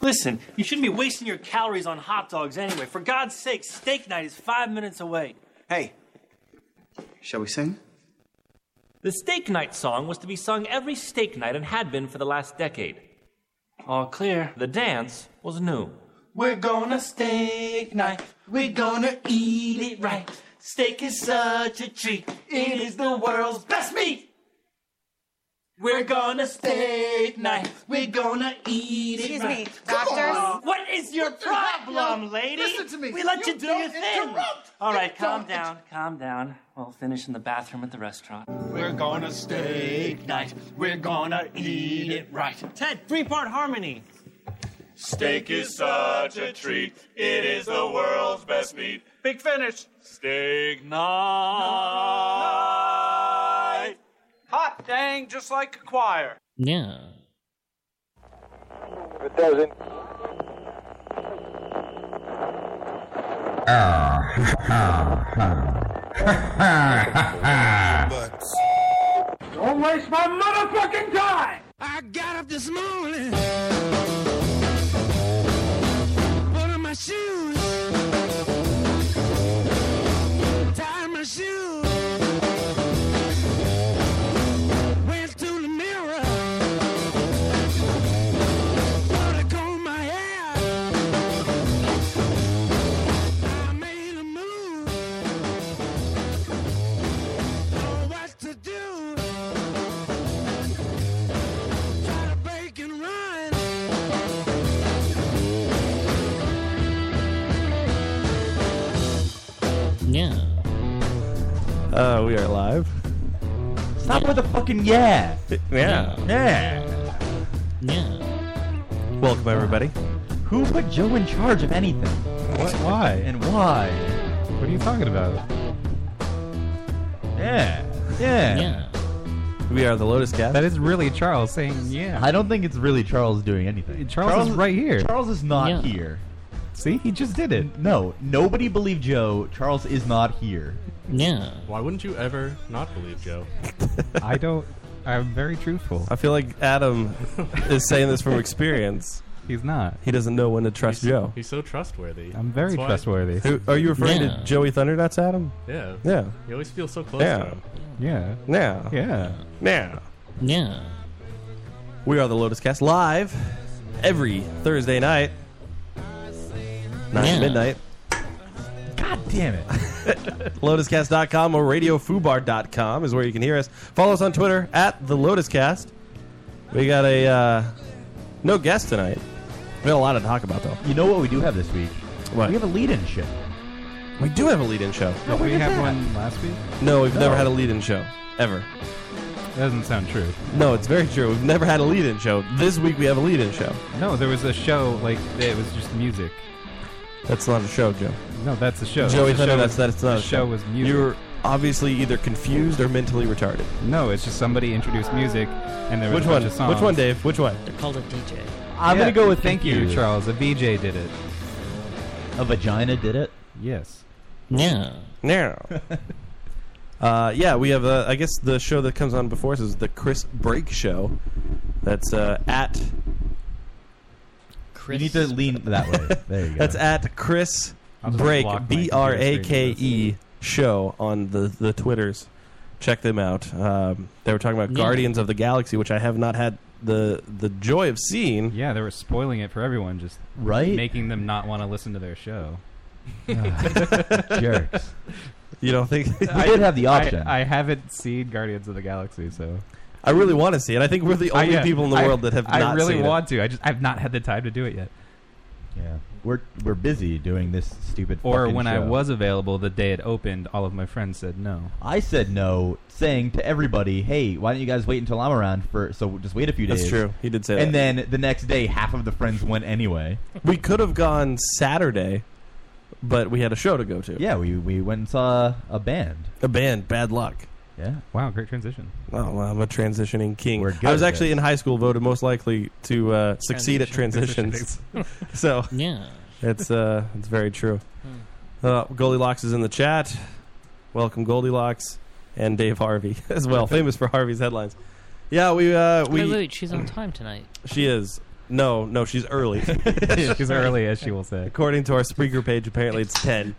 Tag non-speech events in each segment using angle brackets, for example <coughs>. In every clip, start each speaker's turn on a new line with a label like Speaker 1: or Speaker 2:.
Speaker 1: Listen, you shouldn't be wasting your calories on hot dogs anyway. For God's sake, steak night is five minutes away.
Speaker 2: Hey, shall we sing?
Speaker 1: The steak night song was to be sung every steak night and had been for the last decade. All clear. The dance was new.
Speaker 2: We're gonna steak night. We're gonna eat it right. Steak is such a treat. It is the world's best meat. We're gonna steak night. We're gonna eat it
Speaker 3: Excuse
Speaker 2: right.
Speaker 3: me,
Speaker 2: Come
Speaker 3: doctors?
Speaker 2: on.
Speaker 1: What is your problem, lady?
Speaker 2: Listen to me.
Speaker 1: We let you,
Speaker 2: You
Speaker 1: do your
Speaker 2: don't
Speaker 1: thing.
Speaker 2: interrupt.
Speaker 1: All
Speaker 2: You
Speaker 1: right, calm
Speaker 2: don't
Speaker 1: down, calm down. We'll finish in the bathroom at the restaurant.
Speaker 2: We're gonna steak night. We're gonna eat it right.
Speaker 1: Ted, three-part harmony.
Speaker 4: Steak is such a treat. It is the world's best meat.
Speaker 5: Big finish.
Speaker 4: Steak night.
Speaker 5: Hot dang, just like a choir.
Speaker 6: Yeah.
Speaker 7: It doesn't.
Speaker 8: I got up this morning, put on my shoes, tied my shoes, went to the mirror, put a comb my hair. I made a move, know what to do. Try to break and run.
Speaker 6: Yeah.
Speaker 9: Uh, we are live.
Speaker 10: Stop with the fucking yeah.
Speaker 6: Yeah.
Speaker 10: Yeah.
Speaker 6: Yeah.
Speaker 9: Welcome everybody.
Speaker 10: Who put Joe in charge of anything?
Speaker 9: What? Why?
Speaker 10: And why?
Speaker 9: what are you talking about?
Speaker 10: Yeah. Yeah.
Speaker 6: Yeah.
Speaker 9: We are the Lotus Cast.
Speaker 8: That is really Charles saying, yeah.
Speaker 10: I don't think it's really Charles doing anything.
Speaker 8: Charles, is right here.
Speaker 10: Charles is not
Speaker 6: Yeah.
Speaker 10: here.
Speaker 8: See, he just did it.
Speaker 10: No, nobody believed Joe. Charles is not here.
Speaker 6: Yeah.
Speaker 4: Why wouldn't you ever not believe Joe?
Speaker 8: I don't. I'm very truthful.
Speaker 9: I feel like Adam is saying this from experience.
Speaker 8: He's not.
Speaker 9: He doesn't know when to trust Joe.
Speaker 4: He's so trustworthy.
Speaker 8: I'm very
Speaker 4: That's why-
Speaker 8: trustworthy.
Speaker 9: Who, are you referring
Speaker 6: Yeah.
Speaker 9: to Joey Thundernuts, Adam?
Speaker 4: Yeah.
Speaker 9: Yeah.
Speaker 4: You always feel so close to
Speaker 9: Yeah.
Speaker 4: him.
Speaker 8: Yeah.
Speaker 9: Now.
Speaker 8: Yeah.
Speaker 9: Now.
Speaker 6: Yeah.
Speaker 9: We are the Lotus Cast live every Thursday night, nine
Speaker 6: Yeah.
Speaker 9: to midnight.
Speaker 10: God damn it.
Speaker 9: <laughs> LotusCast.com or RadioFoobar.com is where you can hear us. Follow us on Twitter at the LotusCast. We got a uh, no guest tonight. We got a lot to talk about though.
Speaker 10: You know what we do have this week?
Speaker 9: What?
Speaker 10: We have a lead-in show.
Speaker 9: We do have a lead-in show.
Speaker 8: Did we have one last week?
Speaker 9: No, we've never had a lead-in show ever.
Speaker 8: That doesn't sound true.
Speaker 9: No, it's very true. We've never had a lead-in show. This week we have a lead-in show.
Speaker 8: No, there was a show like it was just music.
Speaker 9: That's not a show, Joe.
Speaker 8: No, that's a show.
Speaker 9: Joey
Speaker 8: The show
Speaker 9: Thundernuts,
Speaker 8: was-
Speaker 9: that's not
Speaker 8: the
Speaker 9: a show.
Speaker 8: show was music.
Speaker 9: You're obviously either confused or mentally retarded.
Speaker 8: No, it's just somebody introduced music, and there was
Speaker 9: Which
Speaker 8: a bunch
Speaker 9: one?
Speaker 8: of songs.
Speaker 9: Which one, Dave? Which one?
Speaker 6: They're called a DJ.
Speaker 10: I'm
Speaker 8: Yeah,
Speaker 10: gonna go with
Speaker 8: thank you, Charles. A VJ did it.
Speaker 10: A vagina did it.
Speaker 8: Yes.
Speaker 6: Yeah.
Speaker 9: Now. <laughs> uh, yeah, we have, uh, I guess, the show that comes on before us is the Chris Break Show. That's uh, at
Speaker 6: Chris.
Speaker 10: You need to lean that
Speaker 8: <laughs>
Speaker 10: way. There you go.
Speaker 9: that's at Chris
Speaker 8: I'll just
Speaker 9: Break
Speaker 8: block my
Speaker 9: B
Speaker 8: computer
Speaker 9: R
Speaker 8: screen
Speaker 9: A
Speaker 8: with
Speaker 9: K E
Speaker 8: this.
Speaker 9: show on the the Twitters. Check them out. Um, they were talking about
Speaker 6: Yeah.
Speaker 9: Guardians of the Galaxy, which I have not had the the joy of seeing.
Speaker 8: Yeah, they were spoiling it for everyone, just
Speaker 10: right.
Speaker 8: making them not want to listen to
Speaker 10: <laughs>
Speaker 8: their show.
Speaker 10: Ah, jerks.
Speaker 9: You don't
Speaker 8: <laughs>
Speaker 9: think?
Speaker 10: We did have the option.
Speaker 8: I, I haven't seen Guardians of the Galaxy, so
Speaker 9: I really want to see it. I think we're the only
Speaker 8: I, uh,
Speaker 9: people in the
Speaker 8: I-
Speaker 9: world that have
Speaker 8: I
Speaker 9: not
Speaker 8: really
Speaker 9: seen
Speaker 8: want to. I just I've not had the time to do it yet.
Speaker 10: yeah. We're we're busy doing this stupid.
Speaker 8: Or
Speaker 10: fucking
Speaker 8: when I
Speaker 10: show.
Speaker 8: was available the day it opened, all of my friends said no.
Speaker 10: I said no, saying to everybody, "Hey, why don't you guys wait until I'm around for? So just wait a few
Speaker 9: it.
Speaker 10: days."
Speaker 9: That's true. He did say that.
Speaker 10: And then the next day, half of the friends went anyway.
Speaker 9: We could have gone Saturday, but we had a show to go to.
Speaker 10: Yeah, we we went and saw a band.
Speaker 9: A band, bad luck.
Speaker 10: Yeah,
Speaker 8: Wow, great transition.
Speaker 9: Oh, well, I'm a transitioning king.
Speaker 10: We're good
Speaker 9: I was
Speaker 10: at
Speaker 9: actually in high school voted most likely to uh, succeed at
Speaker 8: <laughs>
Speaker 9: transitions. so
Speaker 6: Yeah.
Speaker 9: it's uh, it's very true. Uh, Goldilocks is in the chat. Welcome, Goldilocks, and Dave Harvey <laughs>
Speaker 10: <laughs>
Speaker 9: as well, famous for Harvey's headlines. Yeah, we uh,
Speaker 6: Wait,
Speaker 9: we
Speaker 6: <clears throat> wait, she's on time tonight.
Speaker 9: she is. No, no, she's early.
Speaker 8: <laughs> She's early, as she will say.
Speaker 9: According to our speaker page, apparently it's ten,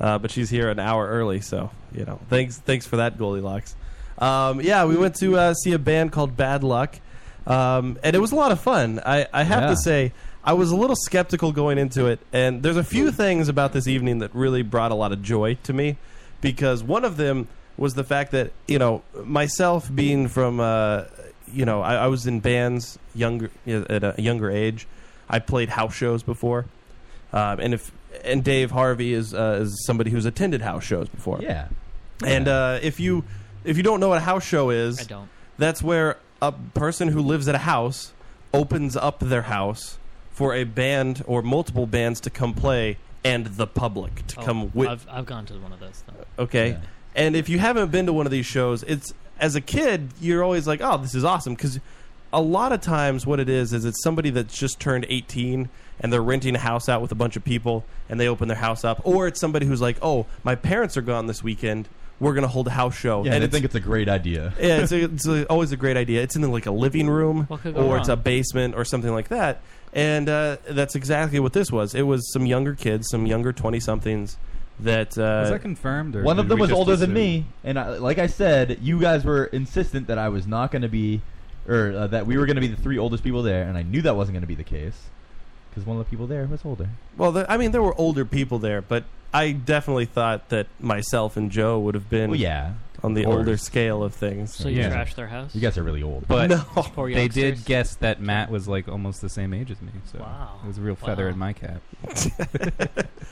Speaker 9: uh, but she's here an hour early. So you know, thanks, thanks for that, Goldilocks. Um, yeah, we went to uh, see a band called Bad Luck, um, and it was a lot of fun. I, I have
Speaker 10: Yeah.
Speaker 9: to say, I was a little skeptical going into it, and there's a few things about this evening that really brought a lot of joy to me, because one of them was the fact that you know myself being from uh, you know I, I was in bands younger at a younger age. I played house shows before, um, and if and Dave Harvey is uh, is somebody who's attended house shows before.
Speaker 10: Yeah.
Speaker 9: And uh, if you if you don't know what a house show is,
Speaker 6: I don't.
Speaker 9: that's where a person who lives at a house opens up their house for a band or multiple bands to come play and the public to
Speaker 6: Oh,
Speaker 9: come with.
Speaker 6: I've, I've gone to one of those. Though.
Speaker 9: Okay.
Speaker 10: Yeah.
Speaker 9: And if you haven't been to one of these shows, it's as a kid, you're always like, "Oh, this is awesome" because a lot of times what it is is it's somebody that's just turned 18 and they're renting a house out with a bunch of people and they open their house up or it's somebody who's like, "Oh, my parents are gone this weekend. We're going to hold a house show."
Speaker 10: Yeah,
Speaker 9: and
Speaker 10: and I think it's a great idea.
Speaker 9: yeah, it's, a, it's a, always a great idea. It's in like a living room,
Speaker 6: What could go
Speaker 9: or it's a
Speaker 6: wrong?
Speaker 9: basement, or something like that. And uh, that's exactly what this was. It was some younger kids, some younger twenty somethings. That, uh,
Speaker 8: Was that confirmed? Or
Speaker 10: One of
Speaker 8: did
Speaker 10: them
Speaker 8: we
Speaker 10: was
Speaker 8: just
Speaker 10: older than
Speaker 8: assume?
Speaker 10: me, and I, like I said, you guys were insistent that I was not going to be, or uh, that we were going to be the three oldest people there, and I knew that wasn't going to be the case because one of the people there was older.
Speaker 9: well, the, I mean, there were older people there, but I definitely thought that myself and Joe would have been
Speaker 10: Well, yeah,
Speaker 9: on the
Speaker 10: Of course.
Speaker 9: older scale of things.
Speaker 6: So you
Speaker 8: Yeah.
Speaker 6: trashed their house?
Speaker 10: you guys are really old.
Speaker 6: <laughs>
Speaker 8: But <laughs>
Speaker 6: Poor
Speaker 8: they did
Speaker 6: youngsters.
Speaker 8: guess that Matt was like almost the same age as me. So
Speaker 6: Wow.
Speaker 8: it was a real feather
Speaker 6: Wow.
Speaker 8: in my
Speaker 6: <laughs>
Speaker 8: cap. <laughs>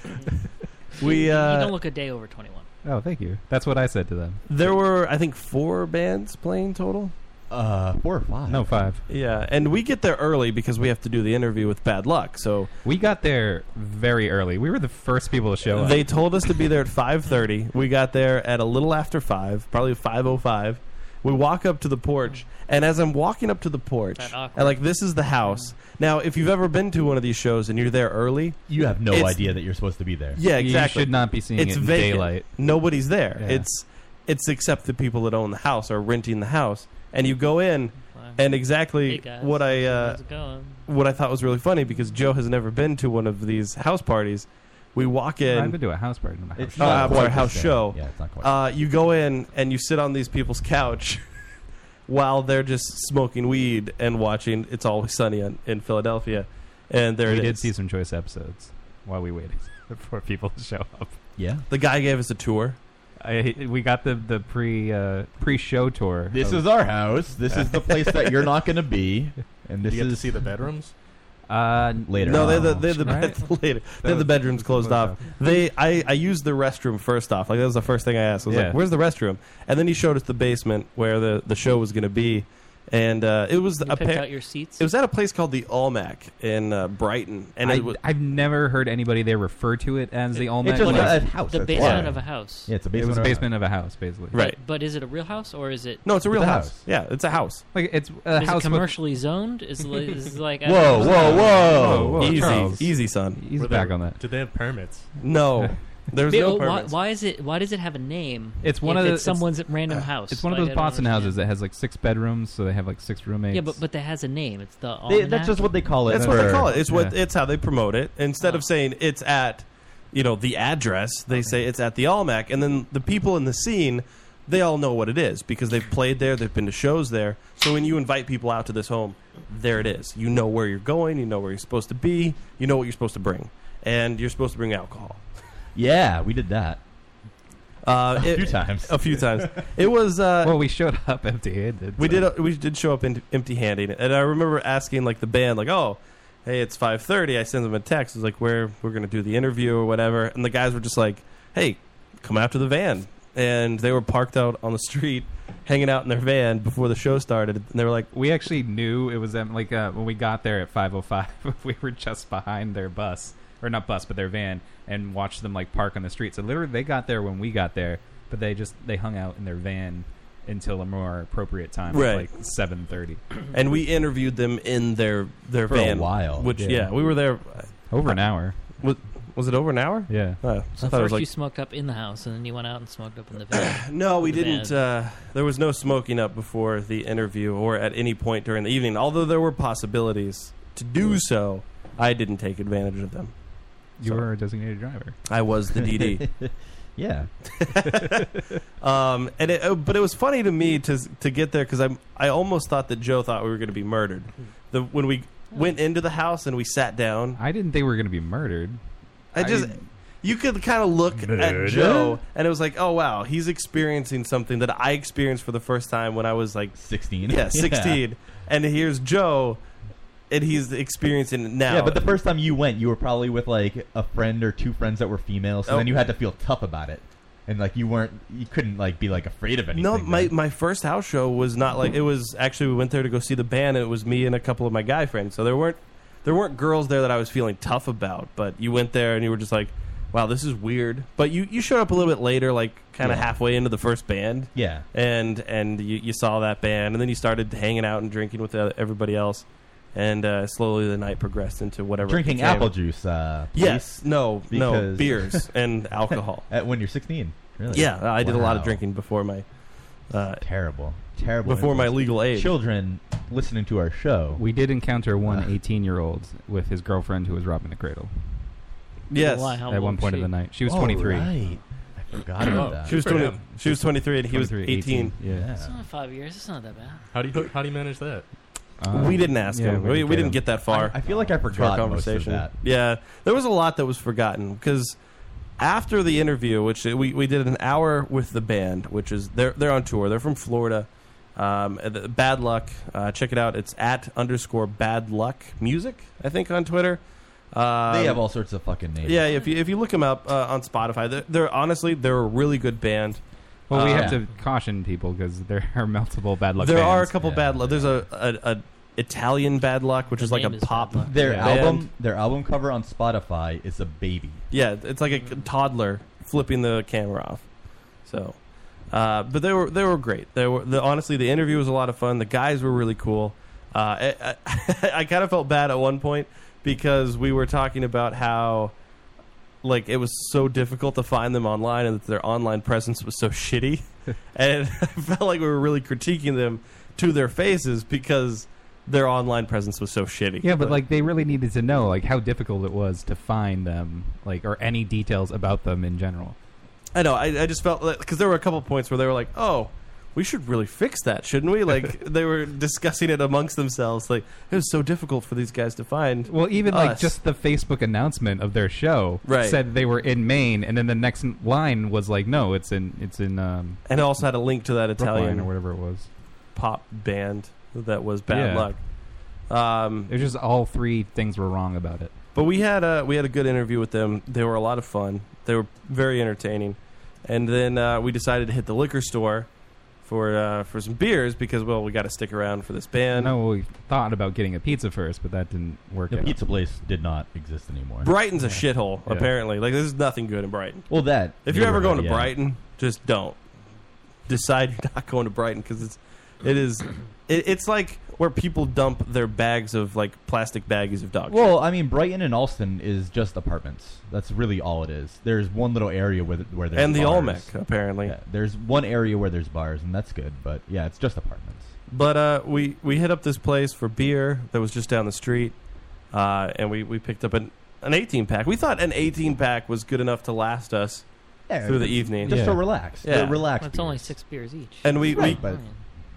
Speaker 9: we
Speaker 6: you
Speaker 9: uh,
Speaker 6: don't look a day over 21.
Speaker 8: Oh, thank you. That's what I said to them.
Speaker 9: there were, I think, four bands playing total.
Speaker 10: uh, four or five.
Speaker 8: No five.
Speaker 9: Yeah, and we get there early because we have to do the interview with Bad Luck. So
Speaker 8: We got there very early. We were the first people to show up.
Speaker 9: They told us to be there at 5:30. We got there at a little after 5, probably 5:05. We walk up to the porch, and as I'm walking up to the porch,
Speaker 6: That awkward.
Speaker 9: and like this is the house. Now, if you've ever been to one of these shows and you're there early,
Speaker 10: you have no
Speaker 9: It's-
Speaker 10: idea that you're supposed to be there.
Speaker 9: yeah,
Speaker 8: You
Speaker 9: exactly.
Speaker 8: should not be seeing
Speaker 9: it's
Speaker 8: it in
Speaker 9: vacant.
Speaker 8: daylight.
Speaker 9: Nobody's there.
Speaker 8: Yeah.
Speaker 9: It's it's except the people that own the house or renting the house, and you go in,
Speaker 6: Wow.
Speaker 9: and exactly
Speaker 6: Hey, guys.
Speaker 9: what I uh,
Speaker 6: How's it going?
Speaker 9: what I thought was really funny because Joe has never been to one of these house parties. We walk in.
Speaker 8: I've been to a house party. Not a house
Speaker 10: It's
Speaker 8: show.
Speaker 9: Oh,
Speaker 10: not
Speaker 9: I'm sorry,
Speaker 10: quite the
Speaker 9: house
Speaker 10: same.
Speaker 9: show.
Speaker 10: Yeah, it's not quite.
Speaker 9: uh, you go in and you sit on these people's couch <laughs> while they're just smoking weed and watching It's Always Sunny in, in Philadelphia. And there
Speaker 8: we
Speaker 9: it
Speaker 8: did
Speaker 9: is.
Speaker 8: see some choice episodes while we waited <laughs> for people to show up.
Speaker 10: yeah,
Speaker 9: the guy gave us a tour.
Speaker 8: I, we got the the pre uh, pre show tour.
Speaker 10: this
Speaker 8: of-
Speaker 10: is our house. This is the place that you're not going to be,
Speaker 8: <laughs>
Speaker 10: and this
Speaker 3: You get to
Speaker 10: is
Speaker 3: see the bedrooms.
Speaker 8: uh,
Speaker 10: later.
Speaker 9: No, they're
Speaker 10: on.
Speaker 9: the, they're the
Speaker 8: Right.
Speaker 9: bed, <laughs> later. They're
Speaker 8: was-
Speaker 9: the bedrooms closed
Speaker 8: closed
Speaker 9: off. They I, I used the restroom first off. Like that was the first thing I asked. I was
Speaker 8: Yeah.
Speaker 9: like, "Where's the restroom?" And then he showed us the basement where the, the show was going to be, and uh, it was
Speaker 6: You
Speaker 9: a
Speaker 6: picked
Speaker 9: pa-
Speaker 6: out your seats?
Speaker 9: it was at a place called the Almac in uh, Brighton, and
Speaker 8: I,
Speaker 9: it was
Speaker 8: I've never heard anybody there refer to it as the Almanac.
Speaker 10: It's just
Speaker 8: Like,
Speaker 10: a, a house.
Speaker 6: the
Speaker 10: that's
Speaker 6: basement
Speaker 10: why.
Speaker 6: of a house.
Speaker 10: Yeah, it's a
Speaker 8: it
Speaker 10: basement.
Speaker 8: was a
Speaker 10: of a house.
Speaker 8: basement of a house, basically.
Speaker 9: right.
Speaker 6: But is it a real house or is it
Speaker 9: No, it's a real
Speaker 10: a
Speaker 9: house.
Speaker 10: house.
Speaker 9: Yeah, it's a house.
Speaker 8: Like it's a
Speaker 6: is
Speaker 8: house
Speaker 6: it commercially zoned?
Speaker 8: <laughs>
Speaker 6: Is, li- is like I
Speaker 10: Whoa,
Speaker 6: don't know.
Speaker 10: whoa, whoa!
Speaker 8: Whoa,
Speaker 9: easy,
Speaker 8: Charles.
Speaker 9: easy, son.
Speaker 8: With, he's
Speaker 3: Were
Speaker 8: back
Speaker 3: they-
Speaker 8: on that.
Speaker 3: Did they have permits?
Speaker 9: No, there's
Speaker 6: Ba-
Speaker 9: no
Speaker 6: oh, why,
Speaker 9: permits.
Speaker 6: why is it? Why does it have a name?
Speaker 8: It's one
Speaker 6: if
Speaker 8: of the-
Speaker 6: it's
Speaker 8: it's- Uh,
Speaker 6: someone's random house.
Speaker 8: It's one of
Speaker 6: Like,
Speaker 8: those
Speaker 6: I don't
Speaker 8: Boston houses
Speaker 6: understand.
Speaker 8: that has like six bedrooms, so they have like six roommates.
Speaker 6: Yeah, but but that has a name. It's the
Speaker 10: They,
Speaker 6: Almanac.
Speaker 10: that's just what they call it.
Speaker 9: That's what they
Speaker 10: for-
Speaker 9: call it. It's what
Speaker 8: Yeah.
Speaker 9: it's how they promote it. Instead of saying it's at, you know, the address, they say it's at the Almac, and then the people in the scene, they all know what it is because they've played there, they've been to shows there. So when you invite people out to this home, there it is. You know where you're going, you know where you're supposed to be, you know what you're supposed to bring, and you're supposed to bring alcohol.
Speaker 10: Yeah, we did that.
Speaker 9: Uh,
Speaker 10: A few times.
Speaker 9: A few
Speaker 10: <laughs>
Speaker 9: times. It was uh,
Speaker 8: well, we showed up empty-handed.
Speaker 9: We
Speaker 8: so-
Speaker 9: did. uh, We did show up in, empty-handed, and I remember asking like the band, like, "Oh, hey, it's 5.30. I sent them a text. It was like, "Where we're gonna do the interview or whatever," and the guys were just like, "Hey, come out to the van," and they were parked out on the street, hanging out in their van before the show started, and they were like,
Speaker 8: We actually knew it was them. Like uh, when we got there at five oh five, <laughs> we were just behind their bus, or not bus, but their van, and watched them like park on the street. So literally, they got there when we got there, but they just they hung out in their van until a more appropriate time,
Speaker 9: Right.
Speaker 8: like seven thirty,
Speaker 9: and we interviewed them in their their
Speaker 10: For a
Speaker 9: van
Speaker 10: while,
Speaker 9: which yeah.
Speaker 8: yeah.
Speaker 9: we were there. uh,
Speaker 8: over an hour.
Speaker 9: Was, was it over an hour?
Speaker 8: Yeah,
Speaker 9: Uh,
Speaker 6: So
Speaker 9: I thought it
Speaker 6: first
Speaker 9: was like
Speaker 6: you smoked up in the house, and then you went out and smoked up in
Speaker 9: <coughs>
Speaker 6: the van.
Speaker 9: No, we
Speaker 6: the
Speaker 9: didn't.
Speaker 6: band.
Speaker 9: Uh, there was no smoking up before the interview or at any point during the evening, although there were possibilities to do so, I didn't take advantage of them.
Speaker 8: You were a designated driver.
Speaker 9: I was the <laughs> DD.
Speaker 10: yeah.
Speaker 9: um, and it, uh, but it was funny to me to to get there because I I almost thought that Joe thought we were going to be murdered. The when we went into the house and we sat down,
Speaker 8: I didn't think we were going to be murdered.
Speaker 9: I just
Speaker 8: I-
Speaker 9: you could kind of look at
Speaker 8: Murder?
Speaker 9: Joe and it was like, oh wow, he's experiencing something that I experienced for the first time when I was like
Speaker 10: 16.
Speaker 9: yeah 16 and here's Joe and he's experiencing it now.
Speaker 10: Yeah, but the first time you went, you were probably with like a friend or two friends that were female, so
Speaker 9: Oh.
Speaker 10: then you had to feel tough about it, and like you weren't, you couldn't like be like afraid of anything.
Speaker 9: No, my,
Speaker 10: then.
Speaker 9: my first house show was not like it was actually we went there to go see the band and it was me and a couple of my guy friends. So there weren't there weren't girls there that I was feeling tough about, but you went there and you were just like, Wow, this is weird. But you, you showed up a little bit later, like kinda
Speaker 10: Yeah.
Speaker 9: halfway into the first band.
Speaker 10: yeah,
Speaker 9: And and you, you saw that band and then you started hanging out and drinking with the, everybody else. And uh, slowly the night progressed into whatever. it
Speaker 10: drinking
Speaker 9: became.
Speaker 10: apple juice. Uh,
Speaker 9: Yes. No, no,
Speaker 10: Because-
Speaker 9: beers
Speaker 10: <laughs>
Speaker 9: and alcohol.
Speaker 10: at, when you're 16. Really?
Speaker 9: yeah, I did a lot of
Speaker 10: Wow.
Speaker 9: drinking before my uh,
Speaker 10: Terrible, terrible.
Speaker 9: before my
Speaker 10: influence.
Speaker 9: legal age.
Speaker 10: children listening to our show.
Speaker 8: We did encounter one
Speaker 10: Ugh.
Speaker 8: 18 year old with his girlfriend who was robbing the cradle
Speaker 9: Yes.
Speaker 6: Why,
Speaker 8: <laughs>
Speaker 6: how
Speaker 8: at one
Speaker 6: old
Speaker 8: point
Speaker 6: she?
Speaker 8: of the night. She was
Speaker 10: Oh,
Speaker 8: 23.
Speaker 10: right. I
Speaker 8: <clears throat>
Speaker 10: forgot about that.
Speaker 9: She was
Speaker 3: for
Speaker 9: 20,
Speaker 3: him.
Speaker 9: she was 23 and he was 18.
Speaker 8: 23, 18.
Speaker 9: uh,
Speaker 10: Yeah.
Speaker 6: It's only five years. It's not that bad.
Speaker 3: How do you how do you manage that?
Speaker 10: uh,
Speaker 8: Um,
Speaker 9: we didn't ask
Speaker 8: yeah,
Speaker 9: him. We, we
Speaker 8: him.
Speaker 9: didn't get that far.
Speaker 10: I feel like I
Speaker 9: to our
Speaker 10: forgot most of
Speaker 9: conversation.
Speaker 10: that.
Speaker 9: Yeah, there was a lot that was forgotten because after the interview, which we, we did an hour with the band, which is they're they're on tour. They're from Florida. Um, and the- bad luck. Uh, check it out. It's at underscore bad luck music. I think on Twitter. Um,
Speaker 10: they have all sorts of fucking names.
Speaker 9: yeah, if you if you look them up uh, on Spotify, they're, they're honestly they're a really good band.
Speaker 8: Well, we
Speaker 9: Uh,
Speaker 8: have to caution people because there are multiple bad luck
Speaker 9: there are a
Speaker 8: bands.
Speaker 9: couple
Speaker 10: yeah.
Speaker 9: bad luck. There's a, a, a Italian bad luck, which
Speaker 6: The
Speaker 9: is like a
Speaker 6: name is
Speaker 9: pop.
Speaker 6: Bad Luck.
Speaker 10: Their
Speaker 9: Yeah.
Speaker 10: album, their album cover on Spotify is a baby.
Speaker 9: Yeah, it's like a toddler flipping the camera off. So, uh, but they were they were great. They were the, honestly the interview was a lot of fun. The guys were really cool. Uh, I, I, <laughs> I kind of felt bad at one point because we were talking about how like it was so difficult to find them online and that their online presence was so shitty, and <laughs> I felt like we were really critiquing them to their faces because their online presence was so shitty.
Speaker 8: Yeah, but like they really needed to know like how difficult it was to find them, like or any details about them in general.
Speaker 9: I know. I, I just felt because there were a couple points where they were like, "Oh, we should really fix that, shouldn't we?" Like
Speaker 8: <laughs>
Speaker 9: they were discussing it amongst themselves. Like it was so difficult for these guys to find.
Speaker 8: Well, even like
Speaker 9: Us.
Speaker 8: just the Facebook announcement of their show
Speaker 9: Right.
Speaker 8: said they were in Maine, and then the next n- line was like, "No, it's in it's in um,
Speaker 9: and it also had a link to that
Speaker 8: Italian or
Speaker 9: Italian
Speaker 8: whatever it was."
Speaker 9: pop band that was bad
Speaker 8: Yeah.
Speaker 9: luck. Um,
Speaker 8: It was just all three things were wrong about it.
Speaker 9: But we had a we had a good interview with them. They were a lot of fun. They were very entertaining. And then uh, we decided to hit the liquor store for uh, for some beers because well we got to stick around for this
Speaker 8: I
Speaker 9: band.
Speaker 8: know we thought about getting a pizza first, but that didn't work.
Speaker 10: The
Speaker 8: out.
Speaker 10: pizza place did not exist anymore.
Speaker 9: Brighton's a shithole
Speaker 8: Yeah.
Speaker 9: apparently. Like there's nothing good in Brighton.
Speaker 10: well, that
Speaker 9: If you're ever going to
Speaker 10: yeah.
Speaker 9: Brighton, just don't decide <laughs> you're not going to Brighton because it's it is it, it's like where people dump their bags of like plastic baggies of dog. shit.
Speaker 10: Well, I mean, Brighton and Alston is just apartments. That's really all it is. There's one little area where th- where there's
Speaker 9: and the
Speaker 10: bars.
Speaker 9: Olmec apparently.
Speaker 10: Yeah, there's one area where there's bars, and that's good. But yeah, it's just apartments.
Speaker 9: But uh, we we hit up this place for beer that was just down the street, uh, and we we picked up an an 18 pack. We thought an 18 pack was good enough to last us
Speaker 10: Yeah,
Speaker 9: through the
Speaker 10: it's
Speaker 9: evening.
Speaker 10: just
Speaker 8: Yeah.
Speaker 10: to relax.
Speaker 9: Yeah.
Speaker 10: Yeah, relax.
Speaker 6: Well, it's only
Speaker 10: beers.
Speaker 6: six beers each.
Speaker 9: And we,
Speaker 10: Right,
Speaker 9: we
Speaker 10: but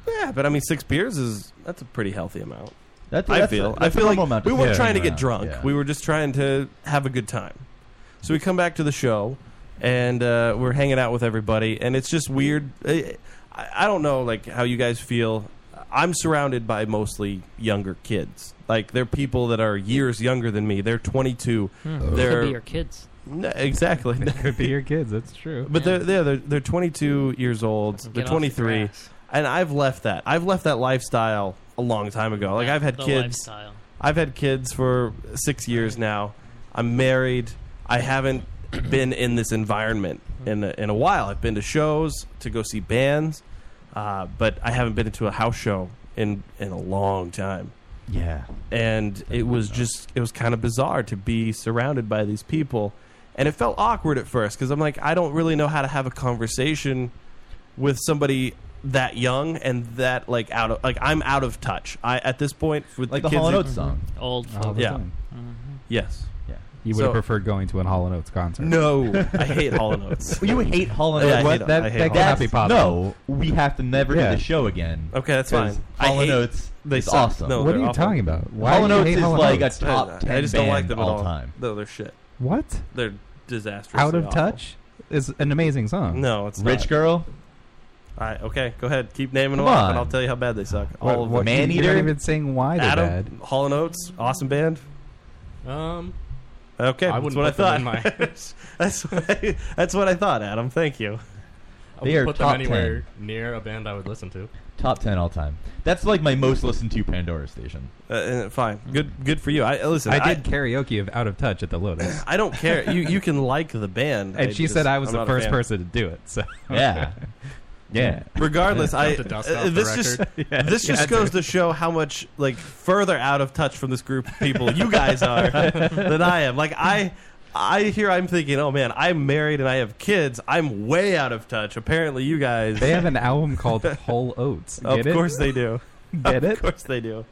Speaker 9: yeah, but I mean six beers is that's a pretty healthy amount.
Speaker 10: That's,
Speaker 9: I
Speaker 10: that's
Speaker 9: feel.
Speaker 10: that's
Speaker 9: I
Speaker 10: a
Speaker 9: feel
Speaker 10: normal
Speaker 9: like
Speaker 10: amount
Speaker 9: we
Speaker 10: of
Speaker 9: weren't
Speaker 10: beer
Speaker 9: trying to
Speaker 10: around.
Speaker 9: get drunk.
Speaker 10: Yeah.
Speaker 9: We were just trying to have a good time. So we come back to the show, and uh, we're hanging out with everybody, and it's just weird. I, I I don't know, like how you guys feel. I'm surrounded by mostly younger kids. Like they're people that are years younger than me. They're 22.
Speaker 6: Hmm.
Speaker 9: They're-
Speaker 6: could be your kids.
Speaker 9: No, exactly. <laughs>
Speaker 8: Could be your kids. That's true.
Speaker 9: But they're, yeah, they're they're 22 years old.
Speaker 6: Get
Speaker 9: They're
Speaker 6: off the
Speaker 9: 23,
Speaker 6: grass.
Speaker 9: and I've left that. I've left that lifestyle a long time ago. Like I've had
Speaker 6: The
Speaker 9: kids.
Speaker 6: Lifestyle.
Speaker 9: I've had kids for six years now. I'm married. I haven't been in this environment in a, in a while. I've been to shows to go see bands, uh, but I haven't been to a house show in in a long time.
Speaker 10: Yeah.
Speaker 9: And it was just it was kind of bizarre to be surrounded by these people, and it felt awkward at first because I'm like I don't really know how to have a conversation with somebody that young and that like out of like I'm out of touch. I at this point with
Speaker 10: like Mm-hmm.
Speaker 9: the
Speaker 10: the
Speaker 9: kids
Speaker 10: Hall &
Speaker 9: that-
Speaker 10: Oates song.
Speaker 6: Old
Speaker 8: all
Speaker 6: folk.
Speaker 8: the
Speaker 9: Yeah.
Speaker 8: time.
Speaker 10: Mm-hmm.
Speaker 9: Yes.
Speaker 10: Yeah.
Speaker 8: You would
Speaker 9: So-
Speaker 8: have preferred going to an Hall & Oates concert.
Speaker 9: No, <laughs>
Speaker 8: <laughs>
Speaker 9: I hate Hall and Oates.
Speaker 10: Well, you hate Hall &
Speaker 9: Yeah, I
Speaker 10: Oates.
Speaker 9: hate
Speaker 10: What?
Speaker 9: them.
Speaker 10: That-
Speaker 9: I hate them.
Speaker 10: that- that's-
Speaker 8: Cannot be possible.
Speaker 10: No, we have to never
Speaker 8: Yeah.
Speaker 10: do the show again.
Speaker 9: Okay, that's
Speaker 10: 'Cause
Speaker 9: fine. I
Speaker 10: Hall &
Speaker 9: hate-
Speaker 10: Oates
Speaker 9: they
Speaker 10: is
Speaker 9: suck.
Speaker 10: awesome.
Speaker 9: No,
Speaker 8: What are
Speaker 9: they're
Speaker 8: you
Speaker 9: awful.
Speaker 8: talking about? Why
Speaker 10: Hall &
Speaker 8: do you
Speaker 10: Oates
Speaker 8: hate
Speaker 10: is
Speaker 8: Hall &
Speaker 10: like a
Speaker 8: Oates?
Speaker 10: top
Speaker 9: I
Speaker 10: ten
Speaker 9: just don't like
Speaker 10: band
Speaker 9: them
Speaker 10: all
Speaker 9: at all.
Speaker 10: time.
Speaker 9: No, they're shit.
Speaker 8: What?
Speaker 9: They're disastrous.
Speaker 8: Out of touch is an amazing song.
Speaker 9: No, it's
Speaker 10: Rich
Speaker 9: not.
Speaker 10: Girl,
Speaker 9: All right, okay, go ahead. Keep naming
Speaker 10: Come
Speaker 9: them off,
Speaker 10: on.
Speaker 9: and I'll tell you how bad they suck.
Speaker 8: What-
Speaker 9: All of
Speaker 8: what-
Speaker 9: them.
Speaker 10: Man
Speaker 8: You're
Speaker 10: Eater?
Speaker 8: not even saying why they're bad.
Speaker 9: Adam, Hall and Oates, awesome band.
Speaker 3: Um,
Speaker 9: Okay,
Speaker 3: I
Speaker 9: that's
Speaker 3: wouldn't
Speaker 9: what I
Speaker 3: put them
Speaker 9: thought.
Speaker 3: in my-
Speaker 9: <laughs> that's what I, that's what I thought, Adam. Thank you.
Speaker 3: I
Speaker 10: They are
Speaker 3: wouldn't put them
Speaker 10: top
Speaker 3: anywhere near a band I would listen to.
Speaker 10: top ten all time. That's like my most listened to Pandora station.
Speaker 9: Uh, Uh, fine, good, good for you. I listen.
Speaker 8: I did karaoke of Out of Touch at the Lotus.
Speaker 9: I, don't care. You you
Speaker 8: <laughs>
Speaker 9: can like the band,
Speaker 8: And she
Speaker 9: just-
Speaker 8: said I was
Speaker 9: I'm
Speaker 8: the
Speaker 9: not a
Speaker 8: first
Speaker 9: fan.
Speaker 8: person to do it. So
Speaker 10: <laughs>
Speaker 8: <laughs>
Speaker 10: Yeah, yeah.
Speaker 9: Regardless, I
Speaker 3: to dust
Speaker 9: uh,
Speaker 3: off the
Speaker 9: this just
Speaker 10: <laughs>
Speaker 8: <laughs> Yeah,
Speaker 9: this just
Speaker 8: yeah,
Speaker 9: goes to show how much like further out of touch from this group of people you guys
Speaker 8: <laughs>
Speaker 9: are than I am. Like I. I hear I'm thinking, oh man, I'm married and I have kids. I'm way out of touch. Apparently, you guys.
Speaker 8: they have an album called Whole Oats.
Speaker 9: <laughs> of
Speaker 8: Get it?
Speaker 9: course they do.
Speaker 8: <laughs> Get
Speaker 9: of
Speaker 8: it?
Speaker 9: course they do.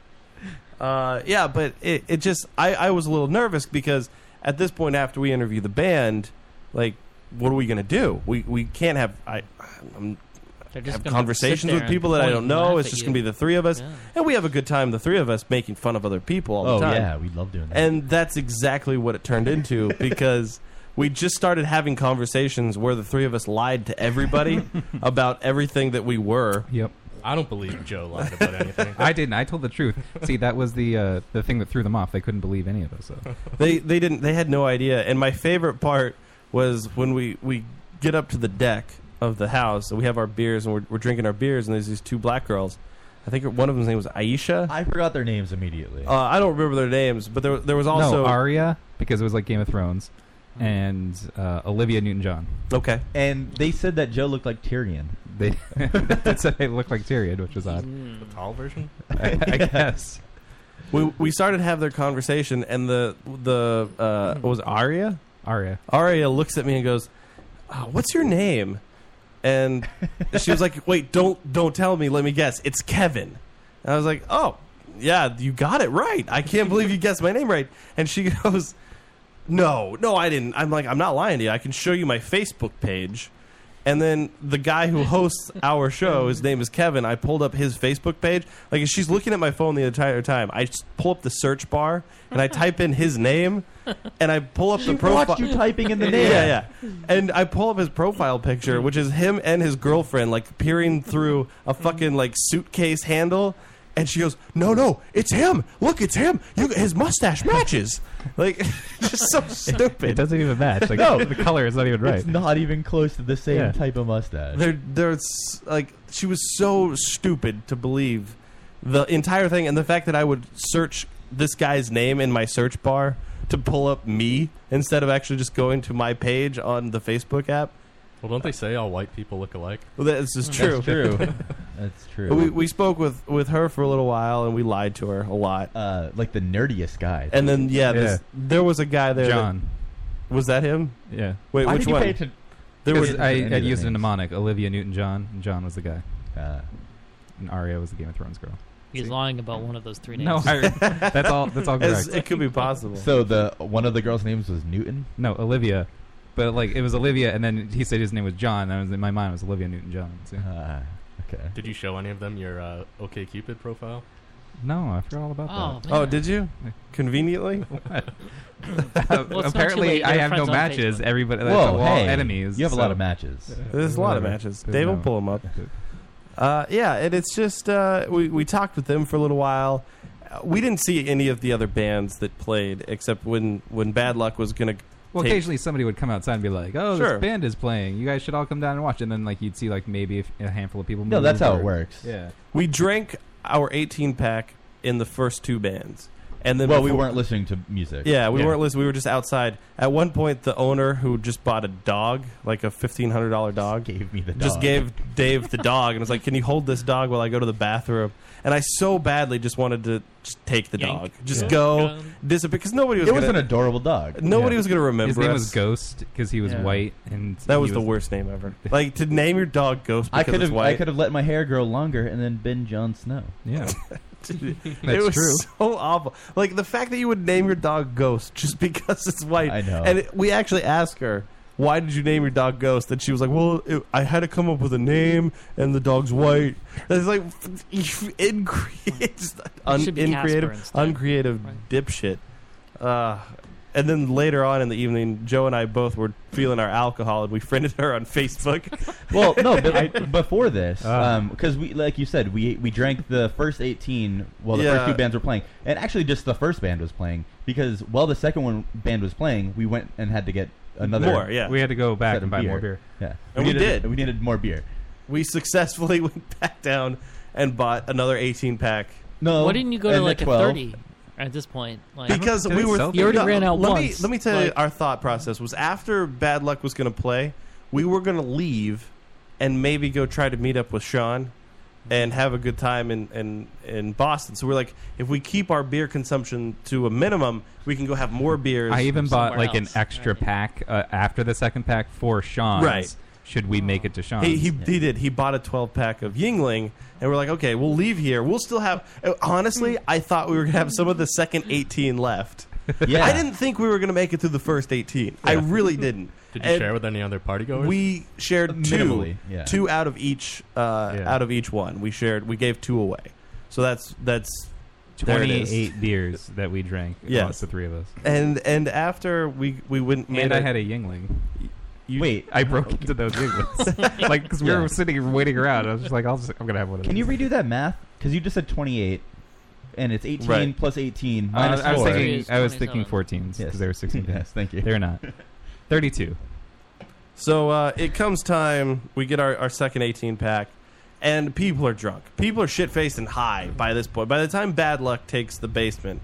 Speaker 9: Uh, yeah, but it, it just I, I was a little nervous because at this point after we interview the band, like what are we gonna do? We we can't have I I'm,
Speaker 6: They're just
Speaker 9: have
Speaker 6: gonna sit
Speaker 9: conversations
Speaker 6: there
Speaker 9: with
Speaker 6: and
Speaker 9: people that I
Speaker 6: point
Speaker 9: don't
Speaker 6: and
Speaker 9: know.
Speaker 6: laugh
Speaker 9: It's
Speaker 6: at
Speaker 9: just
Speaker 6: you.
Speaker 9: gonna be the three of us,
Speaker 6: Yeah.
Speaker 9: and we have a good time. The three of us making fun of other people all
Speaker 10: Oh
Speaker 9: the time.
Speaker 10: yeah, we love doing that.
Speaker 9: And that's exactly what it turned
Speaker 6: <laughs>
Speaker 9: into because we just started having conversations where the three of us lied to
Speaker 6: <laughs>
Speaker 9: everybody about everything that we were.
Speaker 8: Yep.
Speaker 3: I don't believe Joe lied about anything.
Speaker 8: <laughs> I didn't. I told the truth. See, that was the uh, the thing that threw them off. They couldn't believe any of us. So.
Speaker 9: <laughs> they they didn't they had no idea and my favorite part was when we we get up to the deck of the house and we have our beers and we're, we're drinking our beers and there's these two black girls i think one of them's name was aisha
Speaker 10: I forgot their names immediately.
Speaker 9: uh, i don't remember their names but there, there was also Hmm.
Speaker 8: no, Arya because it was like Game of Thrones, and uh, Olivia Newton John.
Speaker 9: okay
Speaker 10: and they said that Joe looked like Tyrion.
Speaker 8: They <laughs> it said they looked like Tyrion, which
Speaker 9: <laughs>
Speaker 8: was odd.
Speaker 3: the tall version?
Speaker 8: <laughs> I, I guess.
Speaker 9: we we started to have their conversation and the the uh
Speaker 8: Hmm.
Speaker 9: what was it, aria
Speaker 8: Arya.
Speaker 9: aria looks at me and goes "Ah, what's your name and she was like wait don't don't tell me let me guess it's kevin And I was like, oh, yeah, you got it right. I can't believe you guessed my name right. And she <laughs> goes, no, no, I didn't. I'm like, I'm not lying to you. I can show you my Facebook page. And then the guy who hosts our show, his name is Kevin. I pulled up his Facebook page. Like, as she's looking at my phone the entire time. I just pull up the search bar and I type in his name and I pull up the profile.
Speaker 10: Watched you typing in the
Speaker 9: <laughs>
Speaker 10: name.
Speaker 9: Yeah, yeah. And I pull up his profile picture, which is him and his girlfriend like peering through a
Speaker 10: Mm-hmm.
Speaker 9: fucking like suitcase handle. And she goes, "No, no, it's him. Look, it's him. You, his mustache matches." Like, <laughs> just so
Speaker 8: It
Speaker 9: stupid.
Speaker 8: doesn't even match. Like
Speaker 10: No.
Speaker 8: the color is not even right.
Speaker 10: It's not even close to the same
Speaker 8: Yeah.
Speaker 10: type of mustache.
Speaker 9: They're, they're s- like, she was so stupid to believe the entire thing, and the fact that I would search this guy's name in my search bar to pull up me instead of actually just going to my page on the Facebook app.
Speaker 3: Well, don't they say all white people look alike?
Speaker 9: Well, this is true.
Speaker 10: Mm. That's
Speaker 9: <laughs>
Speaker 10: true. That's true.
Speaker 9: We, we spoke with, with her for a little while and we lied to her a lot.
Speaker 10: uh, like the nerdiest guy.
Speaker 9: And then yeah, This,
Speaker 8: Yeah.
Speaker 9: there was a guy there. that-
Speaker 8: John.
Speaker 9: was that him?
Speaker 8: Yeah.
Speaker 9: Wait,
Speaker 10: Why
Speaker 9: which
Speaker 10: did you
Speaker 9: one?
Speaker 10: pay atten-
Speaker 9: there
Speaker 8: Because
Speaker 9: was
Speaker 8: I,
Speaker 10: Any of
Speaker 8: I
Speaker 10: the
Speaker 8: used a
Speaker 10: names.
Speaker 8: mnemonic. Olivia Newton John. and John was the guy.
Speaker 10: uh,
Speaker 8: And Arya was the Game of Thrones
Speaker 9: <laughs>
Speaker 8: girl.
Speaker 6: He's lying about one of those three names.
Speaker 8: No, I, that's all. That's all
Speaker 9: <laughs>
Speaker 8: correct.
Speaker 9: as- it could be possible.
Speaker 10: so the one of the girls' names was Newton.
Speaker 8: no, Olivia. But like it was Olivia, and then he said his name was John. And I was in my mind it was Olivia Newton John. So.
Speaker 10: Uh, okay.
Speaker 3: Did you show any of them your uh, OK Cupid profile?
Speaker 8: No, I forgot all about
Speaker 6: Oh, man.
Speaker 9: oh, did you?
Speaker 8: <laughs>
Speaker 9: Conveniently?
Speaker 8: that. Uh,
Speaker 6: Well, it's not too late.
Speaker 8: apparently, I
Speaker 6: They're
Speaker 8: have no
Speaker 6: friends on
Speaker 8: matches.
Speaker 6: Facebook.
Speaker 8: Everybody, that's
Speaker 10: Whoa,
Speaker 8: all
Speaker 10: hey,
Speaker 8: enemies.
Speaker 10: You have a lot
Speaker 8: so-
Speaker 10: of matches.
Speaker 9: There's a lot of
Speaker 8: Whatever.
Speaker 9: matches.
Speaker 8: There's
Speaker 9: Dave will
Speaker 8: no-
Speaker 9: pull them up.
Speaker 8: <laughs>
Speaker 9: Uh, yeah, and it's just uh, we we talked with them for a little while. Uh, We didn't see any of the other bands that played except when when Bad Luck was gonna.
Speaker 8: Well,
Speaker 9: take-
Speaker 8: occasionally somebody would come outside and be like, "Oh,
Speaker 9: Sure.
Speaker 8: this band is playing. You guys should all come down and watch." And then like you'd see like maybe if a handful of people.
Speaker 10: No,
Speaker 8: move
Speaker 10: that's how
Speaker 8: or-
Speaker 10: it works.
Speaker 8: Yeah.
Speaker 9: We drank our 18 pack in the first two bands. And then
Speaker 10: Well, we
Speaker 9: before-
Speaker 10: weren't listening to music.
Speaker 9: Yeah, we
Speaker 10: Yeah.
Speaker 9: weren't listening. We were just outside. At one point, the owner who just bought a dog, like a fifteen hundred dollar dog,
Speaker 10: Gave me the
Speaker 9: just
Speaker 10: dog.
Speaker 9: gave Dave the dog and was like, "Can you hold this dog while I go to the bathroom?" And I so badly just wanted to just take the
Speaker 6: Yank.
Speaker 9: dog, just
Speaker 6: Yeah.
Speaker 9: go
Speaker 6: Yeah.
Speaker 9: disappear because nobody was
Speaker 10: It was
Speaker 9: gonna,
Speaker 10: an adorable dog.
Speaker 9: nobody
Speaker 10: Yeah.
Speaker 9: was going to remember.
Speaker 8: His name
Speaker 9: us.
Speaker 8: was Ghost because he was
Speaker 6: Yeah.
Speaker 8: white, and
Speaker 9: That
Speaker 8: he
Speaker 9: was the worst <laughs> name
Speaker 10: <laughs>
Speaker 9: ever. Like to name your dog Ghost
Speaker 10: I
Speaker 9: because
Speaker 10: could
Speaker 9: it's
Speaker 10: have I
Speaker 9: white.
Speaker 10: could have let my hair grow longer and then been Jon Snow.
Speaker 9: <laughs>
Speaker 8: Yeah,
Speaker 9: it
Speaker 8: That's
Speaker 9: was
Speaker 8: true.
Speaker 9: <laughs> so awful. Like the fact that you would name your dog Ghost just <laughs> because it's white.
Speaker 10: I know.
Speaker 9: And it, we actually asked her, "Why did you name your dog Ghost?" And she was like, "Well, it, I had to come up with a name, and the dog's white." That's like
Speaker 6: <laughs>
Speaker 9: incre- it's <laughs> un-
Speaker 6: should be Casper
Speaker 9: increative, <laughs>
Speaker 6: instead.
Speaker 9: uncreative
Speaker 6: Right.
Speaker 9: dipshit. Uh, and then later on in the evening, Joe and I both were feeling our alcohol, and we <laughs> friended her on Facebook.
Speaker 10: Well,
Speaker 8: <laughs>
Speaker 10: no,
Speaker 9: <laughs>
Speaker 10: but I, before this,
Speaker 8: Ah.
Speaker 10: because we, like you said, we we drank the first eighteen. Well, the
Speaker 9: Yeah.
Speaker 10: first two bands were playing, and actually, just the first band was playing because while the second one band was playing, we went and had to get another.
Speaker 9: More, yeah.
Speaker 8: we had to go
Speaker 10: set
Speaker 8: back
Speaker 10: of
Speaker 8: and buy more beer.
Speaker 10: Yeah,
Speaker 9: And we
Speaker 10: needed-
Speaker 9: did.
Speaker 10: We needed more beer.
Speaker 9: we successfully <laughs> went back down and bought another 18 pack
Speaker 10: No,
Speaker 6: Why didn't you go to
Speaker 10: and
Speaker 6: like
Speaker 10: at
Speaker 6: a
Speaker 10: 12
Speaker 6: 30 at this point? Like,
Speaker 9: because
Speaker 8: Did
Speaker 9: we
Speaker 8: it
Speaker 9: were
Speaker 8: sell?
Speaker 6: You already ran out
Speaker 9: let
Speaker 6: once,
Speaker 9: Me, let me tell you,
Speaker 6: like-
Speaker 9: our thought process was after Bad Luck was going to play, we were going to leave and maybe go try to meet up with Sean and have a good time in, in, in Boston. So we're like, if we keep our beer consumption to a minimum, we can go have more beers.
Speaker 8: I even bought
Speaker 6: somewhere
Speaker 8: like an
Speaker 6: else.
Speaker 8: extra
Speaker 6: Right.
Speaker 8: pack uh, after the second pack for Sean's.
Speaker 9: Right.
Speaker 8: Should we make it to Sean's?
Speaker 9: He, he, he did. He bought a 12 pack of Yingling, and we're like, okay, we'll leave here. We'll still have. uh, Honestly, I thought we were going to have some of the second 18 left.
Speaker 10: Yeah,
Speaker 9: <laughs> I didn't think we were going to make it through the first 18. I really didn't.
Speaker 3: <laughs> Did you
Speaker 9: And
Speaker 3: share with any other party goers?
Speaker 9: We shared two,
Speaker 10: Minimally, yeah.
Speaker 9: two out of each, uh,
Speaker 3: Yeah.
Speaker 9: out of each one. We shared, we gave two away. So that's that's, there it is.
Speaker 8: Twenty-eight beers that we drank.
Speaker 9: Yes.
Speaker 8: amongst the three of us.
Speaker 9: and and after we we went
Speaker 8: And I had a Yingling.
Speaker 10: Wait,
Speaker 8: I broke
Speaker 10: <laughs>
Speaker 8: into those Yinglings, <laughs> like because we
Speaker 10: Yeah.
Speaker 8: were sitting waiting around. I was just like, I'll just, I'm gonna have one. Of
Speaker 10: can
Speaker 8: these.
Speaker 10: you redo that math? Because you just said twenty-eight, and it's eighteen
Speaker 9: Right.
Speaker 10: plus eighteen
Speaker 8: Uh,
Speaker 10: minus
Speaker 8: I was
Speaker 10: four.
Speaker 8: thinking. I was thinking
Speaker 6: 27.
Speaker 8: 14s because
Speaker 10: Yes.
Speaker 8: they were 16.
Speaker 10: yes, thank you. <laughs>
Speaker 8: They're not. 32.
Speaker 9: So uh, it comes time we get our, our second 18 pack, and people are drunk. People are shit faced and high by this point. By the time bad luck takes the basement,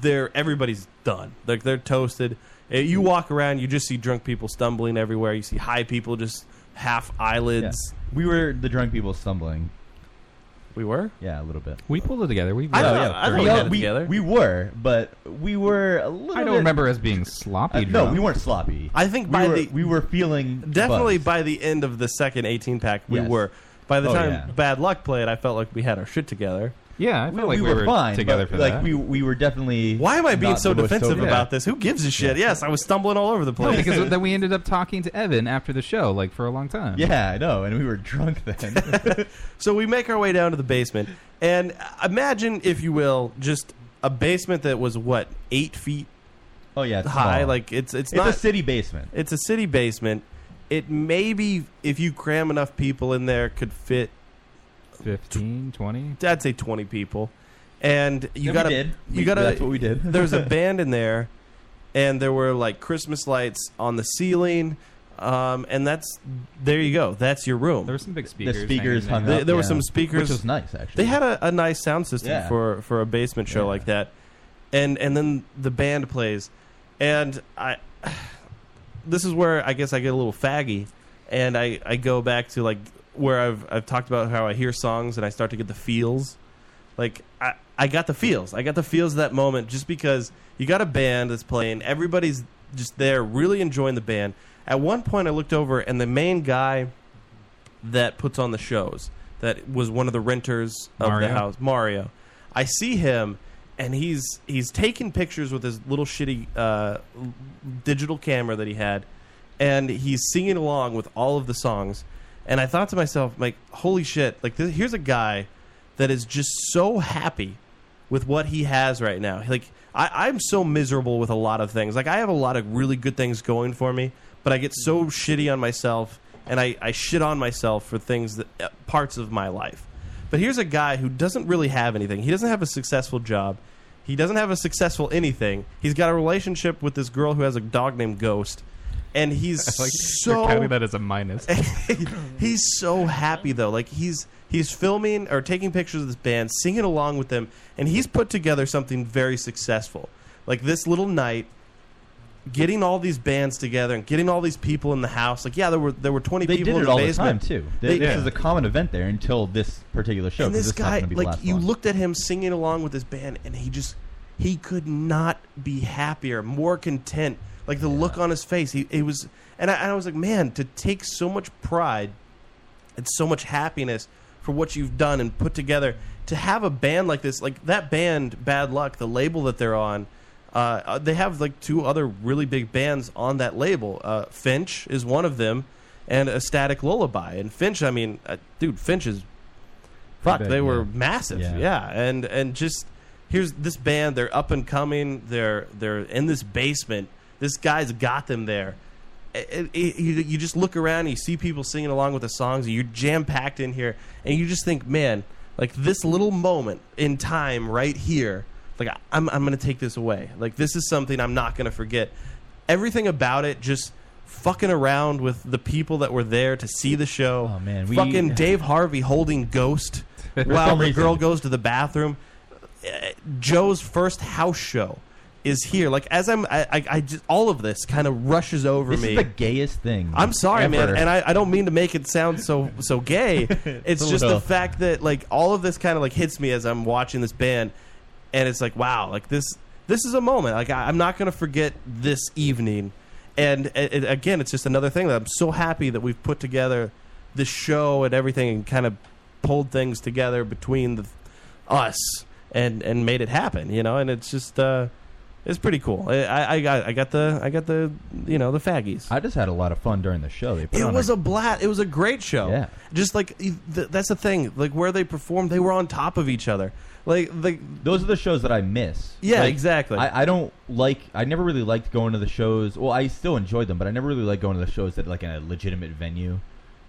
Speaker 9: they're everybody's done. Like they're toasted. Uh, You walk around, you just see drunk people stumbling everywhere. You see high people just half
Speaker 10: Yeah.
Speaker 9: eyelids.
Speaker 10: We were the drunk people stumbling.
Speaker 9: We were.
Speaker 10: Yeah, a little bit.
Speaker 8: We pulled it together. We
Speaker 9: I
Speaker 8: really-
Speaker 9: don't know. I thought we
Speaker 10: all-
Speaker 9: had it together.
Speaker 10: we were, but we were a little.
Speaker 8: I
Speaker 10: bit-
Speaker 8: don't remember us being
Speaker 10: Uh,
Speaker 8: sloppy.
Speaker 10: no,
Speaker 8: drunk.
Speaker 10: we weren't sloppy.
Speaker 9: I think
Speaker 10: we
Speaker 9: by
Speaker 10: were,
Speaker 9: the
Speaker 10: we were feeling
Speaker 9: definitely
Speaker 10: buzzed.
Speaker 9: by the end of the second 18 pack we
Speaker 10: Yes.
Speaker 9: were. By the
Speaker 10: Oh,
Speaker 9: time
Speaker 10: yeah.
Speaker 9: bad luck played, I felt like we had our shit together.
Speaker 8: Yeah, I felt
Speaker 10: We,
Speaker 8: like
Speaker 10: we
Speaker 8: we,
Speaker 10: were, fine
Speaker 8: together
Speaker 10: but,
Speaker 8: for
Speaker 10: like
Speaker 8: that.
Speaker 10: we we were definitely.
Speaker 9: Why am I being
Speaker 10: not
Speaker 9: so
Speaker 10: the most
Speaker 9: defensive
Speaker 10: sober.
Speaker 9: about this? Who gives a shit? Yes, I was stumbling all over the
Speaker 8: No,
Speaker 9: place.
Speaker 10: <laughs>
Speaker 8: because then we ended up talking to Evan after the show, like for a long time.
Speaker 10: Yeah, I know, and we were
Speaker 9: <laughs>
Speaker 10: drunk then.
Speaker 9: So we make our way down to the basement, and imagine, if you will, just a basement that was what eight feet
Speaker 10: oh yeah, it's
Speaker 9: high.
Speaker 10: small.
Speaker 9: Like it's it's,
Speaker 10: it's
Speaker 9: not
Speaker 10: a city basement.
Speaker 9: it's a city basement. It maybe if you cram enough people in there could fit.
Speaker 8: 15, 20.
Speaker 9: I'd say twenty people, and you
Speaker 10: And
Speaker 9: got
Speaker 10: we
Speaker 9: to
Speaker 10: did.
Speaker 9: you
Speaker 10: We-
Speaker 9: gotta-
Speaker 10: That's what we did.
Speaker 9: <laughs> there's
Speaker 10: <laughs>
Speaker 9: a band in there, and there were like Christmas lights on the ceiling, um, and that's there you go. That's your room.
Speaker 8: There were some big speakers.
Speaker 10: speakers
Speaker 8: hanging
Speaker 10: hung
Speaker 8: there.
Speaker 9: there
Speaker 10: up,
Speaker 9: there were
Speaker 10: yeah.
Speaker 9: some
Speaker 10: which
Speaker 9: speakers.
Speaker 10: was nice actually.
Speaker 9: They had a, a nice sound system
Speaker 10: Yeah.
Speaker 9: for for a basement show
Speaker 10: Yeah.
Speaker 9: like that, and and then the band plays, and I, this is where I guess I get a little faggy, and I I go back to like where I've I've talked about how I hear songs and I start to get the feels, like I I got the feels I got the feels of that moment just because you got a band that's playing everybody's just there really enjoying the band. At one point, I looked over and the main guy that puts on the shows that was one of the renters of
Speaker 8: Mario?
Speaker 9: the house mario i see him and he's he's taking pictures with his little shitty uh, l- digital camera that he had and he's singing along with all of the songs and i thought to myself like holy shit like this, here's a guy that is just so happy with what he has right now. Like I, I'm so miserable with a lot of things. Like I have a lot of really good things going for me, but I get so shitty on myself, and I, I shit on myself for things that uh, parts of my life. But here's a guy who doesn't really have anything. He doesn't have a successful job. He doesn't have a successful anything. He's got a relationship with this girl who has a dog named Ghost, and he's
Speaker 8: <laughs> Like,
Speaker 9: so
Speaker 8: you're counting that as a minus.
Speaker 9: <laughs> he's so happy though. Like he's he's filming or taking pictures of this band, singing along with them, and he's put together something very successful. Like this little night, getting all these bands together and getting all these people in the house. Like yeah, there were there were twenty
Speaker 10: They
Speaker 9: people
Speaker 10: did it
Speaker 9: in the
Speaker 10: all the time
Speaker 9: basement
Speaker 10: too.
Speaker 9: They-
Speaker 10: They, this
Speaker 9: yeah.
Speaker 10: is a common event there until this particular show.
Speaker 9: and
Speaker 10: 'cause
Speaker 9: this
Speaker 10: it's not
Speaker 9: guy,
Speaker 10: gonna be the
Speaker 9: like
Speaker 10: last
Speaker 9: you
Speaker 10: one.
Speaker 9: looked at him singing along with his band, and he just he could not be happier, more content. Like the look on his face, he it was, and I, and I was like, man, to take so much pride and so much happiness for what you've done and put together to have a band like this like that band bad luck the label that they're on uh, uh, they have like two other really big bands on that label uh, finch is one of them and a static lullaby and finch i mean uh, dude finch is fuck
Speaker 10: big,
Speaker 9: they were
Speaker 10: yeah.
Speaker 9: massive yeah.
Speaker 10: Yeah.
Speaker 9: and and just here's this band they're up and coming they're they're in this basement this guy's got them there it, it, you, you just look around and you see people singing along with the songs and you're jam-packed in here and you just think man like this little moment in time right here like I- i'm, I'm gonna take this away like this is something i'm not gonna forget everything about it just fucking around with the people that were there to see the show
Speaker 10: Oh, man, we- <laughs>
Speaker 9: fucking dave harvey holding ghost while
Speaker 10: some
Speaker 9: the
Speaker 10: reason.
Speaker 9: girl goes to the bathroom Uh, Joe's first house show is here. Like as I'm, I, I, I just all of this kind of rushes over
Speaker 10: This
Speaker 9: me.
Speaker 10: is the gayest thing.
Speaker 9: I'm sorry, man,
Speaker 10: ever.
Speaker 9: and I, I don't mean to make it sound so so gay. It's just the
Speaker 10: little.
Speaker 9: fact that like all of this kind of like hits me as I'm watching this band, and it's like wow, like this this is a moment. Like I, I'm not gonna forget this evening, and it, it- again, it's just another thing that I'm so happy that we've put together this show and everything and kind of pulled things together between the, us and and made it happen. You know, and it's just. uh it's pretty cool. I, I, I got I got the I got the you know the faggies.
Speaker 10: I just had a lot of fun during the show. They put
Speaker 9: It
Speaker 10: on
Speaker 9: was a blast. It was a great show.
Speaker 10: Yeah.
Speaker 9: Just like th- that's the thing. Like where they performed, they were on top of each other. Like like
Speaker 10: those are the shows that I miss.
Speaker 9: Yeah,
Speaker 10: Like,
Speaker 9: exactly.
Speaker 10: I, I don't like. I never really liked going to the shows. Well, I still enjoyed them, but I never really liked going to the shows at like in a legitimate venue.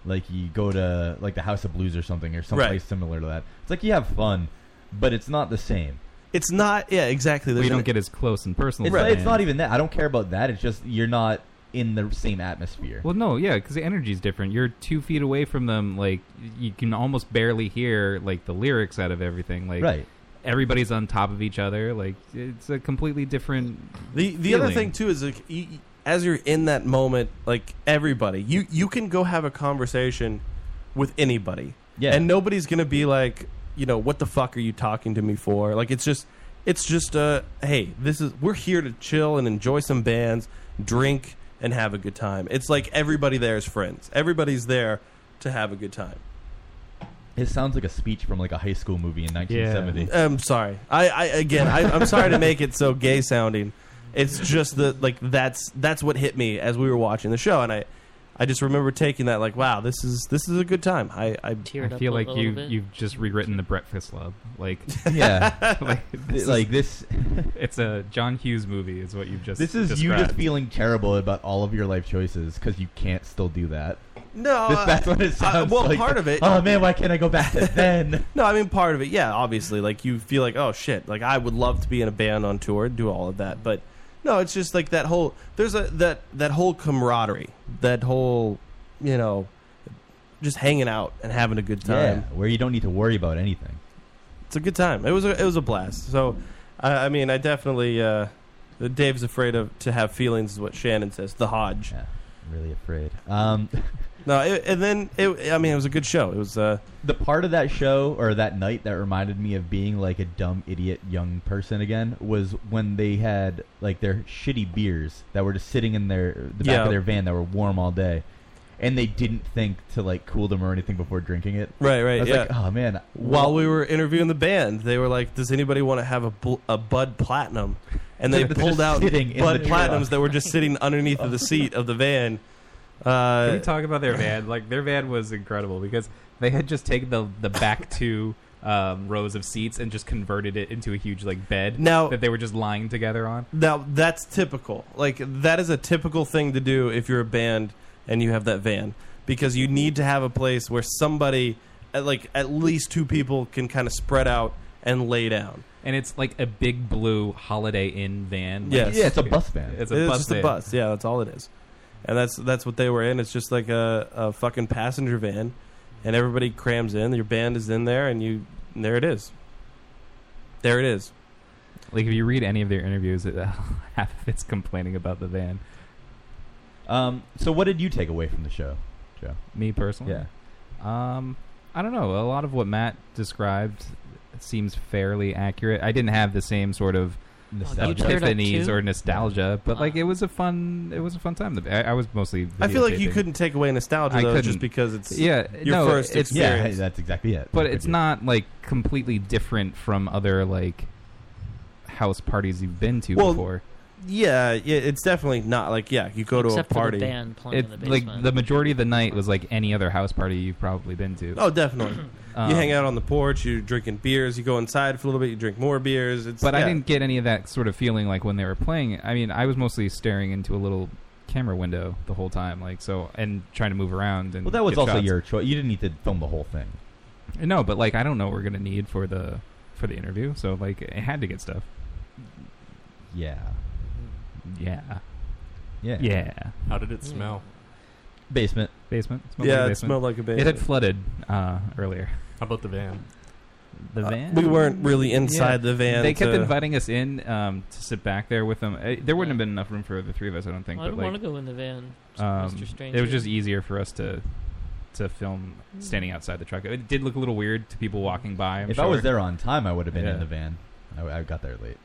Speaker 10: Like you go to like the House of Blues or something or someplace
Speaker 9: Right.
Speaker 10: similar to that. It's like you have fun, but it's not the same.
Speaker 9: it's not. Uh, Yeah, exactly.
Speaker 8: we
Speaker 9: There's
Speaker 8: don't
Speaker 9: an-
Speaker 8: get as close and personal.
Speaker 10: It's,
Speaker 8: as
Speaker 10: it's
Speaker 8: band.
Speaker 10: not even that. I don't care about that. It's just you're not in the same atmosphere.
Speaker 8: Well, no, yeah, because the energy's different. You're two feet away from them. Like you can almost barely hear like the lyrics out of everything. Like
Speaker 10: right.
Speaker 8: everybody's on top of each other. Like it's a completely different.
Speaker 9: the the other
Speaker 8: feeling.
Speaker 9: thing too is like you, you- as you're in that moment, like everybody, you you can go have a conversation with anybody.
Speaker 10: Yeah.
Speaker 9: And nobody's gonna be like, you know, what the fuck are you talking to me for? Like it's just it's just uh hey, this is we're here to chill and enjoy some bands, drink and have a good time. It's like everybody there is friends. Everybody's there to have a good time.
Speaker 10: It sounds like a speech from like a high school movie in 1970.
Speaker 9: I'm Um, sorry. I, I again, I, I'm sorry to make it so gay sounding. It's just that like that's that's what hit me as we were watching the show, and I, I just remember taking that like, wow, this is this is a good time. I, I
Speaker 6: Teared
Speaker 8: I
Speaker 6: up
Speaker 8: feel
Speaker 6: a-
Speaker 8: like
Speaker 6: a little
Speaker 8: you
Speaker 6: bit.
Speaker 8: you've just rewritten the Breakfast Club. Like,
Speaker 10: <laughs>
Speaker 8: <laughs>
Speaker 10: yeah.
Speaker 8: like, this is-
Speaker 10: like this
Speaker 8: <laughs> it's a John Hughes movie. Is what you've just.
Speaker 10: This is you just
Speaker 8: described.
Speaker 10: feeling terrible about all of your life choices because you can't still do that.
Speaker 9: no,
Speaker 10: This- that's
Speaker 9: I-
Speaker 10: what it
Speaker 9: I-
Speaker 10: sounds
Speaker 9: well,
Speaker 10: like.
Speaker 9: part of it.
Speaker 10: Oh man, why can't I go back to <laughs> then?
Speaker 9: no, I mean part of it. Yeah, obviously, like you feel like, oh shit, like I would love to be in a band on tour, do all of that, but no, it's just like that whole there's a that that whole camaraderie, that whole you know, just hanging out and having a good time.
Speaker 10: yeah, where you don't need to worry about anything.
Speaker 9: it's a good time. It was a, it was a blast. So, I, I mean, I definitely uh, Dave's afraid of to have feelings is what Shannon says. The Hodge.
Speaker 10: Yeah, I'm really afraid. Um, <laughs>
Speaker 9: No, it, and then it, I mean, it was a good show. It was uh,
Speaker 10: the part of that show or that night that reminded me of being like a dumb idiot young person again was when they had like their shitty beers that were just sitting in their the back
Speaker 9: Yeah.
Speaker 10: of their van that were warm all day, and they didn't think to like cool them or anything before drinking it.
Speaker 9: right,
Speaker 10: I
Speaker 9: right,
Speaker 10: was
Speaker 9: yeah.
Speaker 10: like, oh man,
Speaker 9: While we were interviewing the band, they were like, "Does anybody want to have a, bl- a Bud Platinum?" And they
Speaker 10: They're
Speaker 9: pulled
Speaker 10: <laughs> just
Speaker 9: out Bud
Speaker 10: sitting in the truck.
Speaker 9: Platinums that were just
Speaker 10: <laughs>
Speaker 9: sitting underneath of the seat of the van. Uh,
Speaker 8: Can we talk
Speaker 9: <sighs>
Speaker 8: about their van? Like their van was incredible because they had just taken the
Speaker 9: <laughs>
Speaker 8: the back two um, rows of seats and just converted it into a huge like bed
Speaker 9: Now-
Speaker 8: that they were just lying together on.
Speaker 9: Now that's typical. Like that is a typical thing to do if you're a band and you have that van because you need to have a place where somebody at like at least two people can kind of spread out and lay down.
Speaker 8: And it's like a big blue Holiday Inn van. Like,
Speaker 9: Yes.
Speaker 10: yeah, it's a bus van.
Speaker 8: it's a
Speaker 9: It's
Speaker 8: bus.
Speaker 9: just a
Speaker 8: van.
Speaker 9: bus. Yeah, that's all it is. and that's that's what they were in. It's just like a, a fucking passenger van, and everybody crams in. Your band is in there, and you and there it is. There it is.
Speaker 8: Like if you read any of their interviews, <laughs> it, uh, half of it's complaining about the van.
Speaker 10: Um, so what did you take away from the show, Joe?
Speaker 8: Me personally,
Speaker 10: Yeah.
Speaker 8: Um, I don't know. A lot of what Matt described seems fairly accurate. I didn't have the same sort of
Speaker 9: Oh,
Speaker 6: You
Speaker 10: Nostalgia.
Speaker 6: teared up
Speaker 8: epiphanies
Speaker 6: too?
Speaker 8: or nostalgia, but like
Speaker 6: Wow.
Speaker 8: it was a fun, it was a fun time. The- I, I was mostly.
Speaker 9: Ah. I feel like you
Speaker 8: videotaping.
Speaker 9: couldn't take away nostalgia
Speaker 8: I
Speaker 9: though, just
Speaker 8: couldn't.
Speaker 9: because it's
Speaker 8: Yeah,
Speaker 9: your
Speaker 8: no,
Speaker 9: first
Speaker 8: it's
Speaker 10: Yeah,
Speaker 9: experience.
Speaker 10: that's exactly it.
Speaker 8: but
Speaker 10: That's
Speaker 8: it's
Speaker 10: what
Speaker 8: not like completely different from other like house parties you've been to
Speaker 9: Well,
Speaker 8: before.
Speaker 9: yeah, yeah, it's definitely not like yeah, you go to
Speaker 6: Except
Speaker 9: a party.
Speaker 6: for the band playing in the
Speaker 8: It
Speaker 6: basement.
Speaker 8: like the majority of the night was like any other house party you've probably been to.
Speaker 9: Oh,
Speaker 8: <clears throat>
Speaker 9: definitely.
Speaker 8: Um,
Speaker 9: you hang out on the porch, you're drinking beers, you go inside for a little bit, you drink more beers. It's
Speaker 8: But I
Speaker 9: yeah.
Speaker 8: didn't get any of that sort of feeling like when they were playing. I mean, I was mostly staring into a little camera window the whole time, like so, and trying to move around. And
Speaker 10: Well, that was
Speaker 8: get
Speaker 10: also
Speaker 8: shots.
Speaker 10: your choice. You didn't need to film the whole thing.
Speaker 8: no, but like I don't know what we're gonna need for the for the interview, so like I had to get stuff.
Speaker 10: Yeah.
Speaker 8: Yeah,
Speaker 10: Yeah.
Speaker 8: yeah.
Speaker 3: How did it smell?
Speaker 10: Basement.
Speaker 8: Basement. Smelled
Speaker 9: Yeah,
Speaker 8: like
Speaker 9: it
Speaker 8: basement.
Speaker 9: smelled like a
Speaker 8: It had
Speaker 9: basement.
Speaker 8: flooded uh, earlier.
Speaker 3: How about the van?
Speaker 8: The
Speaker 9: Uh,
Speaker 8: van.
Speaker 9: we weren't really inside the van.
Speaker 8: They kept
Speaker 9: to-
Speaker 8: inviting us in um, to sit back there with them. Uh, there wouldn't have
Speaker 6: Yeah.
Speaker 8: been enough room for the three of us, I don't think.
Speaker 6: I don't
Speaker 8: but like,
Speaker 6: want to go in the van,
Speaker 8: um,
Speaker 6: Mr. Stranger. Hmm.
Speaker 8: it was just easier for us to to film standing outside the truck. It did look a little weird to people walking by. I'm
Speaker 10: if I
Speaker 8: sure,
Speaker 10: was there on time, I would have been
Speaker 8: Yeah.
Speaker 10: in the van. I, I got there late.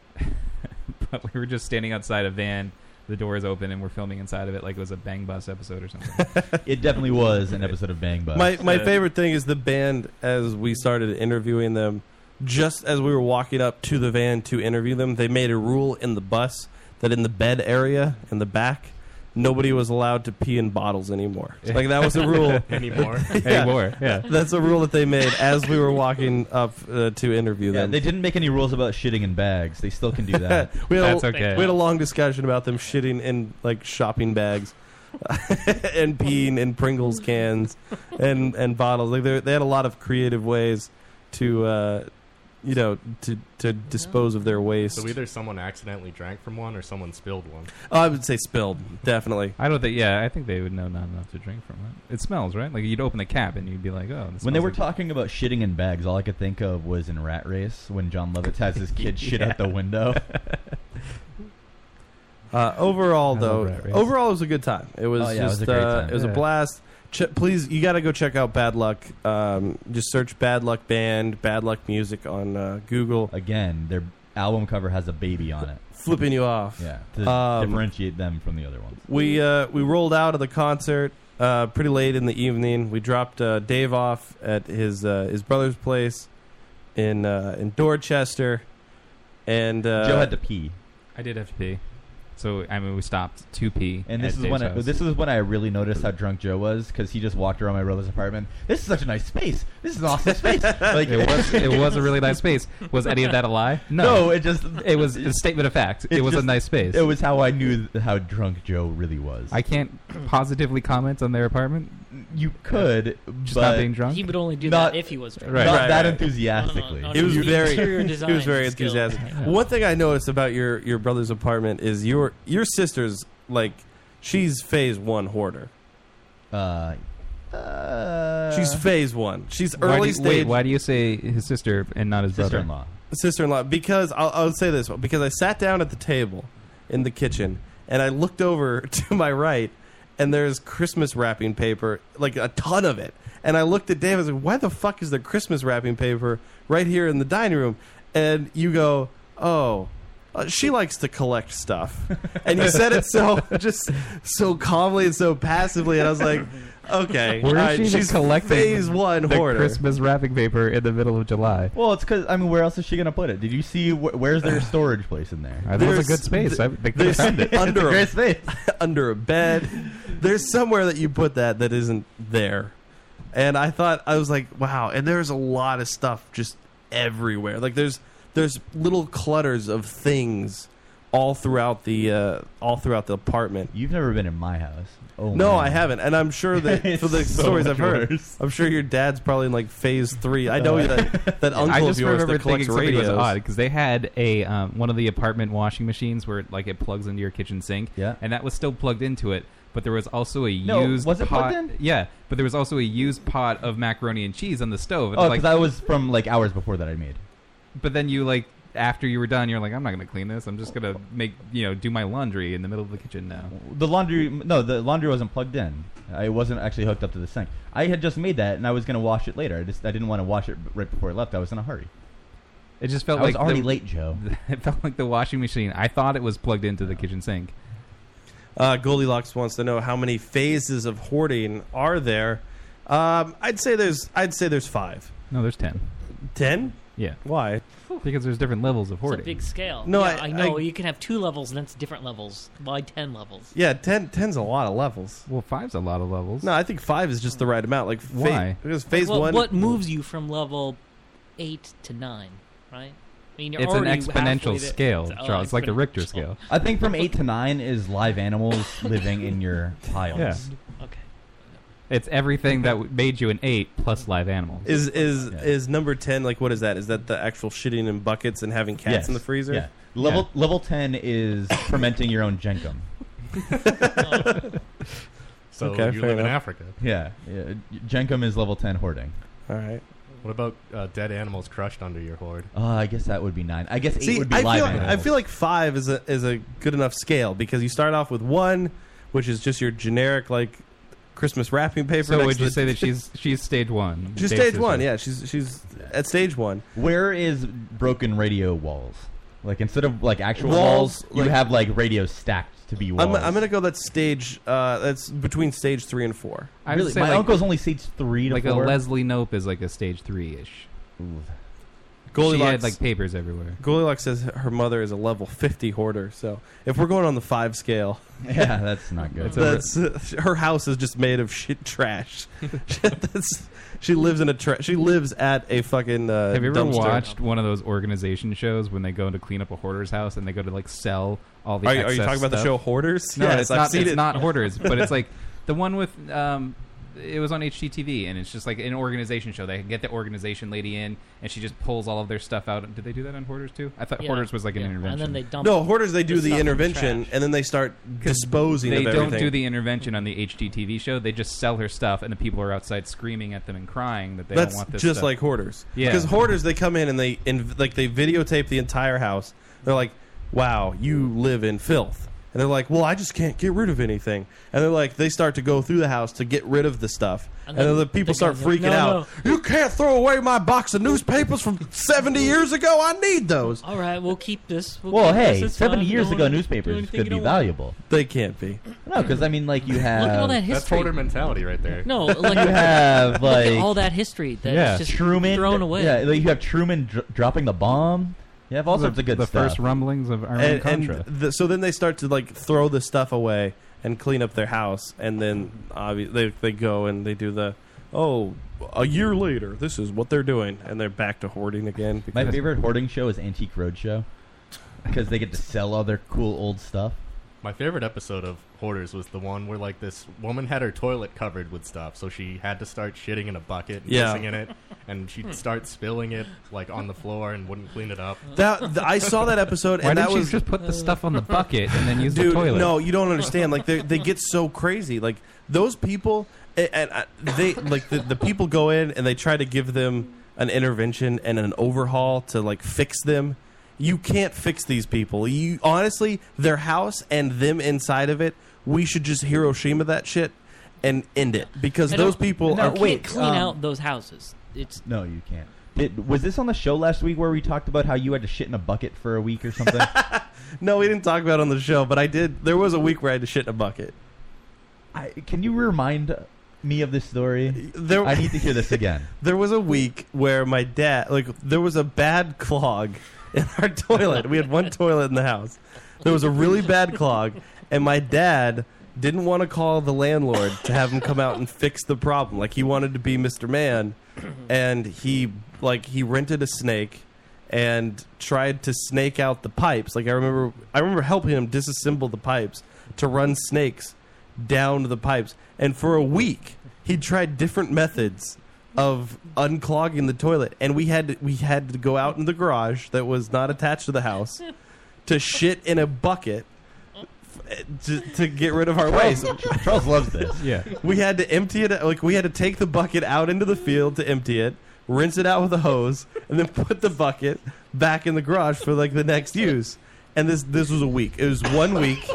Speaker 8: but <laughs> we were just standing outside a van. The door is open, and we're filming inside of it like it was a Bang Bus episode or something.
Speaker 10: <laughs> It definitely was
Speaker 8: <laughs>
Speaker 10: an episode of Bang Bus.
Speaker 9: My my favorite thing is the band as we started interviewing them, just as we were walking up to the van to interview them, they made a rule in the bus that in the bed area in the back, nobody was allowed to pee in bottles
Speaker 10: <laughs>
Speaker 9: anymore. Like that was a rule. <laughs>
Speaker 3: Anymore?
Speaker 8: Anymore, yeah.
Speaker 9: That's a rule that they made as we were walking up uh, to interview
Speaker 10: yeah,
Speaker 9: them.
Speaker 10: they didn't make any rules about shitting in bags. They still can do
Speaker 9: <laughs>
Speaker 10: that.
Speaker 9: we, had
Speaker 8: That's
Speaker 9: a,
Speaker 8: okay.
Speaker 9: we had a long discussion about them shitting in like shopping bags <laughs> and peeing in Pringles cans and and bottles. Like they they had a lot of creative ways to uh, you know to to dispose of their waste.
Speaker 3: So either someone accidentally drank from one or someone spilled one.
Speaker 9: oh, I would say spilled, definitely.
Speaker 8: I don't think. Yeah, I think they would know not enough to drink from it. It smells right. Like you'd open the cap and you'd be like, "Oh." This
Speaker 10: When they
Speaker 8: smells
Speaker 10: were
Speaker 8: like-
Speaker 10: talking about shitting in bags, all I could think of was in Rat Race when John Lovitz has his
Speaker 8: <laughs>
Speaker 10: kid shit out the window.
Speaker 9: Uh,
Speaker 8: oh,
Speaker 9: overall,
Speaker 8: I
Speaker 9: though,
Speaker 8: love Rat Race.
Speaker 9: overall it was a good time. It was
Speaker 10: Oh, yeah, it was
Speaker 9: just
Speaker 10: a great
Speaker 9: uh,
Speaker 10: time.
Speaker 9: it was a
Speaker 8: Yeah.
Speaker 9: blast. Ch- please, you got to go check out Bad Luck. Um, just search Bad Luck Band, Bad Luck Music on uh, Google.
Speaker 10: Again, their album cover has a baby on it.
Speaker 9: Flipping you off.
Speaker 10: Yeah, to
Speaker 9: Um,
Speaker 10: differentiate them from the other ones.
Speaker 9: We uh, we rolled out of the concert uh, pretty late in the evening. We dropped uh, Dave off at his uh, his brother's place in uh, in Dorchester, and uh,
Speaker 10: Joe had to pee,
Speaker 8: I did have to pee. So I mean, we stopped to pee.
Speaker 10: and
Speaker 8: at
Speaker 10: this is
Speaker 8: Dave's
Speaker 10: when I,
Speaker 8: house.
Speaker 10: this is when I really noticed how drunk Joe was because he just walked around my brother's apartment. This is such a nice space. This is an
Speaker 8: <laughs>
Speaker 10: awesome space. Like
Speaker 8: it was it was a
Speaker 10: <laughs>
Speaker 8: really nice space. Was any of that a lie?
Speaker 10: no, it just
Speaker 8: it was a statement of fact. It,
Speaker 10: It
Speaker 8: was a
Speaker 10: just-
Speaker 8: nice space.
Speaker 10: It was how I knew th- how drunk Joe really was.
Speaker 8: I can't positively comment on their apartment
Speaker 10: you could,
Speaker 8: just
Speaker 10: but
Speaker 8: not being drunk.
Speaker 6: He would only do
Speaker 10: Not-
Speaker 6: that if he was drunk. Uh-huh.
Speaker 8: Right.
Speaker 10: not
Speaker 9: Right,
Speaker 10: that
Speaker 9: right.
Speaker 10: enthusiastically.
Speaker 6: No, no, no,
Speaker 9: He was
Speaker 6: The
Speaker 9: very <laughs>
Speaker 6: interior
Speaker 9: he
Speaker 6: design
Speaker 9: was very
Speaker 6: skill.
Speaker 9: enthusiastic.
Speaker 6: Yeah.
Speaker 9: One thing I noticed about your your brother's apartment is your your sister's like she's phase one hoarder.
Speaker 10: Uh, uh,
Speaker 9: She's phase one. She's
Speaker 8: why do
Speaker 9: early
Speaker 8: you,
Speaker 9: stage.
Speaker 8: wait, why do you say his sister and not his brother?
Speaker 10: sister-in-law.
Speaker 9: sister-in-law because I'll, I'll say this because I sat down at the table in the kitchen and I looked over <laughs> to my right and there's Christmas wrapping paper like a ton of it and I looked at Dave I was like why the fuck is there Christmas wrapping paper right here in the dining room and you go oh uh, she likes to collect stuff and you said it so just so calmly and so passively and I was like okay
Speaker 8: Where is
Speaker 9: all right,
Speaker 8: she to
Speaker 9: she's
Speaker 8: collect the-
Speaker 9: phase one
Speaker 8: The
Speaker 9: hoarder
Speaker 8: Christmas wrapping paper in the middle of July.
Speaker 10: Well, it's because I mean, where else is she gonna put it? Did you see wh- where's
Speaker 6: <laughs>
Speaker 10: their storage place in there?
Speaker 8: Uh, that
Speaker 9: There's-
Speaker 8: was a good space. I, they could
Speaker 9: there's
Speaker 8: have found
Speaker 9: <laughs>
Speaker 8: it.
Speaker 9: under a
Speaker 10: Great space.
Speaker 9: <laughs> under a bed. There's somewhere that you put that that isn't there. And I thought I was like, wow. And there's a lot of stuff just everywhere. Like there's there's little clutters of things all throughout the uh, all throughout the apartment.
Speaker 10: You've never been in my house. Oh
Speaker 9: No,
Speaker 10: man.
Speaker 9: I haven't, and I'm sure that
Speaker 10: <laughs> It's
Speaker 9: for the
Speaker 10: so
Speaker 9: stories
Speaker 10: much
Speaker 9: I've heard,
Speaker 10: worse.
Speaker 9: I'm sure your dad's probably in like phase three. I know
Speaker 10: Uh,
Speaker 9: that that uncle
Speaker 8: <laughs> I just
Speaker 9: of yours
Speaker 8: remember
Speaker 9: that
Speaker 8: thinking
Speaker 9: collects
Speaker 8: something was
Speaker 9: radios.
Speaker 8: odd because they had a um, one of the apartment washing machines where like it plugs into your kitchen sink,
Speaker 10: Yeah.
Speaker 8: and that was still plugged into it. but there was also a
Speaker 10: No,
Speaker 8: used
Speaker 10: was it
Speaker 8: pot.
Speaker 10: plugged in?
Speaker 8: Yeah, but there was also a used pot of macaroni and cheese on the stove. And
Speaker 10: Oh,
Speaker 8: it's
Speaker 10: because
Speaker 8: like,
Speaker 10: I was from like hours before that I made.
Speaker 8: but then you like after you were done, you're like, I'm not gonna clean this. I'm just gonna make you know do my laundry in the middle of the kitchen now.
Speaker 10: The laundry, no, the laundry wasn't plugged in. I wasn't actually hooked up to the sink. I had just made that, and I was gonna wash it later. I just I didn't want to wash it b- right before I left. I was in a hurry.
Speaker 8: It
Speaker 10: I
Speaker 8: just felt
Speaker 10: was
Speaker 8: like
Speaker 10: already
Speaker 8: the,
Speaker 10: late, Joe.
Speaker 8: <laughs> It felt like the washing machine. I thought it was plugged into the kitchen sink.
Speaker 9: Uh, Goldilocks wants to know how many phases of hoarding are there. Um, I'd say there's. I'd say there's five.
Speaker 8: No, there's ten.
Speaker 9: Ten?
Speaker 8: Yeah,
Speaker 9: Why?
Speaker 8: because there's different levels of
Speaker 6: It's a
Speaker 8: hoarding.
Speaker 6: big scale.
Speaker 9: No,
Speaker 6: Yeah,
Speaker 9: I-
Speaker 6: I, know.
Speaker 9: I-
Speaker 6: you can have two levels, and that's different levels. Why ten levels?
Speaker 9: Yeah, ten. Ten's a lot of levels.
Speaker 8: well, five's a lot of levels.
Speaker 9: No, I think five is just the right amount. Like phase,
Speaker 8: Why?
Speaker 9: Because phase
Speaker 6: Well,
Speaker 9: one.
Speaker 6: what moves you from level eight to nine, right? I mean, you're
Speaker 8: it's an
Speaker 6: already halfway
Speaker 8: exponential
Speaker 6: there.
Speaker 8: scale,
Speaker 6: oh,
Speaker 8: Charles. It's like the Richter
Speaker 6: exponential.
Speaker 8: scale.
Speaker 10: I think from eight to nine is live animals living in your piles.
Speaker 8: Yeah.
Speaker 6: Okay.
Speaker 8: It's everything that w- made you an eight plus live animals.
Speaker 9: Is is
Speaker 10: Yeah.
Speaker 9: is number ten like what is that? Is that the actual shitting in buckets and having cats
Speaker 10: Yes.
Speaker 9: in the freezer?
Speaker 10: Yeah. Level level ten is fermenting your own
Speaker 8: <laughs>
Speaker 9: <laughs>
Speaker 10: jenkum.
Speaker 3: So
Speaker 9: Okay,
Speaker 3: you
Speaker 9: fair
Speaker 3: live in
Speaker 9: enough.
Speaker 3: Africa.
Speaker 10: Yeah. yeah. Jenkum is level ten hoarding.
Speaker 9: All right.
Speaker 3: What about uh, dead animals crushed under your hoard?
Speaker 10: Uh, I guess that would be nine. I guess eight
Speaker 9: See,
Speaker 10: would be
Speaker 9: I
Speaker 10: live
Speaker 9: feel
Speaker 10: animals.
Speaker 9: I feel like five is a is a good enough scale because you start off with one, which is just your generic like Christmas wrapping paper.
Speaker 8: so
Speaker 9: next
Speaker 8: would
Speaker 9: to
Speaker 8: you
Speaker 9: the- <laughs>
Speaker 8: say that she's she's stage one?
Speaker 9: she's
Speaker 8: Dave
Speaker 9: stage
Speaker 8: says
Speaker 9: one?
Speaker 8: that.
Speaker 9: Yeah, she's she's at stage one.
Speaker 10: Where is broken radio walls? Like instead of like actual
Speaker 9: Walls,
Speaker 10: walls,
Speaker 9: like-
Speaker 10: you have like radios stacked to be walls.
Speaker 9: I'm, I'm gonna go that stage. Uh, that's between stage three and four.
Speaker 8: I would
Speaker 10: really,
Speaker 8: say
Speaker 10: my
Speaker 8: like,
Speaker 10: uncle's only seats three to
Speaker 8: like a
Speaker 10: four.
Speaker 8: Leslie Nope is like a stage three ish.
Speaker 10: Ooh.
Speaker 8: She
Speaker 9: Goldilocks
Speaker 8: had like papers everywhere.
Speaker 9: Goldilocks says her mother is a level fifty hoarder. So if we're going on the five scale,
Speaker 10: <laughs> yeah, that's not good.
Speaker 8: It's
Speaker 9: <laughs>
Speaker 8: a-
Speaker 9: that's uh, her house is just made of shit trash. <laughs> that's, she lives in a tra- she lives at a fucking uh,
Speaker 8: Have you ever
Speaker 9: dumpster.
Speaker 8: watched one of those organization shows when they go to clean up a hoarder's house and they go to like sell all the?
Speaker 9: Are you, are you
Speaker 8: excess
Speaker 9: talking about the
Speaker 8: stuff?
Speaker 9: show Hoarders?
Speaker 8: No,
Speaker 9: yes,
Speaker 8: it's
Speaker 9: I've
Speaker 8: not.
Speaker 9: seen
Speaker 8: it's
Speaker 9: it. <laughs>
Speaker 8: not hoarders, but it's like the one with. Um, it was on HGTV, and it's just like an organization show. They get the organization lady in, and she just pulls all of their stuff out. Did they do that on Hoarders too? I thought
Speaker 6: Yeah,
Speaker 8: Hoarders was like an
Speaker 6: yeah.
Speaker 8: intervention.
Speaker 6: And then they dump.
Speaker 9: No, Hoarders. They do
Speaker 6: Just
Speaker 9: the
Speaker 6: not in
Speaker 9: intervention
Speaker 6: trash.
Speaker 9: and then they start disposing
Speaker 8: They
Speaker 9: of
Speaker 8: don't
Speaker 9: everything.
Speaker 8: do the intervention on the HGTV show. They just sell her stuff, and the people are outside screaming at them and crying that they
Speaker 9: That's
Speaker 8: don't want this.
Speaker 9: just
Speaker 8: stuff.
Speaker 9: like Hoarders.
Speaker 8: Yeah.
Speaker 9: Because Hoarders, they come in and they inv- like they videotape the entire house. They're like, "Wow, you live in filth." And they're like, "Well, I just can't get rid of anything." And they're like, they start to go through the house to get rid of the stuff, and,
Speaker 6: And then
Speaker 9: then the
Speaker 6: the
Speaker 9: people start
Speaker 6: guy's like,
Speaker 9: freaking
Speaker 6: "No,
Speaker 9: out. You can't throw away my box of newspapers from seventy years ago. I need those.
Speaker 6: All right, we'll keep this. We'll
Speaker 10: well,
Speaker 6: keep this,
Speaker 10: hey,
Speaker 6: it's
Speaker 10: seventy
Speaker 6: fine.
Speaker 10: years
Speaker 6: Don't
Speaker 10: ago,
Speaker 6: do
Speaker 10: newspapers
Speaker 6: anything
Speaker 10: could
Speaker 6: you
Speaker 10: be
Speaker 6: don't want.
Speaker 10: valuable.
Speaker 9: They can't be."
Speaker 10: No, because I mean, like you have
Speaker 6: Look at all that
Speaker 3: That's
Speaker 6: history.
Speaker 3: hoarder mentality right there.
Speaker 6: no,
Speaker 10: you
Speaker 6: like
Speaker 10: have like
Speaker 6: all that history that's
Speaker 8: Yeah.
Speaker 6: just
Speaker 10: Truman
Speaker 6: thrown away.
Speaker 10: Yeah, like you have Truman dr- dropping the bomb. You have all sorts of good
Speaker 8: the
Speaker 10: stuff.
Speaker 8: first rumblings of Iran
Speaker 9: and,
Speaker 8: Contra.
Speaker 9: and the, so then they start to like throw the stuff away and clean up their house and then obvi- they, they go and they do the oh a year later this is what they're doing and they're back to hoarding again because
Speaker 10: My favorite hoarding show is Antique Roadshow because they get to sell all their cool old stuff.
Speaker 3: My favorite episode of Hoarders was the one where like this woman had her toilet covered with stuff, so she had to start shitting in a bucket and
Speaker 9: Yeah.
Speaker 3: pissing in it, and she'd start spilling it like on the floor and wouldn't clean it up.
Speaker 9: that th- I saw that episode
Speaker 8: Why
Speaker 9: and
Speaker 8: didn't
Speaker 9: that
Speaker 8: you
Speaker 9: was
Speaker 8: just put the stuff on the bucket and then use
Speaker 9: dude
Speaker 8: the toilet?
Speaker 9: no you don't understand like they they get so crazy like those people and, and I, they like the, the people go in and they try to give them an intervention and an overhaul to like fix them you can't fix these people you honestly their house and them inside of it we should just hiroshima that shit and end it because
Speaker 6: I
Speaker 9: those
Speaker 6: don't-
Speaker 9: people
Speaker 10: no,
Speaker 9: are
Speaker 6: You
Speaker 10: wait,
Speaker 6: can't clean
Speaker 10: um,
Speaker 6: out those houses. It's
Speaker 10: No, you can't. Did, was this on the show last week where we talked about how you had to shit in a bucket for a week or <laughs> something?
Speaker 9: no we didn't talk about it on the show but i did there was a week where i had to shit in a bucket
Speaker 10: I, can you remind me of this story?
Speaker 9: there,
Speaker 10: I need to hear this again.
Speaker 9: <laughs> there was a week where my dad like there was a bad clog in our toilet we had one toilet in the house there was a really bad clog and my dad didn't want to call the landlord to have him come out and fix the problem like he wanted to be mr man and he like he rented a snake and tried to snake out the pipes like i remember i remember helping him disassemble the pipes to run snakes down the pipes and for a week he tried different methods of unclogging the toilet and we had to, we had to go out in the garage that was not attached to the house to shit in a bucket to, to get rid of our waste. <laughs>
Speaker 10: Charles loves this.
Speaker 8: Yeah.
Speaker 9: we had to empty it. Like we had to take the bucket out into the field to empty it, rinse it out with a hose, and then put the bucket back in the garage for like the next use. And this this was a week. It was one week.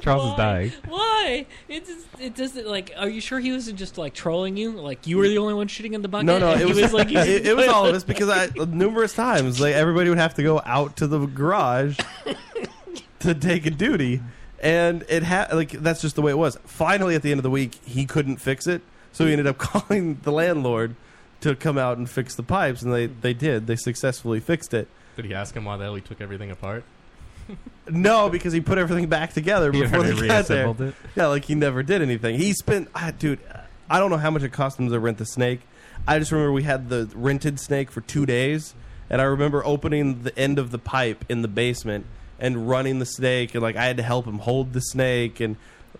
Speaker 8: Charles
Speaker 6: Why?
Speaker 8: is dying.
Speaker 6: Why? It just, it doesn't like. Are you sure he wasn't just like trolling you? Like you were the only one shooting in the bucket.
Speaker 9: No,
Speaker 6: <laughs>
Speaker 9: no,
Speaker 6: And
Speaker 9: it
Speaker 6: he
Speaker 9: was, <laughs>
Speaker 6: like using
Speaker 9: it, it was all of
Speaker 6: <laughs>
Speaker 9: us because I numerous times like everybody would have to go out to the
Speaker 6: <laughs>
Speaker 9: garage to take a duty, and it had like that's just the way it was. Finally, at the end of the week, he couldn't fix it, so he ended up <laughs> calling the landlord to come out and fix the pipes, and they they did. They successfully fixed it.
Speaker 3: Did he ask him why the hell he took everything apart?
Speaker 9: No, because he put everything back together
Speaker 8: He
Speaker 9: before
Speaker 8: already
Speaker 9: they got there.
Speaker 8: reassembled it.
Speaker 9: Yeah, like he never did anything. He spent, ah, dude, I don't know how much it cost him to rent the snake. I just remember we had the rented snake for two days, and I remember opening the end of the pipe in the basement and running the snake, and like I had to help him hold the snake, and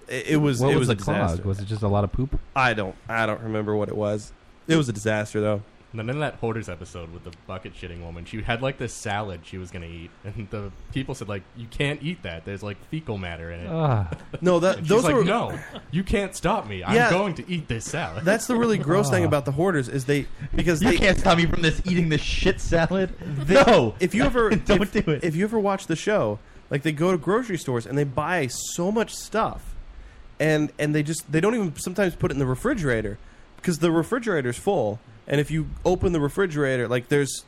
Speaker 9: it, it was
Speaker 8: What
Speaker 9: it was,
Speaker 8: was,
Speaker 9: a
Speaker 8: the clog?
Speaker 9: disaster.
Speaker 8: Was it just a lot of poop?
Speaker 9: I don't I don't remember what it was. It was a disaster though.
Speaker 3: And then in that hoarders episode with the bucket shitting woman, she had like this salad she was gonna eat, and the people said like, "You can't eat that. There's like fecal matter in it." <laughs>
Speaker 8: Ah,
Speaker 9: No, that
Speaker 3: And she's
Speaker 9: those
Speaker 3: like,
Speaker 9: were
Speaker 3: "No, you can't stop me. I'm
Speaker 9: Yeah.
Speaker 3: going to eat this salad."
Speaker 9: That's the really gross thing Ah. about the hoarders is they because
Speaker 10: Oh. You
Speaker 9: they
Speaker 10: can't stop me from this eating this shit salad. no.
Speaker 9: if you ever
Speaker 10: <laughs> Don't
Speaker 9: if,
Speaker 10: do it.
Speaker 9: If you ever watch the show, like they go to grocery stores and they buy so much stuff, and and they just they don't even sometimes put it in the refrigerator because the refrigerator's full, and if you open the refrigerator, like there's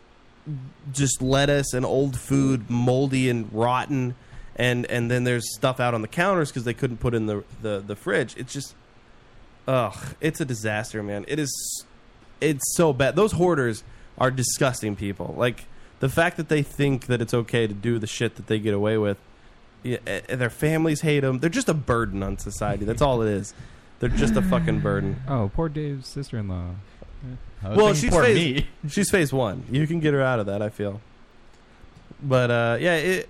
Speaker 9: just lettuce and old food, moldy and rotten, and and then there's stuff out on the counters because they couldn't put in the, the the fridge. It's just, ugh, it's a disaster, man. It is, it's so bad. Those hoarders are disgusting people. Like the fact that they think that it's okay to do the shit that they get away with. Yeah, a- and their families hate them. They're just a burden on society. That's all it is. They're just a fucking burden.
Speaker 8: oh, poor Dave's sister-in-law.
Speaker 10: I
Speaker 9: well,
Speaker 10: was thinking,
Speaker 9: she's
Speaker 10: poor
Speaker 9: phase-
Speaker 10: me.
Speaker 9: <laughs> She's phase one. You can get her out of that. I feel. But uh, yeah, it,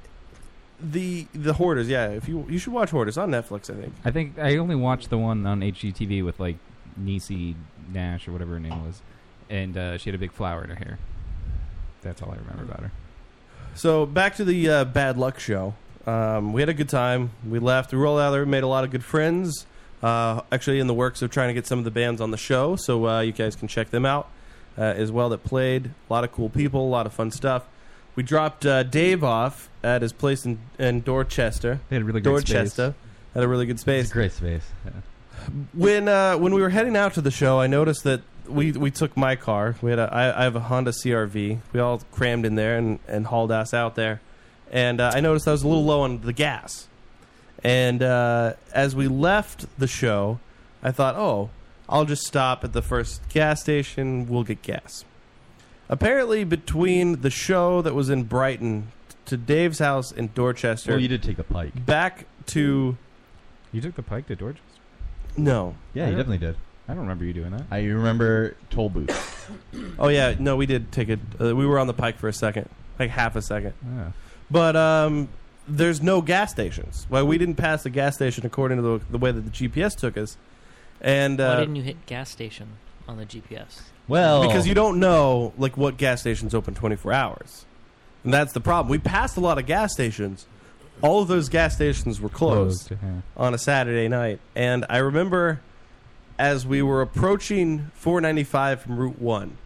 Speaker 9: the the hoarders. Yeah, if you you should watch hoarders on Netflix. I think.
Speaker 8: I think I only watched the one on HGTV with like Niecy Nash or whatever her name was, and uh, she had a big flower in her hair. That's all I remember about her.
Speaker 9: So back to the uh, bad luck show. Um, we had a good time. We left. We rolled out there. Made a lot of good friends. Uh, actually, in the works of trying to get some of the bands on the show, so uh, you guys can check them out uh, as well. That played a lot of cool people, a lot of fun stuff. We dropped uh, Dave off at his place in, in Dorchester.
Speaker 8: They had really great
Speaker 9: Dorchester had a really good
Speaker 10: It's
Speaker 9: space.
Speaker 10: a great space. Yeah.
Speaker 9: When uh, when we were heading out to the show, I noticed that we, we took my car. We had a, I, I have a Honda CRV. We all crammed in there and, and hauled ass out there. And uh, I noticed I was a little low on the gas. And uh, as we left the show, I thought, oh, I'll just stop at the first gas station. We'll get gas. Apparently, between the show that was in Brighton to Dave's house in Dorchester,
Speaker 10: Well, you did take the pike.
Speaker 9: back to
Speaker 8: You took the pike to Dorchester.
Speaker 9: no.
Speaker 10: Yeah, you definitely did.
Speaker 8: I don't remember you doing that.
Speaker 10: I remember toll booth.
Speaker 9: <coughs> Oh yeah, no, we did take it. Uh, we were on the pike for a second, like half a second.
Speaker 8: Oh.
Speaker 9: But um, there's no gas stations. Well, we didn't pass the gas station according to the, the way that the GPS took us, and
Speaker 6: Why
Speaker 9: uh,
Speaker 6: didn't you hit gas station on the GPS?
Speaker 10: Well,
Speaker 9: because you don't know like what gas stations open 24 hours, and that's the problem. We passed a lot of gas stations. All of those gas stations were closed.
Speaker 8: yeah.
Speaker 9: on a Saturday night, and I remember as we were approaching 495 from Route One,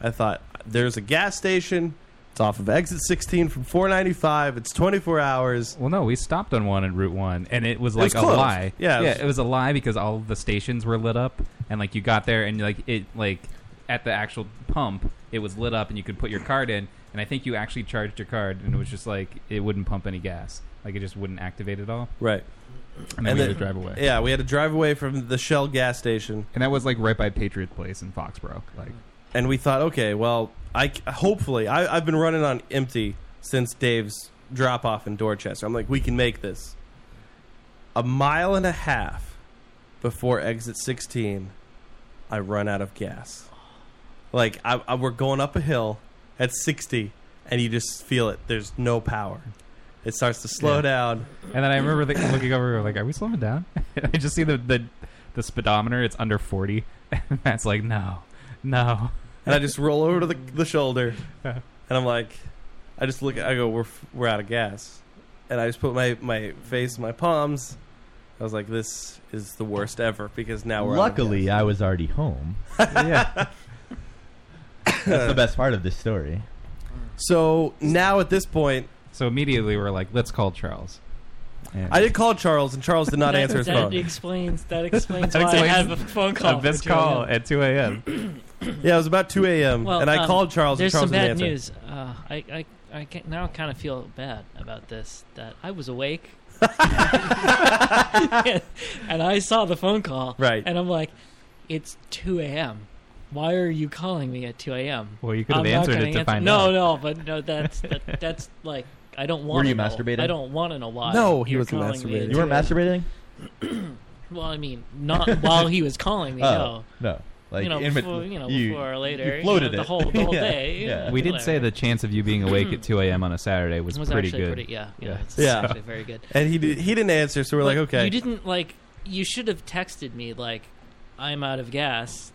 Speaker 9: I thought there's a gas station. It's off of exit 16 from 495. It's 24 hours.
Speaker 8: Well, no, we stopped on one in Route One, and it was
Speaker 9: It was
Speaker 8: like a
Speaker 9: closed.
Speaker 8: lie.
Speaker 9: Yeah, it
Speaker 8: yeah,
Speaker 9: was-
Speaker 8: it was a lie because all of the stations were lit up, and like you got there, and like it, like at the actual pump, it was lit up, and you could put your card in, and I think you actually charged your card, and it was just like it wouldn't pump any gas, like it just wouldn't activate at all,
Speaker 9: Right. And
Speaker 8: and then we
Speaker 9: the-
Speaker 8: had to drive away.
Speaker 9: Yeah, we had to drive away from the Shell gas station,
Speaker 8: And that was like right by Patriot Place in Foxborough. Like,
Speaker 9: and we thought, okay, well, I c- hopefully I, I've been running on empty since Dave's drop off in Dorchester. I'm like, we can make this. A mile and a half before exit 16, I run out of gas. Like I, I we're going up a hill at 60, and you just feel it. There's no power. It starts to slow
Speaker 8: Yeah.
Speaker 9: down.
Speaker 8: and then I remember the, looking over, like, are we slowing down? <laughs> I just see the the, the speedometer; it's under forty, <laughs> and that's like, no, no.
Speaker 9: and I just roll over to
Speaker 8: <laughs>
Speaker 9: the, the shoulder, and I'm like, I just look. at I go, we're f- we're out of gas, and I just put my my face, in my palms. I was like, "This is the worst ever," because now we're out of
Speaker 10: Luckily, I was already <laughs> home.
Speaker 8: yeah.
Speaker 10: That's the best part of this story.
Speaker 9: gas. So now at this point,
Speaker 8: So immediately we're like, let's call Charles. And
Speaker 9: I did call Charles, and Charles did not
Speaker 6: That-
Speaker 9: answer his
Speaker 6: that
Speaker 9: phone.
Speaker 6: explains
Speaker 9: <laughs>
Speaker 6: that explains
Speaker 8: That
Speaker 6: why I
Speaker 8: explains
Speaker 6: have a phone call.
Speaker 8: a missed
Speaker 6: with you again.
Speaker 8: call at 2 a.m.
Speaker 9: Yeah, it was about two a.m.
Speaker 6: Well,
Speaker 9: and I
Speaker 6: um,
Speaker 9: called Charles, and
Speaker 6: There's
Speaker 9: Charles
Speaker 6: some
Speaker 9: didn't answer.
Speaker 6: bad news. Uh, I, I, I can now kind of feel bad about this. That I
Speaker 9: <laughs>
Speaker 6: was awake, <laughs> and I saw the phone call.
Speaker 9: Right.
Speaker 6: and I'm like, it's 2 a.m. Why are you calling me at 2 a.m.?
Speaker 8: Well, you could have
Speaker 6: I'm not
Speaker 8: answered it
Speaker 6: gonna
Speaker 8: to
Speaker 6: answer-
Speaker 8: find
Speaker 6: no,
Speaker 8: out.
Speaker 6: No, but no, that's that, that's like I don't want.
Speaker 10: you
Speaker 6: to know.
Speaker 10: masturbating?
Speaker 6: I don't want to know why.
Speaker 9: No, he
Speaker 6: you're
Speaker 9: wasn't
Speaker 6: calling me
Speaker 9: masturbating.
Speaker 6: at
Speaker 10: You weren't
Speaker 6: 2 a.m..
Speaker 10: masturbating?
Speaker 6: Well, I mean, not while he was calling
Speaker 9: <laughs>
Speaker 6: me.
Speaker 10: Oh,
Speaker 6: no.
Speaker 10: no. Like
Speaker 6: you know,
Speaker 10: in bet-
Speaker 6: before, you know,
Speaker 10: you-
Speaker 6: before or later, you
Speaker 10: floated
Speaker 6: know, the
Speaker 10: it.
Speaker 9: <laughs>
Speaker 6: whole the whole
Speaker 10: Yeah,
Speaker 6: day.
Speaker 10: <laughs> yeah.
Speaker 8: We did say
Speaker 6: whatever.
Speaker 8: the chance of you
Speaker 9: <clears throat>
Speaker 8: being awake at 2 a.m. on a Saturday was,
Speaker 6: It was
Speaker 8: pretty
Speaker 6: actually
Speaker 8: good.
Speaker 6: pretty. Yeah, yeah,
Speaker 8: Yeah.
Speaker 6: it's
Speaker 9: Yeah.
Speaker 6: actually very good.
Speaker 9: And he did, he didn't answer, so we're like,
Speaker 6: But
Speaker 9: "Okay."
Speaker 6: you didn't like. You should have texted me like, "I'm out of gas."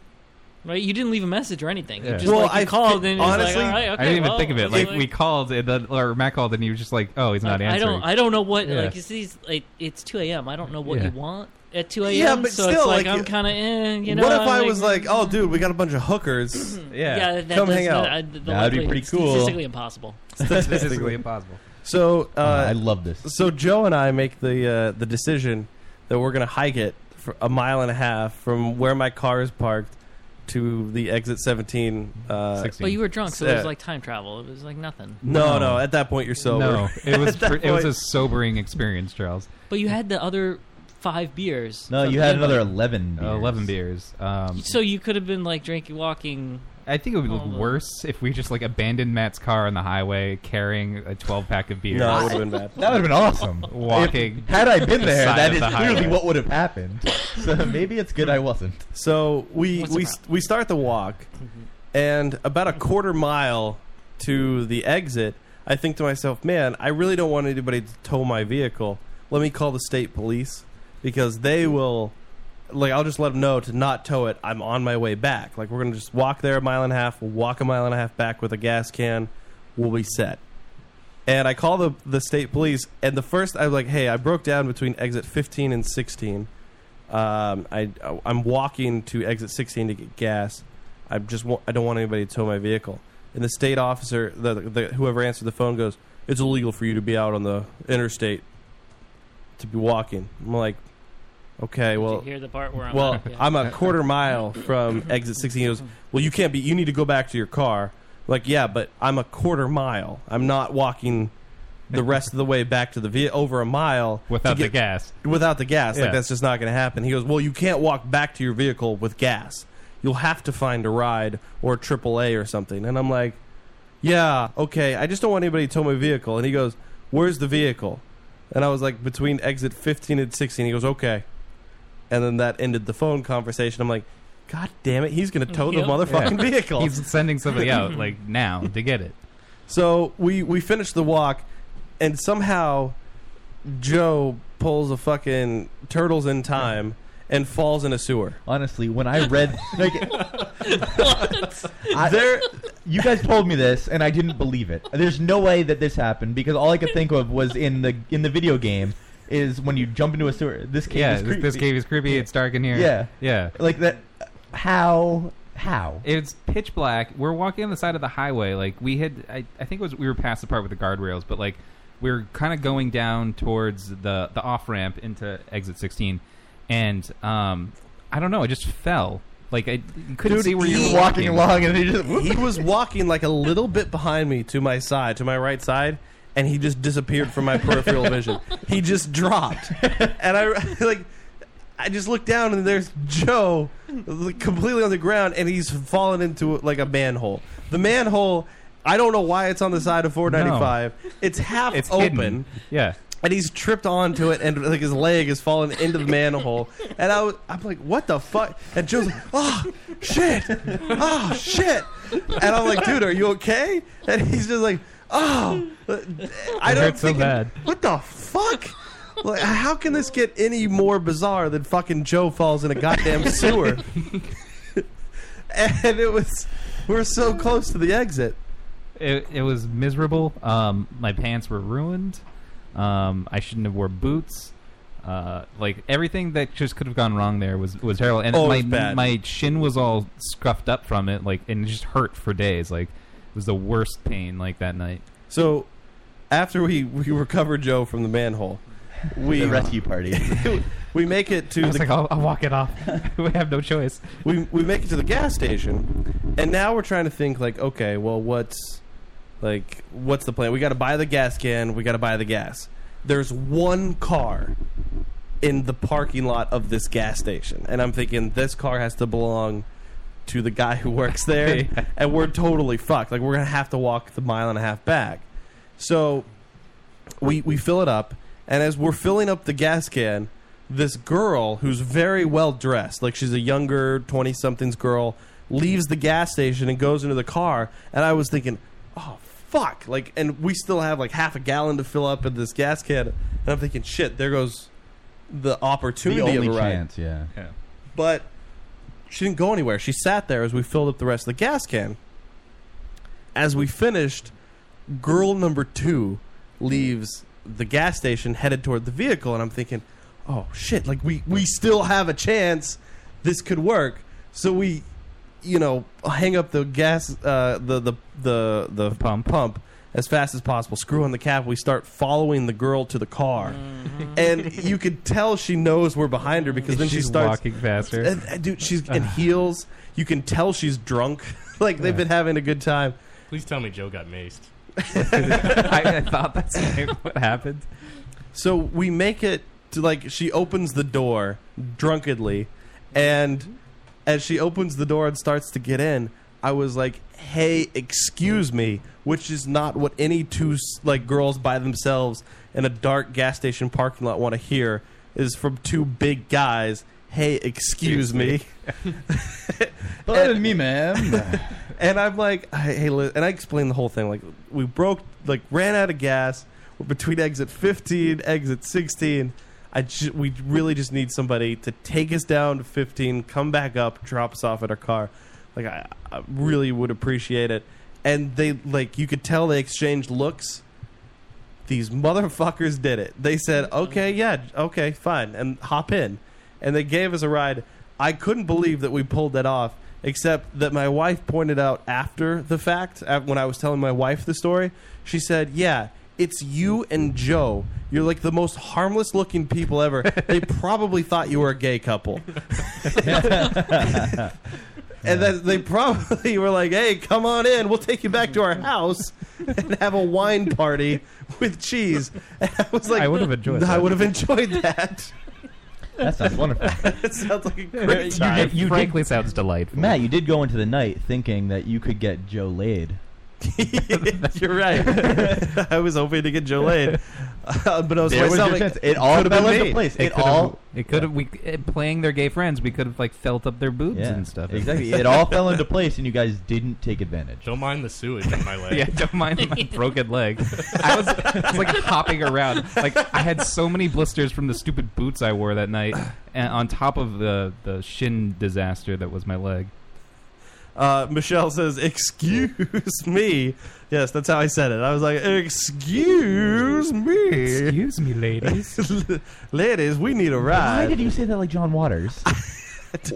Speaker 6: Right? You didn't leave a message or anything. You
Speaker 8: Yeah.
Speaker 6: just
Speaker 9: Well,
Speaker 6: like, you
Speaker 9: I
Speaker 6: called
Speaker 9: thi-
Speaker 6: and it was
Speaker 9: honestly,
Speaker 6: like, all right, okay,
Speaker 8: I didn't even
Speaker 6: well,
Speaker 8: think of it.
Speaker 6: it's
Speaker 8: Like, we called, and then, or Matt called, and he was just like, "Oh, he's not
Speaker 6: I, I
Speaker 8: answering."
Speaker 6: don't. I don't know what.
Speaker 8: Yeah.
Speaker 6: Like, it's these. Like, it's two a.m. I don't know what
Speaker 8: Yeah.
Speaker 6: you want at two a.m.
Speaker 9: Yeah, but
Speaker 6: so it's
Speaker 9: still,
Speaker 6: like,
Speaker 9: like,
Speaker 6: I'm kind of. Eh, you know.
Speaker 9: what if
Speaker 6: I'm
Speaker 9: I was like, "Oh, dude, we got a bunch of hookers"?
Speaker 8: yeah,
Speaker 6: <clears throat> yeah, that
Speaker 9: come
Speaker 6: does
Speaker 9: hang
Speaker 6: not-
Speaker 9: out.
Speaker 6: I- the
Speaker 10: That'd be
Speaker 6: likely-
Speaker 10: pretty
Speaker 6: it's
Speaker 10: cool.
Speaker 9: <laughs>
Speaker 10: <laughs>
Speaker 6: Statistically impossible.
Speaker 8: that's basically impossible.
Speaker 9: so uh,
Speaker 10: Uh, I love this.
Speaker 9: so Joe and I make the uh, the decision that we're going to hike it for a mile and a half from where my car is parked to the exit 17. Uh,
Speaker 8: 16.
Speaker 6: But you were drunk, so it
Speaker 9: Yeah.
Speaker 6: was like time travel. It was like nothing.
Speaker 9: no,
Speaker 8: No.
Speaker 9: no. At that point, you're sober. <laughs>
Speaker 8: no, it was
Speaker 9: that
Speaker 8: pr- it was a
Speaker 9: point-
Speaker 8: sobering experience, Charles.
Speaker 6: But you had the other five beers.
Speaker 10: No,
Speaker 6: from
Speaker 10: you
Speaker 6: the
Speaker 10: had
Speaker 6: dinner.
Speaker 10: another 11 beers.
Speaker 8: Uh, Eleven beers. Um,
Speaker 6: So you could have been like drinking, walking.
Speaker 8: I think it would look
Speaker 6: Hold on.
Speaker 8: worse if we just like abandoned Matt's car on the highway carrying a twelve pack of beers,
Speaker 9: No, it would have been bad.
Speaker 10: <laughs> That would have been awesome.
Speaker 8: <laughs> walking.
Speaker 10: Had I been there,
Speaker 8: Side
Speaker 10: that
Speaker 8: of
Speaker 10: is
Speaker 8: the
Speaker 10: literally
Speaker 8: highway.
Speaker 10: what would
Speaker 9: <laughs>
Speaker 10: have happened. <laughs> So maybe it's good I wasn't.
Speaker 9: So we
Speaker 6: What's the Mm-hmm.
Speaker 9: we
Speaker 6: problem?
Speaker 9: we start the walk, and about a quarter mile to the exit, I think to myself, "Man, I really don't want anybody to tow my vehicle. Let me call the state police because
Speaker 6: Mm-hmm.
Speaker 9: they will." Like I'll just let them know to not tow it. I'm on my way back. Like we're gonna just walk there a mile and a half. We'll walk a mile and a half back with a gas can. We'll be set. And I call the the state police. And the first I was like, "Hey, I broke down between exit 15 and 16." Um, I I'm walking to exit 16 to get gas. I just wa- I don't want anybody to tow my vehicle. And the state officer, the, the whoever answered the phone goes, "It's illegal for you to be out on the interstate to be walking." I'm like, "Okay,
Speaker 6: Well,
Speaker 9: well,
Speaker 6: Did you hear the part where I'm
Speaker 9: well,
Speaker 6: like, yeah.
Speaker 9: I'm a quarter mile from exit 16. He goes, Well, you can't be. You need to go back to your car. Like, yeah, but I'm a quarter mile. I'm not walking the rest of the way back to the vehicle over a mile to
Speaker 8: without the
Speaker 9: get-
Speaker 8: gas.
Speaker 9: Without the gas,
Speaker 8: Yeah.
Speaker 9: like that's just not going to happen. He goes, Well, you can't walk back to your vehicle with gas. You'll have to find a ride or AAA or something. And I'm like, Yeah, okay. I just don't want anybody to tow my vehicle. And he goes, Where's the vehicle? And I was like, Between exit 15 and 16. He goes, Okay. And then that ended the phone conversation. I'm like, God damn it, he's going to tow the
Speaker 6: Yep.
Speaker 9: motherfucking
Speaker 8: Yeah.
Speaker 9: vehicle.
Speaker 8: He's sending
Speaker 10: <laughs>
Speaker 8: somebody out like now to get it.
Speaker 9: <laughs> So we we finish the walk, and somehow Joe pulls a fucking turtles in time and falls in a sewer.
Speaker 10: Honestly, when
Speaker 9: <laughs>
Speaker 10: I read, like, I-
Speaker 9: There,
Speaker 10: you guys told me this, and I didn't believe it. There's no way that this happened because all I could think of was in the in the video game is when you jump into a sewer. This game
Speaker 8: Yeah,
Speaker 10: is
Speaker 8: this,
Speaker 10: creepy.
Speaker 8: this cave is creepy. It's dark in here.
Speaker 10: Yeah.
Speaker 8: yeah.
Speaker 10: like that. How? How?
Speaker 8: It's pitch black. We're walking on the side of the highway. Like we had, I, I think it was we were past the part with the guardrails, but like we were kind of going down towards the the off ramp into exit 16, and um, I don't know. I just fell. Like I you couldn't
Speaker 9: Dude,
Speaker 8: see where
Speaker 9: you
Speaker 8: you
Speaker 10: He's
Speaker 8: were
Speaker 10: walking along, and they just whoop.
Speaker 9: he was walking like a little bit behind me to my side, to my right side, and he just disappeared from my peripheral
Speaker 8: <laughs>
Speaker 9: vision. He just dropped, and I <laughs> like. I just looked down and there's Joe like, completely on the ground and he's fallen into like a manhole. The manhole, I don't know why it's on the side of 495. It's half
Speaker 8: It's
Speaker 9: open.
Speaker 8: hidden. Yeah.
Speaker 9: and he's tripped onto it, and like his leg has fallen into the manhole. And I was, I'm like, what the fuck? And Joe's like, oh shit, oh shit. And I'm like, dude, are you okay? And he's just like, oh, I
Speaker 8: It
Speaker 9: don't
Speaker 8: hurts so
Speaker 9: think
Speaker 8: bad.
Speaker 9: What the fuck? Like, how can this get any more bizarre than fucking Joe falls in a goddamn sewer? <laughs> and it was, we're so close to the exit.
Speaker 8: It, it was miserable. Um, my pants were ruined. Um, I shouldn't have wore boots. Uh, like everything that just could have gone wrong there was was terrible, and
Speaker 9: Oh, it
Speaker 8: my
Speaker 9: was bad.
Speaker 8: my shin was all scuffed up from it, like and it just hurt for days. Like it was the worst pain like that night.
Speaker 9: So after we, we <laughs> recover Joe from the manhole, <laughs> we
Speaker 10: The rescue party.
Speaker 9: we make it to
Speaker 8: I was
Speaker 9: the
Speaker 8: like, I'll, I'll walk it off. <laughs> we have no choice.
Speaker 9: we, we make it to the gas station and now we're trying to think like okay well what's like what's the plan we got to buy the gas can we got to buy the gas there's one car in the parking lot of this gas station and i'm thinking this car has to belong to the guy who works
Speaker 8: <laughs>
Speaker 9: there and we're totally fucked like we're gonna have to walk the mile and a half back so we we fill it up, and as we're filling up the gas can, this girl who's very well dressed, like she's a younger twenty somethings girl, leaves the gas station and goes into the car. And I was thinking, oh fuck, like, and we still have like half a gallon to fill up in this gas can, and I'm thinking, shit, there goes the
Speaker 10: the
Speaker 9: opportunity
Speaker 10: only
Speaker 9: of a ride.
Speaker 10: chance, yeah.
Speaker 9: But she didn't go anywhere. She sat there as we filled up the rest of the gas can. As we finished, girl number two leaves the gas station headed toward the vehicle, and I'm thinking, oh shit, like we, we still have a chance. This could work. So we, you know, hang up the gas, uh, the, the, the, the,
Speaker 8: pump.
Speaker 9: pump as fast as possible. Screw on the cap. We start following the girl to the car. And you could tell she knows we're behind her because then
Speaker 8: she's
Speaker 9: she starts
Speaker 8: walking faster.
Speaker 9: and, and dude, she's in heels. You can tell she's drunk. <laughs> like they've been having a good time.
Speaker 3: Please tell me Joe
Speaker 9: <laughs>
Speaker 3: got maced.
Speaker 8: I, I thought that's what <laughs> happened.
Speaker 9: So we make it to like she opens the door drunkenly, and as she opens the door and starts to get in, I was like, "Hey, excuse me," which is not what any two s- like girls by themselves in a dark gas station parking lot want to hear. Is from two big guys. Hey, excuse
Speaker 8: <laughs>
Speaker 9: me.
Speaker 10: Pardon me, ma'am.
Speaker 9: <laughs> And I'm like, I- hey, li- and I explained the whole thing. Like, we broke, like, ran out of gas. We're between exit 15, exit 16. I ju- we really just need somebody to take us down to 15, come back up, drop us off at our car. Like, I, I really would appreciate it. And they, like, you could tell they exchanged looks. These motherfuckers did it. They said, okay, yeah, okay, fine, and hop in. And they gave us a ride. I couldn't believe that we pulled that off, except that my wife pointed out after the fact, at- when I was telling my wife the story, she said, yeah. It's you and Joe. You're like the most harmless looking people ever. They probably thought you were a gay couple. <laughs> and then they probably were like, "Hey, come on in. We'll take you back to our house and have a wine party with cheese." <laughs> And I was like,
Speaker 8: I would have enjoyed
Speaker 9: I
Speaker 8: that.
Speaker 9: would have enjoyed that.
Speaker 10: that sounds wonderful.
Speaker 9: <laughs> it sounds like a
Speaker 10: <laughs>
Speaker 8: You
Speaker 9: great
Speaker 8: did-
Speaker 9: time.
Speaker 10: you did-
Speaker 8: frankly sounds delightful.
Speaker 10: Matt, you did go into the night thinking that you could get Joe laid.
Speaker 9: You're right. <laughs> I was hoping to get Joe laid, uh, but I was
Speaker 10: There was
Speaker 9: myself.
Speaker 10: your
Speaker 9: like,
Speaker 10: chance. It all
Speaker 9: could've been
Speaker 10: fell into
Speaker 9: me.
Speaker 10: place. It,
Speaker 8: could've-
Speaker 10: all.
Speaker 8: It could have. We eh, playing their gay friends. We could have like felt up their boobs
Speaker 10: Yeah,
Speaker 8: and stuff. <laughs>
Speaker 10: exactly. It all fell into place, and you guys didn't take advantage.
Speaker 3: Don't mind the sewage in my
Speaker 9: <laughs>
Speaker 3: leg.
Speaker 8: Yeah, don't <laughs> mind my
Speaker 10: <laughs>
Speaker 8: broken leg. I was, I was like hopping around. Like I had so many blisters from the stupid boots I wore
Speaker 10: <sighs>
Speaker 8: that night, and on top of the the shin disaster that was my leg.
Speaker 9: Uh, Michelle says, "Excuse me." <laughs> Yes, that's how I said it. I was like, "Excuse me,
Speaker 8: Excuse me, ladies.
Speaker 9: <laughs> ladies, we need a
Speaker 10: Why
Speaker 9: ride."
Speaker 10: did you say that like John <laughs> Waters?
Speaker 8: <laughs> That's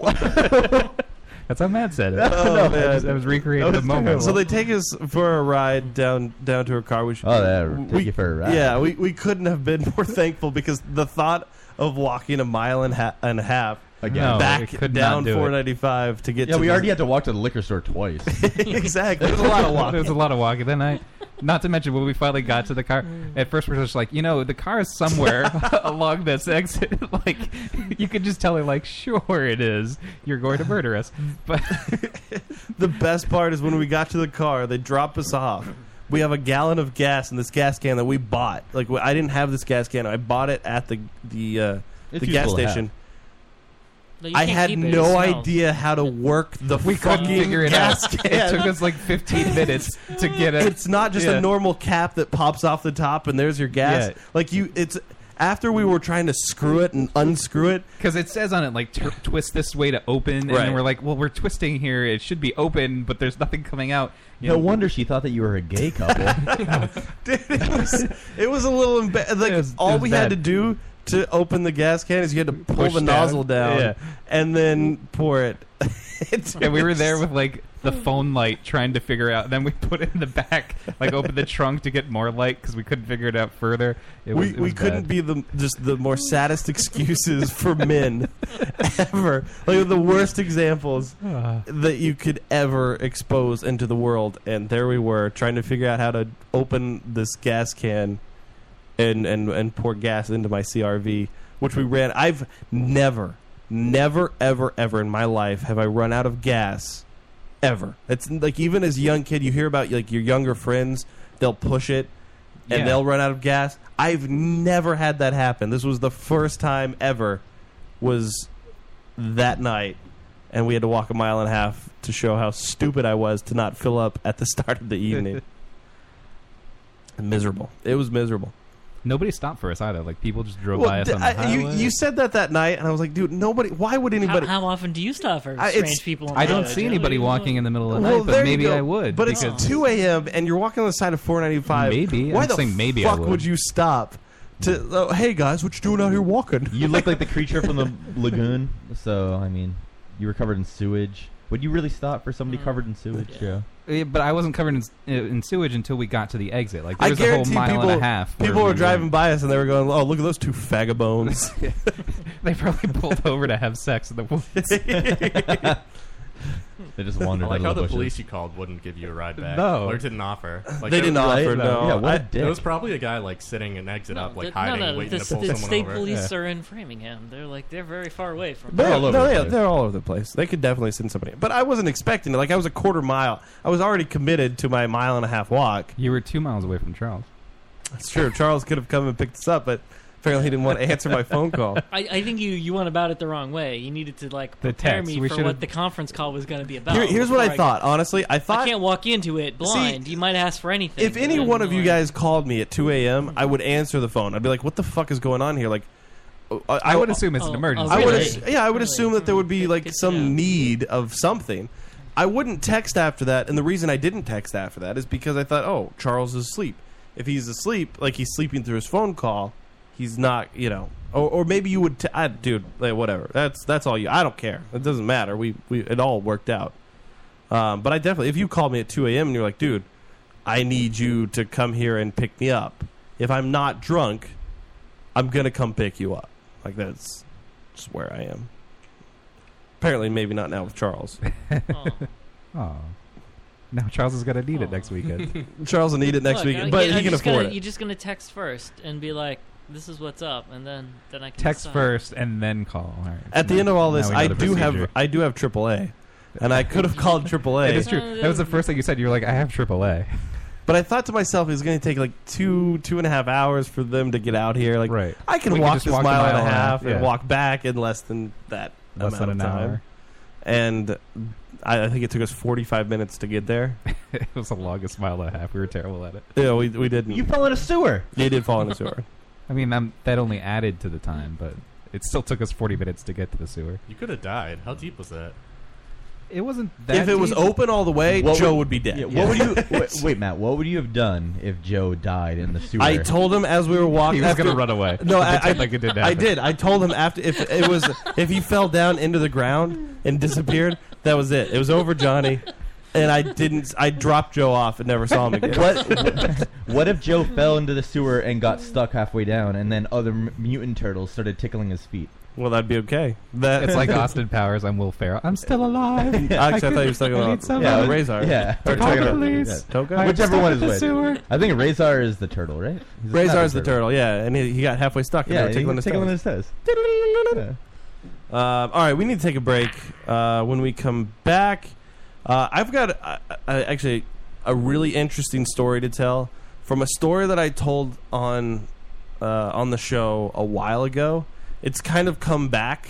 Speaker 8: how Matt said
Speaker 9: <laughs>
Speaker 8: it. <laughs>
Speaker 9: Oh,
Speaker 8: I
Speaker 9: man.
Speaker 8: was, I was recreating the moment.
Speaker 9: So they take us for a ride down down to her car. We should,
Speaker 10: Oh, there,
Speaker 9: we-
Speaker 10: take you for a ride.
Speaker 9: Yeah, we, we couldn't have been <laughs> more thankful because the thought of walking a mile and, ha- and a half
Speaker 10: Again.
Speaker 8: No,
Speaker 9: back
Speaker 8: we could not
Speaker 9: down
Speaker 8: do it.
Speaker 9: 495 to get
Speaker 10: Yeah,
Speaker 9: to
Speaker 10: we
Speaker 9: the-
Speaker 10: already had to walk to the liquor store twice. <laughs>
Speaker 9: exactly. There's a lot of
Speaker 8: There was
Speaker 9: walking.
Speaker 8: a lot of walking. Then I, not to mention when we finally got to the car,
Speaker 10: Mm.
Speaker 8: at first we we're just like, you know, the car is
Speaker 10: <laughs>
Speaker 8: somewhere <laughs> along this exit. <laughs> like, you could just tell her, like, sure it is. You're going to
Speaker 9: <laughs>
Speaker 8: murder us. But
Speaker 9: the best part is when we got to the car, they drop us off. We have a gallon of gas in this gas can that we bought. Like I didn't have this gas can. I bought it at the the uh,
Speaker 10: It's
Speaker 9: the gas
Speaker 10: useful to have.
Speaker 9: station.
Speaker 6: Like, you
Speaker 9: I
Speaker 6: can't
Speaker 9: had
Speaker 6: keep it, it
Speaker 9: no
Speaker 6: smells.
Speaker 9: idea how to work the
Speaker 8: we couldn't
Speaker 9: fucking
Speaker 8: figure <laughs> it
Speaker 9: gas
Speaker 8: out.
Speaker 9: can.
Speaker 8: It took us
Speaker 10: <laughs>
Speaker 8: like 15 minutes to get it.
Speaker 9: it's not just
Speaker 8: Yeah.
Speaker 9: a normal cap that pops off the top and there's your gas.
Speaker 8: Yeah.
Speaker 9: Like you, it's after we were trying to screw it and unscrew it,
Speaker 8: Because it says on it like tw- twist this way to open, and
Speaker 9: Right.
Speaker 8: we're like, well, we're twisting here. It should be open, but there's nothing coming out. You
Speaker 10: No
Speaker 8: know,
Speaker 10: wonder she thought that you were a gay couple.
Speaker 8: <laughs>
Speaker 9: Dude, <laughs> it was it was a little emba- like
Speaker 8: It was- it
Speaker 9: all
Speaker 8: was
Speaker 9: we had
Speaker 8: bad.
Speaker 9: to do to open the gas can is you had to pull
Speaker 8: Push
Speaker 9: the
Speaker 8: down.
Speaker 9: nozzle down
Speaker 8: Yeah.
Speaker 9: and then pour it. <laughs> It's-
Speaker 8: Yeah, we were there with like the phone light trying to figure out. Then we <laughs> put it in the back, like open the trunk to get more light because we couldn't figure it out further. It was,
Speaker 9: we,
Speaker 8: it
Speaker 9: we
Speaker 8: was
Speaker 9: couldn't
Speaker 8: bad.
Speaker 9: be the just the more saddest excuses for men <laughs> ever. Like the worst examples
Speaker 8: Ah.
Speaker 9: that you could ever expose into the world. And there we were trying to figure out how to open this gas can and and and pour gas into my CRV, which we ran. I've never, never, ever, ever in my life have I run out of gas. Ever. It's like even as a young kid, you hear about like your younger friends. They'll push it and
Speaker 8: Yeah.
Speaker 9: they'll run out of gas. I've never had that happen. This was the first time ever was that night and we had to walk a mile and a half to show how stupid I was to not fill up at the <laughs> start of the evening. miserable. It was miserable.
Speaker 8: Nobody stopped for us either. Like people just drove by
Speaker 9: Well,
Speaker 8: us
Speaker 9: d-
Speaker 8: on the
Speaker 9: I- you,
Speaker 8: highway.
Speaker 9: you said that that night and I was like, dude, nobody why would
Speaker 6: How,
Speaker 9: anybody
Speaker 6: how often do you stop for
Speaker 9: I- it's-
Speaker 6: strange people? On
Speaker 8: I
Speaker 6: the
Speaker 8: don't
Speaker 6: road?
Speaker 8: see
Speaker 6: Really?
Speaker 8: anybody walking in the middle of the night,
Speaker 9: there
Speaker 8: but
Speaker 9: you
Speaker 8: maybe
Speaker 9: go.
Speaker 8: I would.
Speaker 9: But
Speaker 8: because
Speaker 9: it's 2 a.m. and you're walking on the side of 495.
Speaker 8: Maybe.
Speaker 9: Why
Speaker 8: I'm
Speaker 9: the
Speaker 8: saying maybe I
Speaker 9: fuck
Speaker 8: would.
Speaker 9: would you stop? To oh, hey guys, what you doing out here walking?
Speaker 10: you look like the creature from the lagoon. So I mean, you were covered in sewage. Would you really stop for somebody
Speaker 6: Mm.
Speaker 10: covered in sewage?
Speaker 6: Yeah.
Speaker 8: Yeah, but I wasn't covered in, in sewage until we got to the exit. Like
Speaker 9: I
Speaker 8: there was a whole
Speaker 9: guarantee
Speaker 8: mile
Speaker 9: people,
Speaker 8: and a half. where
Speaker 9: people
Speaker 8: we
Speaker 9: were driving by us and they were going, "Oh, look at those two fagabones."
Speaker 8: <laughs>
Speaker 9: <laughs>
Speaker 8: They probably pulled over to have sex in the woods.
Speaker 9: <laughs>
Speaker 8: <laughs>
Speaker 10: They just
Speaker 3: <laughs> I
Speaker 10: wandered
Speaker 3: like
Speaker 10: out
Speaker 3: how
Speaker 10: of
Speaker 3: the
Speaker 10: the,
Speaker 3: police
Speaker 10: bushes.
Speaker 3: you called wouldn't give you a ride back.
Speaker 8: No.
Speaker 3: Or didn't offer. Like,
Speaker 9: they
Speaker 3: there-
Speaker 9: didn't offer. No,
Speaker 10: yeah, what a
Speaker 9: I-
Speaker 10: dick.
Speaker 3: There was probably a guy like sitting an exit up, like
Speaker 6: the-
Speaker 3: hiding,
Speaker 6: no, no,
Speaker 3: waiting
Speaker 6: the,
Speaker 3: to pull
Speaker 6: the
Speaker 3: someone
Speaker 6: state
Speaker 3: over.
Speaker 6: police are in Framingham. They're like they're very far away from.
Speaker 9: They're,
Speaker 10: They're all over
Speaker 9: no,
Speaker 10: the
Speaker 9: they,
Speaker 10: place.
Speaker 9: they're all over the place. They could definitely send somebody. But I wasn't expecting it. Like I was a quarter mile. I was already committed to my mile and a half walk.
Speaker 8: You were two miles away from Charles.
Speaker 9: It's true. Charles could have come and picked us up, but apparently he didn't want to answer my phone
Speaker 8: <laughs>
Speaker 9: call.
Speaker 6: I, I think you you went about it the wrong way. You needed to like
Speaker 8: The
Speaker 6: prepare
Speaker 8: text.
Speaker 6: me
Speaker 8: We
Speaker 6: for
Speaker 8: should've-
Speaker 6: what the conference call was going to be about.
Speaker 9: Here- here's what I
Speaker 6: before
Speaker 9: thought. Honestly, I
Speaker 6: I
Speaker 9: thought
Speaker 6: can't walk into it blind. you might ask for anything.
Speaker 9: if any
Speaker 6: Like,
Speaker 9: one of you
Speaker 6: like,
Speaker 9: guys called me at 2 a.m., I would answer the phone. I'd be like, "What the fuck is going on here?" Like, oh,
Speaker 8: I would
Speaker 9: assume.
Speaker 8: assume it's an
Speaker 6: oh,
Speaker 8: emergency.
Speaker 6: oh,
Speaker 9: I would,
Speaker 6: Really?
Speaker 9: ass- yeah, I would
Speaker 6: Really?
Speaker 9: assume that there would be
Speaker 6: Good-
Speaker 9: like
Speaker 6: good to
Speaker 9: some
Speaker 6: know.
Speaker 9: need of something. I wouldn't text after that, and the reason I didn't text after that is because I thought, oh, Charles is asleep. If he's asleep, like he's sleeping through his phone call, he's not, you know, or, or maybe you would, t- I, dude, like, whatever. That's that's all you. I don't care. It doesn't matter. We we it all worked out. Um, but I definitely, if you called me at two a.m. and you're like, dude, I need you to come here and pick me up. If I'm not drunk, I'm gonna come pick you up. Like that's just where I am. Apparently, maybe not now with
Speaker 8: <laughs>
Speaker 9: Charles.
Speaker 6: Oh.
Speaker 8: Oh. Now Charles is gonna need it
Speaker 6: Aw.
Speaker 8: next weekend.
Speaker 9: <laughs> Charles will need it next
Speaker 6: Look,
Speaker 9: week,
Speaker 6: I-
Speaker 9: but
Speaker 6: yeah,
Speaker 9: he
Speaker 6: I'm
Speaker 9: can
Speaker 6: just
Speaker 9: afford
Speaker 6: gonna,
Speaker 9: it.
Speaker 6: You're just gonna text first and be like, "This is what's up," and then then I can
Speaker 8: Text
Speaker 6: decide.
Speaker 8: first and then call. All right.
Speaker 9: At the end of all
Speaker 8: Now
Speaker 9: this,
Speaker 8: we know
Speaker 9: I
Speaker 8: the
Speaker 9: do have
Speaker 8: procedure.
Speaker 9: I do have AAA, and I could have called
Speaker 8: It is
Speaker 9: AAA,
Speaker 8: true. That was the first thing you said. You were like, I have AAA.
Speaker 9: but I thought to myself it was going to take like two two and a half hours for them to get out here. Like
Speaker 8: Right.
Speaker 9: I can
Speaker 8: We could
Speaker 9: walk
Speaker 8: just
Speaker 9: this
Speaker 8: walk the
Speaker 9: mile, and a
Speaker 8: mile and a
Speaker 9: half
Speaker 8: half,
Speaker 9: and
Speaker 8: yeah.
Speaker 9: walk back in less than that
Speaker 8: Less
Speaker 9: amount
Speaker 8: than an
Speaker 9: of time.
Speaker 8: hour.
Speaker 9: And I, I think it took us forty five minutes to get there.
Speaker 8: <laughs> It was the longest mile and a half. We were terrible at it.
Speaker 9: Yeah, we we didn't.
Speaker 10: You fell in a sewer.
Speaker 9: They did fall in the sewer.
Speaker 8: <laughs> I mean, um, that only added to the time, but it still took us 40 minutes to get to the sewer.
Speaker 3: You could have died. How deep was that?
Speaker 8: It wasn't that.
Speaker 9: if it was
Speaker 8: deep.
Speaker 9: open all the way,
Speaker 10: What
Speaker 9: Joe
Speaker 10: would-
Speaker 9: would be dead.
Speaker 10: Yeah, what would you? wait, wait, Matt. What would you have done if Joe died in the sewer?
Speaker 9: I told him as we were walking.
Speaker 8: he was
Speaker 9: after-
Speaker 8: gonna run away.
Speaker 9: No, I, I,
Speaker 8: like it didn't
Speaker 9: I
Speaker 8: happen.
Speaker 9: did. I told him after if it
Speaker 8: <laughs>
Speaker 9: was if he fell down into the ground and disappeared, that was it. It was over, Johnny. And I didn't. I dropped Joe off and never saw him again.
Speaker 10: What? <laughs> what if Joe fell into the sewer and got stuck halfway down, and then other m- mutant turtles started tickling his feet?
Speaker 9: Well, that'd be okay. That <laughs>
Speaker 8: It's like Austin Powers. I'm Will Ferrell. I'm still alive.
Speaker 9: Alex, I,
Speaker 8: could-
Speaker 9: thought he was talking
Speaker 8: <laughs> I
Speaker 9: about
Speaker 8: need someone.
Speaker 10: Yeah,
Speaker 9: uh,
Speaker 10: it was-
Speaker 9: Razor.
Speaker 10: yeah.
Speaker 9: Or
Speaker 8: Call the
Speaker 9: Toga.
Speaker 8: police.
Speaker 9: Toga.
Speaker 8: I'm
Speaker 10: Whichever
Speaker 8: stuck
Speaker 10: one
Speaker 8: in
Speaker 10: is
Speaker 8: the
Speaker 10: which.
Speaker 8: sewer.
Speaker 10: I think Razor is the turtle, right? He's not
Speaker 9: Razor's
Speaker 10: a
Speaker 9: the turtle. Yeah, and he, he got halfway stuck. and
Speaker 10: Yeah,
Speaker 9: they were tickling
Speaker 10: he's
Speaker 9: his
Speaker 10: tickling
Speaker 9: toes.
Speaker 10: his
Speaker 9: <laughs>
Speaker 10: toes. Yeah.
Speaker 9: Um, all right, we need to take a break. Uh, when we come back, uh, I've got uh, uh, actually a really interesting story to tell from a story that I told on uh, on the show a while ago. It's kind of come back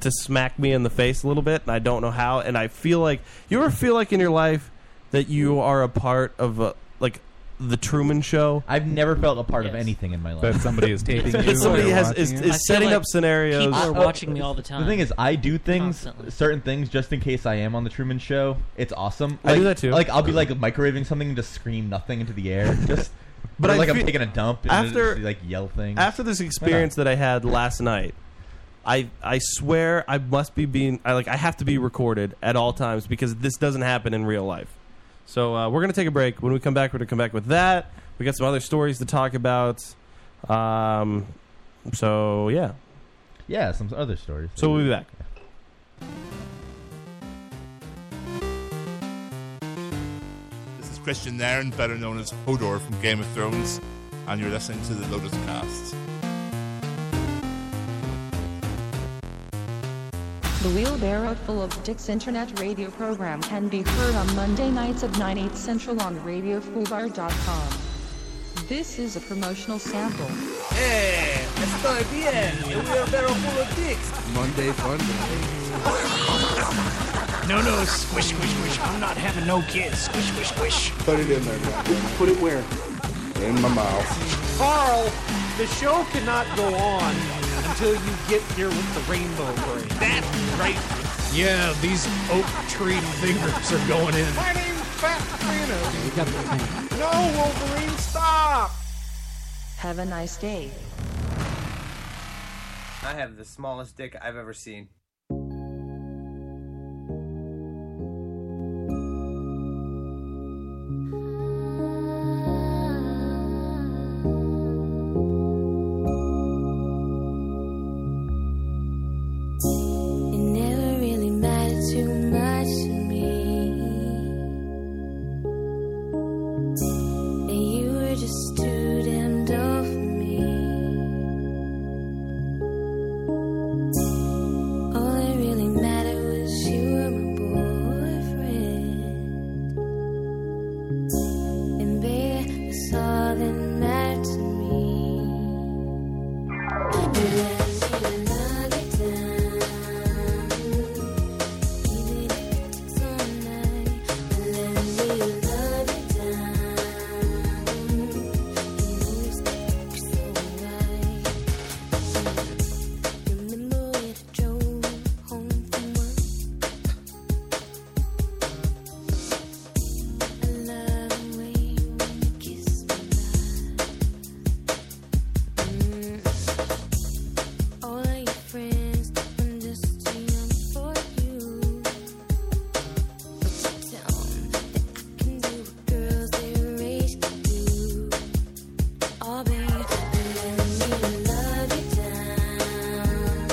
Speaker 9: to smack me in the face a little bit, and I don't know how. And I feel like you ever feel like in your life that you are a part of a, like The Truman Show?
Speaker 10: I've never felt a part of
Speaker 6: Yes.
Speaker 10: anything in my life.
Speaker 8: That somebody
Speaker 10: <laughs>
Speaker 8: is taping you.
Speaker 9: If somebody
Speaker 8: or
Speaker 9: has
Speaker 8: watching
Speaker 9: is,
Speaker 8: you.
Speaker 6: I feel
Speaker 9: is setting
Speaker 6: like
Speaker 9: up scenarios.
Speaker 6: People are
Speaker 10: Oh,
Speaker 6: watching me all the time.
Speaker 10: The thing is, I do things,
Speaker 6: Constantly.
Speaker 10: certain things, just in case I am on the Truman Show. It's awesome.
Speaker 9: I do
Speaker 10: Like-
Speaker 9: that too.
Speaker 10: Like I'll be like microwaving something and just scream nothing into the air. Just,
Speaker 9: But
Speaker 10: but
Speaker 9: I
Speaker 10: like
Speaker 9: feel-
Speaker 10: I'm taking a dump and
Speaker 9: after-
Speaker 10: after just, like yell things.
Speaker 9: after this experience that I had last night, I I swear I must be being I like I have to be recorded at all times because this doesn't happen in real life. So uh, we're gonna take a break. When we come back, we're gonna come back with that. We got some other stories to talk about. Um, so yeah,
Speaker 10: yeah, some other stories.
Speaker 9: so we'll be back.
Speaker 4: This is Christian Nairn, better known as Hodor from Game of Thrones, and you're listening to the Lotus Cast.
Speaker 7: The wheelbarrow full of dicks internet radio program can be heard on Monday nights at 9 8 central on radiofubar.com. This is a promotional sample.
Speaker 2: No, no, squish, squish, squish. I'm not having no kids. Squish, squish, squish.
Speaker 4: Put it in there. Put it where? In my mouth.
Speaker 2: Carl, the show cannot go on until you get here with the rainbow parade. That's right. Yeah, these oak tree fingers are going in.
Speaker 5: My name's Fat Trina. No, Wolverine, stop!
Speaker 7: Have a nice day.
Speaker 2: I have the smallest dick I've ever seen.
Speaker 11: It never really mattered too much to me. And you were just too damn dull for me. All that really mattered was you were my boyfriend. And baby, that's all that mattered to me. Kiss me now. All of your friends, I'm just too young for you. But you tell 'em that I can do what girls their age can do. Oh, baby, let me love you down,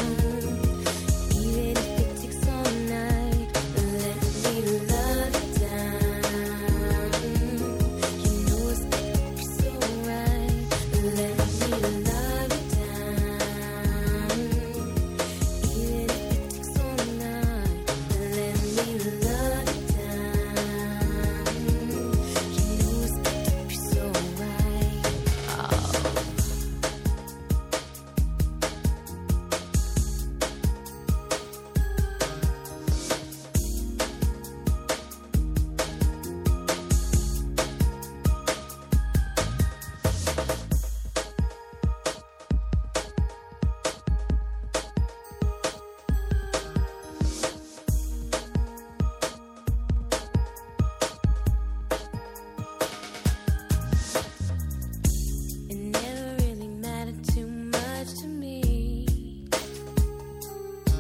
Speaker 11: even if it takes all night. Let me love you down. You know it's gonna be so right. Let me love you down. Even if it takes all night, let me love you down. You know it's gonna be so right. Oh. It never really mattered too much to me.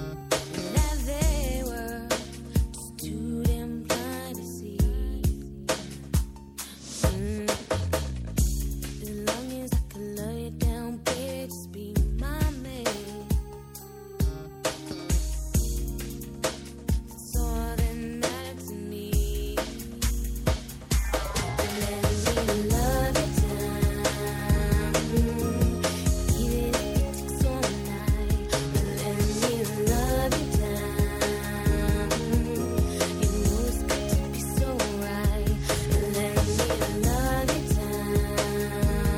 Speaker 11: And that they were just too damn blind to see. Mm. As long as I could love you down, baby, just be my man. That's all that mattered to me. Let me love you down, even if it takes all night. Let me love you down, you know it's got to be so right. Let me love you down,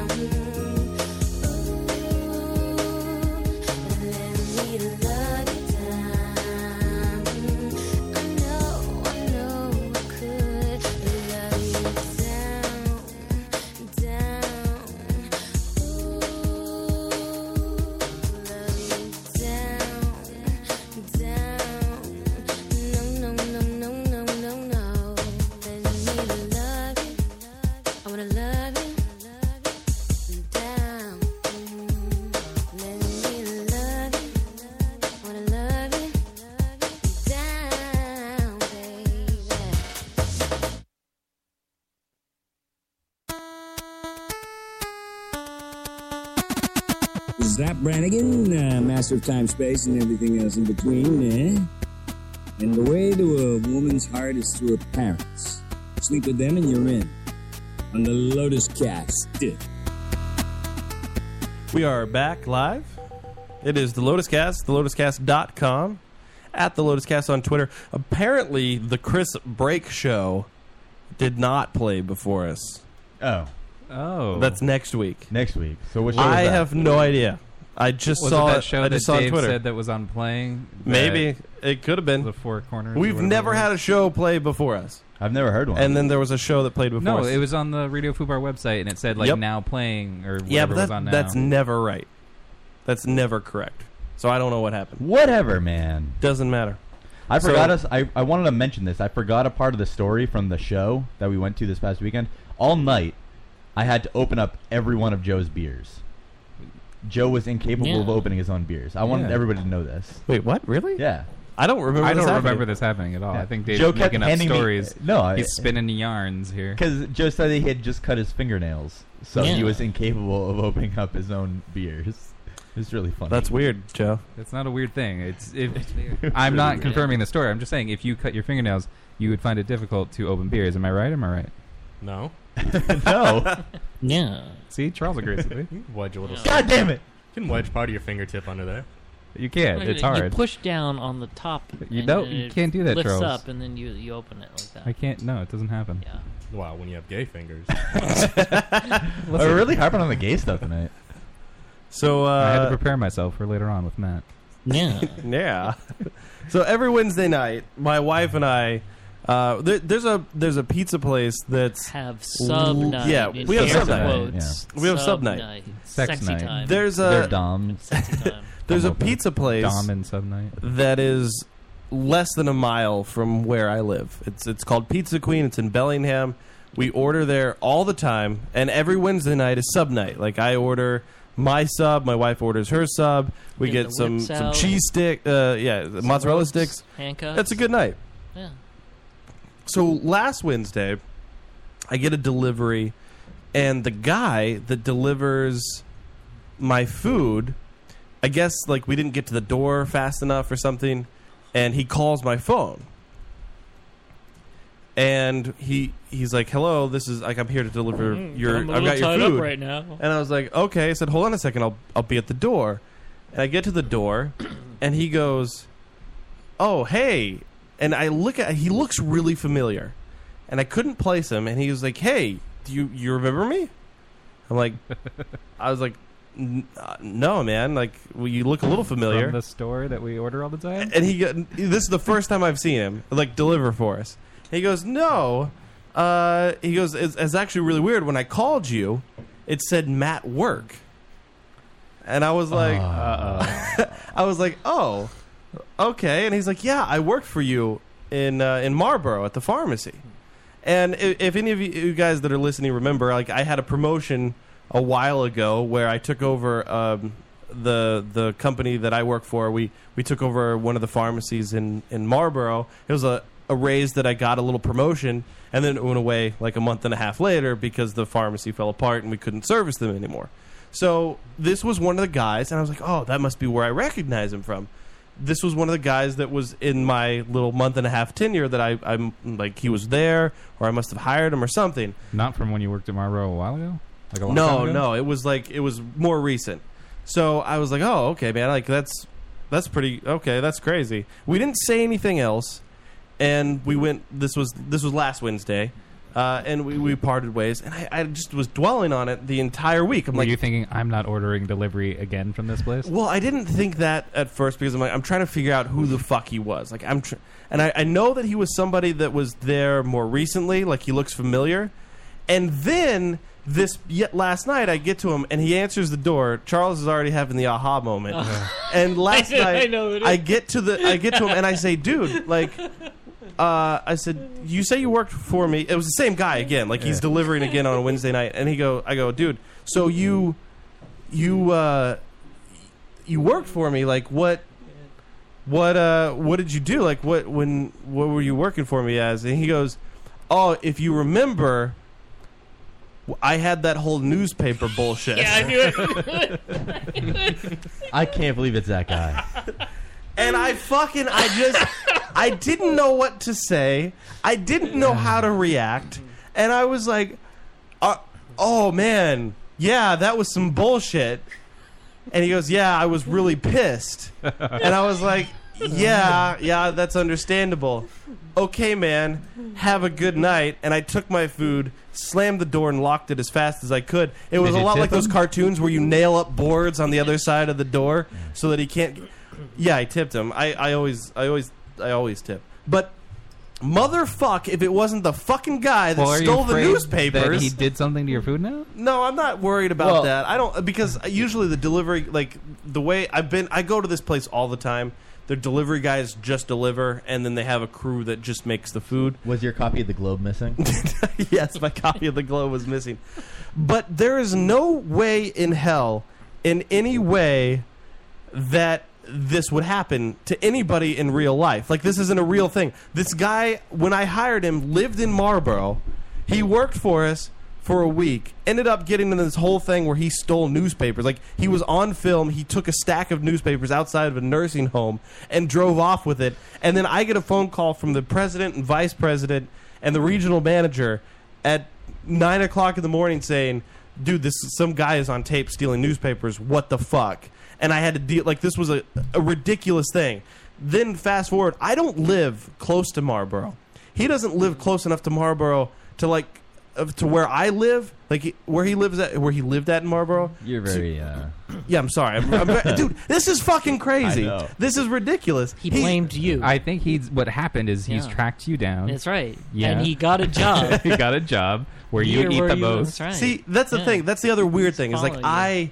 Speaker 11: love you down. Let me love you. Wanna love you down, baby.
Speaker 12: Zap Brannigan, uh, master of time, space, and everything else in between. Eh? And the way to a woman's heart is through her parents. Sleep with them, and you're in. On the Lotus Cast.
Speaker 9: We are back live. It is the Lotus Cast, thelotuscast.com, at the Lotus Cast on Twitter. Apparently, the Chris Break show did not play before us.
Speaker 10: Oh.
Speaker 8: Oh.
Speaker 9: That's next week.
Speaker 10: Next week. So what
Speaker 8: show was
Speaker 9: I
Speaker 8: that?
Speaker 9: have no idea. I just
Speaker 8: was
Speaker 9: saw
Speaker 8: it
Speaker 9: it.
Speaker 8: that show
Speaker 9: I
Speaker 8: that
Speaker 9: just saw it
Speaker 8: Dave
Speaker 9: on Twitter.
Speaker 8: said that was on playing. that-
Speaker 9: Maybe it could have been
Speaker 8: the Four Corners. or
Speaker 9: We've
Speaker 8: whatever
Speaker 9: never
Speaker 8: it
Speaker 9: had a show play before us.
Speaker 10: I've never heard one.
Speaker 9: And then there was a show that played before.
Speaker 8: No,
Speaker 9: us.
Speaker 8: it was on the Radio Fubar website, and it said like
Speaker 9: Yep.
Speaker 8: now playing or whatever
Speaker 9: yeah, but
Speaker 8: was
Speaker 9: that-
Speaker 8: on now.
Speaker 9: that's never right. That's never correct. So I don't know what happened.
Speaker 10: Whatever, man.
Speaker 9: Doesn't matter.
Speaker 10: I
Speaker 9: So-
Speaker 10: forgot us. I, I wanted to mention this. I forgot a part of the story from the show that we went to this past weekend. All night, I had to open up every one of Joe's beers. Joe was incapable of
Speaker 8: Yeah.
Speaker 10: opening his own beers. I wanted
Speaker 8: Yeah.
Speaker 10: everybody to know this.
Speaker 9: Wait, what? Really?
Speaker 10: Yeah.
Speaker 9: I don't
Speaker 8: I don't remember this happening at all.
Speaker 10: Yeah.
Speaker 8: I think Dave's
Speaker 10: Joe kept
Speaker 8: making up
Speaker 10: handing me-
Speaker 8: stories.
Speaker 10: No, I-
Speaker 8: he's spinning yarns here.
Speaker 10: Because Joe said that he had just cut his fingernails, so
Speaker 8: Yeah.
Speaker 10: he was incapable of opening up his own beers. <laughs> It's really funny.
Speaker 9: That's weird, Joe.
Speaker 8: That's not a weird thing. It's
Speaker 9: <laughs>
Speaker 8: if I'm not confirming the story. I'm just saying if you cut your fingernails, you would find it difficult to open beers. Am I right? Am I right? <laughs>
Speaker 3: No.
Speaker 10: no.
Speaker 6: <laughs> Yeah.
Speaker 8: See, Charles agrees with me.
Speaker 3: You can wedge a little.
Speaker 6: Yeah.
Speaker 10: God damn it!
Speaker 3: You can wedge part of your fingertip under there.
Speaker 8: You can't. It's
Speaker 6: You
Speaker 8: hard.
Speaker 6: push down on the top.
Speaker 8: You
Speaker 6: and
Speaker 8: don't-
Speaker 6: then
Speaker 8: you
Speaker 6: it
Speaker 8: can't do that,
Speaker 6: Lifts
Speaker 8: Charles.
Speaker 6: up and then you you open it like that.
Speaker 8: I can't. No, it doesn't happen.
Speaker 3: Wow, when you have gay fingers. <laughs>
Speaker 9: Oh,
Speaker 10: We're really harping on the gay stuff tonight.
Speaker 9: So uh,
Speaker 8: I had to prepare myself for later on with Matt.
Speaker 6: Yeah.
Speaker 9: <laughs> yeah. So every Wednesday night, my wife and I. Uh, there, there's a there's a pizza place that's
Speaker 6: have sub night
Speaker 9: Yeah,
Speaker 6: in
Speaker 9: we have
Speaker 6: air
Speaker 9: sub night.
Speaker 6: quotes.
Speaker 9: We have sub
Speaker 6: Sub
Speaker 9: night.
Speaker 6: night. Sex Sexy night. time.
Speaker 9: There's a
Speaker 10: They're dom.
Speaker 9: <laughs> There's a pizza place
Speaker 8: Dom and sub night.
Speaker 9: that is less than a mile from where I live. It's it's called Pizza Queen. It's in Bellingham. We order there all the time, and every Wednesday night is sub night. Like I order my sub, my wife orders her sub. We
Speaker 6: Get
Speaker 9: get
Speaker 6: the
Speaker 9: some
Speaker 6: whip
Speaker 9: some
Speaker 6: salad.
Speaker 9: cheese stick, uh, yeah, mozzarella sticks.
Speaker 6: handcuffs.
Speaker 9: That's a good night.
Speaker 6: Yeah.
Speaker 9: So last Wednesday, I get a delivery, and the guy that delivers my food, I guess like we didn't get to the door fast enough or something, and he calls my phone. And he he's like, "Hello, this is like I'm here to deliver
Speaker 6: Mm,
Speaker 9: your.
Speaker 6: I'm a
Speaker 9: I've got
Speaker 6: little
Speaker 9: your
Speaker 6: tied up
Speaker 9: food
Speaker 6: right now.
Speaker 9: And I was like, "Okay." I said, "Hold on a second. I'll I'll be at the door." And I get to the door, and he goes, oh hey and i look at he looks really familiar and i couldn't place him and he was like hey do you you remember me i'm like <laughs> i was like "N- uh, no man like well, you look a little familiar
Speaker 8: From the store that we order all the time.
Speaker 9: and he go- this is the first time I've seen him like deliver for us. He goes, no. Uh, he goes, it's, it's actually really weird. When I called you, it said Matt work, and I was like, <laughs> I was like, oh, okay. And he's like, yeah, I worked for you in uh, in Marlboro at the pharmacy. And if, if any of you- you guys that are listening remember, like I had a promotion a while ago where I took over um, the the company that I work for. We we took over one of the pharmacies in in Marlboro. It was a a raise that I got a little promotion, and then it went away like a month and a half later because the pharmacy fell apart and we couldn't service them anymore. So this was one of the guys, and I was like, oh, that must be where I recognize him from this was one of the guys that was in my little month and a half tenure that I, I'm like he was there or I must have hired him or something.
Speaker 8: Not from when you worked at Marlboro a while ago. Like a long
Speaker 9: no,
Speaker 8: time ago?
Speaker 9: no, it was like it was more recent. So I was like, oh, okay, man, like that's that's pretty okay. That's crazy. We didn't say anything else, and we went. This was this was last Wednesday. Uh, and we, we parted ways, and I, I just was dwelling on it the entire week. I'm
Speaker 8: Were
Speaker 9: like,
Speaker 8: you thinking I'm not ordering delivery again from this place?
Speaker 9: Well, I didn't think that at first because I'm like I'm trying to figure out who the fuck he was. Like I'm, tr- and I, I know that he was somebody that was there more recently. Like he looks familiar. And then this yet last night I get to him and he answers the door. Charles is already having the aha moment. <laughs> and last
Speaker 6: Uh-huh. <laughs> I
Speaker 9: night
Speaker 6: know who it is. <laughs>
Speaker 9: I get to the I get to him and I say, dude, like uh, I said, "You say you worked for me." It was the same guy again. Like he's
Speaker 13: Yeah.
Speaker 9: delivering again on a Wednesday night, and he go, "I go, dude. So you, you, uh, you worked for me. Like what? What? Uh, what did you do? Like what? When? What were you working for me as?" And he goes, "Oh, if you remember." I had that whole newspaper bullshit.
Speaker 6: Yeah, I knew
Speaker 9: <laughs>
Speaker 6: it.
Speaker 10: I can't believe it's that guy.
Speaker 9: <laughs> and I fucking I just I didn't know what to say. I didn't know how to react, and I was like, uh, "Oh man, yeah, that was some bullshit." And he goes, "Yeah, I was really pissed," and I was like, "Yeah, yeah, that's understandable." Okay, man, have a good night. And I took my food, slammed the door, and locked it as fast as I could. It was
Speaker 13: Did
Speaker 9: a
Speaker 13: you
Speaker 9: lot
Speaker 13: tip
Speaker 9: like those
Speaker 13: him?
Speaker 9: cartoons where you nail up boards on the other side of the door so that he can't. Yeah, I tipped him. I, I always, I always, I always tip. But motherfuck, if it wasn't the fucking guy that
Speaker 8: Well, are you
Speaker 9: stole the
Speaker 8: afraid
Speaker 9: newspapers,
Speaker 8: That he did something to your food now?
Speaker 9: no, I'm not worried about
Speaker 8: Well-
Speaker 9: that. I don't because usually the delivery, like the way I've been, I go to this place all the time. Their delivery guys just deliver, and then they have a crew that just makes the food.
Speaker 10: Was your copy of the Globe missing?
Speaker 9: <laughs> yes, my copy of the Globe was missing. But there is no way in hell, in any way, that this would happen to anybody in real life. Like this isn't a real thing. This guy, when I hired him, lived in Marlboro. He worked for us for a week. Ended up getting into this whole thing where he stole newspapers. Like he was on film, he took a stack of newspapers outside of a nursing home and drove off with it. And then I get a phone call from the president and vice president and the regional manager at nine o'clock in the morning saying, "Dude, this some guy is on tape stealing newspapers. What the fuck?" And I had to deal like this was a, a ridiculous thing. Then fast forward, I don't live close to Marlboro. He doesn't live close enough to Marlboro to like of- to where I live, like he- where he lives at, where he lived at in Marlboro.
Speaker 10: You're
Speaker 9: to-
Speaker 10: very. Uh,
Speaker 9: yeah, I'm sorry, I'm, I'm
Speaker 8: <laughs>
Speaker 9: very- dude. This is fucking crazy.
Speaker 10: I know.
Speaker 9: This is ridiculous. He
Speaker 6: blamed you.
Speaker 8: I think he's what happened is he's
Speaker 6: Yeah.
Speaker 8: tracked you down.
Speaker 6: That's right.
Speaker 8: Yeah.
Speaker 6: And he got a job.
Speaker 8: <laughs> he got a job where you
Speaker 6: Here
Speaker 8: eat
Speaker 6: where
Speaker 8: the
Speaker 6: you-
Speaker 8: most.
Speaker 6: that's right.
Speaker 9: See, that's the
Speaker 6: Yeah.
Speaker 9: thing. That's the other weird thing. Is like
Speaker 6: following
Speaker 9: I
Speaker 6: you.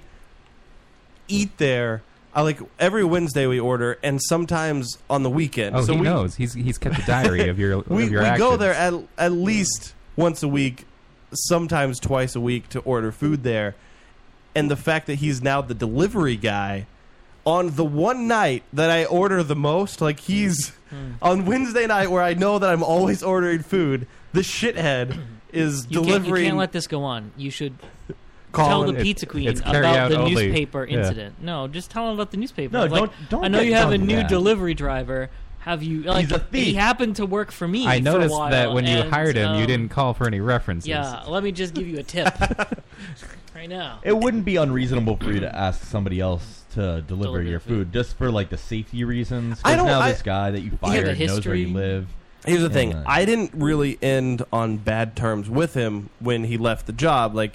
Speaker 9: eat there. I like every Wednesday we order, and sometimes on the weekend.
Speaker 8: Oh,
Speaker 9: so
Speaker 8: he
Speaker 9: we,
Speaker 8: knows. He's he's kept a diary of your
Speaker 9: <laughs> we,
Speaker 8: of your
Speaker 9: we
Speaker 8: actions.
Speaker 9: go there at at least once a week, sometimes twice a week to order food there. And the fact that he's now the delivery guy on the one night that I order the most, like he's
Speaker 10: Hmm.
Speaker 9: on Wednesday night where I know that I'm always ordering food, the shithead is
Speaker 6: You can't, you
Speaker 9: delivering
Speaker 6: can't let this go on. You should
Speaker 9: Call
Speaker 6: tell
Speaker 9: it-
Speaker 6: the pizza queen
Speaker 9: it's carry
Speaker 6: about
Speaker 9: out
Speaker 6: the
Speaker 9: only.
Speaker 6: newspaper
Speaker 9: Yeah.
Speaker 6: incident. No, just tell him about the newspaper.
Speaker 10: No,
Speaker 6: Like,
Speaker 10: don't- don't
Speaker 6: I know
Speaker 10: get-
Speaker 6: you have a
Speaker 10: don't do
Speaker 6: new
Speaker 10: that.
Speaker 6: delivery driver. Have you? Like,
Speaker 10: He's a
Speaker 6: He
Speaker 10: thief.
Speaker 6: happened to work for me.
Speaker 8: I
Speaker 6: for a
Speaker 8: noticed
Speaker 6: while,
Speaker 8: that when you
Speaker 6: and,
Speaker 8: hired him, you
Speaker 6: um,
Speaker 8: didn't call for any references.
Speaker 6: Yeah, let me just give you
Speaker 9: <laughs>
Speaker 6: a tip right now.
Speaker 10: it wouldn't be unreasonable for you to ask somebody else to deliver, your food, just for like the safety reasons. 'cause
Speaker 9: I don't-
Speaker 10: Now
Speaker 9: I-
Speaker 10: this guy that you
Speaker 9: He had a
Speaker 10: fired knows where
Speaker 9: history.
Speaker 10: you live.
Speaker 9: Here's the
Speaker 10: and,
Speaker 9: thing.
Speaker 10: uh,
Speaker 9: I didn't really end on bad terms with him when he left the job. Like,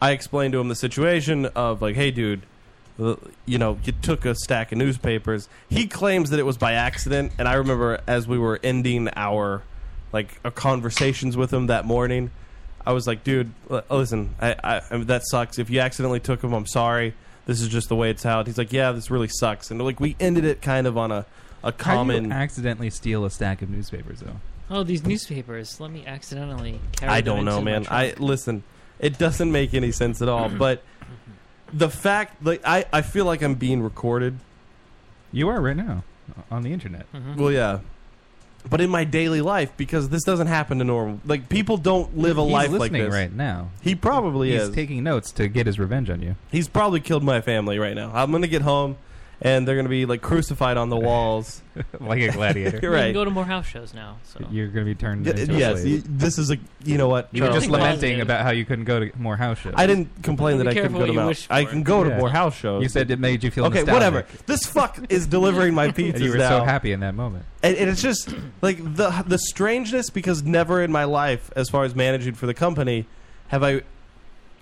Speaker 9: I explained to him the situation of, like, hey, dude, uh, you know, you took a stack of newspapers. He claims that it was by accident. And I remember as we were ending our, like, our conversations with him that morning, I was like, dude, l- uh, listen, I, I, I mean, that sucks. If you accidentally took them, I'm sorry. This is just the way it's out. He's like, yeah, this really sucks. And, like, we ended it kind of on a, a
Speaker 8: How do you
Speaker 9: common.
Speaker 8: accidentally steal a stack of newspapers though?
Speaker 6: Oh, these newspapers. Let me accidentally carry
Speaker 9: I
Speaker 6: them
Speaker 9: don't know,
Speaker 6: into my
Speaker 9: man.
Speaker 6: truck.
Speaker 9: I listen. It doesn't make any sense at all. But the fact, like, I, I feel like I'm being recorded.
Speaker 8: You are right now on the internet.
Speaker 9: Well, yeah. But in my daily life, because this doesn't happen to normal. Like people don't live a
Speaker 8: He's
Speaker 9: life like
Speaker 8: listening
Speaker 9: this
Speaker 8: right now.
Speaker 9: He probably
Speaker 8: He's
Speaker 9: is.
Speaker 8: taking notes to get his revenge on you.
Speaker 9: He's probably killed my family right now. I'm gonna get home, and they're gonna be like crucified on the walls,
Speaker 8: <laughs> like a gladiator.
Speaker 9: <laughs> You're
Speaker 6: We can
Speaker 9: right.
Speaker 6: go to more house shows now. So
Speaker 8: You're going to be turned.
Speaker 9: Y-
Speaker 8: into
Speaker 9: yes,
Speaker 8: a slave.
Speaker 9: y- this is a- you know what,
Speaker 8: You were
Speaker 9: Charles.
Speaker 8: just
Speaker 9: Think
Speaker 8: lamenting
Speaker 9: positive.
Speaker 8: about how you couldn't go to more house shows.
Speaker 9: I didn't complain that I couldn't go to more. I can go to
Speaker 8: Yeah.
Speaker 9: more house shows.
Speaker 8: You said it made you feel
Speaker 9: okay.
Speaker 8: nostalgic.
Speaker 9: Whatever. This fuck is delivering my pizzas
Speaker 8: <laughs> And you were
Speaker 9: now.
Speaker 8: so happy in that moment.
Speaker 9: and, and it's just like the the strangeness because never in my life, as far as managing for the company, have I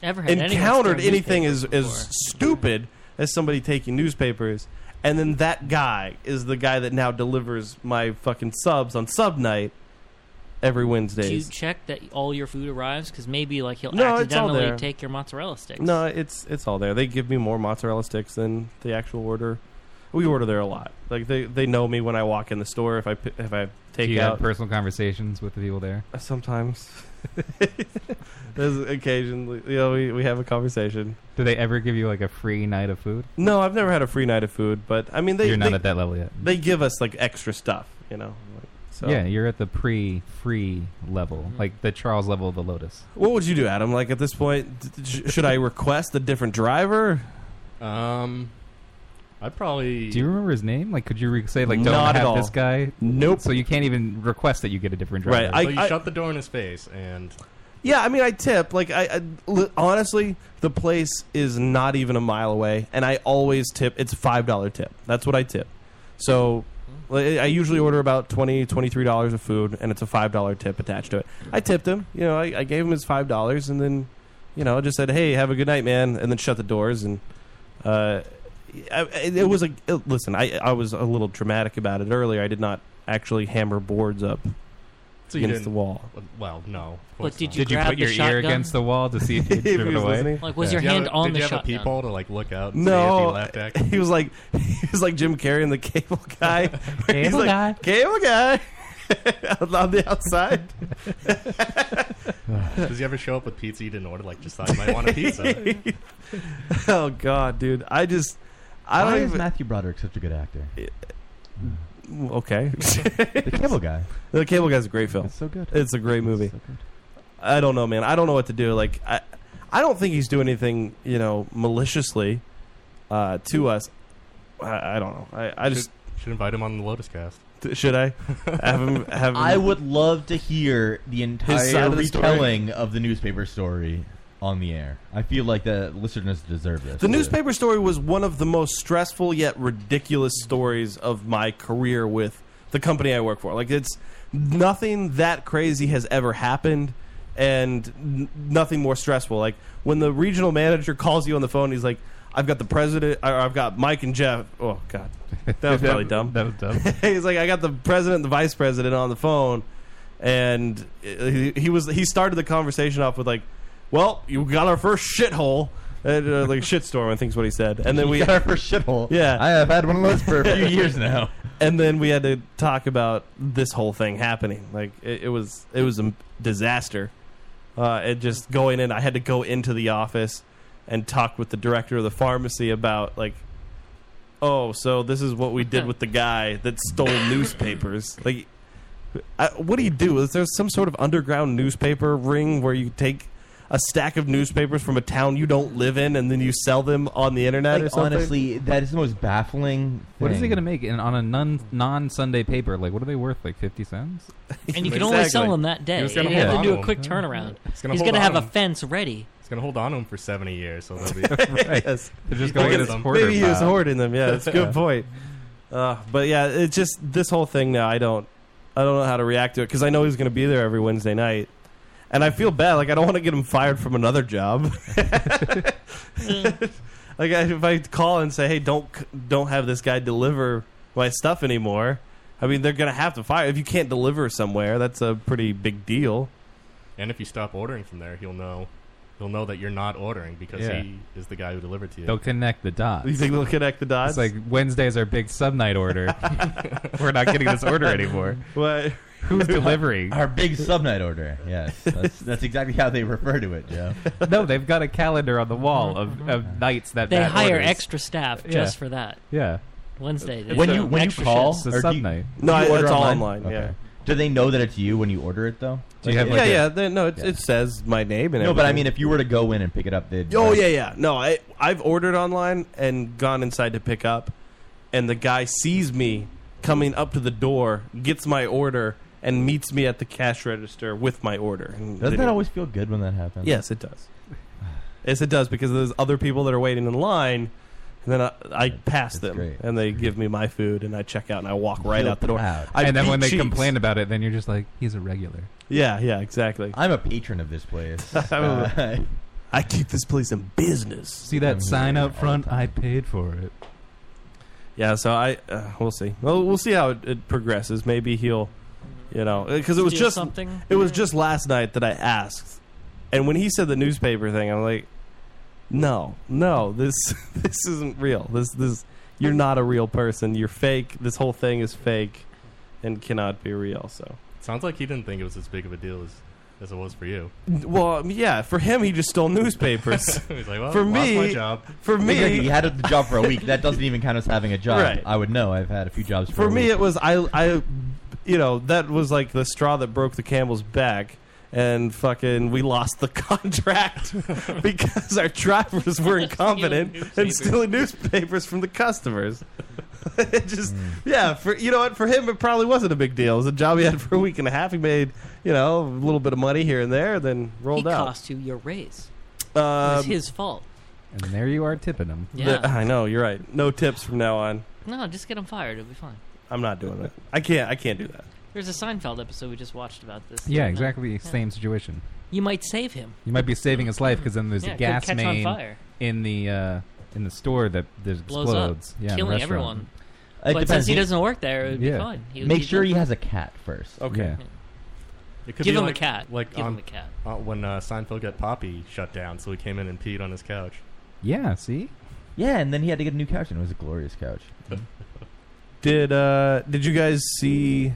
Speaker 6: Ever had anyone
Speaker 9: encountered
Speaker 6: steal
Speaker 9: anything as
Speaker 6: newspapers
Speaker 9: as stupid as somebody taking newspapers. And then that guy is the guy that now delivers my fucking subs on sub night every
Speaker 6: Do you
Speaker 9: Wednesdays.
Speaker 6: check that all your food arrives? Because maybe like he'll
Speaker 9: No, it's all
Speaker 6: accidentally
Speaker 9: there.
Speaker 6: take your mozzarella sticks.
Speaker 9: No, it's it's all there. They give me more mozzarella sticks than the actual order. we order there a lot. Like they, they know me when I walk in the store. If I pi- if I take
Speaker 8: Do you
Speaker 9: out
Speaker 8: have personal conversations with the people there?
Speaker 9: <laughs> Sometimes. There's occasionally, you know, we, we have a conversation.
Speaker 8: Do they ever give you like a free night of food?
Speaker 9: No, I've never had a free night of food, but I mean, they
Speaker 8: You're not
Speaker 9: they-
Speaker 8: at that level yet.
Speaker 9: They give us like extra stuff, you know. like, so
Speaker 8: Yeah, you're at the pre-free level,
Speaker 9: Mm-hmm.
Speaker 8: like the Charles level of the Lotus.
Speaker 9: What would you do, Adam? Like at this point, d- d- sh- should I request a different driver?
Speaker 3: Um, I probably.
Speaker 8: Do you remember his name? Like, could you re- say like, don't
Speaker 9: Not at
Speaker 8: have
Speaker 9: all.
Speaker 8: this guy?
Speaker 9: Nope.
Speaker 8: So you can't even request that you get a different driver.
Speaker 9: Right, I-
Speaker 3: so you
Speaker 9: I-
Speaker 3: shut the door in his face, and
Speaker 9: Yeah, I mean, I tip. Like, I, I li- honestly, the place is not even a mile away, and I always tip. It's five dollar tip. That's what I tip. So, li- I usually order about $20, 23 dollars of food, and it's a five dollar tip attached to it. I tipped him. You know, I, I gave him his five dollars, and then, you know, just said, "Hey, have a good night, man," and then shut the doors. And uh, I, it it was a it- listen. I I was a little dramatic about it earlier. I did not actually hammer boards up
Speaker 3: so you
Speaker 9: against
Speaker 3: didn't,
Speaker 9: the wall.
Speaker 3: Well, no. of
Speaker 6: But
Speaker 3: course
Speaker 6: did
Speaker 3: not.
Speaker 6: you Did you grab put the your ear shotgun? against
Speaker 8: the wall to see
Speaker 9: <laughs>
Speaker 8: if
Speaker 9: If he driven was away? listening?
Speaker 6: Like, was your hand
Speaker 3: did
Speaker 6: on
Speaker 3: you
Speaker 6: the
Speaker 3: have
Speaker 6: shotgun?
Speaker 3: a peephole to like look out? And see if he
Speaker 9: No, <laughs>
Speaker 3: laughed at
Speaker 9: he,
Speaker 3: you?
Speaker 9: was like he was like Jim Carrey and the Cable
Speaker 3: <laughs>
Speaker 9: Guy. Where he's
Speaker 3: Cable
Speaker 9: like,
Speaker 3: guy.
Speaker 9: cable guy, <laughs> Out on the outside.
Speaker 3: <sighs> Does he ever show up with pizza you didn't order? Like, just <laughs> thought you might want
Speaker 9: <laughs>
Speaker 3: a pizza.
Speaker 9: oh God, dude, I just I
Speaker 10: Why
Speaker 9: don't
Speaker 10: is
Speaker 9: even.
Speaker 10: Matthew Broderick such a good actor?
Speaker 9: okay, the
Speaker 10: Cable Guy.
Speaker 9: <laughs> The Cable Guy's a great film.
Speaker 10: It's so good.
Speaker 9: It's a great movie. I don't know, man. I don't know what to do. Like I, I don't think he's doing anything you know maliciously uh, to us. I, I don't know. I, I just
Speaker 3: should invite him on the Lotus Cast.
Speaker 9: Th- should
Speaker 3: <laughs>
Speaker 9: I have him? Have him-
Speaker 10: I would love to hear the
Speaker 9: side
Speaker 10: entire
Speaker 9: of the story.
Speaker 10: retelling of the newspaper story on the air. I feel like the listeners deserve this.
Speaker 9: The newspaper story was one of the most stressful yet ridiculous stories of my career with the company I work for. Like it's nothing that crazy has ever happened and n- nothing more stressful. Like when the regional manager calls you on the phone, he's like, "I've got the president or I've got Mike and Jeff." Oh god. That was probably dumb.
Speaker 8: That was dumb.
Speaker 9: <laughs> he's like, I got the president and the vice president on the phone, and he, he was he started the conversation off with like, "Well, you got our first shithole." And, uh, like shitstorm, I think's what he said, and then
Speaker 10: We <laughs>
Speaker 9: we
Speaker 10: got our first shithole.
Speaker 9: Yeah,
Speaker 10: I have had one of those for
Speaker 9: <laughs>
Speaker 10: a few years now.
Speaker 9: And then we had to talk about this whole thing happening. Like it, it was, it was a disaster. Uh, it just going in, I had to go into the office and talk with the director of the pharmacy about like oh, so this is what we did with the guy that stole newspapers. Like, I, what do you do? Is there some sort of underground newspaper ring where you take a stack of newspapers from a town you don't live in and then you sell them on the internet or
Speaker 10: Like,
Speaker 9: something?
Speaker 10: honestly, that is the most baffling. Thing.
Speaker 8: What is he going to make in, on a non non Sunday paper? Like, what are they worth? Like
Speaker 9: <laughs>
Speaker 8: fifty cents?
Speaker 6: And you can only sell them that day. You have to do a quick
Speaker 3: <laughs>
Speaker 6: turnaround. He's
Speaker 3: gonna
Speaker 6: going
Speaker 3: hold
Speaker 6: to have
Speaker 3: on
Speaker 6: a
Speaker 3: him.
Speaker 6: fence ready.
Speaker 3: It's gonna hold on to him for seventy years,
Speaker 9: <laughs>
Speaker 3: so they'll be <laughs>
Speaker 9: yes. <laughs>
Speaker 3: They're
Speaker 9: Maybe
Speaker 3: just going
Speaker 9: he
Speaker 3: to
Speaker 9: was-
Speaker 3: some-
Speaker 9: Maybe he was hoarding them. Yeah,
Speaker 3: <laughs>
Speaker 9: that's a <laughs> good point. Uh, but yeah, it's just this whole thing now. I don't, I don't know how to react to it because I know he's going to be there every Wednesday night, and I feel bad. Like I don't want to get him fired from another job. <laughs>
Speaker 10: Hmm.
Speaker 9: like I, if I call and say, "Hey, don't c- don't have this guy deliver my stuff anymore," I mean they're going to have to fire if you can't deliver somewhere. That's a pretty big deal.
Speaker 3: And if you stop ordering from there, he'll know. He'll know that you're not ordering because
Speaker 8: Yeah.
Speaker 3: he is the guy who delivered to you.
Speaker 8: They'll connect the
Speaker 3: <laughs>
Speaker 8: dots.
Speaker 9: You think they'll connect the dots?
Speaker 8: It's like Wednesday's our big sub
Speaker 9: <laughs>
Speaker 8: night order. <laughs> We're not getting this order anymore.
Speaker 9: What? <laughs>
Speaker 8: Who's delivering?
Speaker 10: Our big sub night order. Yes, that's, that's exactly how they refer to it, Joe.
Speaker 8: no, they've got a calendar on the wall of, of nights that
Speaker 6: They
Speaker 8: Matt
Speaker 6: hire
Speaker 8: orders.
Speaker 6: extra staff
Speaker 8: Yeah.
Speaker 6: just for that.
Speaker 8: Yeah.
Speaker 6: Wednesday. they
Speaker 10: when
Speaker 6: do
Speaker 10: you when you
Speaker 6: extra
Speaker 10: call
Speaker 6: shifts.
Speaker 10: or do you- do
Speaker 9: No,
Speaker 10: you
Speaker 9: it's
Speaker 10: order
Speaker 9: all online,
Speaker 10: Okay.
Speaker 9: yeah.
Speaker 10: Do they know that it's you when you order it though?
Speaker 9: Do you have, Yeah, like, a- yeah, they- no, it- it says my name and
Speaker 10: no, but I
Speaker 9: everything.
Speaker 10: mean, if you were to go in and pick it up, they'd.
Speaker 9: Oh
Speaker 10: like,
Speaker 9: yeah, yeah. No, I I've ordered online and gone inside to pick up, and the guy sees me coming up to the door, gets my order, and meets me at the cash register with my order. And
Speaker 10: Doesn't
Speaker 9: then
Speaker 10: that
Speaker 9: he-
Speaker 10: always feel good when that happens?
Speaker 9: Yes, it
Speaker 8: <laughs>
Speaker 9: does. yes, it does because there's other people that are waiting in line. And then I, I pass them, and they give me my food, and I check out, and I walk right
Speaker 8: Feel
Speaker 9: out the door.
Speaker 8: proud.
Speaker 9: I
Speaker 8: and then
Speaker 9: beat
Speaker 8: when they
Speaker 9: cheeks.
Speaker 8: complain about it, then you're just like, he's a regular.
Speaker 9: yeah, yeah, exactly.
Speaker 10: I'm a patron of
Speaker 9: <laughs>
Speaker 10: this place. Uh,
Speaker 9: I'm a- <laughs>
Speaker 10: <laughs>
Speaker 9: I keep this place in business.
Speaker 8: See that sign out front? I paid for it.
Speaker 9: Yeah, so I uh, we'll see. Well, we'll see how it, it progresses. Maybe he'll, you know, because it was
Speaker 6: Steal
Speaker 9: just
Speaker 6: something?
Speaker 9: it was just last night that I asked, and when he said the <laughs> newspaper thing, I'm like, no, no, this this isn't real. This this You're not a real person. You're fake. This whole thing is fake and cannot be real. So.
Speaker 3: Sounds like he didn't think it was as big of a deal as, as it was for you.
Speaker 9: Well, yeah. For him, he just stole
Speaker 3: <laughs>
Speaker 9: newspapers.
Speaker 3: He's like, well,
Speaker 9: for
Speaker 3: lost
Speaker 9: me,
Speaker 3: my job.
Speaker 9: for me,
Speaker 10: Exactly, you had the job for
Speaker 9: <laughs>
Speaker 10: a week. That doesn't even count as having a job.
Speaker 9: Right.
Speaker 10: I would know. I've had a few jobs. For,
Speaker 9: for
Speaker 10: a
Speaker 9: me
Speaker 10: week.
Speaker 9: it was I I you know that was like the straw that broke the camel's back and fucking we lost the <laughs>
Speaker 6: <laughs>
Speaker 9: contract because our drivers were incompetent and stealing newspapers from the customers <laughs> it just yeah for you know what for him it probably wasn't a big deal it was a job he had for a week and a half he made you know a little bit of money here and there then rolled
Speaker 6: he
Speaker 9: out
Speaker 6: cost you your raise. it
Speaker 9: um,
Speaker 6: was his fault.
Speaker 9: and there you are tipping him
Speaker 6: Yeah.
Speaker 9: I know you're right no tips from now on
Speaker 6: No, just get him fired. It'll be fine.
Speaker 9: I'm not doing that I can't I can't do that
Speaker 6: There's a Seinfeld episode we just watched about this.
Speaker 8: Yeah,
Speaker 6: No.
Speaker 8: exactly.
Speaker 6: Yeah.
Speaker 8: Same situation.
Speaker 6: You might save him.
Speaker 8: You might be saving his life because then there's
Speaker 6: Yeah,
Speaker 8: a
Speaker 6: could
Speaker 8: gas
Speaker 6: catch on
Speaker 8: main
Speaker 6: fire.
Speaker 8: in the uh, in the store that, that
Speaker 6: Blows
Speaker 8: explodes.
Speaker 6: up,
Speaker 8: yeah, in the
Speaker 6: killing
Speaker 8: restaurant.
Speaker 6: everyone. But since he doesn't work there, it would
Speaker 8: Yeah.
Speaker 6: be fine. He,
Speaker 10: Make
Speaker 6: he-
Speaker 10: sure he has a cat first.
Speaker 8: Okay.
Speaker 3: It could
Speaker 6: Give
Speaker 3: be
Speaker 6: him a
Speaker 3: like,
Speaker 6: cat.
Speaker 3: Like
Speaker 6: Give
Speaker 3: on,
Speaker 6: him a cat.
Speaker 3: uh, when uh, Seinfeld got Poppy shut down, so he came in and peed on his couch.
Speaker 8: Yeah. See.
Speaker 10: Yeah, and then he had to get a new couch, and it was a glorious couch.
Speaker 9: Did uh did you guys see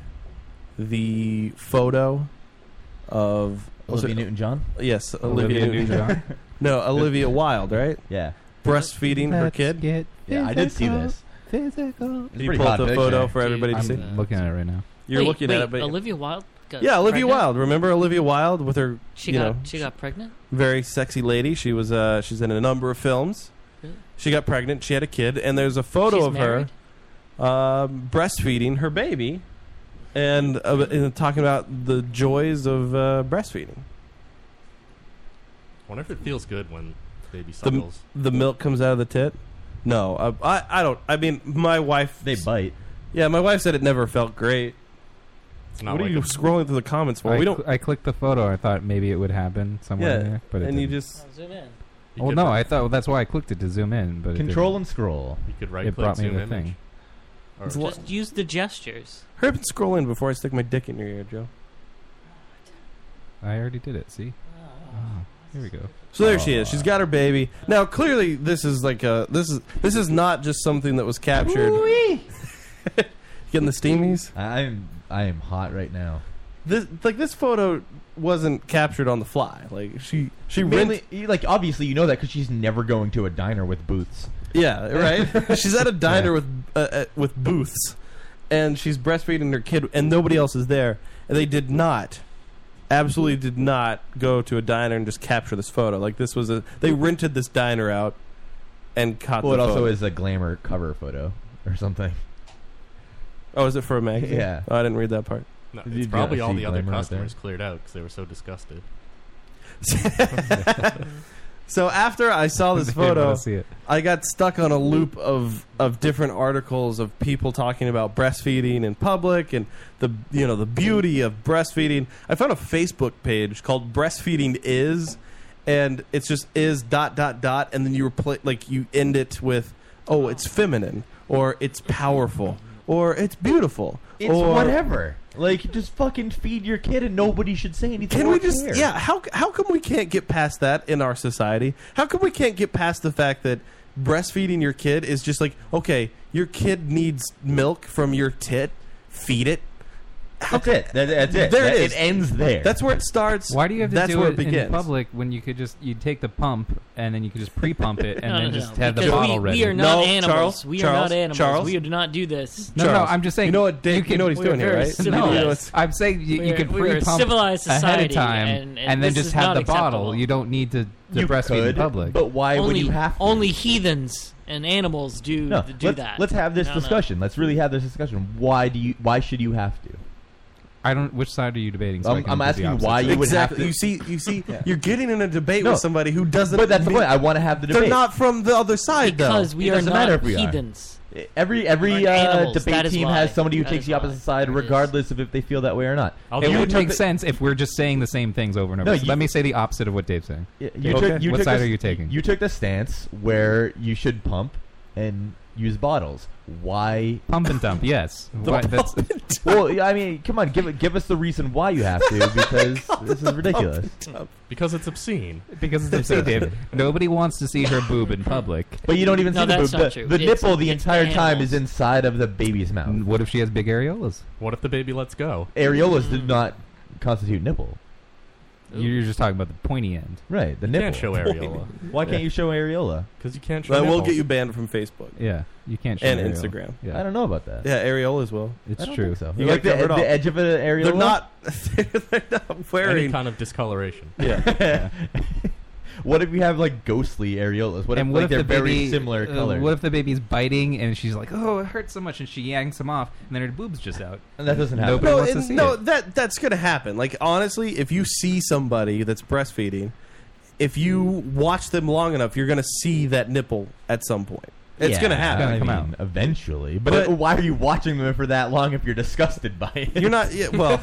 Speaker 9: the photo of
Speaker 10: Olivia Newton-John?
Speaker 9: Yes,
Speaker 10: Olivia
Speaker 9: Olivia,
Speaker 10: Newton-John.
Speaker 9: Newton-John.
Speaker 10: <laughs>
Speaker 9: no, Olivia Wilde, right?
Speaker 10: Yeah.
Speaker 9: Breastfeeding her
Speaker 10: Let's
Speaker 9: kid.
Speaker 10: get Yeah, I did see physical. this.
Speaker 8: Physical.
Speaker 10: It's
Speaker 9: you
Speaker 10: pretty
Speaker 9: pull up
Speaker 10: hot
Speaker 9: the photo
Speaker 10: picture.
Speaker 9: for everybody to
Speaker 8: I'm
Speaker 9: see.
Speaker 8: looking at it right now.
Speaker 9: You're
Speaker 6: Wait,
Speaker 9: looking
Speaker 6: wait,
Speaker 9: at it, but
Speaker 6: Olivia Wilde. Got
Speaker 9: yeah, Olivia
Speaker 6: pregnant?
Speaker 9: Wilde. Remember Olivia Wilde with her?
Speaker 6: She
Speaker 9: you
Speaker 6: got
Speaker 9: know,
Speaker 6: she got pregnant.
Speaker 9: very sexy lady. She was uh she's in a number of films.
Speaker 6: Really?
Speaker 9: She got pregnant. She had a kid, and there's a photo
Speaker 6: She's
Speaker 9: of her um, breastfeeding her baby, and, uh, and talking about the joys of uh, breastfeeding.
Speaker 3: wonder if it feels good when baby
Speaker 9: The,
Speaker 3: suckles.
Speaker 9: the milk comes out of the tit. No, I, I I don't. I mean, my wife they
Speaker 10: bite.
Speaker 9: Yeah, my wife said it never felt great.
Speaker 8: not
Speaker 9: what
Speaker 8: like
Speaker 9: are you
Speaker 8: a-
Speaker 9: scrolling through the comments for?
Speaker 8: I,
Speaker 9: we don't.
Speaker 8: cl- I clicked the photo. I thought maybe it would happen somewhere
Speaker 9: Yeah,
Speaker 8: in there, but it
Speaker 9: and you
Speaker 8: didn't.
Speaker 9: just
Speaker 6: Oh, zoom in.
Speaker 8: Well, no, I thought well, that's why I clicked it to zoom in, but
Speaker 10: Control
Speaker 8: it
Speaker 10: and scroll.
Speaker 3: You could
Speaker 8: didn't.
Speaker 3: right
Speaker 8: it
Speaker 3: click
Speaker 8: brought me
Speaker 3: zoom
Speaker 8: the
Speaker 3: image.
Speaker 8: thing.
Speaker 3: Or-
Speaker 9: It's a lot-
Speaker 6: Just use the gestures.
Speaker 9: Hurry up and scroll in before I stick my dick in your ear, Joe.
Speaker 8: I already did it. See, oh, here we go.
Speaker 9: So there she is. She's got her baby. Now clearly this is like a this is this is not just something that was captured. Getting the steamies?
Speaker 10: I'm I am hot right now.
Speaker 9: This like this photo wasn't captured on the fly. Like she she
Speaker 10: Mainly,
Speaker 9: rent-
Speaker 10: you- like obviously you know that because she's never going to a diner with booths.
Speaker 9: Yeah,
Speaker 10: <laughs>
Speaker 9: right. she's at a diner with uh, uh, with booths, and she's breastfeeding her kid, and nobody else is there. And they did not, absolutely did not go to a diner and just capture this photo. Like this was a they rented this diner out, and caught.
Speaker 10: Well, it
Speaker 9: the
Speaker 10: also
Speaker 9: photo.
Speaker 10: is a glamour cover photo or something.
Speaker 9: Oh, is it for a magazine?
Speaker 10: Yeah.
Speaker 9: Oh, I didn't read that part.
Speaker 3: No,
Speaker 10: Did you
Speaker 3: it's probably all
Speaker 10: see
Speaker 3: the other
Speaker 10: glamour up
Speaker 3: customers cleared out because they were so disgusted.
Speaker 9: So after I
Speaker 10: <laughs>
Speaker 9: saw this
Speaker 8: They wanna
Speaker 9: photo,
Speaker 8: see it.
Speaker 9: I got stuck on a loop of of different articles of people talking about breastfeeding in public and the you know the beauty of breastfeeding. I found a Facebook page called Breastfeeding Is, and it's just is dot dot dot, and then you reply like you end it with oh it's feminine or it's powerful or it's beautiful
Speaker 10: It's
Speaker 9: or
Speaker 10: whatever. Like just fucking feed your kid and nobody should say anything.
Speaker 9: Can
Speaker 10: or
Speaker 9: we just
Speaker 10: care.
Speaker 9: yeah? How how come we can't get past that in our society? How come we can't get past the fact that breastfeeding your kid is just like okay, your kid needs milk from your tit, feed it. <laughs>
Speaker 10: That's it. That- Oh. that's it.
Speaker 9: There
Speaker 10: That-
Speaker 9: it is.
Speaker 10: it ends there.
Speaker 9: That's where it starts.
Speaker 8: Why do you have to
Speaker 9: That's
Speaker 8: do
Speaker 9: where
Speaker 8: it,
Speaker 9: begins.
Speaker 8: in public when you could just you take the pump and then you could just pre-pump
Speaker 6: <laughs>
Speaker 8: it and
Speaker 6: No,
Speaker 8: then
Speaker 6: no,
Speaker 8: just
Speaker 6: no,
Speaker 8: have the
Speaker 6: because
Speaker 8: bottle
Speaker 6: we,
Speaker 8: ready?
Speaker 6: We are not
Speaker 9: No,
Speaker 6: animals.
Speaker 9: Charles,
Speaker 6: we are
Speaker 9: Charles,
Speaker 6: not animals.
Speaker 9: Charles.
Speaker 6: We do not do this.
Speaker 8: No, no,
Speaker 9: Charles,
Speaker 8: I'm just saying.
Speaker 9: you know what Dave-
Speaker 8: can-
Speaker 9: you know what he's
Speaker 8: we
Speaker 9: doing
Speaker 8: are
Speaker 9: here,
Speaker 8: very
Speaker 9: right?
Speaker 8: civilized.
Speaker 9: You know what's-
Speaker 8: I'm saying you, you
Speaker 6: We're-
Speaker 8: could
Speaker 6: we are a
Speaker 8: pre-pump
Speaker 6: civilized
Speaker 8: ahead of
Speaker 6: society,
Speaker 8: time
Speaker 6: and- and
Speaker 8: then
Speaker 6: this
Speaker 8: just
Speaker 6: is
Speaker 8: have
Speaker 6: not
Speaker 8: the
Speaker 6: acceptable.
Speaker 8: bottle. You don't need to, to
Speaker 10: You
Speaker 8: breastfeed in
Speaker 10: could,
Speaker 8: public.
Speaker 10: But why
Speaker 6: only,
Speaker 10: would you have to?
Speaker 6: Only heathens and animals do
Speaker 10: no,
Speaker 6: do
Speaker 10: let's,
Speaker 6: that.
Speaker 10: Let's have this
Speaker 6: No, no.
Speaker 10: discussion. Let's really have this discussion. Why do you? Why should you have to?
Speaker 8: I don't. Which side are you debating? So I
Speaker 10: I'm-
Speaker 8: can
Speaker 10: I'm
Speaker 8: do the
Speaker 10: asking you
Speaker 8: opposite
Speaker 10: why
Speaker 8: side.
Speaker 10: you would have
Speaker 9: exactly.
Speaker 10: to-
Speaker 9: You see, you see, you're getting in a debate
Speaker 10: No.
Speaker 9: with somebody who doesn't.
Speaker 10: But that's the
Speaker 9: mean-
Speaker 10: point. I want to have the
Speaker 9: They're
Speaker 10: debate.
Speaker 9: not from the other side,
Speaker 6: because
Speaker 9: though.
Speaker 6: we
Speaker 10: It
Speaker 6: are
Speaker 10: doesn't
Speaker 6: not
Speaker 10: matter if we are.
Speaker 6: heathens.
Speaker 10: Every every
Speaker 6: We're
Speaker 10: uh,
Speaker 6: animals. That
Speaker 10: debate
Speaker 6: is
Speaker 10: team
Speaker 6: why.
Speaker 10: has somebody who
Speaker 6: That
Speaker 10: takes
Speaker 6: is
Speaker 10: the
Speaker 6: why.
Speaker 10: opposite side,
Speaker 6: There it is.
Speaker 10: regardless of if they feel that way or not.
Speaker 3: I'll
Speaker 10: And
Speaker 8: It
Speaker 10: you
Speaker 8: would
Speaker 10: took
Speaker 8: make
Speaker 10: the-
Speaker 8: sense if we're just saying the same things over and over.
Speaker 10: No,
Speaker 8: so
Speaker 10: you-
Speaker 8: let me say the opposite of what Dave's saying.
Speaker 10: Yeah, You
Speaker 8: Okay.
Speaker 10: took, you
Speaker 8: what
Speaker 10: took
Speaker 8: side
Speaker 10: the-
Speaker 8: are you taking?
Speaker 10: You took the stance where you should pump, and use bottles. Why
Speaker 8: pump and dump?
Speaker 10: <laughs>
Speaker 8: Yes. Why- that's-
Speaker 10: well, yeah, I mean, come on, give give us the reason why you have to because this
Speaker 9: <laughs>
Speaker 10: is ridiculous.
Speaker 3: Because it's obscene.
Speaker 8: Because it's obscene, David. Nobody wants to see her boob in public.
Speaker 10: But you don't even
Speaker 8: No,
Speaker 10: see the
Speaker 8: that's
Speaker 10: boob.
Speaker 8: not
Speaker 10: The,
Speaker 8: true.
Speaker 10: the
Speaker 8: It's-
Speaker 10: nipple the
Speaker 8: it's
Speaker 10: entire time is
Speaker 8: animals.
Speaker 10: inside of the baby's mouth.
Speaker 8: What if she has big areolas?
Speaker 3: What if the baby lets go?
Speaker 10: Areolas did not constitute nipple.
Speaker 8: You're just talking about the pointy end.
Speaker 10: Right, the
Speaker 8: You
Speaker 10: nipple.
Speaker 8: can't show areola.
Speaker 10: Why can't
Speaker 8: Yeah.
Speaker 10: you show areola?
Speaker 3: 'Cause you can't
Speaker 9: That will get you banned from Facebook.
Speaker 8: Yeah, you can't show
Speaker 9: and
Speaker 8: areola.
Speaker 9: Instagram.
Speaker 8: Yeah.
Speaker 10: I don't know about that.
Speaker 9: Yeah, areolas will.
Speaker 8: It's I don't true. think so.
Speaker 9: You
Speaker 10: Like
Speaker 9: get
Speaker 10: the-
Speaker 9: covered
Speaker 10: the
Speaker 9: up.
Speaker 10: edge of an areola?
Speaker 9: They're not. <laughs> they're not wearing
Speaker 3: Any kind of discoloration.
Speaker 9: <laughs>
Speaker 10: <laughs>
Speaker 9: Yeah.
Speaker 10: what if you have like ghostly areolas? What if,
Speaker 8: and what
Speaker 10: like,
Speaker 8: if
Speaker 10: they're
Speaker 8: the
Speaker 10: very
Speaker 8: baby,
Speaker 10: similar
Speaker 8: uh,
Speaker 10: color?
Speaker 8: What if the baby's biting and she's like, "Oh, it hurts so much," and she yanks him off, and then her boob's just out. Nobody
Speaker 9: No,
Speaker 8: wants to
Speaker 9: and-
Speaker 8: see
Speaker 9: no,
Speaker 8: it.
Speaker 9: that that's gonna happen. Like honestly, if you see somebody that's breastfeeding, if you watch them long enough, you're gonna see that nipple at some point. It's
Speaker 10: Yeah,
Speaker 9: gonna happen.
Speaker 10: I mean, eventually. But, it- why are you watching them for that long if you're disgusted by it?
Speaker 9: You're not. Yeah,
Speaker 10: <laughs>
Speaker 9: well,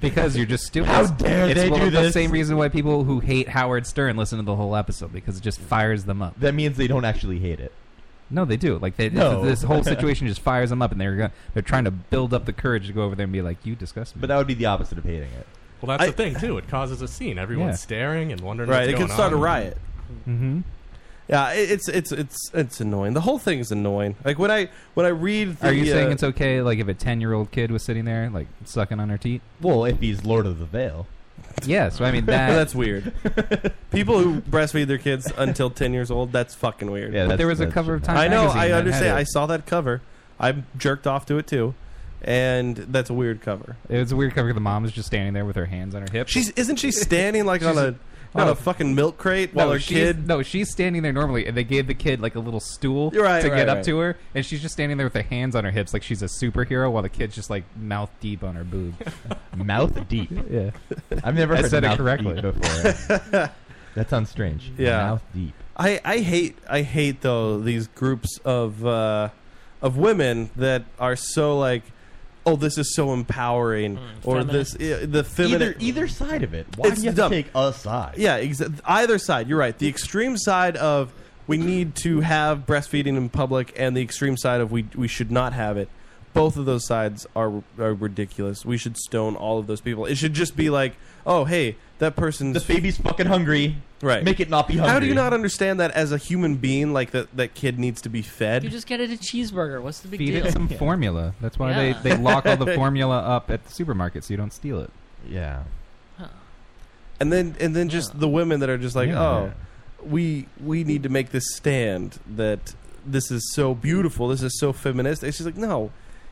Speaker 8: because you're just stupid.
Speaker 10: How dare
Speaker 8: it's
Speaker 10: they
Speaker 8: one
Speaker 10: do
Speaker 8: of the
Speaker 10: this?
Speaker 8: same reason why people who hate Howard Stern listen to the whole episode because it just fires them up.
Speaker 10: That means they don't actually hate it.
Speaker 8: No, they do. Like they,
Speaker 10: No.
Speaker 8: this, this
Speaker 10: <laughs>
Speaker 8: whole situation just fires them up, and they're go- they're trying to build up the courage to go over there and be like, "You disgust me."
Speaker 10: But that would be the opposite of hating it.
Speaker 3: Well, that's the thing too. It causes a scene. Everyone's
Speaker 8: Yeah.
Speaker 3: staring and wondering.
Speaker 9: right.
Speaker 3: What's
Speaker 9: It
Speaker 3: going
Speaker 9: could start
Speaker 3: on.
Speaker 9: a riot.
Speaker 8: Mm-hmm.
Speaker 9: Yeah, it, it's it's it's it's annoying. The whole thing's annoying. Like when I when I read. The,
Speaker 8: Are you saying
Speaker 9: uh,
Speaker 8: it's okay? Like if a ten year old kid was sitting there, like sucking on her teat?
Speaker 10: Well,
Speaker 9: <laughs>
Speaker 10: if he's Lord of the Veil.
Speaker 8: Yeah, so
Speaker 10: <laughs>
Speaker 8: I mean that.
Speaker 9: that's
Speaker 8: <laughs>
Speaker 9: weird. People who breastfeed their kids until ten years old—that's fucking weird.
Speaker 8: Yeah, But that's- there was a that's cover of Time
Speaker 9: I know.
Speaker 8: magazine
Speaker 9: I
Speaker 8: that had
Speaker 9: understand.
Speaker 8: it.
Speaker 9: I saw that cover. I jerked off to it too, and that's a weird cover.
Speaker 8: It was a weird cover. The mom is just standing there with her hands on her hips.
Speaker 9: She's isn't she standing like on
Speaker 8: She's-
Speaker 9: a on
Speaker 8: no.
Speaker 9: a fucking milk crate while
Speaker 8: no,
Speaker 9: her
Speaker 8: she's-
Speaker 9: kid?
Speaker 8: No, she's standing there normally, and they gave the kid like a little stool
Speaker 9: You're right,
Speaker 8: to
Speaker 9: right,
Speaker 8: get
Speaker 9: right.
Speaker 8: up to her, and she's just standing there with her hands on her hips, like she's a superhero, while the kid's just like mouth deep on
Speaker 9: <laughs>
Speaker 8: her boob.
Speaker 10: mouth deep.
Speaker 8: Yeah,
Speaker 10: I've never
Speaker 8: I
Speaker 10: heard
Speaker 8: said it
Speaker 10: mouth
Speaker 8: correctly.
Speaker 10: deep
Speaker 9: <laughs>
Speaker 10: before. that sounds strange.
Speaker 9: Yeah,
Speaker 10: Mouth deep.
Speaker 9: I I hate I hate though these groups of uh, of women that are so like. Oh, this is so empowering, or
Speaker 10: feminist.
Speaker 9: this uh, the
Speaker 10: Either,
Speaker 9: feminine.
Speaker 10: either side of it. Why
Speaker 9: It's
Speaker 10: do you have
Speaker 9: dumb.
Speaker 10: to take a side?
Speaker 9: Yeah, exa- either side. You're right. The extreme side of we need to have breastfeeding in public, and the extreme side of we we should not have it. Both of those sides are are ridiculous. We should stone all of those people. It should just be like, oh hey, that person's
Speaker 10: This baby's fucking hungry.
Speaker 9: right.
Speaker 10: Make it not be hungry.
Speaker 9: How do you not understand that as a human being, like that that kid needs to be
Speaker 6: You
Speaker 9: fed?
Speaker 6: just get it a cheeseburger. What's the big
Speaker 8: Feed
Speaker 6: deal?
Speaker 8: it
Speaker 6: <laughs>
Speaker 8: some formula. That's why
Speaker 6: Yeah. <laughs>
Speaker 8: they, they lock all the formula up at the supermarket so you don't steal it.
Speaker 10: Yeah.
Speaker 9: And then and then just the women that are just like,
Speaker 8: Yeah.
Speaker 9: oh, we we need to make this stand that this is so beautiful, this is so feminist. It's just like no.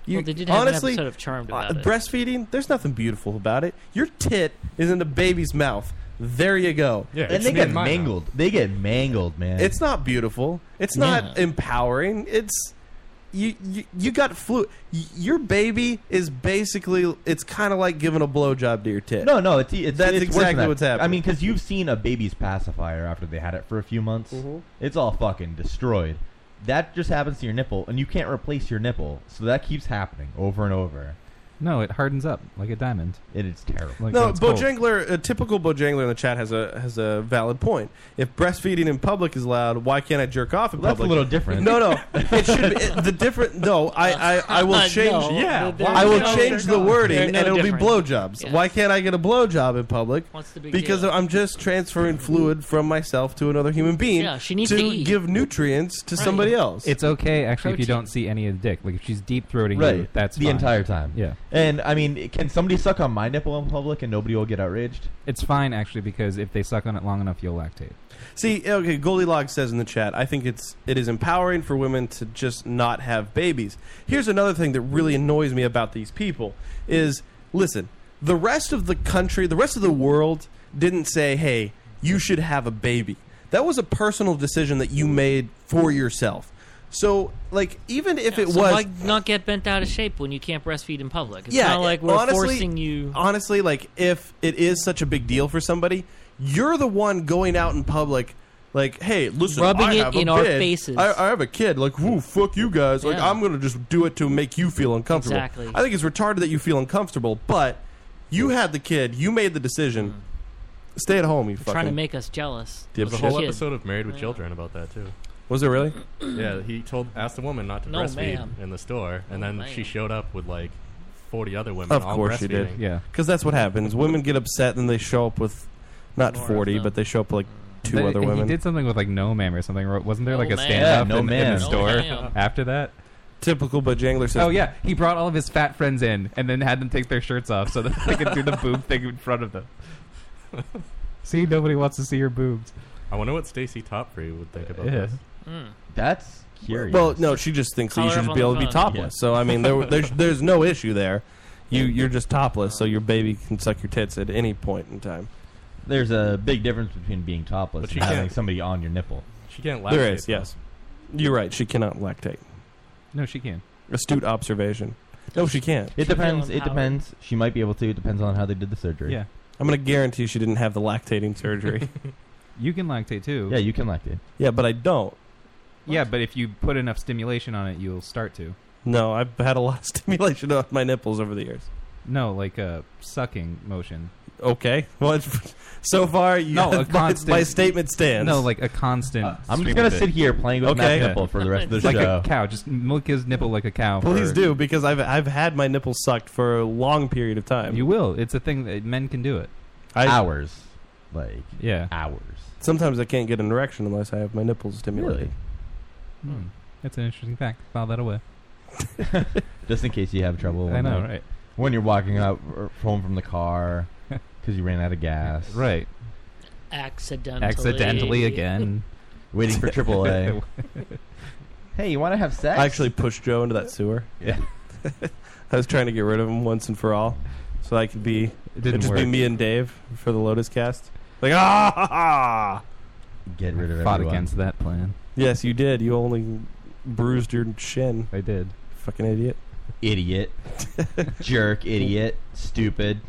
Speaker 9: You,
Speaker 6: Well, they did have an
Speaker 9: honestly,
Speaker 6: episode of Charmed
Speaker 9: uh,
Speaker 6: about it.
Speaker 9: breastfeeding. There's nothing beautiful about it. Your tit is in the baby's mouth. There you go.
Speaker 3: Yeah,
Speaker 10: And they get mangled. They get mangled, man.
Speaker 9: It's not beautiful. It's not empowering. It's you. You, you got flu. y- Your baby is basically. It's kind of like giving a blowjob to your tit.
Speaker 10: No, no, it's, e, it's
Speaker 9: that's
Speaker 10: it's worse than
Speaker 9: exactly
Speaker 10: that.
Speaker 9: what's happening.
Speaker 10: I mean, because you've seen a baby's pacifier after they had it for a few months,
Speaker 9: Mhm.
Speaker 10: it's all fucking destroyed. That just happens to your nipple, and you can't replace your nipple, so that keeps happening over and over.
Speaker 8: No, it hardens up like a diamond.
Speaker 10: It is terrible.
Speaker 8: Like when
Speaker 9: no,
Speaker 8: it's cold.
Speaker 9: Bojangler, a typical Bojangler in the chat has a has a valid point. If breastfeeding in public is allowed, why can't I jerk off in
Speaker 10: Well, that's
Speaker 9: public?
Speaker 10: a little different.
Speaker 9: No,
Speaker 10: <laughs>
Speaker 9: no, it should be it, the different. No, I I, I will
Speaker 10: No,
Speaker 9: change.
Speaker 10: Yeah, there-
Speaker 9: I will
Speaker 10: there's no
Speaker 9: change
Speaker 10: jerk
Speaker 9: the
Speaker 10: off.
Speaker 9: wording,
Speaker 10: There are
Speaker 9: and
Speaker 10: no
Speaker 9: it'll be
Speaker 10: difference.
Speaker 9: blowjobs.
Speaker 10: Yeah.
Speaker 9: Why can't I get a blowjob in public?
Speaker 6: What's the big
Speaker 9: because
Speaker 6: deal?
Speaker 9: I'm just transferring fluid from myself to another human being.
Speaker 6: Yeah, she needs
Speaker 9: to,
Speaker 6: to eat.
Speaker 9: give nutrients to somebody else.
Speaker 8: It's okay actually if you
Speaker 9: Protein.
Speaker 8: don't see any of the dick. Like if she's deep throating you,
Speaker 10: Right,
Speaker 8: that's
Speaker 10: the
Speaker 8: fine.
Speaker 10: entire time.
Speaker 8: Yeah.
Speaker 10: And I mean, can somebody suck on my nipple in public and nobody will get outraged?
Speaker 8: It's fine actually because if they suck on it long enough you'll lactate.
Speaker 9: See, okay, Goldilocks says in the chat, I think it's it is empowering for women to just not have babies. Here's another thing that really annoys me about these people is listen, the rest of the country, the rest of the world didn't say, "Hey, you should have a baby." That was a personal decision that you made for yourself. So, like even if it
Speaker 6: so
Speaker 9: was
Speaker 6: why not get bent out of shape when you can't breastfeed in public? It's not like
Speaker 9: it-
Speaker 6: we're forcing you.
Speaker 9: Honestly, like if it is such a big deal for somebody, you're the one going out in public. Like, hey, listen,
Speaker 6: Rubbing
Speaker 9: I
Speaker 6: it
Speaker 9: have a
Speaker 6: in our
Speaker 9: kid.
Speaker 6: faces.
Speaker 9: I, I have a kid. Like, woo, fuck you guys. Like,
Speaker 6: Yeah.
Speaker 9: I'm gonna just do it to make you feel uncomfortable.
Speaker 6: Exactly.
Speaker 9: I think it's retarded that you feel uncomfortable, but you had the kid. You made the decision. Stay at home. You
Speaker 6: Mm. Trying to
Speaker 9: fucking
Speaker 6: make us jealous.
Speaker 9: Dip
Speaker 3: There's a
Speaker 9: Oh, shit.
Speaker 3: whole
Speaker 9: Kid. <clears throat>
Speaker 3: episode of Married with Children about that too.
Speaker 9: Was it really?
Speaker 3: yeah, he told asked the woman not to
Speaker 6: No,
Speaker 3: breastfeed
Speaker 6: ma'am.
Speaker 3: in the store, and
Speaker 6: No,
Speaker 3: then
Speaker 6: ma'am.
Speaker 3: she showed up with like forty other women.
Speaker 9: Of
Speaker 3: all
Speaker 9: course she did.
Speaker 3: breastfeeding.
Speaker 9: because that's what happens. Women get upset, and they show up with not forty, but they show up like two
Speaker 8: They-
Speaker 9: other
Speaker 8: he
Speaker 9: women.
Speaker 8: did something with like no ma'am or something. right? Wasn't there like a
Speaker 9: ma'am.
Speaker 8: stand up
Speaker 9: Yeah, no
Speaker 8: in, in
Speaker 9: ma'am.
Speaker 8: the
Speaker 9: No
Speaker 8: store
Speaker 9: ma'am.
Speaker 8: after that?
Speaker 9: Typical, but Jangler says.
Speaker 8: Oh yeah, he brought all of his fat friends in and then had them take their shirts off so that they could
Speaker 9: <laughs>
Speaker 8: do the boob thing in front of them. See, nobody wants to see your boobs.
Speaker 3: I wonder what Stacy Topfree would think about
Speaker 8: Yeah.
Speaker 3: this.
Speaker 6: Hmm.
Speaker 10: That's curious.
Speaker 9: Well, no, she just thinks that you
Speaker 10: Call her
Speaker 9: should
Speaker 10: up
Speaker 9: be
Speaker 10: on
Speaker 9: able
Speaker 10: the
Speaker 9: to be
Speaker 10: phone.
Speaker 9: topless.
Speaker 10: Yeah.
Speaker 9: So I mean,
Speaker 10: <laughs>
Speaker 9: there, there's there's no issue there. You you're just topless, so your baby can suck your tits at any point in time.
Speaker 10: There's a big difference between being topless
Speaker 9: But she
Speaker 10: and having
Speaker 9: can't-
Speaker 10: somebody on your nipple.
Speaker 3: She can't
Speaker 9: There is, yes. You're right. She cannot lactate.
Speaker 8: No, she can.
Speaker 9: Astute observation. No, she can't.
Speaker 10: It depends. It depends. She might be able to. It depends on how they did the surgery.
Speaker 8: Yeah.
Speaker 9: I'm going to guarantee she didn't have the lactating surgery.
Speaker 8: you can lactate too.
Speaker 10: Yeah, you can lactate.
Speaker 9: Yeah, but I don't.
Speaker 8: Yeah, but if you put enough stimulation on it, you'll start to.
Speaker 9: No, I've had a lot of <laughs> stimulation on my nipples over the years.
Speaker 8: No, like a sucking motion.
Speaker 9: Okay. Well, it's, so far, you
Speaker 8: <laughs> No,
Speaker 9: <laughs>
Speaker 8: a
Speaker 9: my-
Speaker 8: constant-
Speaker 9: my, statement stands.
Speaker 8: No, like a constant.
Speaker 9: Uh, I'm just
Speaker 8: stream
Speaker 9: gonna
Speaker 8: of it.
Speaker 9: sit here playing with Matt's Okay. nipple for the rest <laughs> of the
Speaker 8: <laughs> like
Speaker 9: show.
Speaker 8: Like a cow, just milk his nipple like a cow.
Speaker 9: Please
Speaker 8: for-
Speaker 9: do because I've I've had my nipples sucked for a long period of time.
Speaker 8: You will. It's a thing that men can do it.
Speaker 10: hours, like
Speaker 8: yeah,
Speaker 10: hours.
Speaker 9: Sometimes I can't get an erection unless I have my nipples stimulated.
Speaker 10: Really?
Speaker 8: Hmm. That's an interesting fact. File that away.
Speaker 10: Just in case you have trouble.
Speaker 8: I
Speaker 10: when,
Speaker 8: know,
Speaker 10: like,
Speaker 8: right.
Speaker 10: When you're walking out or home from the car because you ran out of gas.
Speaker 8: Right.
Speaker 6: Accidentally.
Speaker 9: <laughs>
Speaker 8: <laughs>
Speaker 10: Waiting for AAA. hey, you want to have sex?
Speaker 9: I actually pushed Joe into that sewer.
Speaker 10: Yeah.
Speaker 9: <laughs> I was trying to get rid of him once and for all, so I could be. It
Speaker 8: didn't
Speaker 9: would just be
Speaker 8: work.
Speaker 9: me and Dave for the Lotus Cast. Like ah, ha, ha.
Speaker 10: Get rid of
Speaker 8: Fought
Speaker 10: everyone.
Speaker 8: against that plan.
Speaker 9: yes, you did. You only bruised your shin.
Speaker 8: I did.
Speaker 9: Fucking idiot.
Speaker 10: Idiot. Jerk. Idiot. Stupid.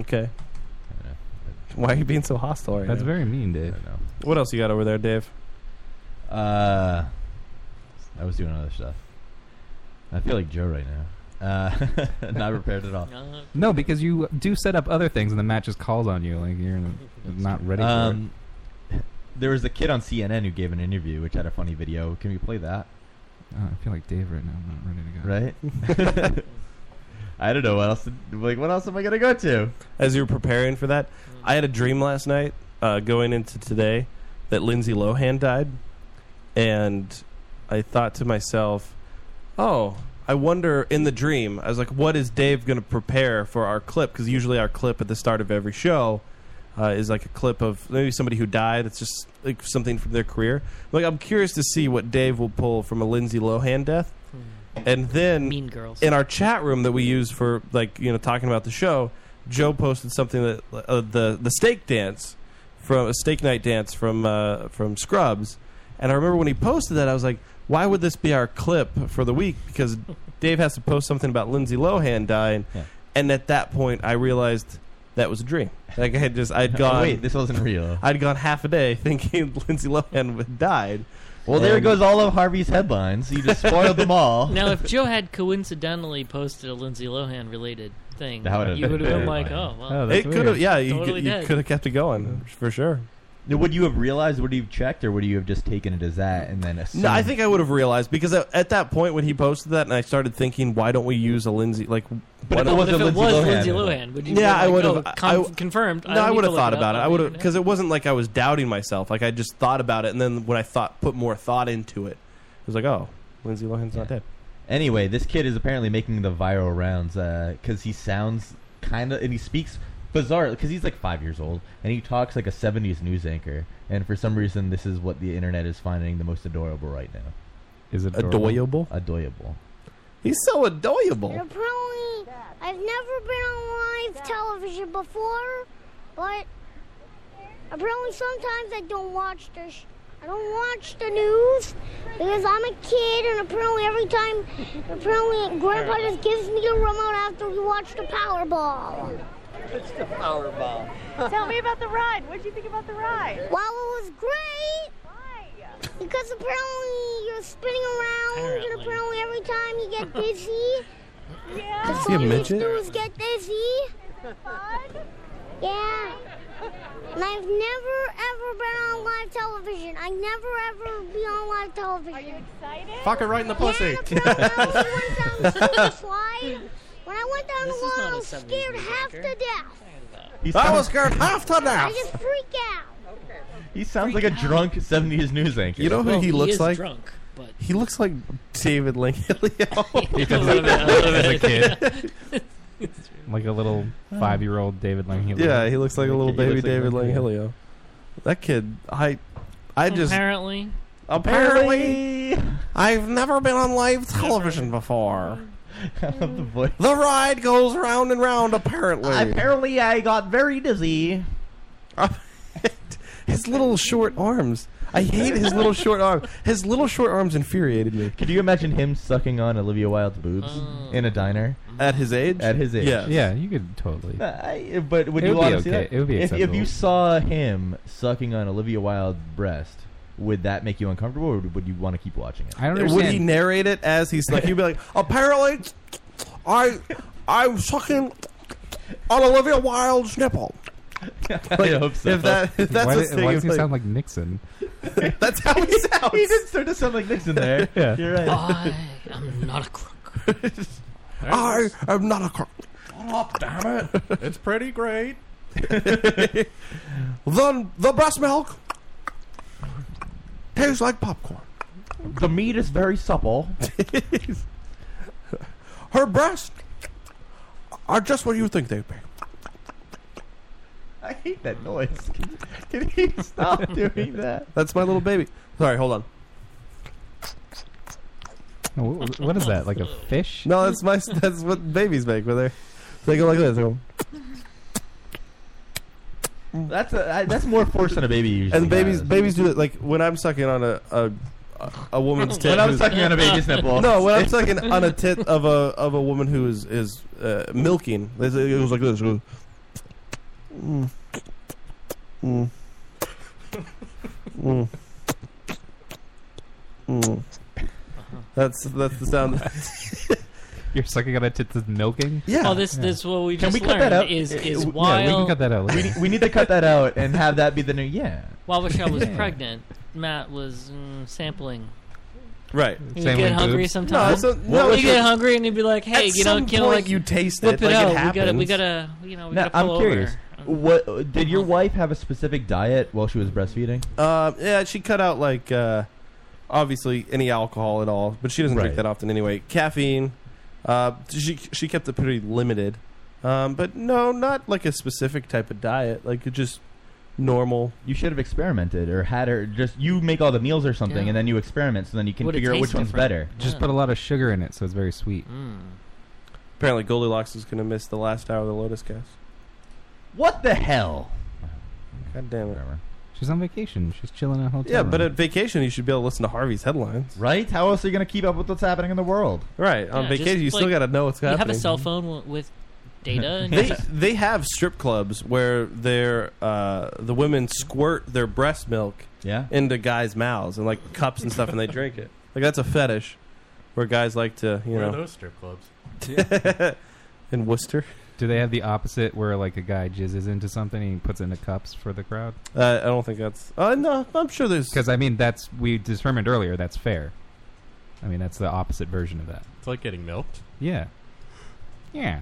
Speaker 9: Okay. Why are you being so hostile right
Speaker 8: That's
Speaker 9: now?
Speaker 8: very mean, Dave.
Speaker 9: What else you got over there, Dave?
Speaker 10: Uh, I was doing other stuff. I feel like Joe right now. Uh,
Speaker 9: <laughs>
Speaker 10: not prepared at
Speaker 8: <laughs>
Speaker 10: all.
Speaker 8: No, because you do set up other things, and the match just calls on you like you're not ready. for
Speaker 10: Um, there was a kid on CNN who gave an interview, which had a funny video. Can we play that?
Speaker 8: it. Uh, I feel like Dave right now. I'm not ready to go.
Speaker 10: Right? I don't know what else. To, like, what else am I gonna go to?
Speaker 9: As you were preparing for that, I had a dream last night, uh, going into today, that Lindsay Lohan died, and I thought to myself, "Oh, I wonder." In the dream, I was like, "What is Dave going to prepare for our clip?" Because usually our clip at the start of every show uh, is like a clip of maybe somebody who died. It's just like something from their career. Like I'm curious to see what Dave will pull from a Lindsay Lohan death. And then
Speaker 6: Hmm. Mean Girls.
Speaker 9: in our chat room that we use for like you know talking about the show, Joe posted something that uh, the the steak dance from a steak night dance from uh, from Scrubs, and I remember when he posted that I was like, why would this be our clip for the week?
Speaker 10: <laughs>
Speaker 9: Because Dave has to post something about Lindsay Lohan dying, and at that point I realized that was a dream. Like I had just I'd
Speaker 10: <laughs> Oh,
Speaker 9: gone
Speaker 10: wait, this wasn't real.
Speaker 9: I'd gone half a day <laughs> thinking Lindsay Lohan had died.
Speaker 10: Well, there
Speaker 9: And-
Speaker 10: goes all of Harvey's headlines. You just spoiled them all.
Speaker 6: <laughs> Now, if Joe had coincidentally posted a Lindsay Lohan related thing,
Speaker 10: That <laughs> would've
Speaker 6: you would have
Speaker 10: been
Speaker 6: been like,
Speaker 10: funny.
Speaker 6: oh, well.
Speaker 9: it could have, yeah, you,
Speaker 6: Totally
Speaker 9: could-
Speaker 6: dead.
Speaker 9: you could have kept it going for sure.
Speaker 10: Now, would you have realized? Would you have checked, or would you have just taken it as that and then? Assumed?
Speaker 9: No, I think I would have realized because at at that point when he posted that, and I started thinking, why don't we use a Lindsay? Like, why
Speaker 6: if it
Speaker 9: don't-
Speaker 6: was- if it Lindsay was Lohan, Lindsay Lohan, would you
Speaker 9: yeah,
Speaker 6: have,
Speaker 9: I
Speaker 6: like,
Speaker 9: would
Speaker 6: oh,
Speaker 9: have
Speaker 6: con- confirmed,
Speaker 9: No,
Speaker 6: I need
Speaker 9: I
Speaker 6: to
Speaker 9: would have
Speaker 6: look
Speaker 9: thought
Speaker 6: it up,
Speaker 9: about it.
Speaker 6: I'll
Speaker 9: I would have
Speaker 6: look
Speaker 9: because it wasn't like I was doubting myself. Like I just thought about it, and then when I thought put more thought into it, it was like, oh, Lindsay Lohan's not dead.
Speaker 10: Anyway, this kid is apparently making the viral rounds because he sounds kind of and he speaks bizarre because he's like five years old and he talks like a '70s news anchor. And for some reason, this is what the internet is finding the most adorable right now.
Speaker 8: Is it
Speaker 9: adorable?
Speaker 10: Adorable.
Speaker 9: He's so adorable.
Speaker 13: Pepperoni. I've never been on live television before, but apparently sometimes I don't watch the sh- I don't watch the news because I'm a kid, and apparently every time, apparently Grandpa just gives me the remote after we watch the Powerball.
Speaker 14: It's the Powerball.
Speaker 13: <laughs> Tell me about the ride. What did you think about the ride? Well, it was great. Because apparently you're spinning around, and apparently every time you get dizzy. yeah.
Speaker 9: Is he a midget?
Speaker 13: get dizzy. Yeah. And I've never ever been on live television. I never ever be on live television. Are you excited?
Speaker 3: Fuck her right in the pussy. <laughs>
Speaker 13: slide. When I went down the wall, I was scared half to death.
Speaker 9: I was scared half to
Speaker 13: I
Speaker 9: death.
Speaker 13: just freaked out.
Speaker 10: He sounds like a drunk 70s news anchor.
Speaker 9: You know who he looks like?
Speaker 6: but
Speaker 9: he looks like David Lincoln.
Speaker 10: <laughs>
Speaker 8: <laughs> as a kid.
Speaker 9: <laughs>
Speaker 8: like a little five year old David
Speaker 9: <laughs>
Speaker 8: Langhilio.
Speaker 9: Yeah, he looks like a little
Speaker 8: He
Speaker 9: baby
Speaker 8: looks like
Speaker 9: David
Speaker 8: Lincoln.
Speaker 9: Langhilio. That kid, I, I just
Speaker 6: apparently.
Speaker 9: Apparently, I've never been on live television
Speaker 10: <laughs>
Speaker 9: before.
Speaker 10: the,
Speaker 9: ride goes round and round. Apparently,
Speaker 10: Apparently, I got very dizzy.
Speaker 9: <laughs> his little short arms. I hate his little short arms. His little short arms infuriated me.
Speaker 10: Could you imagine him sucking on Olivia Wilde's boobs in a diner
Speaker 9: at his age?
Speaker 10: At his age,
Speaker 8: Yeah. Yeah, you could totally.
Speaker 10: I, but would
Speaker 8: It
Speaker 10: you
Speaker 8: would be
Speaker 10: want to see
Speaker 8: okay.
Speaker 10: that?
Speaker 8: It would be
Speaker 10: if, if
Speaker 8: acceptable.
Speaker 10: you saw him sucking on Olivia Wilde's breast, would that make you uncomfortable, or would you want to keep watching it?
Speaker 8: I don't
Speaker 9: Would he narrate it as he's like? He'd be like, apparently, I, I'm sucking on Olivia Wilde's nipple. <laughs> Like, If that, if that's
Speaker 8: why
Speaker 9: a
Speaker 8: did-
Speaker 9: thing,
Speaker 8: why
Speaker 9: it's
Speaker 8: does he
Speaker 9: like-
Speaker 8: sound like Nixon?
Speaker 9: <laughs> That's how he
Speaker 10: <laughs>
Speaker 9: sounds. he
Speaker 10: did start to sound like
Speaker 9: <laughs>
Speaker 10: Nixon there.
Speaker 8: Yeah.
Speaker 10: You're right.
Speaker 6: I am not a crook.
Speaker 9: I am not a crook.
Speaker 3: damn it. It's pretty great.
Speaker 9: <laughs> the the breast milk tastes like popcorn.
Speaker 10: The meat is very supple.
Speaker 9: <laughs> Her breasts are just what you think they'd be.
Speaker 10: I hate that noise. <laughs> Can, can
Speaker 9: <laughs>
Speaker 10: you stop doing that?
Speaker 9: That's my little baby. Sorry, hold on.
Speaker 8: No,
Speaker 10: Oh,
Speaker 8: wh- wh- what is that? Like a fish?
Speaker 9: No, that's my that's what babies make when they they go like this. They go,
Speaker 10: That's a, I, that's more force than a baby usually.
Speaker 9: and babies
Speaker 10: has.
Speaker 9: babies do that like when I'm sucking on a a, a- a woman's tit.
Speaker 10: When I'm
Speaker 9: who's-
Speaker 10: sucking on a baby's nipple.
Speaker 9: No, when I'm sucking on a tit of a of a woman who is is uh, milking, it goes like this. It goes, mm, mm, mm, mm.
Speaker 8: Uh-huh.
Speaker 9: That's that's the sound.
Speaker 8: <laughs> You're sucking on a tit that's milking?
Speaker 6: Oh, this this what we
Speaker 10: Can
Speaker 6: just
Speaker 10: we cut
Speaker 6: learned
Speaker 10: that out?
Speaker 6: is
Speaker 10: Uh,
Speaker 6: is
Speaker 10: w-
Speaker 6: while
Speaker 8: yeah, we can cut that out.
Speaker 10: We,
Speaker 8: later.
Speaker 10: need- we need to cut that out and have that be the new yeah.
Speaker 6: while Michelle was
Speaker 10: Yeah.
Speaker 6: pregnant, Matt was mm, sampling.
Speaker 9: Right.
Speaker 6: He would get hungry sometimes.
Speaker 9: No, so, no,
Speaker 6: he'd get hungry and he'd be like, "Hey,
Speaker 9: At
Speaker 6: you know,
Speaker 9: some
Speaker 6: can
Speaker 9: point
Speaker 6: like
Speaker 9: you taste
Speaker 6: whip
Speaker 9: it, like it
Speaker 6: out. we gotta, we
Speaker 9: happens."
Speaker 6: gotta, you know, we
Speaker 10: Now,
Speaker 6: gotta pull
Speaker 10: I'm curious.
Speaker 6: over."
Speaker 10: What did your wife have a specific diet while she was breastfeeding?
Speaker 9: Uh, yeah, she cut out like uh, obviously any alcohol at all, but she doesn't drink
Speaker 10: Right.
Speaker 9: that often anyway. Caffeine. Uh, she she kept it pretty limited, um, but no, not like a specific type of diet. Like it just normal.
Speaker 10: You should have experimented or had her just you make all the meals or something,
Speaker 6: Yeah.
Speaker 10: and then you experiment, so then you can
Speaker 6: Would it
Speaker 10: figure out
Speaker 6: taste
Speaker 10: which one's
Speaker 6: different?
Speaker 10: better.
Speaker 8: Just put a lot of sugar in it, so it's very sweet.
Speaker 9: Apparently, Goldilocks is going to miss the last hour of the Lotus Cast.
Speaker 10: What the hell?
Speaker 9: God damn it!
Speaker 8: She's on vacation. She's chilling at a hotel.
Speaker 9: Yeah, but at vacation you should be able to listen to Harvey's headlines.
Speaker 10: Right? How else are you gonna keep up with what's happening in the world?
Speaker 9: Right on
Speaker 6: Yeah, just,
Speaker 9: vacation you still
Speaker 6: like,
Speaker 9: got to know what's
Speaker 6: you
Speaker 9: happening.
Speaker 6: have a cell phone w- with
Speaker 9: <laughs>
Speaker 6: data. And you
Speaker 9: they
Speaker 6: just-
Speaker 9: they have strip clubs where their uh, the women squirt their breast milk
Speaker 10: Yeah.
Speaker 9: into guys' mouths and like cups and stuff, and
Speaker 10: <laughs>
Speaker 9: they drink it. Like that's a fetish where guys like to you
Speaker 3: Where are
Speaker 9: know
Speaker 3: those strip
Speaker 9: <laughs>
Speaker 3: clubs?
Speaker 9: in Worcester.
Speaker 8: Do they have the opposite where like a guy jizzes into something and he puts it into cups for the crowd?
Speaker 9: Uh, I don't think that's. Uh, no, I'm sure there's.
Speaker 8: Because I mean, that's we determined earlier. That's fair. I mean, that's the opposite version of that.
Speaker 3: It's like getting milked.
Speaker 8: Yeah. Yeah.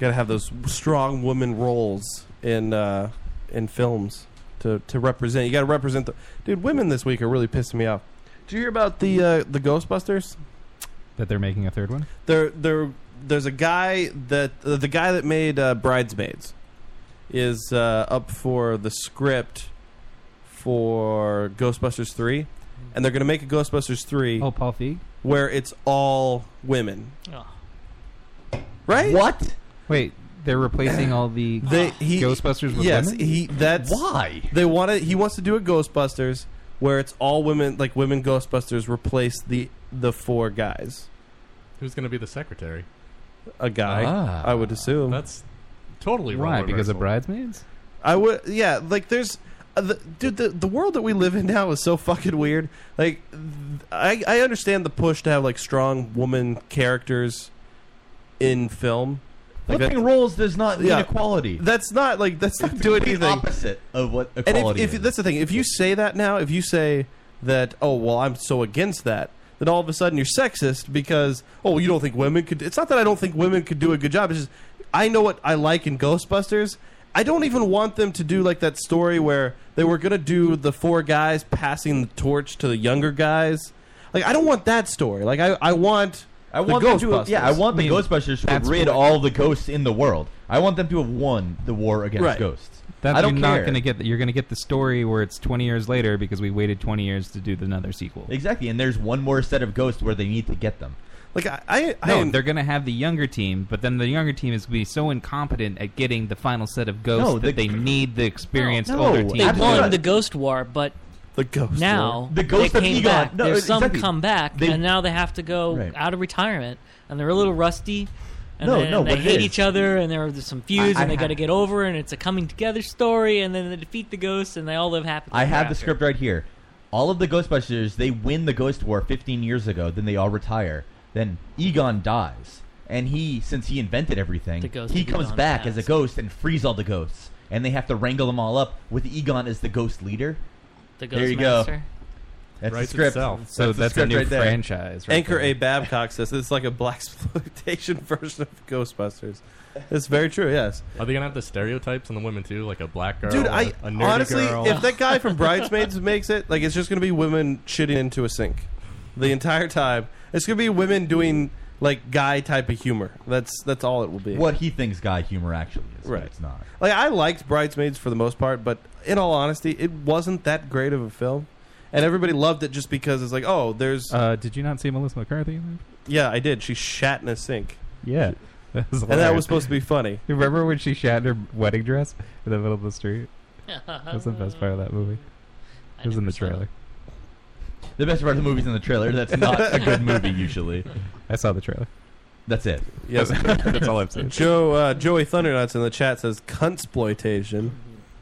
Speaker 9: Got to have those strong woman roles in uh, in films to, to represent. You got to represent the dude. Women this week are really pissing me off. Did you hear about the uh, the Ghostbusters?
Speaker 8: That they're making a third one.
Speaker 9: There, there, there's a guy that uh, the guy that made uh, Bridesmaids is uh, up for the script for Ghostbusters three, and they're going to make a Ghostbusters three.
Speaker 8: Oh, Paul Feig.
Speaker 9: where it's all women,
Speaker 6: Oh.
Speaker 9: right?
Speaker 10: What?
Speaker 8: Wait, they're replacing all the
Speaker 9: <laughs> They, he,
Speaker 8: Ghostbusters with
Speaker 9: yes,
Speaker 8: women?
Speaker 9: he. That's
Speaker 10: Why?
Speaker 9: they want to. He wants to do a Ghostbusters where it's all women, like women Ghostbusters, replace the the four guys.
Speaker 3: Who's going to be the secretary?
Speaker 9: A guy,
Speaker 3: Ah.
Speaker 9: I would assume.
Speaker 3: That's totally wrong.
Speaker 8: Why? Because of
Speaker 3: reversal.
Speaker 8: bridesmaids?
Speaker 9: I would, yeah. Like, there's, uh, the, dude. The, the world that we live in now is so fucking weird. Like, th- I I understand the push to have like strong woman characters in film, Like
Speaker 10: Flipping
Speaker 9: that-
Speaker 10: roles does not mean
Speaker 9: Yeah.
Speaker 10: equality.
Speaker 9: That's not like that's not doing
Speaker 10: complete
Speaker 9: anything.
Speaker 10: opposite of what
Speaker 9: and if,
Speaker 10: equality
Speaker 9: if
Speaker 10: is.
Speaker 9: that's the thing, if you say that now, if you say that, oh well, I'm so against that, then all of a sudden you're sexist because oh you don't think women could. It's not that I don't think women could do a good job. It's just I know what I like in Ghostbusters. I don't even want them to do like that story where they were gonna do the four guys passing the torch to the younger guys. Like I don't want that story. Like I I want.
Speaker 10: I want
Speaker 9: the
Speaker 10: them to, yeah, I want the
Speaker 9: Ghostbusters.
Speaker 10: Ghostbusters to
Speaker 9: that's
Speaker 10: rid
Speaker 9: what-
Speaker 10: all the ghosts in the world. I want them to have won the war against
Speaker 8: Right.
Speaker 10: ghosts.
Speaker 8: That
Speaker 10: I don't
Speaker 8: you're
Speaker 10: care.
Speaker 8: not going to get. You're going to get the story where it's 20 years later because we waited 20 years to do another sequel.
Speaker 10: Exactly, and there's one more set of ghosts where they need to get them.
Speaker 9: Like I, I,
Speaker 8: No, they're going to have the younger team, but then the younger team is going to be so incompetent at getting the final set of ghosts
Speaker 10: No,
Speaker 8: that
Speaker 10: the-
Speaker 8: they need the experienced
Speaker 10: No,
Speaker 8: older
Speaker 10: they
Speaker 8: team.
Speaker 6: They
Speaker 10: Absolutely
Speaker 6: won
Speaker 10: not.
Speaker 6: the Ghost War, but
Speaker 9: the ghost
Speaker 6: now
Speaker 10: war. The ghost
Speaker 6: they
Speaker 10: of
Speaker 6: came
Speaker 10: Egon.
Speaker 6: back.
Speaker 10: No,
Speaker 6: There's some
Speaker 10: exactly.
Speaker 6: come back,
Speaker 10: They-
Speaker 6: and now they have to go
Speaker 10: Right.
Speaker 6: out of retirement, and they're a little rusty. And
Speaker 10: No,
Speaker 6: then
Speaker 10: no,
Speaker 6: they
Speaker 10: what it
Speaker 6: hate
Speaker 10: is-
Speaker 6: each other, and there are some feuds,
Speaker 10: I-
Speaker 6: and
Speaker 10: I
Speaker 6: they got to
Speaker 10: have-
Speaker 6: get over, and it's a coming together story, and then they defeat the ghosts, and they all live happily.
Speaker 10: I have the
Speaker 6: ever after.
Speaker 10: script right here. All of the Ghostbusters, they win the Ghost War 15 years ago. Then they all retire. Then Egon dies, and he, since he invented everything,
Speaker 6: The ghost
Speaker 10: he
Speaker 6: of
Speaker 10: comes
Speaker 6: Egon
Speaker 10: back as
Speaker 6: passed.
Speaker 10: a ghost and frees all the ghosts, and they have to wrangle them all up with Egon as the ghost leader.
Speaker 6: The
Speaker 10: there
Speaker 6: ghost
Speaker 10: you go.
Speaker 6: master.
Speaker 10: That's the
Speaker 9: Writes
Speaker 10: script.
Speaker 9: itself.
Speaker 8: So
Speaker 10: the
Speaker 8: that's a
Speaker 10: script
Speaker 8: new
Speaker 10: right there.
Speaker 8: franchise, right
Speaker 9: Anchor A. Babcock says it's like a black <laughs> exploitation version of Ghostbusters. It's very true. Yes.
Speaker 3: Are they gonna have the stereotypes on the women too, like a black girl,
Speaker 9: Dude,
Speaker 3: a-
Speaker 9: I
Speaker 3: a nerdy
Speaker 9: honestly,
Speaker 3: girl?
Speaker 9: if that guy
Speaker 3: <laughs>
Speaker 9: from Bridesmaids makes it, like it's just gonna be women shitting into a sink the entire time. It's gonna be women doing like guy type of humor. That's that's all it will be.
Speaker 10: What he thinks guy humor actually is,
Speaker 9: Right.
Speaker 10: but it's not.
Speaker 9: Like I liked Bridesmaids for the most part, but in all honesty, it wasn't that great of a film, and everybody loved it just because it's like, oh, there's.
Speaker 8: Uh, did you not see Melissa McCarthy? in
Speaker 9: yeah, I did. She shat in a sink.
Speaker 8: that? Yeah, <laughs> that was
Speaker 9: And that
Speaker 8: hilarious.
Speaker 9: was supposed to be funny.
Speaker 8: You <laughs> remember when she shat her wedding dress in the middle of the street? That was the best part of that movie. It was in the trailer.
Speaker 10: The best part of the movie's in the trailer. That's not a good
Speaker 9: <laughs>
Speaker 10: movie usually.
Speaker 8: <laughs> I saw the trailer.
Speaker 10: That's it.
Speaker 9: Yes,
Speaker 8: That's all I've seen.
Speaker 9: Joe uh, Joey Thundernuts in the chat says cuntsploitation.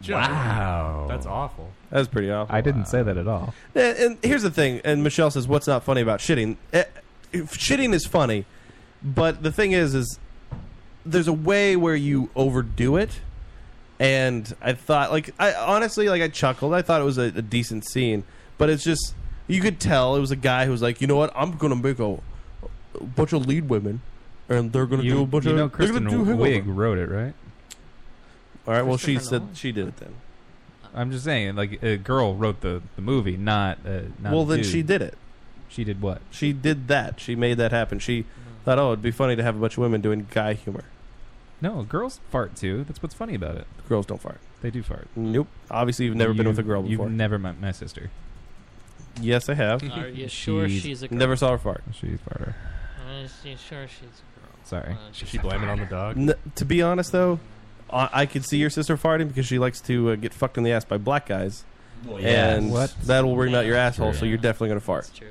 Speaker 3: Joe, Wow. that's awful.
Speaker 9: That was pretty awful.
Speaker 8: I didn't say that at all.
Speaker 9: And, and here's the thing. And Michelle says, "What's not funny about shitting? Eh, if shitting is funny, but the thing is, is there's a way where you overdo it." And I thought, like, I honestly, like, I chuckled. I thought it was a, a decent scene, but it's just you could tell it was a guy who was like, you know what, I'm gonna make a, a bunch of lead women, and they're gonna
Speaker 8: You,
Speaker 9: do a bunch
Speaker 8: you
Speaker 9: of
Speaker 8: know
Speaker 9: they're gonna
Speaker 8: Kristen
Speaker 9: do
Speaker 8: Wiig
Speaker 9: Hangover."
Speaker 8: wrote it, right?
Speaker 9: All right, well, she said she did it then.
Speaker 8: I'm just saying, like a girl wrote the, the movie, not, uh, not
Speaker 9: well,
Speaker 8: a
Speaker 9: then
Speaker 8: dude.
Speaker 9: she did it.
Speaker 8: She did what?
Speaker 9: She did that. She made that happen. She thought, oh, it'd be funny to have a bunch of women doing guy humor.
Speaker 8: No, girls fart too. That's what's funny about it.
Speaker 9: Girls don't fart.
Speaker 8: They do fart.
Speaker 9: Nope. Obviously, you've never been
Speaker 8: You-
Speaker 9: with a girl before.
Speaker 8: You've never met my sister.
Speaker 9: Yes, I have.
Speaker 8: <laughs>
Speaker 6: Are you sure she's a girl?
Speaker 9: Never saw her fart.
Speaker 8: She's farter.
Speaker 6: I'm sure she's a girl.
Speaker 8: Sorry.
Speaker 10: Uh,
Speaker 3: Should she blame it on the dog?
Speaker 9: N- to be honest, though, I-, I could see your sister farting because she likes to uh, get fucked in the ass by black guys.
Speaker 10: Well, yeah.
Speaker 9: and
Speaker 10: What?
Speaker 9: that will ring out your asshole,
Speaker 10: true.
Speaker 9: so you're definitely going to fart. That's
Speaker 6: true.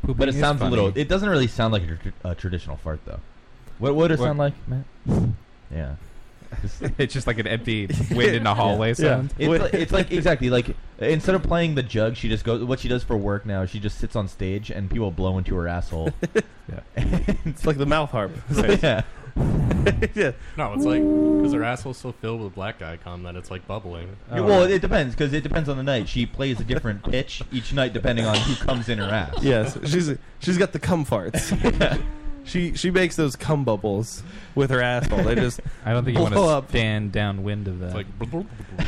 Speaker 10: But it
Speaker 9: is
Speaker 10: sounds a
Speaker 9: funny.
Speaker 10: little. It doesn't really sound like a, tr- a traditional fart, though. What would it
Speaker 8: What-
Speaker 10: sound like, Matt? Yeah.
Speaker 8: <laughs> it's just like
Speaker 10: <laughs>
Speaker 8: an empty wind in the hallway sound.
Speaker 10: It's, like, it's
Speaker 8: <laughs>
Speaker 10: like exactly like instead of playing the jug, she just goes. What she does for work now, she just sits on stage and people blow into her
Speaker 8: <laughs>
Speaker 10: asshole. <laughs>
Speaker 9: it's like the mouth harp.
Speaker 10: yeah.
Speaker 9: yeah.
Speaker 3: No, it's like because her asshole's so filled with black icon that it's like bubbling.
Speaker 10: well, it depends because it depends on the night. She plays a different pitch each night depending on who comes in her ass.
Speaker 9: <laughs> yes, she's she's got the cum farts. She she makes those cum bubbles with her asshole. They just
Speaker 8: I don't think you want
Speaker 9: blow
Speaker 8: to
Speaker 9: up.
Speaker 8: stand downwind of that.
Speaker 9: <laughs>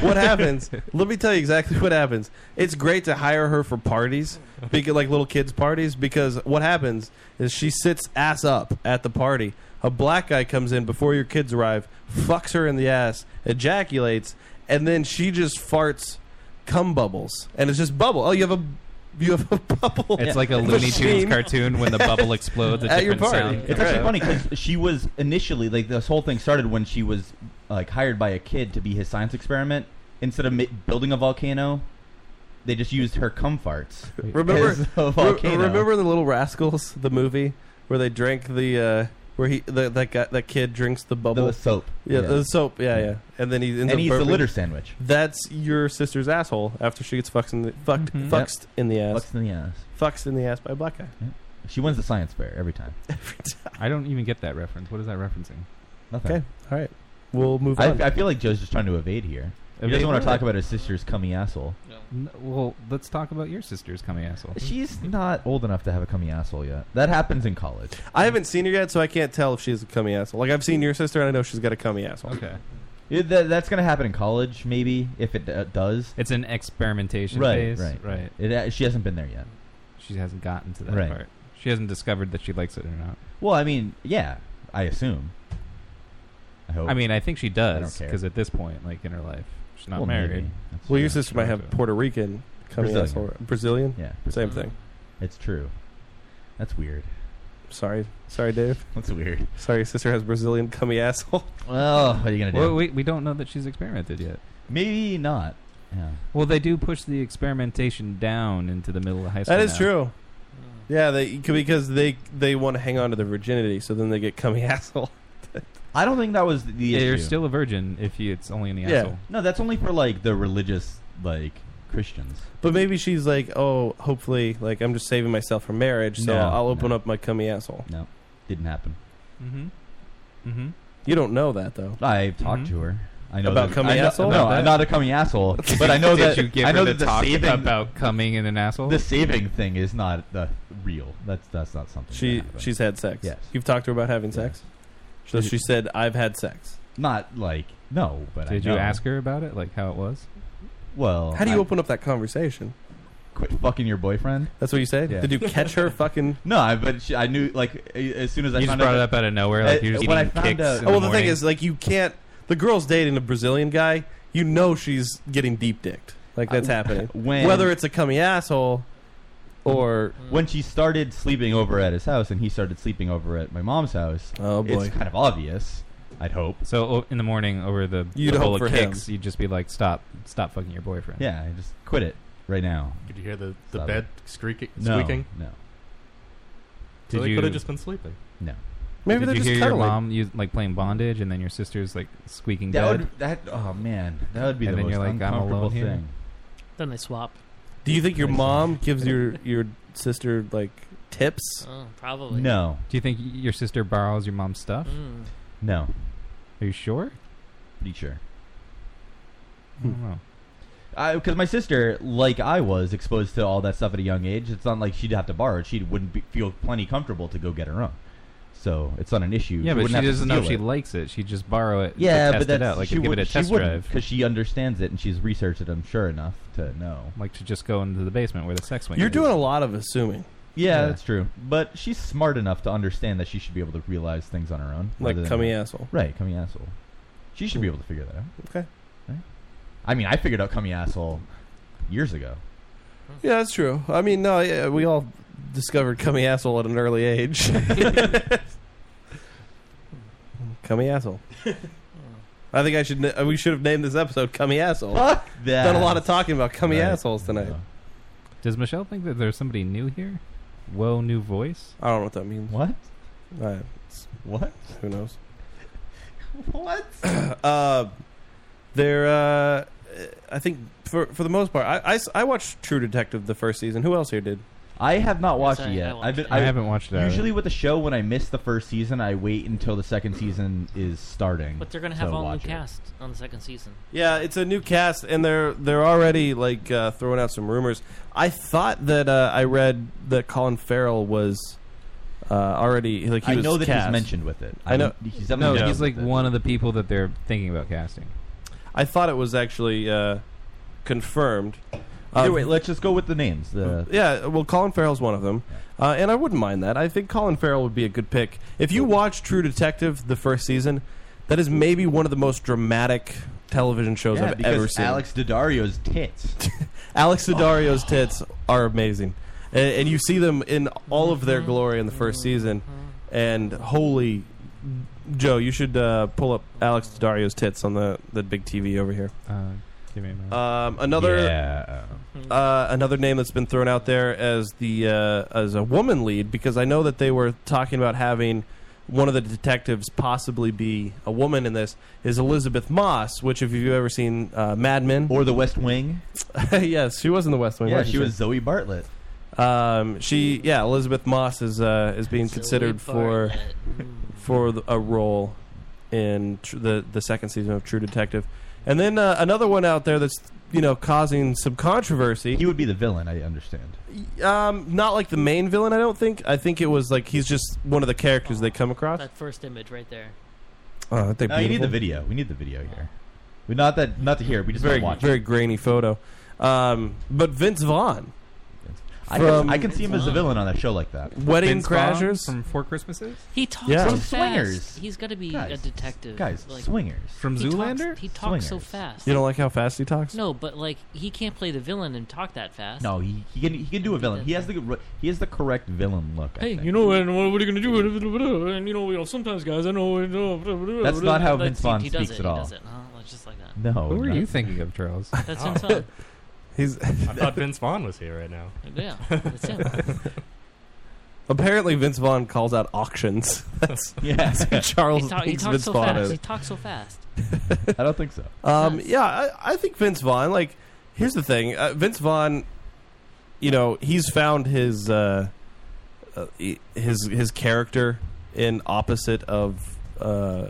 Speaker 9: what happens? Let me tell you exactly what happens. It's great to hire her for parties, beca- like little kids' parties, because what happens is she sits ass up at the party. A black guy comes in before your kids arrive, fucks her in the ass, ejaculates, and then she just farts cum bubbles, and it's just bubble. Oh, you have a you have a <laughs> bubble.
Speaker 8: It's like a Looney Tunes cartoon when the bubble explodes.
Speaker 9: <laughs>
Speaker 8: A
Speaker 9: At your
Speaker 8: different
Speaker 9: party.
Speaker 8: sound.
Speaker 10: It's actually funny <laughs> because she was initially like this whole thing started when she was like hired by a kid to be his science experiment. Instead of mi- building a volcano, they just used her cum farts.
Speaker 9: <laughs> Remember,
Speaker 10: as
Speaker 9: re-
Speaker 10: a <laughs> volcano.
Speaker 9: remember the Little Rascals, the movie where they drank the uh, where he the, that guy that kid drinks the bubble
Speaker 10: The soap.
Speaker 9: Yeah,
Speaker 10: Yeah.
Speaker 9: the soap. Yeah, yeah. And then he ends
Speaker 10: And
Speaker 9: up
Speaker 10: he eats the
Speaker 9: burping.
Speaker 10: litter sandwich.
Speaker 9: That's your sister's
Speaker 8: Mm-hmm.
Speaker 9: asshole after she gets fucked in the fucked
Speaker 10: Mhm.
Speaker 9: fucked in the ass.
Speaker 10: Fucks in the ass.
Speaker 9: Fucks in the ass by a black guy.
Speaker 10: She wins the science fair <laughs> every time.
Speaker 8: I don't even get that reference. What is that referencing?
Speaker 10: Nothing.
Speaker 9: Okay. All right. We'll move
Speaker 10: I,
Speaker 9: on.
Speaker 10: I feel like Joe's just trying to evade here. he
Speaker 8: Evade
Speaker 10: doesn't want
Speaker 8: what?
Speaker 10: to talk about his sister's cummy asshole.
Speaker 8: N- well, let's talk about your sister's coming asshole.
Speaker 10: She's not old enough to have a cummy asshole yet. That happens in college.
Speaker 9: I haven't seen her yet, so I can't tell if she's a cummy asshole. Like I've seen your sister, and I know she's got a cummy asshole.
Speaker 8: Okay.
Speaker 10: It, that, that's going to happen in college, maybe if it uh, does.
Speaker 8: It's an experimentation
Speaker 10: right,
Speaker 8: phase,
Speaker 10: Right,
Speaker 8: right.
Speaker 10: It, uh, she hasn't been there yet.
Speaker 8: She hasn't gotten to that
Speaker 10: Right.
Speaker 8: part. She hasn't discovered that she likes it or not.
Speaker 10: Well, I mean, yeah, I assume. I hope.
Speaker 8: I mean, I think she
Speaker 10: I
Speaker 8: does
Speaker 10: don't care.
Speaker 8: because at this point, like in her life, she's not
Speaker 10: Well, maybe.
Speaker 8: married.
Speaker 10: That's
Speaker 9: Well, your sister might have Puerto Rican cummy
Speaker 10: Brazilian.
Speaker 9: asshole. Brazilian.
Speaker 10: Yeah,
Speaker 9: Same thing.
Speaker 10: It's true. That's weird.
Speaker 9: Sorry, sorry, Dave.
Speaker 10: <laughs> That's weird.
Speaker 9: Sorry, your sister
Speaker 10: <laughs>
Speaker 9: has Brazilian cummy asshole.
Speaker 10: Well, what are you gonna do?
Speaker 8: Well, we we don't know that she's experimented yet.
Speaker 10: Maybe not. Yeah.
Speaker 8: Well, they do push the experimentation down into the middle of high school.
Speaker 9: That is
Speaker 8: now.
Speaker 9: true. Yeah, they c- because <laughs> they they want to hang on to their virginity, so then they get cummy asshole.
Speaker 10: I don't think that was the
Speaker 8: Yeah, you're
Speaker 10: issue.
Speaker 8: still a virgin if you, it's only in the
Speaker 9: Yeah.
Speaker 8: asshole.
Speaker 10: No, that's only for like the religious like Christians.
Speaker 9: But maybe she's like, oh, hopefully, like I'm just saving myself for marriage, so
Speaker 10: No,
Speaker 9: I'll open up my cummy asshole.
Speaker 10: No, didn't happen.
Speaker 8: Mm-hmm. Mm-hmm.
Speaker 9: You don't know that though.
Speaker 10: I've talked to her. I know
Speaker 9: About
Speaker 10: that-
Speaker 9: coming
Speaker 10: I know-
Speaker 9: asshole?
Speaker 10: No,
Speaker 9: About
Speaker 10: I'm
Speaker 9: that?
Speaker 10: not a coming
Speaker 8: <laughs>
Speaker 10: asshole. But I know
Speaker 8: Did
Speaker 10: that
Speaker 8: you give
Speaker 10: I know
Speaker 8: her the
Speaker 10: that the
Speaker 8: talk
Speaker 10: saving,
Speaker 8: about coming in an asshole?
Speaker 10: the saving thing is not the real. That's that's not something.
Speaker 9: She
Speaker 10: that happened.
Speaker 9: she's had sex.
Speaker 10: Yes.
Speaker 9: You've talked to her about having sex. So
Speaker 10: Did you-
Speaker 9: she said, "I've had sex."
Speaker 10: Not like no, but I
Speaker 8: Did you
Speaker 10: know.
Speaker 8: ask her about it, like how it was?
Speaker 10: Well,
Speaker 9: How do you
Speaker 10: I-
Speaker 9: open up that conversation?
Speaker 10: quit fucking your boyfriend?
Speaker 9: That's what you said.
Speaker 10: Yeah.
Speaker 9: Did you catch her fucking?
Speaker 10: <laughs> No, I, but she, I knew like a- as soon as I
Speaker 8: You just
Speaker 10: found
Speaker 8: brought
Speaker 10: out Uh,
Speaker 8: it up out of nowhere,
Speaker 9: Uh,
Speaker 8: like you're just
Speaker 10: when I
Speaker 8: eating
Speaker 10: found
Speaker 8: kicks
Speaker 10: out-
Speaker 8: in
Speaker 9: Oh, well, the thing is, like, you can't. The girl's dating a Brazilian guy. You know she's getting deep dicked. Like that's
Speaker 10: Uh,
Speaker 9: happening. <laughs>
Speaker 10: when-
Speaker 9: Whether it's a cummy asshole or
Speaker 10: when she started sleeping over at his house and he started sleeping over at my mom's house.
Speaker 9: Oh boy.
Speaker 10: it's kind of obvious. I'd hope.
Speaker 8: So o- in the morning, over the,
Speaker 9: You'd
Speaker 8: the bowl
Speaker 9: hope
Speaker 8: of
Speaker 9: for him.
Speaker 8: kicks, you'd just be like, "Stop, stop fucking your boyfriend."
Speaker 10: Yeah, I just quit it right now.
Speaker 3: Could you hear the, the
Speaker 10: Stop
Speaker 3: bed squeaking?
Speaker 10: No,
Speaker 3: squeaking?
Speaker 10: no.
Speaker 3: So
Speaker 8: Did
Speaker 3: they
Speaker 8: you-
Speaker 3: could have just been sleeping.
Speaker 10: No.
Speaker 9: Maybe
Speaker 8: Did
Speaker 9: they're
Speaker 8: you
Speaker 9: just
Speaker 8: hear your
Speaker 9: cuddling.
Speaker 8: mom you, like playing bondage, and then your sister's like squeaking
Speaker 10: That
Speaker 8: dead?
Speaker 10: would that. Oh man, that would be
Speaker 8: And
Speaker 10: the
Speaker 8: then
Speaker 10: most
Speaker 8: you're like, "I'm
Speaker 10: uncomfortable
Speaker 8: alone
Speaker 10: thing.
Speaker 8: here."
Speaker 6: Then they swap.
Speaker 9: Do you think your mom gives your your sister like tips?
Speaker 6: Oh, probably.
Speaker 10: No,
Speaker 8: Do you think y- your sister borrows your mom's stuff?
Speaker 6: Mm.
Speaker 10: no,
Speaker 8: Are you sure?
Speaker 10: pretty sure.
Speaker 8: I don't know.
Speaker 10: Because my sister, like I was, exposed to all that stuff at a young age. It's not like she'd have to borrow it. She wouldn't be, feel plenty comfortable to go get her own. So it's not an issue.
Speaker 8: Yeah,
Speaker 10: She
Speaker 8: but
Speaker 10: wouldn't
Speaker 8: she
Speaker 10: have to
Speaker 8: doesn't know if
Speaker 10: steal
Speaker 8: she
Speaker 10: it.
Speaker 8: likes it. She just borrow it.
Speaker 10: Yeah,
Speaker 8: to test
Speaker 10: but that's
Speaker 8: it out, like
Speaker 10: she
Speaker 8: give
Speaker 10: would,
Speaker 8: it a test
Speaker 10: she wouldn't
Speaker 8: drive,
Speaker 10: because she understands it and she's researched it. I'm sure enough to know.
Speaker 8: like to just go into the basement where the sex wing.
Speaker 9: You're
Speaker 8: is.
Speaker 9: doing a lot of assuming,
Speaker 10: Yeah,
Speaker 8: Yeah.
Speaker 10: that's true. But she's smart enough to understand that she should be able to realize things on her own.
Speaker 9: like
Speaker 10: rather than-
Speaker 9: cummy asshole. Hmm.
Speaker 10: Right, cummy asshole. She should be able to figure that out.
Speaker 9: Okay.
Speaker 10: I mean, I figured out cummy asshole years ago. <laughs>
Speaker 9: Yeah, that's true. I mean, no, yeah, we all discovered cummy asshole at an early age. <laughs> cummy asshole. I think I should. na- We should have named this episode "Cummy Asshole."
Speaker 10: Fuck that.
Speaker 9: Done a lot of talking about cummy
Speaker 10: Right.
Speaker 9: assholes tonight.
Speaker 10: Yeah.
Speaker 8: Does Michelle think that there's somebody new here? Whoa, new voice.
Speaker 9: I don't know what that means.
Speaker 10: What?
Speaker 9: Uh,
Speaker 10: What?
Speaker 9: who knows?
Speaker 10: What?
Speaker 9: <clears throat> Uh, they're. Uh, I think for for the most part, I, I s- I watched True Detective the first season. Who else here did?
Speaker 10: I have not watched
Speaker 6: I-
Speaker 10: it yet.
Speaker 6: I
Speaker 10: I,
Speaker 6: watched
Speaker 10: have been,
Speaker 8: I haven't watched that.
Speaker 10: Usually with a show, when I miss the first season, I wait until the second season is starting.
Speaker 6: But they're gonna have
Speaker 10: to
Speaker 6: all new
Speaker 10: watch it.
Speaker 6: cast on the second season.
Speaker 9: Yeah, it's a new cast, and they're they're already like uh, throwing out some rumors. I thought that uh, I read that Colin Farrell was uh, already like he
Speaker 10: I
Speaker 9: was
Speaker 10: know that
Speaker 9: cast.
Speaker 10: he's mentioned with it.
Speaker 9: I know-
Speaker 10: don't- He's
Speaker 8: no,
Speaker 10: definitely mentioned
Speaker 8: he's like
Speaker 10: with it.
Speaker 8: one of the people that they're thinking about casting.
Speaker 9: I thought it was actually uh, confirmed.
Speaker 10: Either
Speaker 9: Um, Mm,
Speaker 10: way, let's just go with the names. The
Speaker 9: Yeah, well, Colin Farrell's one of them, uh, and I wouldn't mind that. I think Colin Farrell would be a good pick. If you watch True Detective the first season, that is maybe one of the most dramatic television shows
Speaker 10: Yeah,
Speaker 9: I've
Speaker 10: because
Speaker 9: ever seen.
Speaker 10: Alex Daddario's tits.
Speaker 9: <laughs> Alex Daddario's tits are amazing, and, and you see them in all of their glory in the first season. And holy, Joe, you should uh, pull up Alex Daddario's tits on the the big TV over here.
Speaker 8: Uh, give me a minute.
Speaker 9: Um, another
Speaker 10: Yeah.
Speaker 9: uh, another name that's been thrown out there as the uh, as a woman lead because I know that they were talking about having one of the detectives possibly be a woman in this is Elizabeth Moss, which if you've ever seen uh, Mad Men,
Speaker 10: Or the West Wing.
Speaker 9: <laughs> yes, she was in The West Wing.
Speaker 10: Yeah,
Speaker 9: wasn't
Speaker 10: she was Zoe Bartlett.
Speaker 9: Uh, Um, she, yeah, Elizabeth Moss is uh, is being considered for <laughs> for the, a role in tr- the the second season of True Detective, and then uh, another one out there that's you know causing some controversy. He
Speaker 10: would be the villain, I understand.
Speaker 9: Um, not like the main villain, I don't think. I think it was like he's just one of the characters they come across.
Speaker 6: That first image right there.
Speaker 9: Oh, aren't they
Speaker 10: No, Uh, you need
Speaker 9: beautiful?
Speaker 10: the video. We need the video here. We not that not to hear. it, We just
Speaker 9: very
Speaker 10: don't watch.
Speaker 9: very grainy photo. Um, but Vince Vaughn.
Speaker 10: I can- I can see him as a villain on a show like that.
Speaker 9: Wedding
Speaker 10: Vince Vaughn
Speaker 9: Crashers
Speaker 10: from
Speaker 8: Four Christmases.
Speaker 6: He talks
Speaker 9: Yeah.
Speaker 6: so
Speaker 9: From
Speaker 6: fast.
Speaker 9: Swingers.
Speaker 6: He's got to be a
Speaker 10: Guys,
Speaker 6: detective.
Speaker 10: guys, Swingers. From
Speaker 6: he talks-
Speaker 10: Zoolander?
Speaker 6: he talks so
Speaker 10: Swingers.
Speaker 6: fast.
Speaker 9: You don't like how fast he talks?
Speaker 6: No, but like he can't play the villain and talk that fast.
Speaker 10: No, he, he can he can do a villain. He has the he has the correct villain look. I
Speaker 6: Hey,
Speaker 10: think.
Speaker 6: you know what? What are you gonna do? And you know, you know, sometimes guys, I know.
Speaker 10: That's not how Vince
Speaker 6: That's-
Speaker 10: Vaughn
Speaker 6: he does
Speaker 10: speaks
Speaker 6: it,
Speaker 10: at all. <laughs>
Speaker 6: He does it, huh? Like, Just like that.
Speaker 10: No,
Speaker 8: Who are
Speaker 10: not-
Speaker 8: you thinking of, Charles?
Speaker 3: <laughs>
Speaker 6: That's Vince Vaughn.
Speaker 9: He's. I
Speaker 3: thought Vince Vaughn was here right now.
Speaker 6: <laughs>
Speaker 3: <laughs>
Speaker 6: Yeah, that's him.
Speaker 9: Apparently, Vince Vaughn calls out auctions. <laughs>
Speaker 10: <laughs>
Speaker 9: That's,
Speaker 10: Yeah.
Speaker 9: that's who <laughs> Charles
Speaker 6: he, talk, he
Speaker 9: thinks
Speaker 6: talks
Speaker 9: Vince
Speaker 6: so
Speaker 9: Vaughn
Speaker 6: fast.
Speaker 9: is.
Speaker 6: He talks so fast.
Speaker 10: I don't think so.
Speaker 9: <laughs> Um, yeah, I, I think Vince Vaughn. Like, here's the thing: uh, Vince Vaughn, you know, he's found his uh, uh, e- his his character in opposite of uh,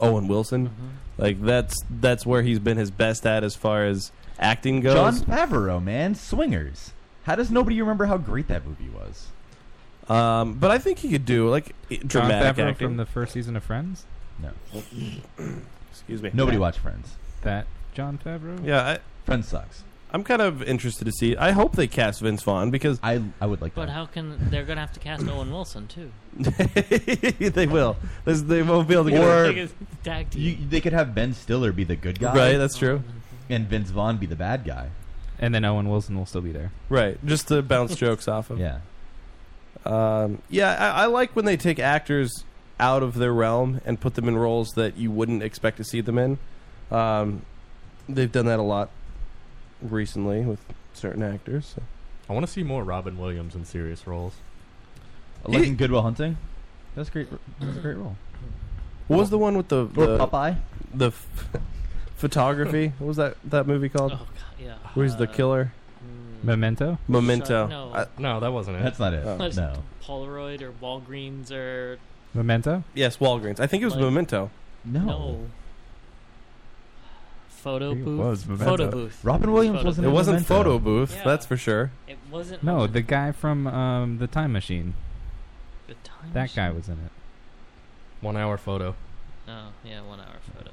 Speaker 9: Owen Wilson.
Speaker 10: Mm-hmm.
Speaker 9: Like that's that's where he's been his best at as far as acting goes.
Speaker 10: John Favreau, man, Swingers. How does nobody remember how great that movie was?
Speaker 9: Um, but I think he could do like i- dramatic
Speaker 8: John Favreau
Speaker 9: acting.
Speaker 8: from the first season of Friends.
Speaker 10: No.
Speaker 9: <coughs> Excuse me.
Speaker 10: Nobody watched Friends.
Speaker 8: That John Favreau.
Speaker 9: Yeah, I,
Speaker 10: Friends sucks.
Speaker 9: I'm kind of interested to see. I hope they cast Vince Vaughn because
Speaker 10: I I would like
Speaker 6: But how can they're gonna have to cast Owen Wilson too?
Speaker 9: <laughs> they will. This, they won't be able to get
Speaker 10: Or
Speaker 6: Take his tag team.
Speaker 10: you, they could have Ben Stiller be the good guy.
Speaker 9: Right, that's true.
Speaker 10: And Vince Vaughn be the bad guy.
Speaker 8: And then Owen Wilson will still be there.
Speaker 9: Right, just to bounce jokes off of.
Speaker 10: Yeah.
Speaker 9: Um, yeah, I, I like when they take actors out of their realm and put them in roles that you wouldn't expect to see them in. Um, they've done that a lot recently with certain actors. So.
Speaker 3: I want to see more Robin Williams in serious roles.
Speaker 10: Uh, Like in Goodwill Hunting. That's great. That's a great role.
Speaker 9: What was the one with the,
Speaker 10: Or
Speaker 9: the
Speaker 10: Popeye?
Speaker 9: The f- photography. What was that that movie called? Oh, God,
Speaker 6: yeah. Uh, hmm.
Speaker 9: Where's the killer?
Speaker 8: Memento.
Speaker 9: Memento.
Speaker 6: Sorry, no.
Speaker 3: no, that wasn't it.
Speaker 10: That's not it.
Speaker 6: Like
Speaker 10: Oh, No.
Speaker 6: <laughs> Polaroid or Walgreens or
Speaker 8: Memento.
Speaker 9: Yes, Walgreens. I think it was
Speaker 6: Like-
Speaker 9: Memento.
Speaker 10: No.
Speaker 6: Photo
Speaker 8: It
Speaker 6: booth.
Speaker 8: was Memento.
Speaker 6: Photo booth. Photo
Speaker 9: It wasn't
Speaker 6: booth.
Speaker 8: Memento.
Speaker 9: photo booth.
Speaker 6: Yeah.
Speaker 9: That's for sure.
Speaker 6: It wasn't.
Speaker 8: No, the guy from um, the Time Machine.
Speaker 6: The Time
Speaker 8: That guy was in it.
Speaker 3: One hour photo.
Speaker 6: Oh yeah, one hour photo.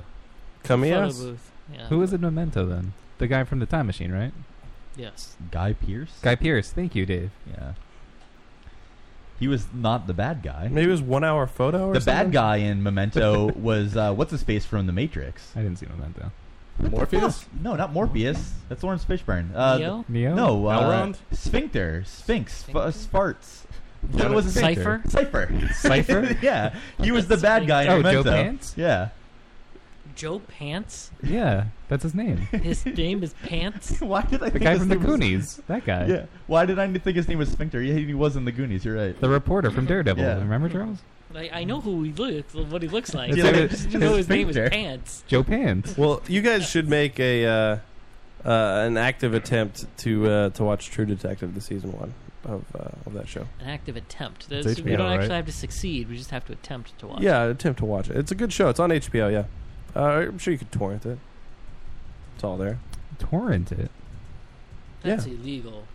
Speaker 9: Come
Speaker 6: photo
Speaker 9: here.
Speaker 6: booth. Yeah.
Speaker 8: Who was in Memento then? The guy from the Time Machine, right?
Speaker 6: Yes.
Speaker 10: Guy Pierce.
Speaker 8: Guy Pierce. Thank you, Dave.
Speaker 10: Yeah. He was not the bad guy.
Speaker 9: Maybe it was one hour photo. Or
Speaker 10: the
Speaker 9: something?
Speaker 10: bad guy
Speaker 9: <laughs>
Speaker 10: in Memento was uh, what's his face from The Matrix.
Speaker 8: I didn't see Memento.
Speaker 10: Morpheus? No, not Morpheus. That's Lawrence Fishburne. Uh,
Speaker 6: Neo?
Speaker 10: the-
Speaker 8: Neo?
Speaker 10: No, uh,
Speaker 8: Elrond?
Speaker 10: Sphincter. Sphinx. F- uh, Sparts. What was his
Speaker 6: Cipher?
Speaker 10: Cipher. <laughs>
Speaker 8: Cipher?
Speaker 10: yeah, he was the bad guy in
Speaker 8: Oh, Joe
Speaker 10: Memento.
Speaker 8: Pants?
Speaker 10: Yeah.
Speaker 6: Joe Pants.
Speaker 8: Yeah, that's his name.
Speaker 6: His name is Pants.
Speaker 10: Why did I?
Speaker 8: The
Speaker 10: think
Speaker 8: guy
Speaker 10: his
Speaker 8: from the
Speaker 10: name was-
Speaker 8: Goonies. That guy.
Speaker 10: Yeah. Why did I think his name was Sphincter? Yeah, he was in the Goonies. You're right.
Speaker 8: The reporter from Daredevil.
Speaker 10: Yeah.
Speaker 8: Remember Charles?
Speaker 6: I, I know who he looks, what he looks like.
Speaker 8: It's
Speaker 6: I
Speaker 8: like
Speaker 6: just
Speaker 8: a-
Speaker 6: know
Speaker 8: his
Speaker 6: his name is
Speaker 8: picture.
Speaker 6: Pants.
Speaker 8: Joe Pants.
Speaker 9: Well, you guys should make a uh, uh, an active attempt to uh, to watch True Detective, the season one of uh, of that show.
Speaker 6: An active attempt.
Speaker 9: It's
Speaker 6: There's- we
Speaker 9: HBO,
Speaker 6: don't
Speaker 9: right?
Speaker 6: actually have to succeed. We just have to attempt to watch.
Speaker 9: Yeah, attempt to watch it. It's a good show. It's on HBO. Yeah, uh, I'm sure you could torrent it. It's all there.
Speaker 8: Torrent it.
Speaker 6: That's illegal.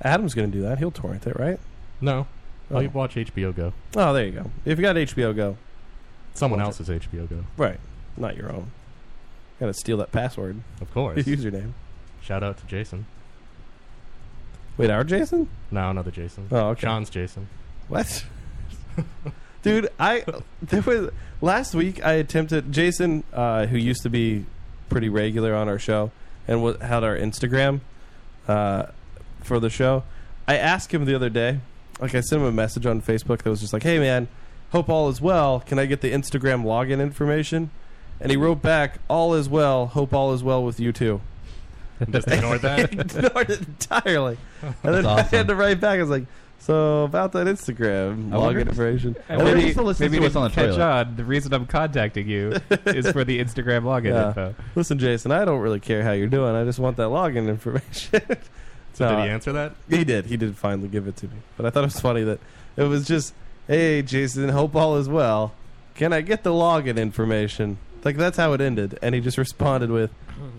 Speaker 9: Adam's going to do that. He'll torrent it, right?
Speaker 3: No.
Speaker 9: Oh.
Speaker 3: I'll watch HBO Go.
Speaker 9: Oh, there you go. If you got HBO Go,
Speaker 3: Someone
Speaker 9: Watch
Speaker 3: else's HBO Go.
Speaker 9: right? Not your own. Got to steal that password,
Speaker 3: Of
Speaker 9: <laughs>
Speaker 3: course.
Speaker 9: username.
Speaker 3: Shout out to Jason.
Speaker 9: Wait, our Jason?
Speaker 3: No, another Jason.
Speaker 9: Oh, okay.
Speaker 3: John's Jason.
Speaker 9: What? Dude, I there was last week I attempted Jason, uh, who used to be pretty regular on our show and wa had our Instagram uh, for the show. I asked him the other day, like I sent him a message on Facebook that was just like, "Hey man, hope all is well. Can I get the Instagram login information?" And he wrote back, "All is well. Hope all is well with you too."
Speaker 3: Just ignore
Speaker 9: <laughs>
Speaker 3: that.
Speaker 9: ignored it
Speaker 3: <laughs>
Speaker 9: entirely. And then
Speaker 10: That's
Speaker 9: I
Speaker 10: awesome.
Speaker 9: had to write back. I was like, so about that Instagram
Speaker 10: I
Speaker 9: log
Speaker 10: wonder if-
Speaker 9: information.
Speaker 10: I wonder if
Speaker 9: Maybe-
Speaker 10: he still listens
Speaker 8: Maybe
Speaker 10: to
Speaker 8: you
Speaker 10: us on
Speaker 8: didn't
Speaker 10: the
Speaker 8: catch
Speaker 10: toilet.
Speaker 8: on. The reason I'm contacting you is for the Instagram login
Speaker 9: Yeah.
Speaker 8: info.
Speaker 9: Listen, Jason, I don't really care how you're doing. I just want that login <laughs> information.
Speaker 3: So did he answer that?
Speaker 9: He did. He did finally give it to me. But I thought it was funny that it was just, "Hey, Jason, hope all is well. Can I get the login information?" Like that's how it ended, and he just responded with,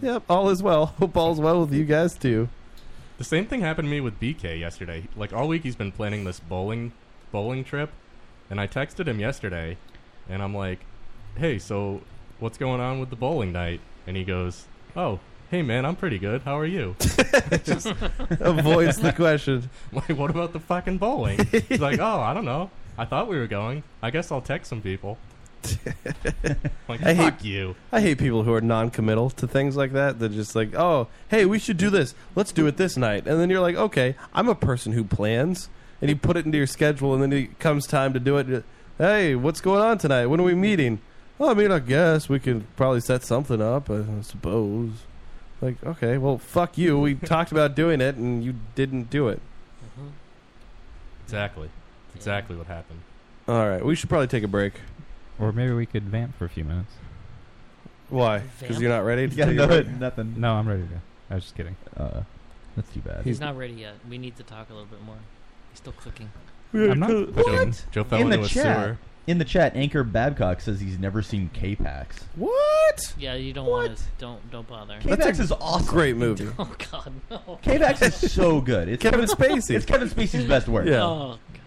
Speaker 9: "Yep, all is well. <laughs> Hope all's well with you guys too."
Speaker 3: The same thing happened to me with BK yesterday. Like all week, he's been planning this bowling bowling trip, and I texted him yesterday, and I'm like, "Hey, so what's going on with the bowling night?" And he goes, "Oh, hey man, I'm pretty good. How
Speaker 9: <laughs>
Speaker 3: are you?" <laughs> Just
Speaker 9: Avoids
Speaker 10: <laughs>
Speaker 9: the question.
Speaker 3: <laughs> Like, what about the fucking bowling? He's like, "Oh, I don't know. I thought we were going. I guess I'll text some
Speaker 9: <laughs>
Speaker 3: people." like,
Speaker 9: I
Speaker 3: fuck
Speaker 9: hate
Speaker 3: you.
Speaker 9: I hate people who are non-committal to things like that. They're just like, "Oh, hey, we should do this. Let's do it this night." And then you're like, "Okay, I'm a person who plans." And you put it into your schedule, and then it comes time to do it. you're, Hey, what's going on tonight? When are we meeting? Well, I mean, I guess we could probably set something up. I suppose. Like, okay, well, fuck you.
Speaker 3: <laughs>
Speaker 9: We talked about doing it, and you didn't do it.
Speaker 3: Exactly. That's Exactly what happened.
Speaker 9: All right, we should probably take a break.
Speaker 8: Or maybe we could vamp for a few minutes.
Speaker 9: Why? Because you're not ready. To
Speaker 10: Yeah,
Speaker 9: take
Speaker 10: no,
Speaker 9: a break?
Speaker 10: nothing.
Speaker 8: No, I'm ready to go. I was just kidding.
Speaker 10: Uh, that's too bad.
Speaker 6: He's not ready yet. We need to talk a little bit more. He's still clicking.
Speaker 10: I'm
Speaker 6: not-
Speaker 10: not.
Speaker 6: What? Joe fell
Speaker 10: in the
Speaker 6: into a
Speaker 10: chat,
Speaker 6: sewer.
Speaker 10: In the chat, anchor Babcock says he's never seen K-Pax.
Speaker 9: What?
Speaker 6: Yeah, you don't want to. Don't don't bother.
Speaker 10: K-Pax is awesome. Great
Speaker 9: movie.
Speaker 6: <laughs> Oh God, no.
Speaker 10: K-Pax is so good. It's
Speaker 9: Kevin Spacey.
Speaker 10: It's Kevin Spacey's best work.
Speaker 6: Oh God,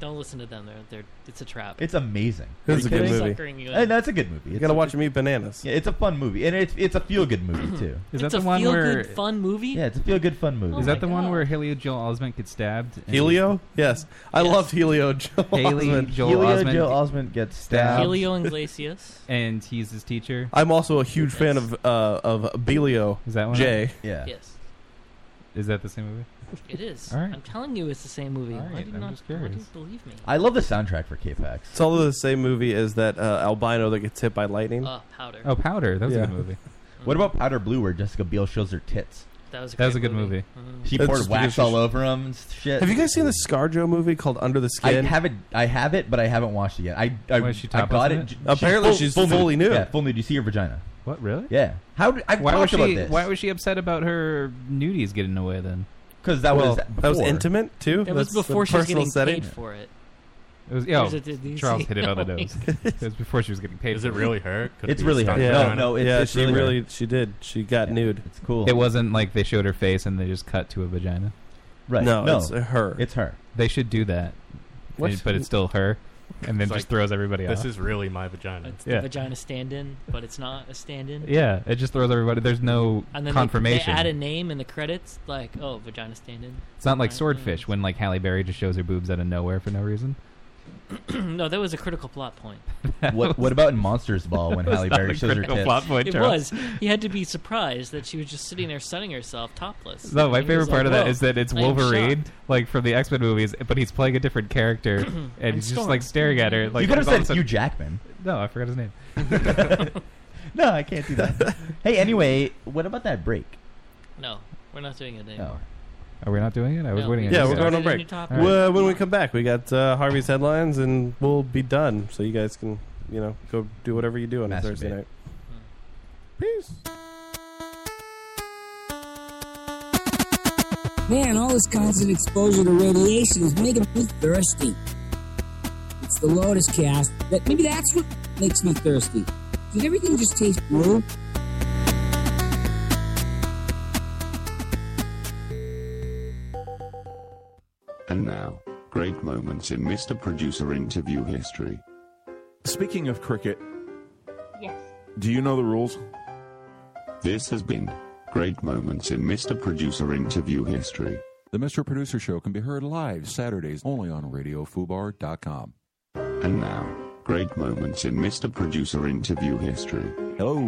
Speaker 6: don't listen to them. They're they're. It's a trap.
Speaker 10: It's amazing.
Speaker 9: It was a good movie.
Speaker 6: Suckering you
Speaker 10: Hey,
Speaker 6: in.
Speaker 10: that's a good movie.
Speaker 9: You
Speaker 10: It's
Speaker 9: gotta
Speaker 10: a-
Speaker 9: watch him eat bananas.
Speaker 10: Yeah, it's a fun movie, and it's it's a feel good movie too.
Speaker 8: Is that the one where
Speaker 6: fun movie?
Speaker 10: Yeah, it's a feel good fun
Speaker 6: Oh
Speaker 10: movie.
Speaker 8: is that the one where Helio Joel Osment gets stabbed? and-
Speaker 9: Helio? Yes. I loved Helio Joel
Speaker 8: Haley
Speaker 9: Osment.
Speaker 8: Joel
Speaker 10: Helio
Speaker 8: Osment.
Speaker 10: Joel Osment gets stabbed.
Speaker 6: Helio
Speaker 10: <laughs>
Speaker 6: Iglesias.
Speaker 8: and he's his teacher.
Speaker 9: I'm also a huge fan of uh, of Belio.
Speaker 8: Is that one?
Speaker 9: Jay?
Speaker 10: Yeah.
Speaker 6: Yes,
Speaker 8: Is that the same movie?
Speaker 6: it is.
Speaker 8: All right.
Speaker 6: I'm telling you, it's the same movie. Why
Speaker 8: right,
Speaker 6: do you
Speaker 8: I'm
Speaker 6: not
Speaker 8: just
Speaker 6: why do you
Speaker 8: curious.
Speaker 6: believe me?
Speaker 10: I love the soundtrack for K-Pax.
Speaker 9: It's all the same movie as that uh, albino that gets hit by lightning.
Speaker 6: Uh, Powder.
Speaker 8: Oh, Powder. That was
Speaker 9: Yeah.
Speaker 8: a good movie.
Speaker 10: What about Powder Blue, where Jessica Biel shows her tits?
Speaker 6: That was a, Mm-hmm.
Speaker 8: That was great a good movie.
Speaker 9: movie.
Speaker 10: She
Speaker 9: That's
Speaker 10: poured
Speaker 9: just because
Speaker 10: wax
Speaker 9: she-
Speaker 10: all over him and shit.
Speaker 9: Have you guys seen the ScarJo movie called Under the
Speaker 10: I
Speaker 9: Skin?
Speaker 10: have it. I have it, but I haven't watched it yet. I I,
Speaker 9: Why is she
Speaker 10: I
Speaker 9: topless
Speaker 10: got
Speaker 9: in
Speaker 10: it.
Speaker 9: it?
Speaker 10: J-
Speaker 9: Apparently she's fully nude.
Speaker 10: Yeah, full nude. You see her vagina.
Speaker 8: What really?
Speaker 10: Yeah. How did I've
Speaker 8: why was
Speaker 10: talked
Speaker 8: she?
Speaker 10: about this?
Speaker 8: Why was she upset about her nudies getting away then?
Speaker 10: Because that
Speaker 9: Well,
Speaker 10: was
Speaker 9: that was
Speaker 10: before.
Speaker 9: intimate too.
Speaker 6: That was
Speaker 9: That's the
Speaker 6: before she was
Speaker 9: personal
Speaker 6: getting
Speaker 9: setting.
Speaker 6: paid for it.
Speaker 8: It was yeah.
Speaker 6: There's a Disney
Speaker 8: Charles
Speaker 6: scene.
Speaker 8: hit it
Speaker 6: <laughs>
Speaker 8: on the
Speaker 6: No,
Speaker 8: nose. it was before she was getting paid.
Speaker 3: Is
Speaker 8: for
Speaker 3: it really her? Could it
Speaker 10: It's
Speaker 3: be
Speaker 10: really
Speaker 3: stunt
Speaker 10: her.
Speaker 3: vagina?
Speaker 9: Yeah.
Speaker 10: no, it's-
Speaker 9: yeah,
Speaker 10: it's
Speaker 9: she
Speaker 10: really
Speaker 9: really she did. She got nude.
Speaker 10: It's cool.
Speaker 8: It wasn't like they showed her face and they just cut to a vagina.
Speaker 10: right.
Speaker 9: No,
Speaker 10: No,
Speaker 9: it's her.
Speaker 10: It's her.
Speaker 8: They should do that,
Speaker 9: What?
Speaker 8: And- but it's still her, and then
Speaker 3: It's
Speaker 8: just
Speaker 3: like,
Speaker 8: throws everybody
Speaker 3: This
Speaker 8: off.
Speaker 3: is really my vagina.
Speaker 6: It's
Speaker 8: Yeah.
Speaker 6: the vagina stand-in, but it's not a stand-in.
Speaker 8: yeah, it just throws everybody. There's no
Speaker 6: And then they-
Speaker 8: confirmation.
Speaker 6: They, add a name in the credits, like oh, vagina stand-in.
Speaker 8: it's not like Swordfish when like Halle Berry just shows her boobs out of nowhere for no reason.
Speaker 6: no, that <clears throat> was a critical plot point.
Speaker 8: <laughs>
Speaker 10: What What about in Monsters Ball when
Speaker 8: That was
Speaker 10: Halle
Speaker 8: not
Speaker 10: Berry
Speaker 8: a
Speaker 10: shows her
Speaker 8: critical
Speaker 10: tits?
Speaker 8: plot point.
Speaker 6: It
Speaker 8: Charles.
Speaker 6: was. You had to be surprised that she was just sitting there sunning herself topless.
Speaker 8: No, my
Speaker 6: And he was
Speaker 8: favorite part
Speaker 6: like,
Speaker 8: of that
Speaker 6: "Whoa,
Speaker 8: is that it's
Speaker 6: I am
Speaker 8: Wolverine,
Speaker 6: shocked."
Speaker 8: like from the X Men movies, but he's playing a different character, and he's just
Speaker 6: Storm.
Speaker 8: like staring at her. Like
Speaker 10: you could have
Speaker 8: all of a
Speaker 10: said
Speaker 8: sudden-
Speaker 10: Hugh Jackman.
Speaker 8: No, I forgot his name. <laughs>
Speaker 10: No, I can't do that. hey, anyway, what about that break?
Speaker 6: No, we're not doing it
Speaker 8: Oh.
Speaker 6: anymore.
Speaker 8: Are we not doing it? I was
Speaker 6: No,
Speaker 8: waiting.
Speaker 6: we
Speaker 8: on
Speaker 9: Yeah,
Speaker 8: you
Speaker 9: we're
Speaker 8: guys.
Speaker 9: going on
Speaker 6: Is it a
Speaker 9: break.
Speaker 6: new topic?
Speaker 9: Well, when we come back, we got uh, Harvey's headlines, and we'll be done. So you guys can, you know, go do whatever you do on a Thursday
Speaker 10: Masturbate.
Speaker 9: night. Peace.
Speaker 12: Man, all this constant exposure to radiation is making me thirsty. It's the Lotus cast that maybe that's what makes me thirsty. Did everything just taste blue?
Speaker 15: And now, great moments in Mr. Producer interview history.
Speaker 16: Speaking of cricket,
Speaker 17: Yes.
Speaker 16: do you know the rules?
Speaker 15: This has been great moments in Mr. Producer interview history.
Speaker 18: The Mr. Producer Show can be heard live Saturdays only on RadioFubar.com.
Speaker 15: And now, great moments in Mr. Producer interview history.
Speaker 18: Hello.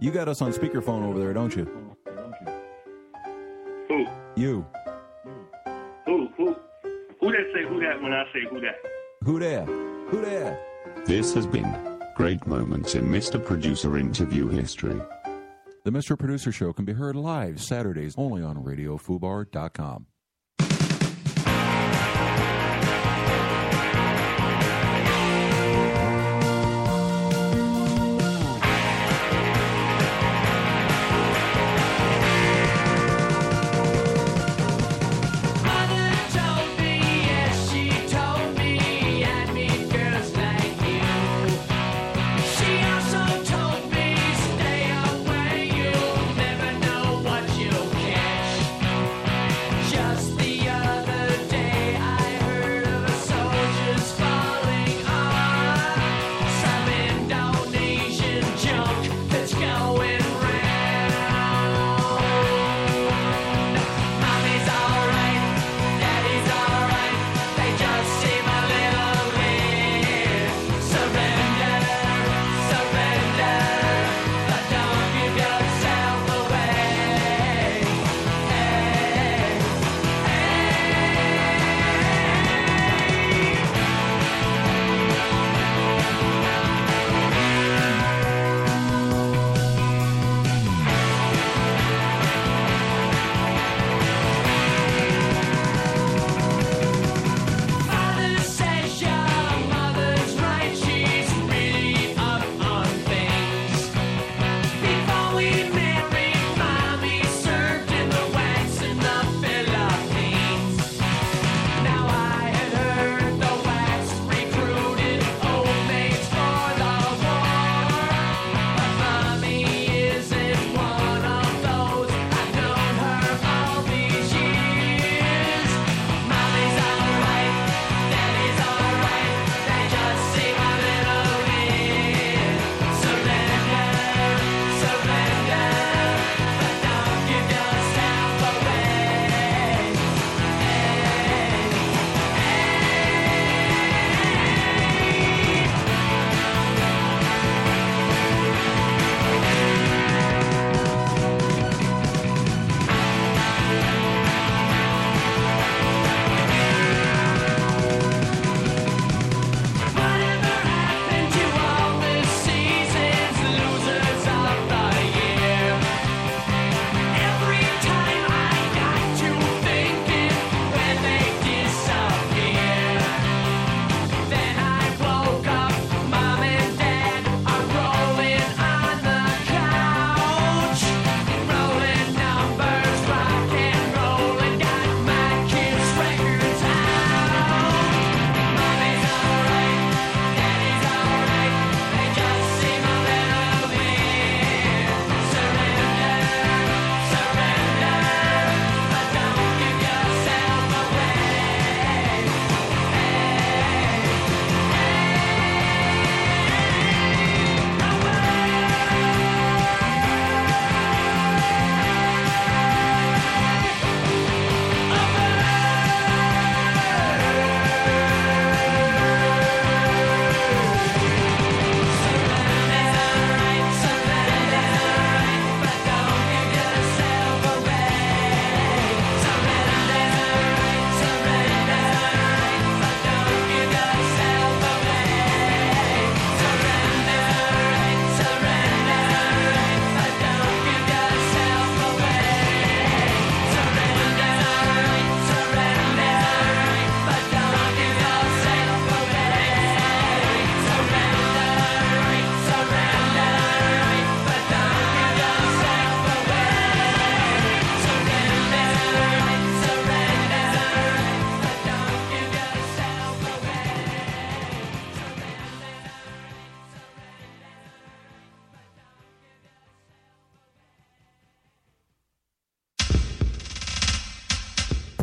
Speaker 18: You got us on speakerphone over there, don't you?
Speaker 17: Who?
Speaker 18: You.
Speaker 17: Who? Who? Who that say who that when I say who that?
Speaker 18: Who there? Who there?
Speaker 15: This has been great moments in Mr. Producer interview history.
Speaker 18: The Mr. Producer Show can be heard live Saturdays only on RadioFubar.com.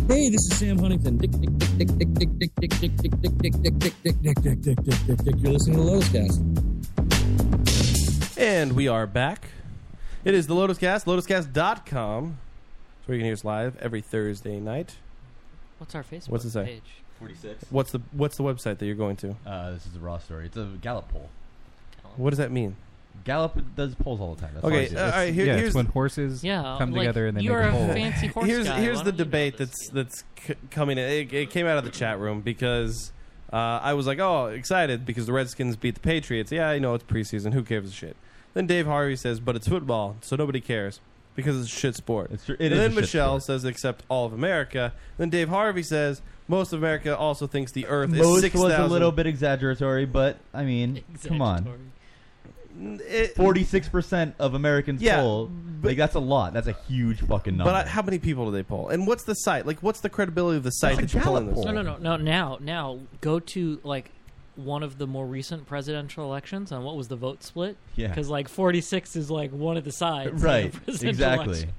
Speaker 12: Hey, this is Sam Huntington. Dick, dick, dick, dick, dick, dick, dick, dick, dick, dick, dick, dick, dick, dick, dick, dick, dick, dick, dick, dick, dick. You're listening to Lotus Cast.
Speaker 9: And we are back. It is the Lotus Cast, lotuscast.com. It's where you can hear us live every Thursday night.
Speaker 6: What's our Facebook
Speaker 9: What's it say?
Speaker 6: page?
Speaker 10: 46.
Speaker 9: What's the what's the website that you're going to?
Speaker 10: Uh, this is a raw story. It's a Gallup poll.
Speaker 9: What does that mean?
Speaker 10: Gallup does polls all the time. That's all I
Speaker 9: okay,
Speaker 10: do.
Speaker 9: uh, all right. Here,
Speaker 8: yeah, it's
Speaker 9: here's
Speaker 8: when horses Yeah, come like, together and they
Speaker 6: you're make a a poll. fancy horse
Speaker 9: here's
Speaker 6: guy,
Speaker 9: here's
Speaker 6: why
Speaker 9: the debate that's that's c- coming. in. It, it came out of the chat room because uh, I was like, oh, excited because the Redskins beat the Patriots. Yeah, I know it's preseason. Who gives a shit? Then Dave Harvey says, but it's football, so nobody cares because it's a shit sport. It's,
Speaker 10: it
Speaker 9: and
Speaker 10: is
Speaker 9: then
Speaker 10: a shit
Speaker 9: Michelle says, except all of America. Then Dave Harvey says, most of America also thinks the Earth is
Speaker 10: Most
Speaker 9: six
Speaker 10: was a
Speaker 9: thousand
Speaker 10: little bit exaggeratory, but I mean, come on. Forty-six percent of Americans
Speaker 9: Yeah,
Speaker 10: poll. like that's a lot. That's a huge fucking number.
Speaker 9: But I, how many people do they poll? And what's the site? Like, what's the credibility of the site that you're polling this?
Speaker 6: No, no, no, no. Now, now, go to like one of the more recent presidential elections on what was the vote split?
Speaker 9: Yeah.
Speaker 6: because like forty six is like one of the sides, of the presidential election.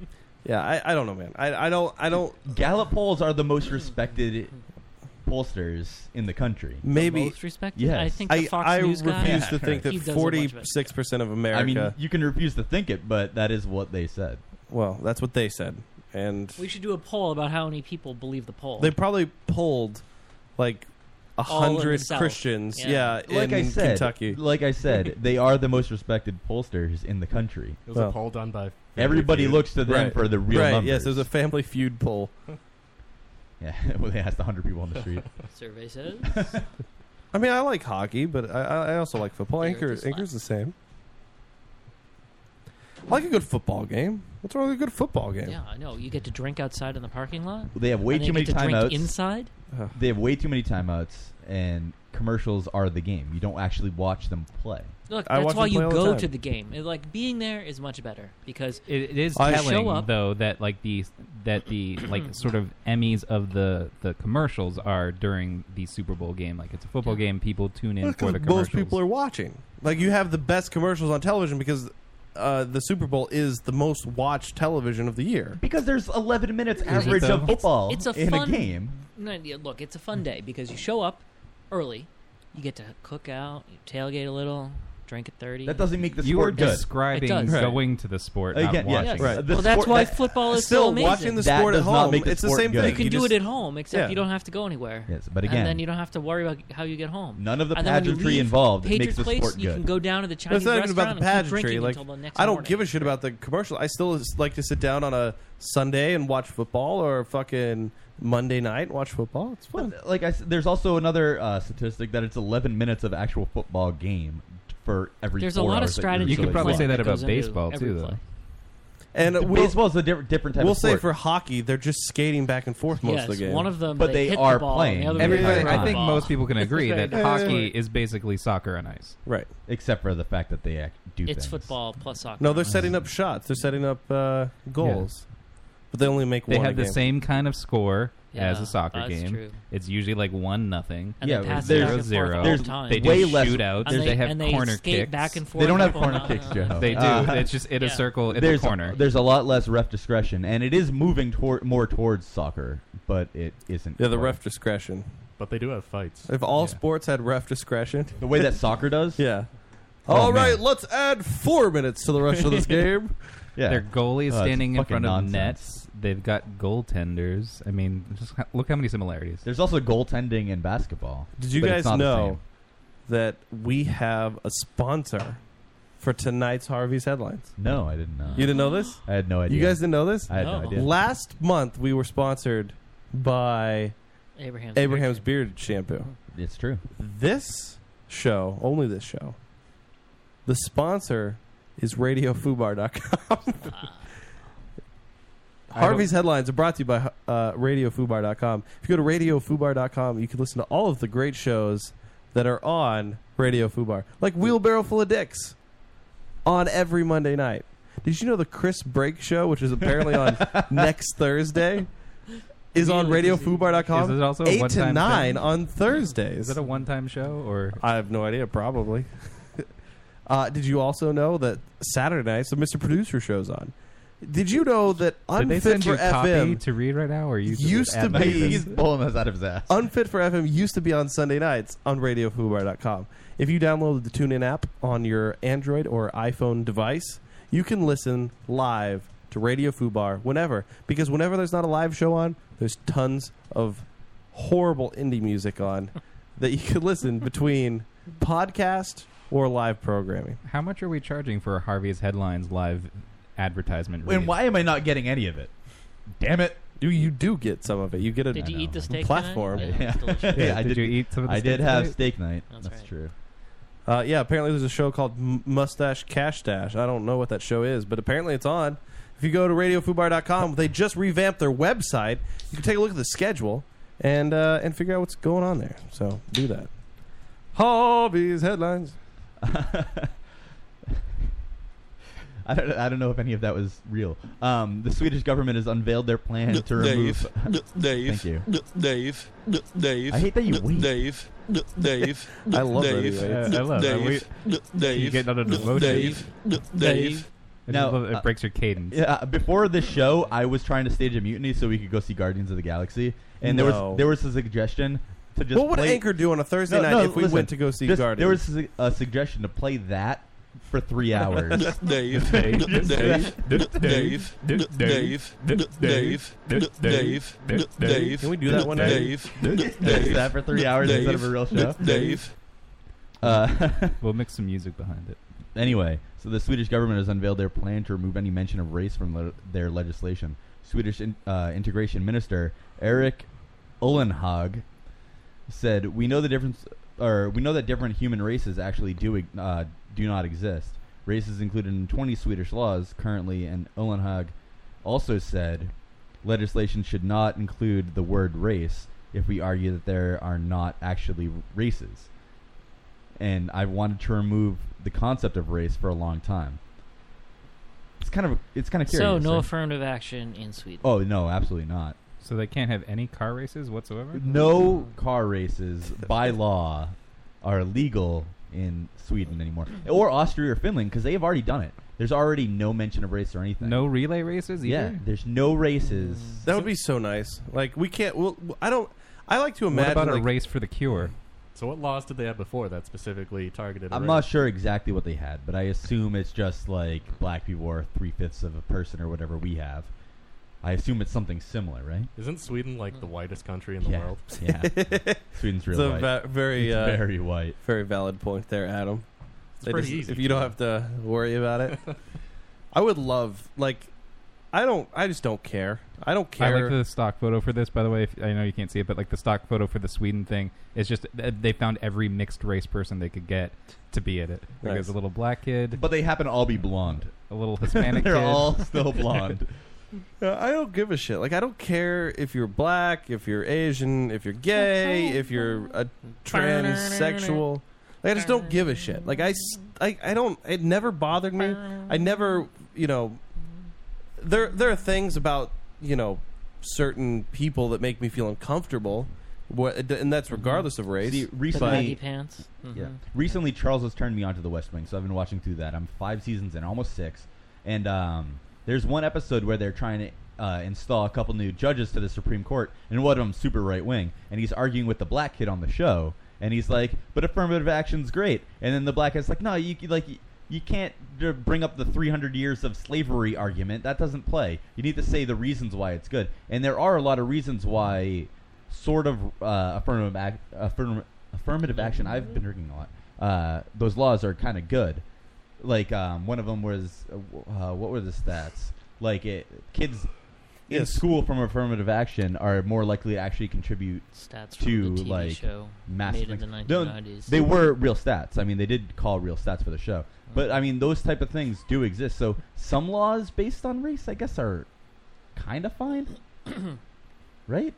Speaker 9: Yeah, I, I don't know, man. I, I don't. I don't.
Speaker 10: Gallup polls are the most respected pollsters in the country.
Speaker 9: Maybe
Speaker 6: most respected?
Speaker 10: Yes.
Speaker 6: I think the Fox
Speaker 9: I
Speaker 6: News guy-
Speaker 9: refuse to think
Speaker 6: He
Speaker 9: that
Speaker 6: does a
Speaker 9: forty
Speaker 6: bunch of it.
Speaker 9: six percent of
Speaker 10: I
Speaker 9: America.
Speaker 10: mean, you can refuse to think it, but that is what they said.
Speaker 9: Well, that's what they said, and
Speaker 6: We should do a poll about how many people believe the poll.
Speaker 9: they probably polled like a
Speaker 6: All in the
Speaker 9: hundred
Speaker 6: South.
Speaker 9: Christians. Yeah,
Speaker 6: Yeah.
Speaker 10: like
Speaker 9: in
Speaker 10: I said,
Speaker 9: Kentucky.
Speaker 10: Like
Speaker 9: <laughs>
Speaker 10: I said, they are the most respected pollsters in the country.
Speaker 3: It was a poll done by
Speaker 10: Everybody
Speaker 3: Feud.
Speaker 10: looks to them
Speaker 9: Right.
Speaker 10: for the real
Speaker 9: Right,
Speaker 10: numbers.
Speaker 9: yes, there's a Family Feud poll.
Speaker 10: <laughs> Yeah, <laughs> well, they asked 100 people <laughs> on the street.
Speaker 6: Survey says.
Speaker 9: <laughs>
Speaker 10: <laughs>
Speaker 9: I mean, I like hockey, but I- I, I also like football. Anchor, Anchor's the same. I like a good football game. What's wrong with a good football game?
Speaker 6: Yeah, I know. You get to drink outside in the parking lot.
Speaker 10: They have way
Speaker 6: and
Speaker 10: too many
Speaker 6: get to drink
Speaker 10: timeouts.
Speaker 6: inside.
Speaker 10: They have way too many timeouts, and commercials are the game. You don't actually watch them play.
Speaker 6: Look, that's why you go to the game. It- like being there is much better because
Speaker 8: It, it is
Speaker 6: you
Speaker 8: telling
Speaker 6: show up.
Speaker 8: though that like the that the like sort of Emmys of the the commercials are during the Super Bowl game. Like it's a football game, people tune in
Speaker 9: Well,
Speaker 8: for the
Speaker 9: 'cause most
Speaker 8: commercials.
Speaker 9: people are watching. Like you have the best commercials on television because uh, the Super Bowl is the most watched television of the year.
Speaker 10: Because there's 11 minutes
Speaker 9: Is it
Speaker 10: average
Speaker 9: though?
Speaker 10: of football
Speaker 6: It's a
Speaker 10: in
Speaker 6: fun
Speaker 10: a game.
Speaker 6: No, yeah, look, it's a fun day because you show up early, you get to cook out, you tailgate a little, drink at thirty.
Speaker 10: That doesn't make the
Speaker 8: You
Speaker 10: sport
Speaker 8: are
Speaker 10: good.
Speaker 8: describing
Speaker 6: It does.
Speaker 8: going to the sport, not
Speaker 10: Again, yes.
Speaker 8: watching.
Speaker 10: Right.
Speaker 8: it.
Speaker 10: The Well, that's sport- why that-
Speaker 6: football is
Speaker 9: still
Speaker 6: so amazing.
Speaker 9: watching the
Speaker 10: That
Speaker 9: sport
Speaker 10: does
Speaker 9: at
Speaker 10: not
Speaker 9: home.
Speaker 10: make the
Speaker 9: it's
Speaker 10: sport
Speaker 9: the same
Speaker 10: good.
Speaker 9: thing.
Speaker 6: You can do
Speaker 9: just-
Speaker 6: it at home, except
Speaker 9: Yeah.
Speaker 6: you don't have to go anywhere.
Speaker 10: Yes, but
Speaker 6: and
Speaker 10: again-
Speaker 6: then you don't have to worry about how you get home.
Speaker 10: None of the
Speaker 6: And then when you
Speaker 10: pageantry
Speaker 6: leave
Speaker 10: involved
Speaker 6: Patriots
Speaker 10: makes the
Speaker 6: place,
Speaker 10: sport
Speaker 6: You can
Speaker 10: good.
Speaker 6: go down to the
Speaker 9: No,
Speaker 6: Chinese
Speaker 9: it's not even
Speaker 6: restaurant
Speaker 9: about the
Speaker 6: and keep
Speaker 9: pageantry.
Speaker 6: drinking
Speaker 9: Like
Speaker 6: until the next
Speaker 9: I don't
Speaker 6: morning.
Speaker 9: give a shit about the commercial. I still s- like to sit down on a Sunday and watch football, or fucking Monday night and watch football. It's fun.
Speaker 10: Like I s there's also another uh, statistic that it's 11 minutes of actual football game for every.
Speaker 6: There's a
Speaker 10: four
Speaker 6: lot of
Speaker 10: hours that you're
Speaker 6: strategy
Speaker 8: You could
Speaker 10: really
Speaker 8: probably
Speaker 10: playing.
Speaker 8: say that about baseball too, though.
Speaker 9: And uh, we'll-
Speaker 10: baseball's a different different type
Speaker 9: We'll
Speaker 10: of
Speaker 9: say
Speaker 10: sport.
Speaker 9: for hockey, they're just skating back and forth most of the game.
Speaker 10: but they, are playing.
Speaker 8: Everybody, I think most
Speaker 9: <laughs>
Speaker 8: people can agree that hockey is basically soccer on ice,
Speaker 9: right?
Speaker 10: Except for the fact that they act, do
Speaker 6: It's
Speaker 10: things.
Speaker 6: football plus soccer.
Speaker 9: No, they're setting up shots. They're setting up uh, goals, but they only make
Speaker 8: They
Speaker 9: one. a
Speaker 8: have the
Speaker 9: game.
Speaker 8: same kind of score as
Speaker 6: Yeah,
Speaker 8: a soccer
Speaker 6: Oh, that's
Speaker 8: game.
Speaker 6: true.
Speaker 8: It's usually like one nothing.
Speaker 6: And
Speaker 10: Yeah,
Speaker 6: they pass it back
Speaker 8: zero
Speaker 6: and forth all
Speaker 8: zero.
Speaker 6: the time.
Speaker 8: They do
Speaker 10: Way less-
Speaker 8: shootouts.
Speaker 10: And
Speaker 8: they
Speaker 10: they-
Speaker 8: have
Speaker 6: and they
Speaker 8: corner
Speaker 6: skate
Speaker 8: kicks.
Speaker 6: back and forth.
Speaker 10: They don't have
Speaker 6: People
Speaker 10: corner
Speaker 6: not-
Speaker 10: kicks, Joe.
Speaker 8: They do.
Speaker 10: Uh,
Speaker 8: it's just in a
Speaker 6: Yeah.
Speaker 8: circle in
Speaker 10: there's,
Speaker 8: the corner.
Speaker 10: There's a lot less ref discretion, and it is moving toward more towards soccer, but it isn't.
Speaker 9: Yeah, the ref discretion.
Speaker 3: But they do have fights.
Speaker 9: If all sports had ref discretion,
Speaker 10: The way that soccer
Speaker 9: <laughs>
Speaker 10: does.
Speaker 9: yeah.
Speaker 10: Oh,
Speaker 9: All
Speaker 10: man.
Speaker 9: right, let's add four minutes to the rest
Speaker 10: <laughs>
Speaker 9: of this game.
Speaker 10: Yeah.
Speaker 8: Their goalie is
Speaker 10: Uh, it's
Speaker 8: standing in
Speaker 10: fucking
Speaker 8: front of
Speaker 10: nonsense.
Speaker 8: nets. They've got goaltenders. I mean, just h- look how many similarities.
Speaker 10: There's also goaltending in basketball.
Speaker 9: Did you
Speaker 10: but
Speaker 9: guys
Speaker 10: it's not the
Speaker 9: know that we have a sponsor for tonight's Harvey's headlines?
Speaker 10: same. No, I didn't know.
Speaker 9: You didn't know this?
Speaker 10: I had no idea.
Speaker 9: You guys didn't know this?
Speaker 10: I had no, idea.
Speaker 9: Last month we were sponsored by
Speaker 6: Abraham's
Speaker 9: Abraham's beard, shampoo.
Speaker 10: It's true.
Speaker 9: This show, only this show, the sponsor is radiofubar.com.
Speaker 8: I
Speaker 9: Harvey's headlines are brought to you by uh, radiofubar.com. If you go to radiofubar.com, you can listen to all of the great shows that are on Radio Fubar, like Wheelbarrow Full of Dicks, on every Monday night. Did you know the Chris Break Show, which is apparently
Speaker 8: <laughs>
Speaker 9: on next Thursday, is on radiofubar.com?
Speaker 8: Is it also a
Speaker 9: eight to
Speaker 8: one-time
Speaker 9: nine
Speaker 8: thing?
Speaker 9: on Thursdays?
Speaker 8: Is it a one-time show or
Speaker 9: I have no idea. Probably. <laughs> uh, did you also know that Saturday night, so Mr. Producer shows on? Did you know that
Speaker 8: Did they
Speaker 9: unfit
Speaker 8: send
Speaker 9: for
Speaker 8: you copy
Speaker 9: FM
Speaker 8: to read right now, or you just
Speaker 9: used to
Speaker 8: ad-libbing
Speaker 9: be
Speaker 8: this?
Speaker 9: Unfit for FM used to be on Sunday nights on RadioFubar.com. If you download the TuneIn app on your Android or iPhone device, you can listen live to Radio Fubar whenever. Because whenever there's not a live show on, there's tons of horrible indie music on <laughs> that you can listen between podcast or live programming.
Speaker 8: How much are we charging for Harvey's headlines live advertisement?
Speaker 9: And
Speaker 8: why
Speaker 10: am I not getting any of it? Damn it!
Speaker 9: Do you do get some of it? You get a
Speaker 6: Did you eat the steak
Speaker 9: platform?
Speaker 6: tonight? Yeah, Yeah. it's
Speaker 10: <laughs>
Speaker 6: delicious.
Speaker 10: Yeah, I did- I did have steak night. That's That's right.
Speaker 9: true. Uh, yeah, apparently there's a show called M- Mustache Cash Dash. I don't know what that show is, but apparently it's on. If you go to radiofubar.com, they just revamped their website. You can take a look at the schedule and uh, and figure out what's going on there. So do that. Hobbies headlines.
Speaker 10: I don't, I don't know if any of that was real. Um, the Swedish government has unveiled their plan to <laughs> remove. Thank you.
Speaker 4: Dave, Dave.
Speaker 10: I hate that you wait.
Speaker 4: Dave, Dave.
Speaker 10: I love that he waits. I love that.
Speaker 4: Dave,
Speaker 10: We-
Speaker 4: Dave.
Speaker 10: you get out of the motion.
Speaker 4: Dave, Dave.
Speaker 8: I just love it. It breaks your cadence.
Speaker 10: uh, Yeah, uh, before this show, I was trying to stage a mutiny so we could go see Guardians of the Galaxy, and there
Speaker 9: No.
Speaker 10: was there was a suggestion to just.
Speaker 9: What would
Speaker 10: play-
Speaker 9: Anchor do on a Thursday
Speaker 10: No,
Speaker 9: night
Speaker 10: no,
Speaker 9: if we
Speaker 10: listen,
Speaker 9: went to go see
Speaker 10: just-
Speaker 9: Guardians?
Speaker 10: There was a, a suggestion to play that
Speaker 4: <laughs>
Speaker 10: for three hours.
Speaker 4: Dave, Dave, Dave, Dave, Dave, Dave, Dave, Dave.
Speaker 10: Can we do that one night?
Speaker 4: Dave,
Speaker 10: Dave.
Speaker 4: Dave.
Speaker 10: That for three hours instead of a real show?
Speaker 4: Dave.
Speaker 10: <laughs> Uh,
Speaker 8: we'll mix some music behind it.
Speaker 10: Anyway, so the Swedish government has unveiled their plan to remove any mention of race from le- their legislation. Swedish in, uh, integration minister Eric Ullenhag said, "We know the difference, or we know that different human races actually do ig- uh, do not exist. Race is included in 20 Swedish laws currently." And Ullenhag also said, "Legislation should not include the word race if we argue that there are not actually races." and I wanted to remove the concept of race for a long time. It's kind of it's kind of curious.
Speaker 6: So no
Speaker 10: right?
Speaker 6: affirmative action in Sweden.
Speaker 10: Oh no, absolutely not.
Speaker 8: So they can't have any car races whatsoever.
Speaker 10: No car races by <laughs> law are legal in Sweden anymore, or Austria or Finland because they have already done it. There's already no mention of race or anything.
Speaker 8: No relay races either?
Speaker 10: Yeah, there's no races.
Speaker 9: Mm. That would be so nice. Like we can't. Well, I don't. I like to
Speaker 8: what
Speaker 9: imagine
Speaker 8: about a
Speaker 9: like,
Speaker 8: race for the cure?
Speaker 3: So what laws did they have before that specifically targeted?
Speaker 10: I'm
Speaker 3: race?
Speaker 10: not sure exactly what they had, but I assume it's just like black people are three fifths of a person or whatever we have. I assume it's something similar, right?
Speaker 3: Isn't Sweden like the whitest country in the
Speaker 10: Yeah.
Speaker 3: world?
Speaker 9: <laughs>
Speaker 10: Yeah. Sweden's
Speaker 9: It's
Speaker 10: really
Speaker 9: a
Speaker 10: white.
Speaker 9: va- very
Speaker 10: It's
Speaker 9: uh,
Speaker 10: very white.
Speaker 9: Very valid point there, Adam.
Speaker 3: It's
Speaker 9: They
Speaker 3: pretty
Speaker 9: just-
Speaker 3: easy,
Speaker 9: If you don't have to worry about it, I would love like I don't. I just don't care. I don't care.
Speaker 8: I like the stock photo for this, by the way. If, I know you can't see it, but like the stock photo for the Sweden thing is just th- they found every mixed race person they could get to be at it. Like, There's
Speaker 10: Nice.
Speaker 8: a little black kid,
Speaker 10: but they happen to all be blonde.
Speaker 8: A little
Speaker 10: <laughs>
Speaker 8: Hispanic.
Speaker 10: They're
Speaker 8: kid.
Speaker 10: all still
Speaker 9: <laughs>
Speaker 10: blonde.
Speaker 9: Uh, I don't give a shit. Like I don't care if you're black, if you're Asian, if you're gay, if you're a transsexual. Like, I just don't give a shit. Like I, s- I, I don't. It never bothered me. I never, you know. There, there are things about you know certain people that make me feel uncomfortable, what, and that's regardless of race.
Speaker 10: See,
Speaker 6: baggy
Speaker 10: recently,
Speaker 6: pants.
Speaker 10: yeah.
Speaker 6: Mhm.
Speaker 10: Recently, Charles has turned me onto The West Wing, so I've been watching through that. I'm five seasons in, almost six. And um, there's one episode where they're trying to uh, install a couple new judges to the Supreme Court, and one of them's super right wing, and he's arguing with the black kid on the show, and he's like, "But affirmative action's great," and then the black guy's like, "No, you c- like." You can't d- bring up the 300 years of slavery argument. That doesn't play. You need to say the reasons why it's good. And there are a lot of reasons why sort of uh, affirmative, ac- affirm- affirmative action. I've been drinking a lot. Uh, those laws are kind of good. Like um, one of them was uh, w- uh, what were the stats? Like it, kids in
Speaker 9: Yes.
Speaker 10: school from affirmative action are more likely to actually contribute
Speaker 6: Stats from
Speaker 10: to
Speaker 6: the TV
Speaker 10: like
Speaker 6: show
Speaker 10: mass
Speaker 6: made in the
Speaker 10: extinction. No,
Speaker 6: 1990s.
Speaker 10: They were real stats. I mean, they did call real stats for the show.
Speaker 6: Mm.
Speaker 10: But I mean, those type of things do exist. So some laws based on race, I guess, are kind of
Speaker 6: <coughs>
Speaker 10: fine, right?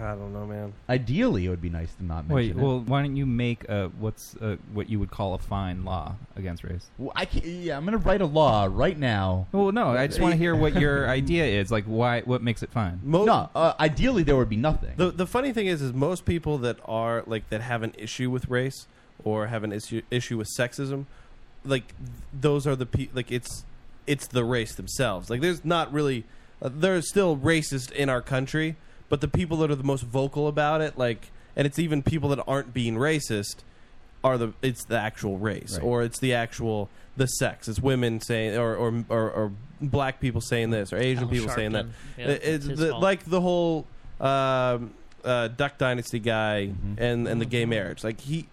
Speaker 9: I don't know, man.
Speaker 10: Ideally, it would be nice to not
Speaker 8: Wait,
Speaker 10: mention it.
Speaker 8: well, why don't you make uh what's uh what you would call a fine law against race?
Speaker 10: Well, I can't, yeah, I'm gonna write a law right now.
Speaker 8: Well, no, I just want to hear what
Speaker 10: <laughs>
Speaker 8: your idea is. Like, why? What makes it fine?
Speaker 10: no, uh, ideally there would be nothing.
Speaker 9: The the funny thing is, is most people that are like that have an issue with race or have an issue issue with sexism, like th- those are the pe- like it's it's the race themselves. Like there's not really uh, there's still racist in our country, but the people that are the most vocal about it, like, and it's even people that aren't being racist are the it's the actual race
Speaker 8: Right.
Speaker 9: or it's the actual the sex. It's women saying or or or, or black people saying this or Asian
Speaker 10: Oh,
Speaker 8: Al
Speaker 9: people saying that. Uh,
Speaker 8: Sharpton. Yeah,
Speaker 9: It- it's
Speaker 8: it's his
Speaker 9: the-
Speaker 8: fault.
Speaker 9: like the whole. Um, uh, Duck Dynasty guy
Speaker 10: Mm-hmm.
Speaker 9: and and the gay marriage, like he,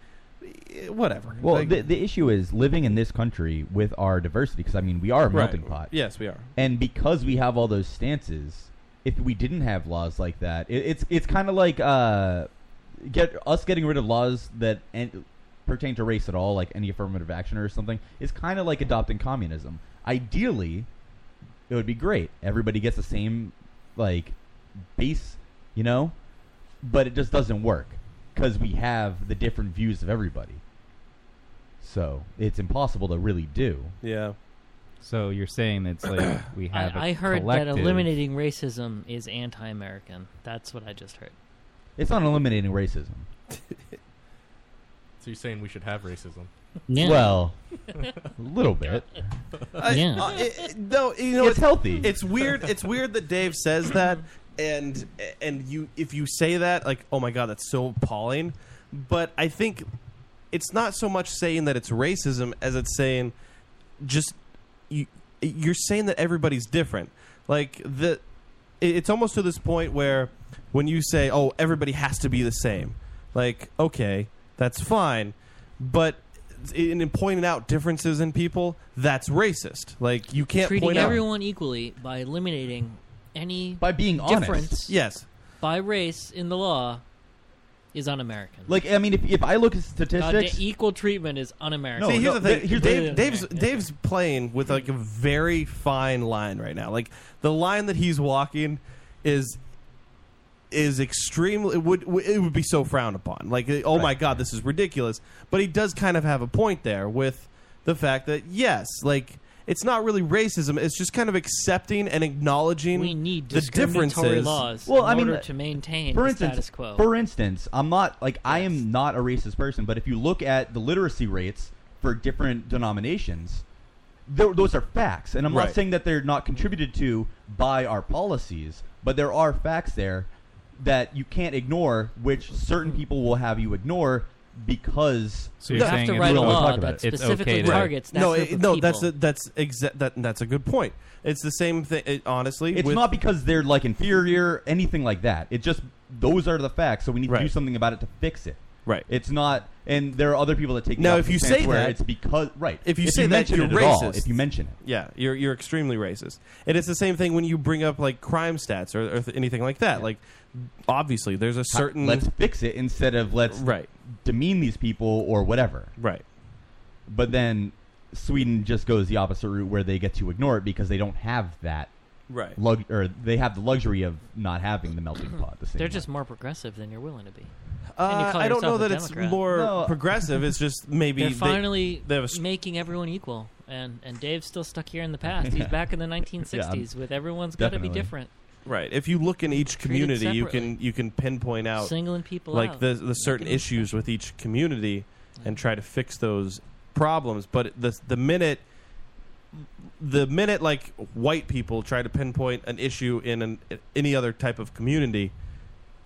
Speaker 9: whatever.
Speaker 10: Well,
Speaker 9: Like-
Speaker 10: the, the issue is living in this country with our diversity, because I mean, we are a
Speaker 9: Right.
Speaker 10: melting pot.
Speaker 9: Yes, we are.
Speaker 10: And because we have all those stances, if we didn't have laws like that, it, it's it's kind of like uh, get us getting rid of laws that en- pertain to race at all, like any affirmative action or something, is kind of like adopting communism. Ideally, it would be great. Everybody gets the same like base, you know, but it just doesn't work because we have the different views of everybody. So it's impossible to really do.
Speaker 9: Yeah.
Speaker 8: So you're saying it's like we have.
Speaker 6: <coughs> I,
Speaker 8: I
Speaker 6: I heard that eliminating racism is anti-American. That's what I just heard.
Speaker 10: It's not eliminating racism.
Speaker 3: So you're saying we should have racism? <laughs>
Speaker 10: Well, <laughs> a little bit.
Speaker 9: I- uh, it- it- no, you know,
Speaker 10: It's healthy.
Speaker 9: It's weird. It's weird that Dave says that, and and you if you say that, like, oh my god, that's so appalling. But I think it's not so much saying that it's racism as it's saying just you you're saying that everybody's different. Like the it- it's almost to this point where when you say, "Oh, everybody has to be the same," like, okay, that's fine, but in, in pointing out differences in people, that's racist. Like you can't
Speaker 6: treating
Speaker 9: point
Speaker 6: everyone equally by eliminating any by
Speaker 10: being honest.
Speaker 6: difference
Speaker 9: Yes.
Speaker 6: by race in the law is un-American.
Speaker 10: Like I mean, if, if I look at
Speaker 6: God,
Speaker 10: statistics,
Speaker 6: equal treatment is un-American.
Speaker 9: out. See, here's the thing. Dave, Dave's Dave's playing with like a very fine line right now. Like the line that he's walking is is extremely it would it would be so frowned upon. Like oh my god, this is ridiculous. But he does kind of have a point there with the fact that yes, like it's not really racism. It's just kind of accepting and acknowledging
Speaker 6: we need
Speaker 9: the
Speaker 6: discriminatory
Speaker 9: differences.
Speaker 6: laws
Speaker 10: Well,
Speaker 6: in
Speaker 10: I mean,
Speaker 6: order to maintain
Speaker 10: for
Speaker 6: the
Speaker 10: instance,
Speaker 6: status quo.
Speaker 10: for instance, I'm not like I am not a racist person, but if you look at the literacy rates for different denominations, tho- those are facts, and I'm
Speaker 9: Right.
Speaker 10: not saying that they're not contributed to by our policies, but there are facts there that you can't ignore, which certain
Speaker 6: Mm-hmm.
Speaker 10: people will have you ignore because
Speaker 8: So you're You have saying to it's write a okay- law
Speaker 10: Talk about
Speaker 8: that
Speaker 10: it.
Speaker 6: specifically okay to- targets that
Speaker 9: no,
Speaker 6: group
Speaker 9: it-
Speaker 6: of
Speaker 9: no,
Speaker 6: people.
Speaker 9: that's a, that's exa- that, that's a good point. It's the same thing. It, honestly,
Speaker 10: It's
Speaker 9: with-
Speaker 10: not because they're like inferior, anything like that. It's just those are the facts, so we need to do something about it to fix it.
Speaker 9: Right.
Speaker 10: It's not, and there are other people that take. the
Speaker 9: Now, if
Speaker 10: opposite
Speaker 9: you
Speaker 10: stance
Speaker 9: say
Speaker 10: where
Speaker 9: that,
Speaker 10: it's because right.
Speaker 9: If you say that,
Speaker 10: mention
Speaker 9: you're
Speaker 10: it at
Speaker 9: racist.
Speaker 10: all, if you mention it,
Speaker 9: yeah, you're you're extremely racist. And it's the same thing when you bring up like crime stats or, or th- anything like that. Like, obviously, there's a certain
Speaker 10: let's fix it instead of let's
Speaker 9: right.
Speaker 10: demean these people or whatever.
Speaker 9: Right.
Speaker 10: But then Sweden just goes the opposite route where they get to ignore it because they don't have that.
Speaker 9: Right.
Speaker 10: Lug- or they have the luxury of not having the melting pot. The same
Speaker 6: They're
Speaker 10: way.
Speaker 6: just more progressive than you're willing to be. And you
Speaker 9: Uh,
Speaker 6: call
Speaker 9: I don't know
Speaker 6: yourself a
Speaker 9: that it's
Speaker 6: Democrat.
Speaker 9: more progressive. It's just maybe
Speaker 6: They're
Speaker 9: they-
Speaker 6: finally
Speaker 9: they have a s-
Speaker 6: making everyone equal, and and Dave's still stuck here in the past.
Speaker 9: <laughs>
Speaker 10: <laughs>
Speaker 6: He's back in the 1960s with everyone's got to be
Speaker 9: Definitely.
Speaker 6: different.
Speaker 9: Right. If you look in each
Speaker 6: Treated
Speaker 9: community, you can
Speaker 6: separately.
Speaker 9: you can pinpoint out
Speaker 6: Singling people
Speaker 9: like
Speaker 6: out.
Speaker 9: the the certain
Speaker 6: Making them
Speaker 9: issues with each community and try to fix those problems. But the the minute the minute like white people try to pinpoint an issue in an, any other type of community,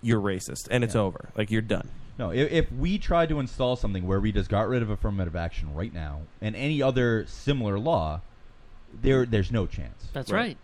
Speaker 9: you're racist and it's over. Like you're done.
Speaker 10: No, if, if we tried to install something where we just got rid of affirmative action right now and any other similar law, there there's no chance.
Speaker 6: That's right.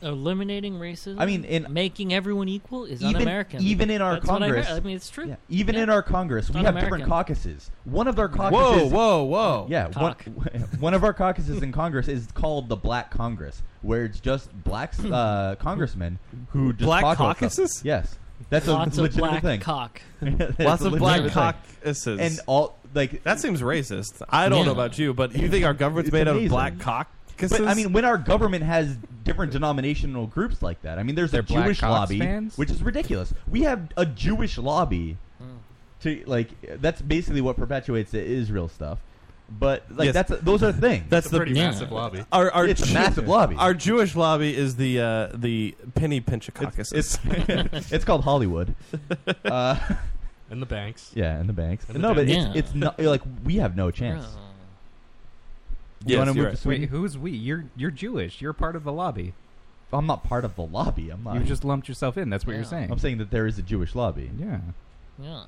Speaker 6: Eliminating racism.
Speaker 10: I mean, in-
Speaker 6: making everyone equal is
Speaker 10: Even-
Speaker 6: un-American.
Speaker 10: even in our
Speaker 6: That's what I heard.
Speaker 10: Congress-
Speaker 6: I, mean, it's true.
Speaker 10: Yeah, Even in our Congress,
Speaker 6: It's
Speaker 10: we
Speaker 6: not
Speaker 10: have
Speaker 6: American.
Speaker 10: different caucuses. One of our caucuses.
Speaker 9: Whoa, whoa, whoa!
Speaker 10: Yeah, one,
Speaker 6: Cock.
Speaker 10: <laughs> one of our caucuses in Congress is called the Black Congress, where it's just black
Speaker 6: Hmm.
Speaker 10: uh, congressmen who just
Speaker 9: Black
Speaker 10: talk about
Speaker 9: caucuses?
Speaker 10: stuff. Yes, that's
Speaker 6: Lots
Speaker 10: a
Speaker 6: of
Speaker 10: legitimate
Speaker 6: black
Speaker 10: thing.
Speaker 6: cock.
Speaker 10: <laughs> That's
Speaker 9: Lots
Speaker 10: a
Speaker 9: of black
Speaker 10: legitimate thing.
Speaker 9: caucuses.
Speaker 10: and all like
Speaker 9: that seems racist. I don't know about you, but you think our government's
Speaker 10: It's
Speaker 9: made out of
Speaker 10: amazing.
Speaker 9: black cock?
Speaker 10: But I mean, when our government has different denominational groups like that, I mean, there's
Speaker 8: They're
Speaker 10: a
Speaker 8: Black
Speaker 10: Jewish
Speaker 8: Cox
Speaker 10: lobby,
Speaker 8: fans?
Speaker 10: which is ridiculous. We have a Jewish lobby to like. That's basically what perpetuates the Israel stuff. But like,
Speaker 9: Yes.
Speaker 10: that's those are things.
Speaker 9: That's the Our, our
Speaker 10: it's a
Speaker 9: Ju-
Speaker 10: massive lobby.
Speaker 9: Our Jewish lobby is the uh, the penny pinch caucus.
Speaker 10: It's it's <laughs>
Speaker 9: <laughs>
Speaker 10: called Hollywood. Uh,
Speaker 3: And the banks.
Speaker 10: yeah, and the banks.
Speaker 3: And the
Speaker 10: no, but
Speaker 3: banks.
Speaker 10: it's, it's not like we have no chance.
Speaker 8: You
Speaker 10: Yes,
Speaker 8: wanna
Speaker 10: you're
Speaker 8: move
Speaker 10: right.
Speaker 8: to Sweden? Wait, who's we? You're you're Jewish. You're part of the lobby.
Speaker 10: I'm not part of the
Speaker 8: <clears throat>
Speaker 10: lobby. I'm not.
Speaker 8: You just lumped yourself in. That's what you're
Speaker 10: Yeah.
Speaker 8: saying.
Speaker 10: I'm saying that there is a Jewish lobby.
Speaker 8: Yeah.
Speaker 6: <laughs> Yeah.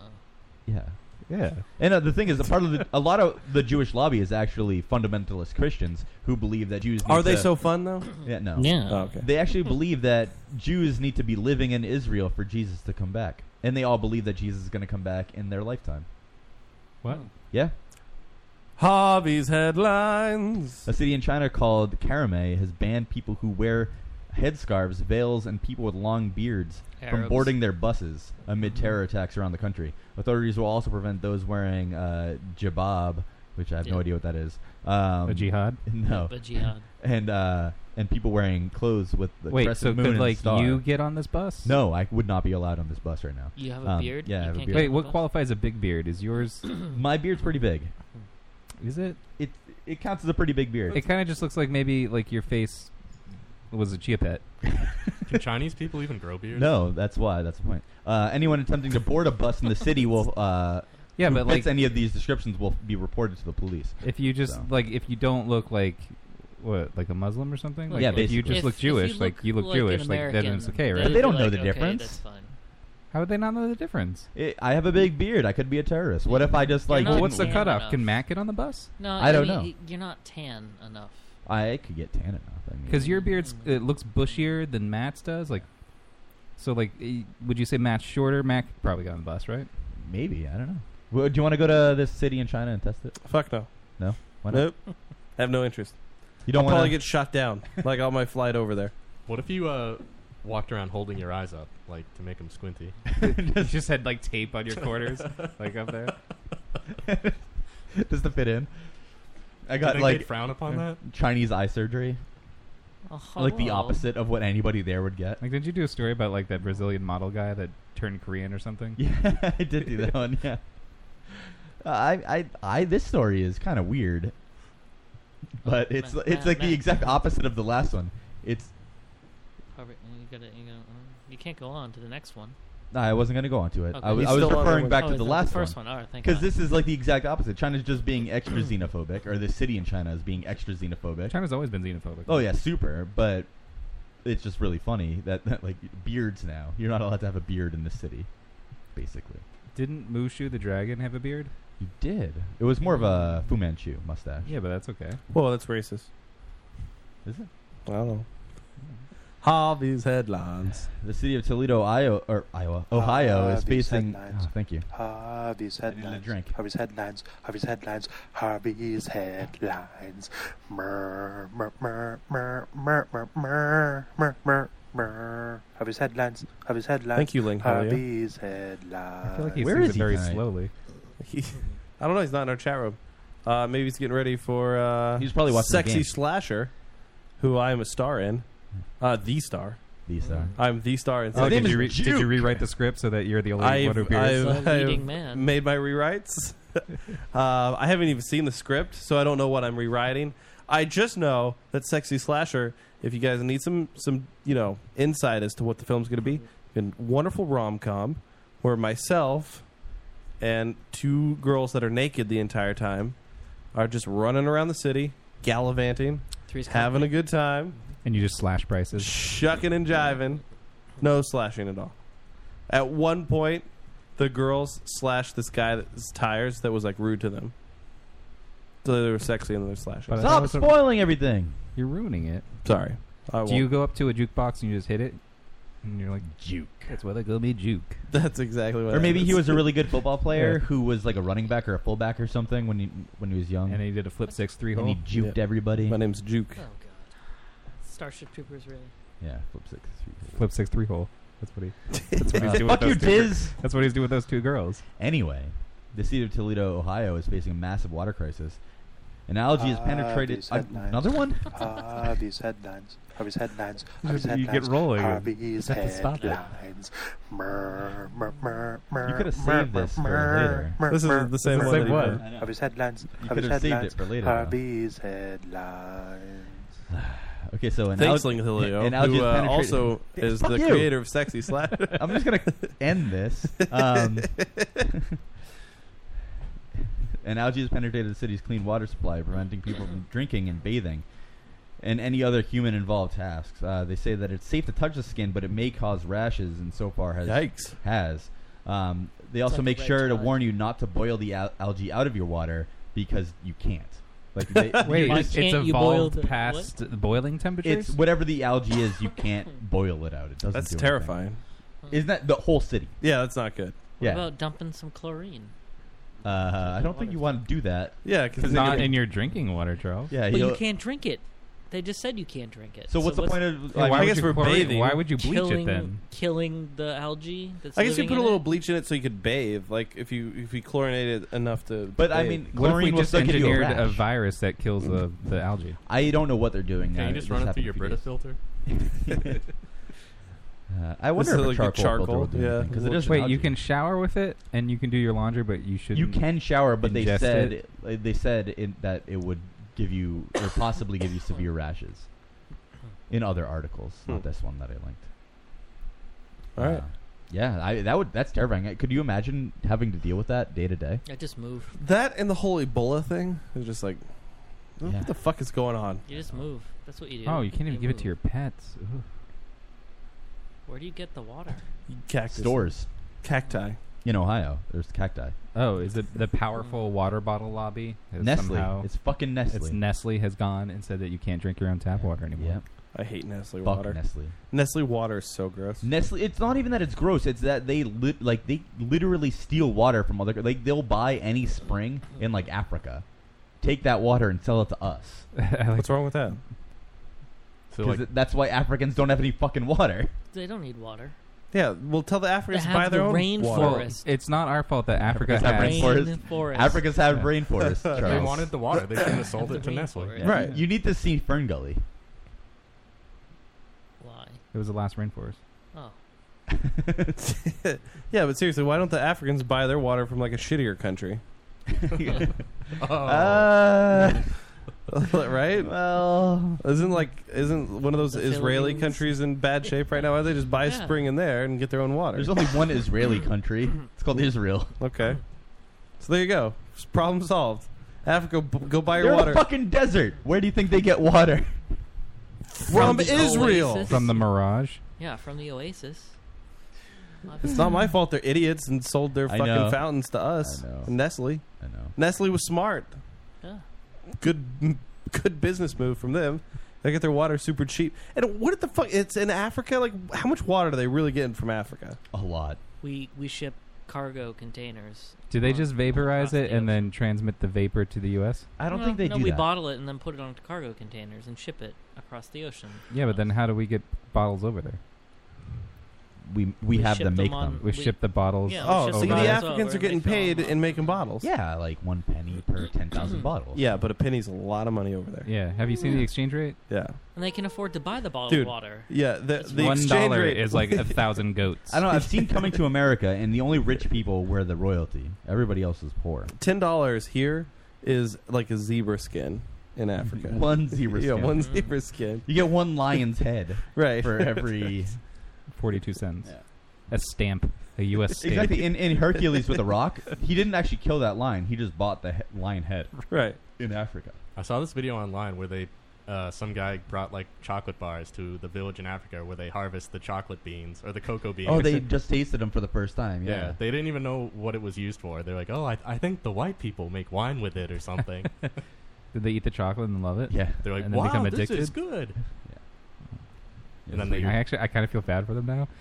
Speaker 10: Yeah.
Speaker 8: Yeah.
Speaker 10: And uh, the thing is, a part of the, a lot of the Jewish lobby is actually fundamentalist Christians who believe that Jews. Need
Speaker 9: Are they
Speaker 10: to-
Speaker 9: so fun, though?
Speaker 10: Yeah. No.
Speaker 9: Yeah. Oh, okay.
Speaker 10: They actually believe that Jews need to be living in Israel for Jesus to come back, and they all believe that Jesus is going to come back in their lifetime.
Speaker 8: What?
Speaker 10: Hmm. Yeah.
Speaker 9: Hobbies headlines.
Speaker 10: A city in China called Karame has banned people who wear headscarves, veils, and people with long beards from
Speaker 6: Arabs. Mm-hmm.
Speaker 10: boarding their buses amid terror attacks around the country. Authorities will also prevent those wearing uh, jabab, which I have no
Speaker 6: Yeah.
Speaker 10: idea what that is. Um,
Speaker 8: A jihad?
Speaker 10: <laughs> No.
Speaker 6: A jihad.
Speaker 10: And uh, and people wearing clothes with the
Speaker 8: Wait,
Speaker 10: crescent
Speaker 8: so
Speaker 10: moon
Speaker 8: could
Speaker 10: and
Speaker 8: like
Speaker 10: star.
Speaker 8: you get on this bus?
Speaker 10: No, I would not be allowed on this bus right now.
Speaker 6: You have a
Speaker 10: Um,
Speaker 6: beard?
Speaker 10: Yeah, I
Speaker 6: You
Speaker 10: have a beard.
Speaker 6: can't get on Wait, the what bus?
Speaker 10: qualifies
Speaker 8: a big beard? Is yours?
Speaker 10: My beard's pretty big.
Speaker 8: Is it?
Speaker 10: It it counts as a pretty big beard.
Speaker 8: It kind of just looks like maybe like your face was a chia pet.
Speaker 3: Can Chinese people even grow beards?
Speaker 10: No, that's why. That's the point. Uh, anyone attempting to board a bus in the city will. Uh,
Speaker 8: <laughs> Yeah,
Speaker 10: who
Speaker 8: but,
Speaker 10: fits
Speaker 8: like-
Speaker 10: any of these descriptions will be reported to the police.
Speaker 8: If you just
Speaker 10: So.
Speaker 8: like, if you don't look like what, like a Muslim or something? Like,
Speaker 10: Yeah,
Speaker 8: if
Speaker 10: basically.
Speaker 8: you just
Speaker 10: If-
Speaker 8: look
Speaker 10: if you
Speaker 8: Jewish,
Speaker 10: look
Speaker 8: like you look
Speaker 10: like an
Speaker 8: Jewish, like then
Speaker 10: American,
Speaker 8: it's okay,
Speaker 10: then
Speaker 8: right?
Speaker 10: it'd They don't be know like, the okay, difference. that's
Speaker 6: fine.
Speaker 8: How would they not know the difference?
Speaker 10: It, I have a big beard. I could be a terrorist. What if I just like?
Speaker 8: Well,
Speaker 10: didn't
Speaker 8: what's the
Speaker 10: wear-
Speaker 8: cutoff? Can Mac get on the bus?
Speaker 6: No,
Speaker 10: I don't
Speaker 6: mean,
Speaker 10: know.
Speaker 6: y- You're not tan enough.
Speaker 10: I could get tan enough. I mean,
Speaker 8: Because your beard's it looks bushier than Matt's does. Like, so like, eh, would you say Matt's shorter? Mac probably got on the bus, right?
Speaker 10: Maybe I don't know. Well, do you want to go to this city in China and test it?
Speaker 9: Fuck no.
Speaker 10: No. Why not?
Speaker 9: Nope. I have no interest.
Speaker 10: You don't
Speaker 9: I'll probably
Speaker 10: wanna-
Speaker 9: get shot down like on my flight over there.
Speaker 3: What if you uh, walked around holding your eyes up, like to make them squinty?
Speaker 8: <laughs>
Speaker 3: <laughs>
Speaker 8: you just had like tape on your quarters, like up there.
Speaker 10: <laughs> Does the fit in? I
Speaker 3: Do
Speaker 10: got
Speaker 3: you think
Speaker 10: like
Speaker 3: they'd frown upon that?
Speaker 10: Chinese eye surgery.
Speaker 6: Oh,
Speaker 10: Like the
Speaker 6: hello.
Speaker 10: opposite of what anybody there would get.
Speaker 8: Like, did you do a story about like that Brazilian model guy that turned Korean or something?
Speaker 10: <laughs> Yeah, I did do that one. Yeah. Uh, I, I, I. This story is kind of weird, but it's
Speaker 6: Matt,
Speaker 10: it's like
Speaker 6: Matt,
Speaker 10: the
Speaker 6: Matt.
Speaker 10: exact opposite of the last one. It's
Speaker 6: Harvard- You, gotta, you, gotta, you can't go on to the
Speaker 9: <sighs>
Speaker 6: next one.
Speaker 10: no, I wasn't going to go on to it. I
Speaker 6: Okay.
Speaker 10: was,
Speaker 6: He's
Speaker 10: I was
Speaker 6: still on
Speaker 10: referring
Speaker 6: the-
Speaker 10: back
Speaker 6: Oh,
Speaker 10: to
Speaker 6: is
Speaker 10: the
Speaker 6: that the
Speaker 10: last
Speaker 6: first
Speaker 10: one.
Speaker 6: one? All right, thank
Speaker 10: because
Speaker 6: God.
Speaker 10: this is like the exact opposite. China's just being
Speaker 6: <clears throat>
Speaker 10: extra xenophobic, or the city in China is being extra xenophobic.
Speaker 8: China's always been xenophobic.
Speaker 10: Oh yeah, super. But it's just really funny that, that like beards now. You're not allowed to have a beard in the city, basically.
Speaker 8: Didn't Mushu the dragon have a beard?
Speaker 10: You did. It was more of a Fu Manchu mustache.
Speaker 8: Yeah, but that's okay.
Speaker 9: Well, that's racist.
Speaker 10: Is it?
Speaker 9: I don't know. Hobbies headlines.
Speaker 10: <laughs> The city of Toledo, Iowa, or Iowa, Ohio, is
Speaker 19: Uh, Harvey's
Speaker 10: facing.
Speaker 19: headlines.
Speaker 10: Oh, thank you.
Speaker 19: Harvey's headlines. Harvey's headlines. Harvey's headlines. Harvey's headlines. Mer, mer, mer, mer, mer, mer, mer, mer, mer, mer. Harvey's headlines. Harvey's headlines.
Speaker 9: Thank you, Link Helio.
Speaker 19: Harvey's headlines.
Speaker 9: I feel like he
Speaker 10: Where
Speaker 9: sings
Speaker 10: is
Speaker 9: it
Speaker 10: he
Speaker 9: very
Speaker 10: tonight?
Speaker 8: slowly.
Speaker 9: I don't know. He's not in our chat room. Uh, maybe he's getting ready for. Uh, he's
Speaker 10: probably watching the
Speaker 9: Sexy
Speaker 10: game.
Speaker 9: Slasher, who I am a star in. Uh, the star.
Speaker 10: The star.
Speaker 9: I'm the star in.
Speaker 8: Oh,
Speaker 9: Sexy
Speaker 8: did, you re- did you rewrite the script so that you're the only one who
Speaker 9: I've,
Speaker 8: appears?
Speaker 9: I've- I've made my rewrites. <laughs> uh, I haven't even seen the script, so I don't know what I'm rewriting. I just know that Sexy Slasher. If you guys need some some you know insight as to what the film's going to be, a wonderful rom com where myself and two girls that are naked the entire time are just running around the city, gallivanting,
Speaker 6: Three's
Speaker 9: having a good time,
Speaker 8: and you just slash prices,
Speaker 9: shucking and jiving, no slashing at all. At one point, the girls slashed this guy's tires that was like rude to them. So they were sexy and they're slashing.
Speaker 8: But I
Speaker 10: Stop
Speaker 8: thought it was a-
Speaker 10: spoiling everything.
Speaker 8: You're ruining it.
Speaker 9: Sorry. I
Speaker 8: Do you go up to a jukebox and you just hit it, and you're like juke? That's what they call me <laughs> juke.
Speaker 9: That's exactly what.
Speaker 10: Or
Speaker 8: that
Speaker 10: maybe he
Speaker 8: is.
Speaker 10: was a really good football player
Speaker 8: <laughs> Yeah.
Speaker 10: who was like a running back or a fullback or something when he when he was young. And
Speaker 8: he did a flip six three
Speaker 10: And he
Speaker 8: hole.
Speaker 10: juked
Speaker 8: Yeah.
Speaker 10: everybody.
Speaker 9: My name's Juke.
Speaker 6: Oh, God. Starship Troopers, really.
Speaker 10: Yeah, flip six three.
Speaker 8: Flip six three hole. That's <laughs> what he. That's what he's
Speaker 10: Uh,
Speaker 8: doing.
Speaker 10: fuck
Speaker 8: with
Speaker 10: you,
Speaker 8: those two gir-
Speaker 10: Diz.
Speaker 8: That's what he's doing with those two girls.
Speaker 10: Anyway, the city of Toledo, Ohio, is facing a massive water crisis. An algae has penetrated
Speaker 19: Harvey's
Speaker 10: uh,
Speaker 19: headlines.
Speaker 10: another one.
Speaker 19: Harvey's headlines. Harvey's headlines. Harvey's
Speaker 10: You
Speaker 19: headlines.
Speaker 10: get rolling.
Speaker 19: Harvey's
Speaker 10: You have to stop it.
Speaker 19: headlines. Mer, mer, mer, mer,
Speaker 10: You could've
Speaker 19: mer,
Speaker 10: saved this for
Speaker 19: mer,
Speaker 10: later.
Speaker 19: mer,
Speaker 10: This is
Speaker 19: mer,
Speaker 10: the same
Speaker 19: mer,
Speaker 10: one that
Speaker 19: mer,
Speaker 10: he
Speaker 19: mer.
Speaker 10: did. I know.
Speaker 19: Harvey's headlines.
Speaker 10: You
Speaker 19: Harvey's
Speaker 10: could've saved it
Speaker 19: headlines.
Speaker 10: for later, though.
Speaker 19: Harvey's headlings.
Speaker 10: Okay, so an
Speaker 9: Thanks,
Speaker 10: alg-
Speaker 9: Ling Helio,
Speaker 10: an algae
Speaker 9: who,
Speaker 10: has
Speaker 9: uh,
Speaker 10: penetrated-
Speaker 9: also is
Speaker 10: Fuck
Speaker 9: the
Speaker 10: you.
Speaker 9: creator of Sexy Slash.
Speaker 10: <laughs> I'm just gonna end this. Um, <laughs> an and algae has penetrated the city's clean water supply, preventing people from drinking and bathing and any other human involved tasks. Uh, they say that it's safe to touch the skin, but it may cause rashes, and so far has.
Speaker 9: Yikes.
Speaker 10: Has. Um, they
Speaker 9: It's
Speaker 10: also
Speaker 9: like
Speaker 10: make
Speaker 9: a red
Speaker 10: sure to
Speaker 9: tide.
Speaker 10: warn you not to boil the al- algae out of your water because you can't. Like they,
Speaker 8: Wait,
Speaker 10: you
Speaker 8: it's
Speaker 10: can't-
Speaker 8: evolved past the boiling temperatures.
Speaker 10: It's whatever the algae is, you can't <laughs> boil it out. It doesn't.
Speaker 9: That's
Speaker 10: do anything.
Speaker 9: terrifying.
Speaker 10: Isn't that the whole city?
Speaker 9: Yeah, that's not good.
Speaker 6: What
Speaker 10: Yeah,
Speaker 6: about dumping some chlorine?
Speaker 10: uh, I don't think you want to do that.
Speaker 9: Yeah,
Speaker 8: 'cause It's then not you're- in your drinking water, Charles.
Speaker 10: Yeah,
Speaker 6: but you
Speaker 10: you'll-
Speaker 6: can't drink it. They just said you can't drink it.
Speaker 10: So what's the point of- Yeah, like, why
Speaker 9: I would guess you we're chlorate- bathing. why would you bleach it
Speaker 6: killing,
Speaker 9: then?
Speaker 6: Killing the algae. That's
Speaker 9: I guess you
Speaker 6: living
Speaker 9: put
Speaker 6: in
Speaker 9: a little
Speaker 6: It?
Speaker 9: bleach in it so you could bathe. Like if you if you chlorinated it enough to.
Speaker 10: But I
Speaker 9: bathe.
Speaker 10: mean,
Speaker 8: What if we
Speaker 10: chlorine will
Speaker 8: just
Speaker 10: still give you a
Speaker 8: engineered a,
Speaker 10: rash.
Speaker 8: virus that kills the, the algae?
Speaker 10: I don't know what they're doing now.
Speaker 3: Can you just
Speaker 10: This
Speaker 3: run it through
Speaker 10: happened
Speaker 3: your
Speaker 10: a few
Speaker 3: Brita
Speaker 10: days.
Speaker 3: filter?
Speaker 10: <laughs>
Speaker 8: <laughs>
Speaker 10: Uh, I wonder if a charcoal, filter will do anything, 'cause it is an
Speaker 8: Wait,
Speaker 10: algae.
Speaker 8: you can shower with it and you can do your laundry, but you should.
Speaker 10: You can shower, but they said
Speaker 8: it.
Speaker 10: like, they said it, that it would give you or possibly give you severe rashes. In other articles, not this one that I linked.
Speaker 9: Hmm. All right.
Speaker 10: Uh, yeah, I, that would that's terrifying. Uh, Could you imagine having to deal with that day to day?
Speaker 6: I just move.
Speaker 9: that and the whole Ebola thing is just like,
Speaker 10: Yeah.
Speaker 9: what the fuck is going on?
Speaker 6: You just move. That's what you do.
Speaker 8: Oh, you can't even give it to your pets. Ugh.
Speaker 6: Where do you get the water?
Speaker 9: Cactus
Speaker 10: Stores.
Speaker 9: cacti.
Speaker 10: In Ohio, there's cacti.
Speaker 8: Oh, is it the powerful water bottle lobby? has
Speaker 10: Nestle.
Speaker 8: somehow-
Speaker 10: It's fucking Nestle.
Speaker 8: It's Nestle has gone and said that you can't drink your own tap water anymore.
Speaker 9: I hate Nestle
Speaker 10: Fuck
Speaker 9: water.
Speaker 10: Nestle.
Speaker 9: Nestle water is so gross.
Speaker 10: Nestle. It's not even that it's gross. It's that they li- like they literally steal water from other. Like they'll buy any spring in like Africa, take that water and sell it to us.
Speaker 9: What's wrong with that?
Speaker 10: 'Cause it- that's why Africans don't have any fucking water.
Speaker 6: They don't need water.
Speaker 9: <laughs> Yeah, well, tell the Africans
Speaker 6: They
Speaker 9: to buy
Speaker 6: have
Speaker 9: their
Speaker 6: the
Speaker 9: own
Speaker 6: rainforest.
Speaker 9: water.
Speaker 8: It's not our fault that Africa
Speaker 10: Africa's have
Speaker 8: has
Speaker 10: rainforests. Rainforests. Africa's have
Speaker 9: <laughs>
Speaker 10: rainforests, They Charles. wanted
Speaker 3: the water. They shouldn't have sold it to
Speaker 8: Nestle.
Speaker 10: Yeah. You need to see Fern Gully.
Speaker 6: Why?
Speaker 8: It was the last rainforest.
Speaker 6: Oh.
Speaker 9: <laughs> yeah, but seriously, why don't the Africans buy their water from like a shittier country?
Speaker 6: Oh.
Speaker 10: Uh,
Speaker 9: <laughs> right?
Speaker 10: <laughs> Well,
Speaker 9: isn't like isn't one of those
Speaker 10: The
Speaker 9: Israeli
Speaker 10: Philippines.
Speaker 9: countries in bad shape right now? Why they just buy
Speaker 10: Yeah.
Speaker 9: a spring in there and get their own water?
Speaker 10: There's only one Israeli country. It's called Israel.
Speaker 9: Okay, so there you go. S- Problem solved. Africa, b- go buy your
Speaker 10: They're in a
Speaker 9: water.
Speaker 10: fucking desert. Where do you think they get water?
Speaker 9: From From Israel. oasis.
Speaker 8: From the Mirage.
Speaker 6: Yeah, from the oasis.
Speaker 9: It's not my fault they're idiots and sold their
Speaker 10: I
Speaker 9: fucking
Speaker 10: know.
Speaker 9: fountains to us.
Speaker 10: I know.
Speaker 9: Nestle.
Speaker 10: I know.
Speaker 9: Nestle was smart.
Speaker 6: Yeah.
Speaker 9: Good, good business move from them. They get their water super cheap. And what the fuck? It's in Africa. Like, how much water do they really getting from Africa?
Speaker 10: A lot.
Speaker 6: We we ship cargo containers.
Speaker 8: Do they
Speaker 6: on-
Speaker 8: just vaporize it and then transmit the vapor to the U.S.?
Speaker 6: no, no, we bottle it and then put it on cargo containers and ship it across the ocean.
Speaker 8: Yeah, but then how do we get bottles over there?
Speaker 10: We we,
Speaker 6: have ship them them make on- them.
Speaker 8: We,
Speaker 6: we-
Speaker 8: ship the bottles.
Speaker 6: Yeah,
Speaker 9: Oh,
Speaker 6: ship
Speaker 9: so
Speaker 6: the
Speaker 9: the
Speaker 6: bottles
Speaker 9: Africans are
Speaker 6: over and
Speaker 9: getting
Speaker 6: make them
Speaker 9: paid and making bottles.
Speaker 10: Yeah, like one penny per ten
Speaker 6: <clears throat>
Speaker 10: thousand bottles.
Speaker 9: Yeah, but a penny's a lot of money over there.
Speaker 8: Yeah. Have you
Speaker 10: <laughs>
Speaker 8: seen the exchange rate?
Speaker 9: Yeah.
Speaker 6: And they can afford to buy the bottle
Speaker 9: Dude,
Speaker 6: of water.
Speaker 9: yeah, the-
Speaker 6: That's
Speaker 9: the
Speaker 6: right.
Speaker 8: One
Speaker 9: exchange
Speaker 8: dollar
Speaker 9: rate-
Speaker 8: is like
Speaker 9: <laughs>
Speaker 8: a thousand goats.
Speaker 10: I don't know. I've seen Coming to America, and the only rich people were the royalty. Everybody else is poor.
Speaker 9: Ten dollars here is like a zebra skin in Africa.
Speaker 10: <laughs> <laughs> One zebra
Speaker 9: yeah,
Speaker 10: skin.
Speaker 9: one zebra skin.
Speaker 10: You get one lion's head
Speaker 9: <laughs> Right.
Speaker 10: <laughs> for
Speaker 9: <laughs>
Speaker 10: every
Speaker 8: forty-two cents. A stamp, a U.S. stamp.
Speaker 10: exactly in, in Hercules
Speaker 9: <laughs>
Speaker 10: with a rock. He didn't actually kill that lion. He just bought the he- lion
Speaker 8: <laughs>
Speaker 10: head.
Speaker 9: Right.
Speaker 10: In Africa.
Speaker 3: I saw this video online where they, uh, some guy brought like chocolate bars to the village in Africa where they harvest the chocolate beans or the cocoa beans. <laughs>
Speaker 10: Oh, they just tasted him for the first time.
Speaker 3: Yeah.
Speaker 10: Yeah.
Speaker 3: they didn't even know what it was used for. They're like, oh, I, I think the white people make wine with it or something.
Speaker 8: <laughs> Did they eat the chocolate and love it?
Speaker 10: Yeah.
Speaker 3: They're like,
Speaker 8: and then
Speaker 3: wow,
Speaker 8: become
Speaker 3: this
Speaker 8: addicted.
Speaker 3: is good. And
Speaker 8: It's
Speaker 3: then they-
Speaker 8: like, I actually, I kind of feel bad for them now.
Speaker 10: <laughs>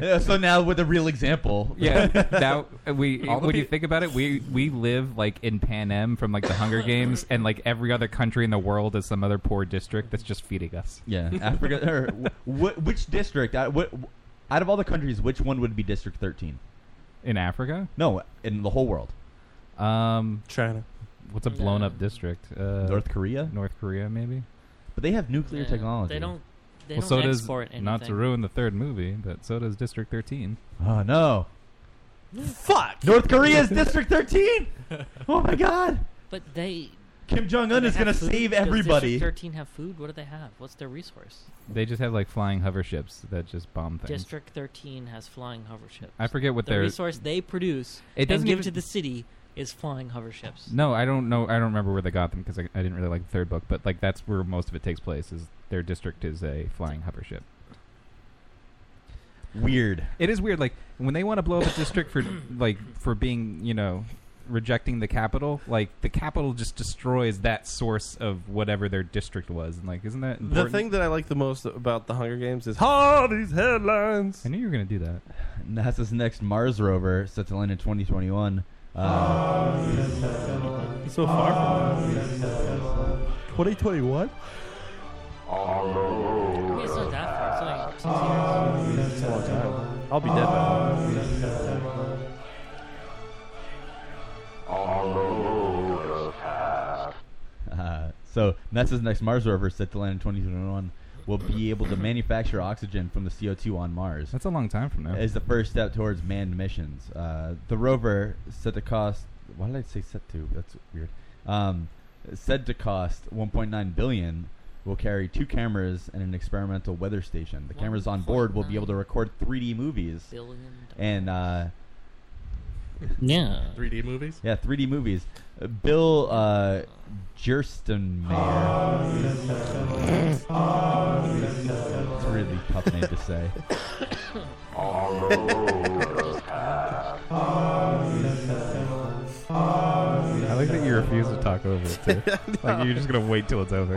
Speaker 10: Yeah, so now with a real example. <laughs>
Speaker 8: Yeah, that we.
Speaker 10: All the
Speaker 8: when you
Speaker 10: peo-
Speaker 8: think about it, we we live like in Pan Am from like
Speaker 10: <laughs>
Speaker 8: the Hunger Games, and like every other country in the world is some other poor district that's just feeding us. <laughs>
Speaker 10: Yeah, <laughs> Africa. Or, wh- wh- which district? Out, what, out of all the countries, which one would be District Thirteen?
Speaker 8: in Africa.
Speaker 10: No, in the whole world.
Speaker 8: Um,
Speaker 9: China.
Speaker 8: What's a blown up district? Uh,
Speaker 10: North Korea.
Speaker 8: North Korea, maybe.
Speaker 10: But they have nuclear
Speaker 6: Yeah,
Speaker 10: technology.
Speaker 6: They don't. They
Speaker 8: well,
Speaker 6: don't
Speaker 8: so
Speaker 6: export
Speaker 8: does
Speaker 6: anything.
Speaker 8: not to ruin the third movie, but so does District Thirteen.
Speaker 10: Oh
Speaker 6: <laughs>
Speaker 10: no!
Speaker 9: Fuck!
Speaker 10: North Korea's District Thirteen. Oh my God!
Speaker 6: But they.
Speaker 10: Kim Jong Un
Speaker 6: do they
Speaker 10: is
Speaker 6: have
Speaker 10: gonna
Speaker 6: food?
Speaker 10: save
Speaker 6: Does District
Speaker 10: everybody.
Speaker 6: Thirteen have food. What do they have? What's their resource?
Speaker 8: They just have like flying hover ships that just bomb things.
Speaker 6: District Thirteen has flying hover ships.
Speaker 8: I forget what
Speaker 6: the
Speaker 8: their-
Speaker 6: resource they produce
Speaker 8: It
Speaker 6: and
Speaker 8: doesn't
Speaker 6: give
Speaker 8: even-
Speaker 6: to the city is flying hover ships.
Speaker 8: No, I don't know. I don't remember where they got them because I, I didn't really like the third book. But like that's where most of it takes place. Is their district is a flying hover ship.
Speaker 10: Weird.
Speaker 8: It is weird. Like when they want to blow up a district for <coughs> like for being you know rejecting the capital, like the capital just destroys that source of whatever their district was. And like, isn't that
Speaker 9: The
Speaker 8: important?
Speaker 9: thing that I like the most about the Hunger Games is all these headlines.
Speaker 8: I knew you were going to do that.
Speaker 10: NASA's next Mars rover set to land in Uh, 2021.
Speaker 9: so far from 2021?
Speaker 6: It's not that far. It's only
Speaker 9: It's a long time. I'll be dead by then.
Speaker 10: Uh, so NASA's next Mars rover, set to land in 2021, will be able to manufacture oxygen from the CO2 on Mars.
Speaker 8: That's a long time from now.
Speaker 10: Is the first step towards manned missions. Uh, the rover set to cost. Why did I say set to? That's weird. Um, said to cost 1.9 billion. Will carry two cameras and an experimental weather station. The cameras on board will be able to record 3D movies
Speaker 6: Billion
Speaker 10: and uh,
Speaker 6: yeah,
Speaker 3: 3D movies.
Speaker 10: yeah, 3D movies. Uh, Bill uh, Gerstenmayer. it's a really tough
Speaker 8: <laughs>
Speaker 10: name to say.
Speaker 8: <laughs> I like that you refuse to talk over it
Speaker 5: <laughs>
Speaker 8: too. like you're just going to wait till it's over.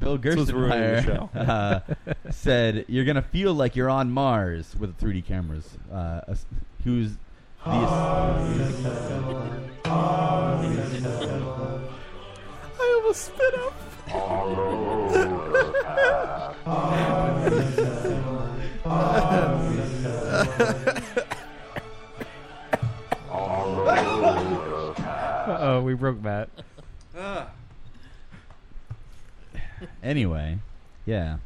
Speaker 10: Bill
Speaker 8: This was ruining the
Speaker 10: <laughs> Gerstenmaier uh, said, "You're gonna feel like you're on Mars with 3D cameras." Uh, as- who's the
Speaker 5: <laughs> I almost spit
Speaker 8: <laughs>
Speaker 5: up. <laughs>
Speaker 8: Uh-oh, we broke Matt.
Speaker 10: anyway? Yeah,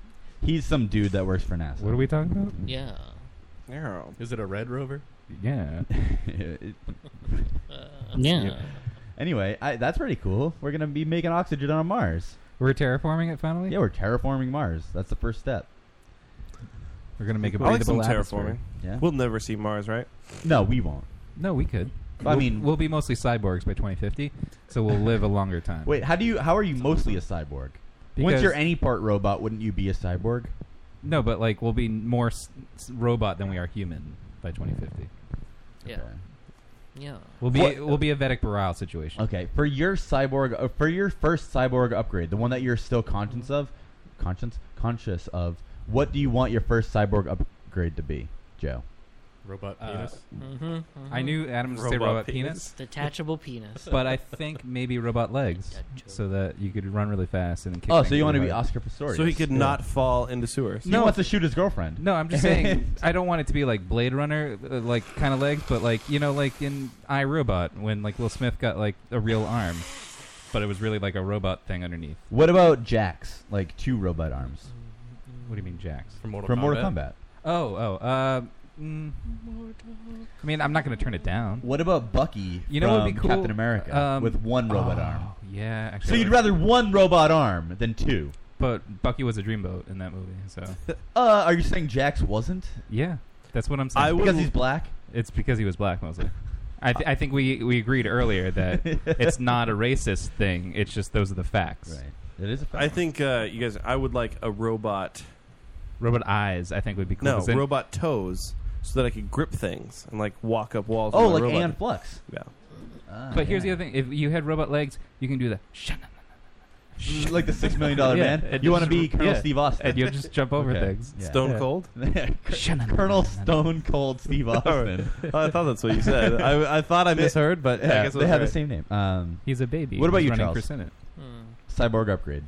Speaker 10: he's some dude that works for NASA.
Speaker 8: What are we talking about?
Speaker 6: Yeah.
Speaker 9: Arrow.
Speaker 3: Is it a red rover?
Speaker 8: Yeah.
Speaker 10: <laughs>
Speaker 8: <laughs>
Speaker 10: It-
Speaker 6: Uh,
Speaker 3: <laughs>
Speaker 10: Anyway, I, that's pretty cool. We're gonna be making oxygen on Mars.
Speaker 8: We're terraforming it finally.
Speaker 10: Yeah, we're terraforming Mars. That's the first step.
Speaker 8: We're gonna make a
Speaker 9: I like some
Speaker 8: breathable atmosphere.
Speaker 9: terraforming.
Speaker 10: Yeah.
Speaker 9: We'll never see Mars, right?
Speaker 10: No, we won't.
Speaker 8: No, we could.
Speaker 10: I mean-
Speaker 8: we'll be mostly cyborgs by 2050, so we'll live a longer time.
Speaker 10: Wait, how do you? How are you mostly a cyborg? Once
Speaker 8: Because-
Speaker 10: you're any part robot, wouldn't you be a cyborg?
Speaker 8: No, but like we'll be more s- s- robot than we are human by 2050.
Speaker 6: Yeah. Yeah.
Speaker 8: We'll be
Speaker 10: What-
Speaker 8: we'll be a Vedic Baral situation.
Speaker 10: Okay, for your cyborg, uh, for your first cyborg upgrade, the one that you're still conscious of, conscience, conscious of, what do you want your first cyborg upgrade to be, Joe?
Speaker 3: Robot
Speaker 8: Uh,
Speaker 3: penis.
Speaker 6: Mhm, mhm.
Speaker 8: I knew Adam would say
Speaker 3: Robot
Speaker 8: robot
Speaker 3: penis.
Speaker 8: penis.
Speaker 6: Detachable penis.
Speaker 8: but
Speaker 6: <laughs>
Speaker 8: I think maybe robot legs, so that you could run really fast and. Kick
Speaker 10: Oh,
Speaker 8: things
Speaker 10: so you want to
Speaker 8: really
Speaker 10: be
Speaker 8: hard.
Speaker 10: Oscar Pistorius?
Speaker 9: So he could not fall into sewers.
Speaker 10: No, he wants to shoot his girlfriend.
Speaker 8: No, I'm just
Speaker 10: <laughs>
Speaker 8: saying I don't want it to be like Blade Runner, uh, like kind of legs, but like you know, like in I Robot when like Will Smith got like a real arm, but it was really like a robot thing underneath.
Speaker 10: What about Jax? Like two robot arms
Speaker 8: What do you mean, Jax?
Speaker 3: From
Speaker 10: from Mortal Kombat.
Speaker 8: Oh, oh. Uh, mm, I mean, I'm not going to turn it down.
Speaker 10: What about Bucky?
Speaker 8: You know what would
Speaker 10: from
Speaker 8: be cool?
Speaker 10: Captain America
Speaker 8: Um,
Speaker 10: with one robot
Speaker 8: oh,
Speaker 10: arm.
Speaker 8: Yeah, actually.
Speaker 10: So
Speaker 8: I
Speaker 10: you'd
Speaker 8: like-
Speaker 10: rather one robot arm than two?
Speaker 8: But Bucky was a dreamboat in that movie, so
Speaker 10: <laughs> Uh, are you saying Jax wasn't?
Speaker 8: yeah, that's what I'm saying.
Speaker 10: I Because would- he's black?
Speaker 8: It's because he was black mostly. I, th- I think we, we agreed earlier that
Speaker 10: <laughs>
Speaker 8: it's not a racist thing. It's just those are the facts.
Speaker 10: Right. It is a
Speaker 9: I think uh, you guys. I would like a robot.
Speaker 8: Robot eyes, I think, would be cool.
Speaker 9: No,
Speaker 8: 'cause then-
Speaker 9: robot toes, so that I could grip things and like walk up walls.
Speaker 10: Oh,
Speaker 9: with a
Speaker 10: like
Speaker 9: robot.
Speaker 10: Aeon Flux.
Speaker 9: Yeah.
Speaker 10: Ah,
Speaker 8: But here's
Speaker 10: yeah.
Speaker 8: the other thing: if you had robot legs, you can do the
Speaker 10: like the six million dollar
Speaker 8: Yeah,
Speaker 10: man.
Speaker 8: and
Speaker 10: You want to
Speaker 8: just-
Speaker 10: be Colonel
Speaker 8: yeah,
Speaker 10: Steve Austin,
Speaker 8: and you'll just jump over things.
Speaker 9: Stone Cold?
Speaker 10: <laughs>
Speaker 9: Oh,
Speaker 10: Colonel Stone Cold
Speaker 9: <laughs>
Speaker 10: Steve Austin.
Speaker 9: I thought that's what you said. I, I thought I
Speaker 10: They-
Speaker 9: misheard, but
Speaker 10: yeah,
Speaker 9: I guess it
Speaker 10: they
Speaker 9: was
Speaker 10: have
Speaker 9: right.
Speaker 10: the same name. Um,
Speaker 8: He's a baby.
Speaker 10: What about
Speaker 8: He's
Speaker 10: you,
Speaker 8: running
Speaker 10: Charles?
Speaker 8: for Senate.
Speaker 10: Cyborg upgrade.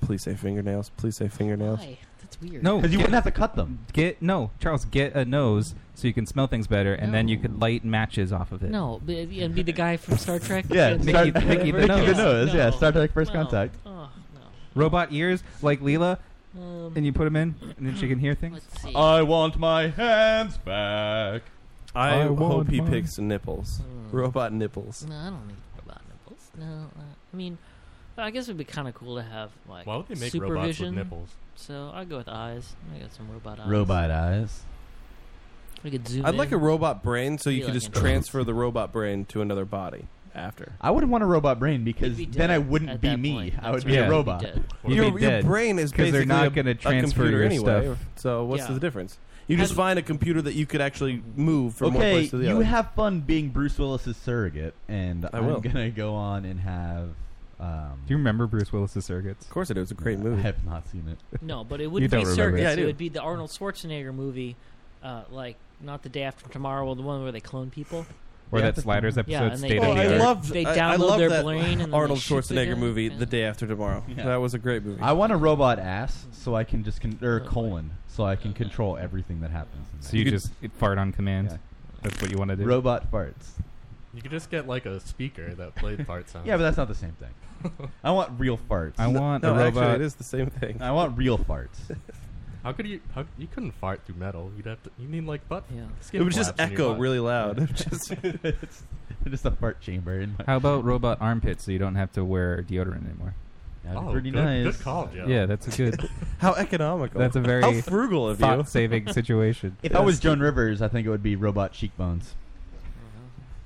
Speaker 9: Please say fingernails. Please say fingernails.
Speaker 6: Why? That's weird.
Speaker 8: No,
Speaker 10: Because you
Speaker 8: get-
Speaker 10: wouldn't have to cut them.
Speaker 8: Get no, Charles. Get a nose so you can smell things better, and then you could light matches off of it.
Speaker 6: No, but- and be the guy from Star Trek.
Speaker 10: Yeah,
Speaker 6: Yes.
Speaker 10: Star-
Speaker 8: Mickey- Mickey the Nose.
Speaker 10: Yeah,
Speaker 6: No.
Speaker 10: Star Trek First
Speaker 6: No.
Speaker 10: Contact.
Speaker 6: Oh, no.
Speaker 8: Robot ears like Leela,
Speaker 6: Um,
Speaker 8: and you put them in, and then she can hear things.
Speaker 3: Oh.
Speaker 10: I want my hands back. Hmm.
Speaker 9: I,
Speaker 8: I
Speaker 9: hope
Speaker 8: want
Speaker 9: he
Speaker 8: mine.
Speaker 9: picks nipples. Robot nipples.
Speaker 6: No, I don't need robot nipples. No, uh, I mean, I guess it would be kind of cool to have like
Speaker 3: Why would they make robots with
Speaker 6: supervision.
Speaker 3: nipples?
Speaker 6: So I'll go with eyes. I got some robot eyes.
Speaker 10: Robot eyes.
Speaker 6: We could zoom
Speaker 9: I'd like
Speaker 6: in.
Speaker 9: a robot brain so you
Speaker 6: Be
Speaker 9: could
Speaker 6: like
Speaker 9: just
Speaker 6: an-
Speaker 9: transfer the robot brain to another body after.
Speaker 10: I wouldn't want a robot brain because
Speaker 9: be
Speaker 10: then I
Speaker 9: dead
Speaker 10: wouldn't
Speaker 9: at
Speaker 10: be
Speaker 9: that
Speaker 10: me.
Speaker 9: point.
Speaker 10: I would
Speaker 9: That's right.
Speaker 10: be a
Speaker 9: You'd be
Speaker 10: robot.
Speaker 9: dead. You'd Your- be your dead. brain is
Speaker 8: 'Cause they're
Speaker 9: basically
Speaker 8: not
Speaker 9: a-
Speaker 8: gonna
Speaker 9: a
Speaker 8: transfer
Speaker 9: computer
Speaker 8: your
Speaker 9: anyway.
Speaker 8: stuff.
Speaker 9: So what's
Speaker 10: Yeah.
Speaker 9: the difference? You just
Speaker 10: Have-
Speaker 9: find a computer that you could actually move from one
Speaker 10: okay,
Speaker 9: place to the
Speaker 10: you
Speaker 9: other.
Speaker 10: have fun being Bruce Willis's surrogate, and
Speaker 9: I
Speaker 10: am
Speaker 9: will.
Speaker 10: gonna go on and have. Um,
Speaker 8: Do you remember Bruce Willis's Surrogates? Of
Speaker 9: course it was a great
Speaker 10: movie. I have not seen
Speaker 8: <laughs>
Speaker 10: it.
Speaker 6: <laughs> No, but it would
Speaker 8: You
Speaker 6: be
Speaker 8: don't remember
Speaker 6: circus.
Speaker 8: it. Yeah, I
Speaker 6: it
Speaker 8: do.
Speaker 6: would be the Arnold Schwarzenegger movie, uh, like not the day after tomorrow, well, the one where they clone people.
Speaker 8: Or that Sliders
Speaker 6: yeah,
Speaker 8: episode
Speaker 6: and
Speaker 8: State
Speaker 6: they,
Speaker 8: of
Speaker 6: they,
Speaker 8: the Art.
Speaker 6: They
Speaker 9: Oh, I-
Speaker 6: download
Speaker 9: I love
Speaker 6: their
Speaker 9: that
Speaker 6: brain and then they
Speaker 9: Arnold
Speaker 6: shoot the
Speaker 9: Schwarzenegger
Speaker 6: gun.
Speaker 9: movie, The Day After Tomorrow.
Speaker 10: Yeah.
Speaker 9: That was a great movie.
Speaker 10: I want a robot ass so I can just con-
Speaker 6: Oh,
Speaker 10: or colon so I can control everything that happens. in
Speaker 8: So
Speaker 10: there.
Speaker 8: you just fart on command.
Speaker 10: Yeah.
Speaker 8: That's what you want to do.
Speaker 10: robot farts.
Speaker 3: You could just get like a speaker that played
Speaker 10: <laughs>
Speaker 3: part
Speaker 9: Oh.
Speaker 3: sounds.
Speaker 10: Yeah, but that's not the same
Speaker 9: <laughs>
Speaker 10: thing. I want real farts.
Speaker 8: I want a robot.
Speaker 10: I want
Speaker 9: <laughs>
Speaker 10: real farts. <laughs>
Speaker 3: How could you? How, you couldn't fart through metal. You'd have to. You need like butt. Yeah.
Speaker 9: It would just echo really loud. Just- <laughs>
Speaker 10: it's just a fart chamber. In my
Speaker 8: How about robot armpits so you don't have to wear deodorant anymore?
Speaker 10: That'd be Oh, pretty good- nice. good call, Joe.
Speaker 8: Yeah, that's a
Speaker 10: <laughs>
Speaker 8: good.
Speaker 9: <laughs> How economical.
Speaker 8: That's a very
Speaker 9: How frugal of you. <laughs>
Speaker 8: thought-saving situation.
Speaker 10: If I was Joan Rivers, I think it would be robot cheekbones.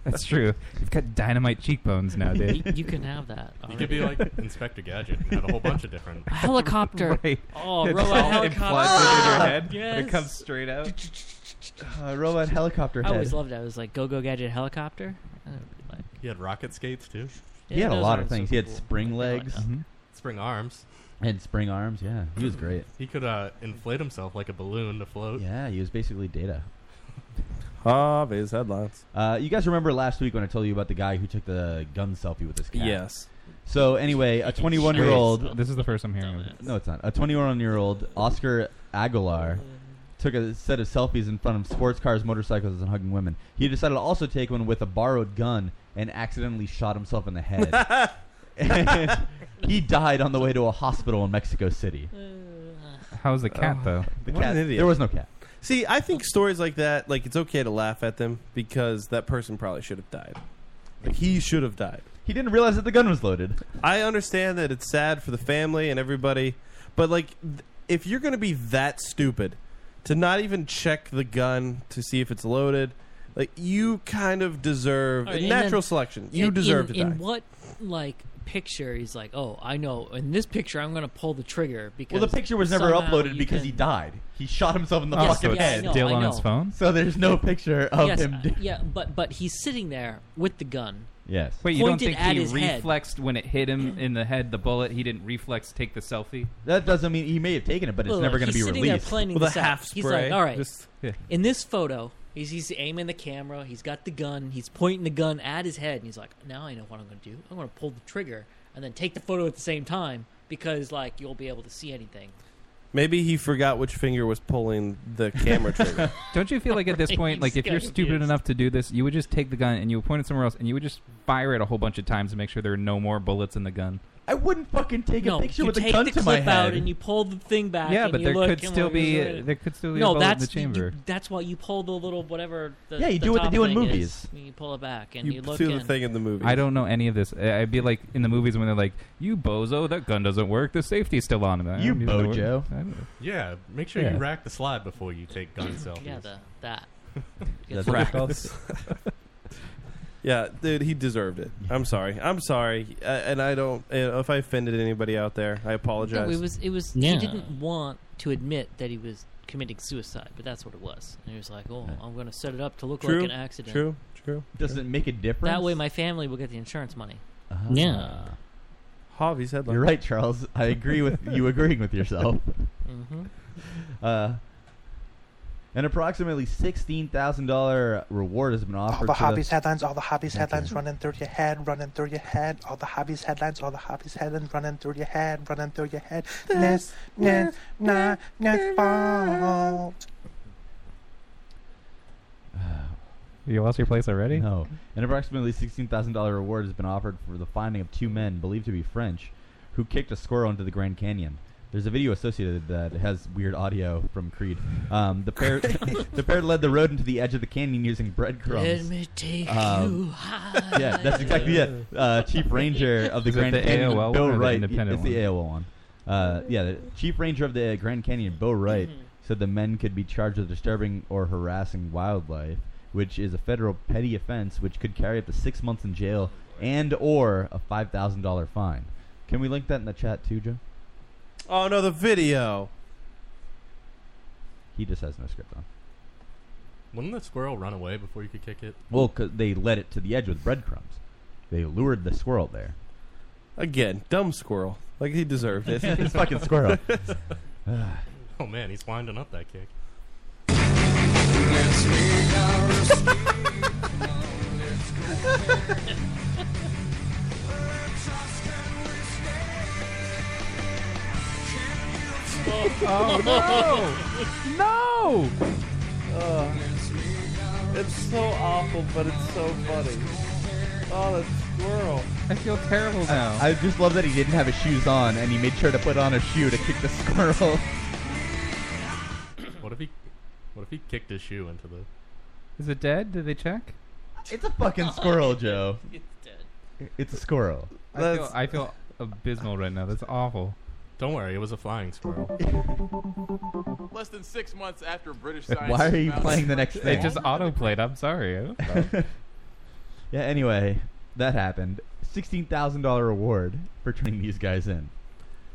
Speaker 8: That's true. You've got dynamite cheekbones now, dude.
Speaker 10: <laughs>
Speaker 6: You, <laughs> you can have that.
Speaker 3: You could be
Speaker 6: already.
Speaker 3: like Inspector Gadget and <laughs> have a whole bunch of different.
Speaker 6: <laughs>
Speaker 10: <laughs>
Speaker 6: A helicopter.
Speaker 8: <laughs> Right.
Speaker 6: Oh,
Speaker 8: It's
Speaker 6: robot
Speaker 8: all
Speaker 6: helicopter.
Speaker 8: implanted in your
Speaker 6: Ah!
Speaker 8: head, but it
Speaker 6: Yes.
Speaker 8: comes straight out.
Speaker 10: Uh, robot helicopter
Speaker 6: I
Speaker 10: head.
Speaker 6: always loved it. I was like, go go gadget helicopter.
Speaker 3: <laughs> He had rocket skates too. Mm-hmm.
Speaker 10: He had a lot of things. He had spring legs
Speaker 3: Spring arms.
Speaker 10: and spring arms. Yeah, he was great.
Speaker 3: He could uh, inflate himself like a balloon to float.
Speaker 10: Yeah, he was basically Data.
Speaker 9: Harvey's headlines.
Speaker 10: Uh, you guys remember last week when I told you about the guy who took the gun selfie with his cat?
Speaker 9: Yes.
Speaker 10: So anyway, a 21 year old.
Speaker 8: This is the first I'm hearing of it.
Speaker 10: No, it's not. A 21 year old Oscar Aguilar took a set of selfies in front of sports cars, motorcycles, and hugging women. He decided to also take one with a borrowed gun and accidentally shot himself in the head.
Speaker 6: <laughs>
Speaker 10: and <laughs> he died on the way to a hospital in Mexico City.
Speaker 8: How's the cat
Speaker 6: Oh.
Speaker 8: though?
Speaker 10: The cat. There was no cat.
Speaker 9: See, I think stories like that, like it's okay to laugh at them because that person probably should have died. Like he should have died.
Speaker 10: He didn't realize that the gun was loaded.
Speaker 9: I understand that it's sad for the family and everybody, but like th- if you're going to be that stupid to not even check the gun to see if it's loaded, like you kind of deserve
Speaker 6: All right, and
Speaker 9: natural
Speaker 6: then-
Speaker 9: selection. You
Speaker 6: in-
Speaker 9: deserve
Speaker 6: in,
Speaker 9: to die.
Speaker 6: In what like picture? He's like, oh, I know. In this picture, I'm going to pull the trigger because.
Speaker 10: Well, the picture was never
Speaker 6: somehow
Speaker 10: uploaded
Speaker 6: you
Speaker 10: because
Speaker 6: can-
Speaker 10: he died. He shot himself in the
Speaker 8: Oh,
Speaker 6: Yes,
Speaker 10: fucking
Speaker 6: yeah, I
Speaker 10: head.
Speaker 6: know, Still I on his know. phone?
Speaker 10: So there's no picture of
Speaker 6: yes,
Speaker 10: him.
Speaker 6: uh, yeah, but but he's sitting there with the gun.
Speaker 10: Yes.
Speaker 8: Wait, you don't
Speaker 6: Pointed
Speaker 8: think
Speaker 6: at
Speaker 8: he
Speaker 6: his head.
Speaker 8: reflexed when it hit him in the head? The bullet. He didn't reflex take the selfie.
Speaker 10: That doesn't mean he may have taken it, but it's
Speaker 6: Look,
Speaker 10: never going to
Speaker 6: he's
Speaker 10: be
Speaker 6: sitting
Speaker 10: released.
Speaker 6: There planning this out. He's like, all right. In this photo, he's he's aiming the camera. He's got the gun. He's pointing the gun at his head, and he's like, now I know what I'm going to do. I'm going to pull the trigger and then take the photo at the same time because like you'll be able to see anything.
Speaker 9: Maybe he forgot which finger was pulling the camera trigger.
Speaker 8: <laughs> Don't you feel like at this point, like if you're stupid enough to do this, you would just take the gun and you would point it somewhere else, and you would just fire it a whole bunch of times to make sure there are no more bullets in the gun.
Speaker 10: I wouldn't fucking take
Speaker 6: no,
Speaker 10: a picture
Speaker 6: you
Speaker 10: with
Speaker 6: take
Speaker 10: a gun
Speaker 6: the
Speaker 10: to
Speaker 6: clip
Speaker 10: my
Speaker 6: out
Speaker 10: head.
Speaker 6: and you pull the thing back.
Speaker 8: Yeah,
Speaker 6: and
Speaker 8: but
Speaker 6: you
Speaker 8: there
Speaker 6: look
Speaker 8: could
Speaker 6: and
Speaker 8: still
Speaker 6: look,
Speaker 8: be-
Speaker 6: look at it.
Speaker 8: there could still be a bullet
Speaker 6: no,
Speaker 8: in
Speaker 6: that's
Speaker 8: the chamber.
Speaker 6: you- that's why you pull the little whatever. The,
Speaker 10: Yeah, you
Speaker 6: the
Speaker 10: do what they
Speaker 6: top
Speaker 10: do in
Speaker 6: thing is.
Speaker 10: movies.
Speaker 6: You pull it back and
Speaker 9: You
Speaker 6: you, look.
Speaker 9: do the
Speaker 6: and-
Speaker 9: thing in the movie.
Speaker 8: I don't know any of this. I- I'd be like in the movies when they're like, "You bozo, that gun doesn't work. The safety's still on." him."
Speaker 10: You bojo.
Speaker 3: Yeah, make sure
Speaker 8: Yeah.
Speaker 3: you rack the slide before you take gun selfies.
Speaker 6: Yeah, the,
Speaker 10: <laughs>
Speaker 6: that.
Speaker 9: That's what they're <laughs> Yeah, dude, he deserved it. I'm sorry. I'm sorry, uh, and I don't. Uh, if I offended anybody out there, I apologize.
Speaker 6: No, it was. It was.
Speaker 9: Yeah.
Speaker 6: He didn't want to admit that he was committing suicide, but that's what it was. And he was like, "Oh, I'm going to set it up to look
Speaker 9: True,
Speaker 6: like an accident."
Speaker 9: true, true.
Speaker 10: Does it make a difference?
Speaker 6: That way, my family will get the insurance money.
Speaker 10: Yeah.
Speaker 9: Harvey's
Speaker 6: <laughs>
Speaker 9: headline.
Speaker 10: You're right, Charles. I agree with you agreeing with yourself.
Speaker 6: Mhm.
Speaker 10: Uh, an approximately sixteen thousand dollar reward has been
Speaker 19: All
Speaker 10: offered.
Speaker 19: the
Speaker 10: to
Speaker 19: hobbies headlines, all the hobbies
Speaker 10: Thank you.
Speaker 19: headlines running through your head, running through your head. All the hobbies headlines, all the hobbies headlines running through your head, running through your head. This, this, nah, this, ball.
Speaker 8: You lost your place already?
Speaker 10: No. An approximately $16,000 reward has been offered for the finding of two men believed to be French who kicked a squirrel into the Grand Canyon. There's a video associated that has weird audio from Creed. Um, the
Speaker 6: <laughs>
Speaker 10: pair <laughs> the pair led the road into the edge of the canyon using breadcrumbs. Um,
Speaker 6: Let me take you high.
Speaker 10: Yeah, that's exactly it. Uh, Chief Ranger of the
Speaker 8: Is that
Speaker 10: Grand
Speaker 8: the
Speaker 10: Canyon,
Speaker 8: AOL
Speaker 10: Bill
Speaker 8: one or the
Speaker 10: Wright.
Speaker 8: independent
Speaker 10: it's the AOL one. Uh, yeah, the Chief Ranger of the Grand uh, Canyon, Bill Wright, said the men could be charged with disturbing or harassing wildlife, which is a federal petty offense which could carry up to six months in jail and or a five thousand dollar fine. Can we link that in the chat too, Joe?
Speaker 9: <laughs> Oh no, the video.
Speaker 10: He just has no script on.
Speaker 3: Wouldn't the squirrel run away before you could kick it?
Speaker 10: Well, 'cause they led it to the edge with breadcrumbs. They lured the squirrel there.
Speaker 9: Again, dumb squirrel. Like he
Speaker 3: <laughs>
Speaker 9: deserved
Speaker 10: <laughs>
Speaker 9: it.
Speaker 10: This fucking squirrel.
Speaker 3: <sighs> oh man, he's winding up that kick.
Speaker 5: Oh no! No! it's so awful, but it's so funny. Oh, that squirrel.
Speaker 8: I feel terrible now.
Speaker 10: I just love that he didn't have his shoes on, and he made sure to put on a shoe to kick the squirrel.
Speaker 3: What if he, what if he kicked his shoe into the?
Speaker 8: Is it dead? Did they check?
Speaker 10: <laughs> It's a fucking <laughs> squirrel, Joe. It's dead. It's a squirrel.
Speaker 8: I feel, I feel abysmal right now. That's awful.
Speaker 3: Don't worry, it was a
Speaker 10: <laughs>
Speaker 3: flying squirrel.
Speaker 20: Less than six months after British
Speaker 10: Why
Speaker 20: science.
Speaker 10: are you playing the next
Speaker 8: They
Speaker 10: thing?
Speaker 8: just autoplayed. I'm sorry. I don't know.
Speaker 10: <laughs> yeah. Anyway, that happened. Sixteen thousand dollar reward for turning these guys in.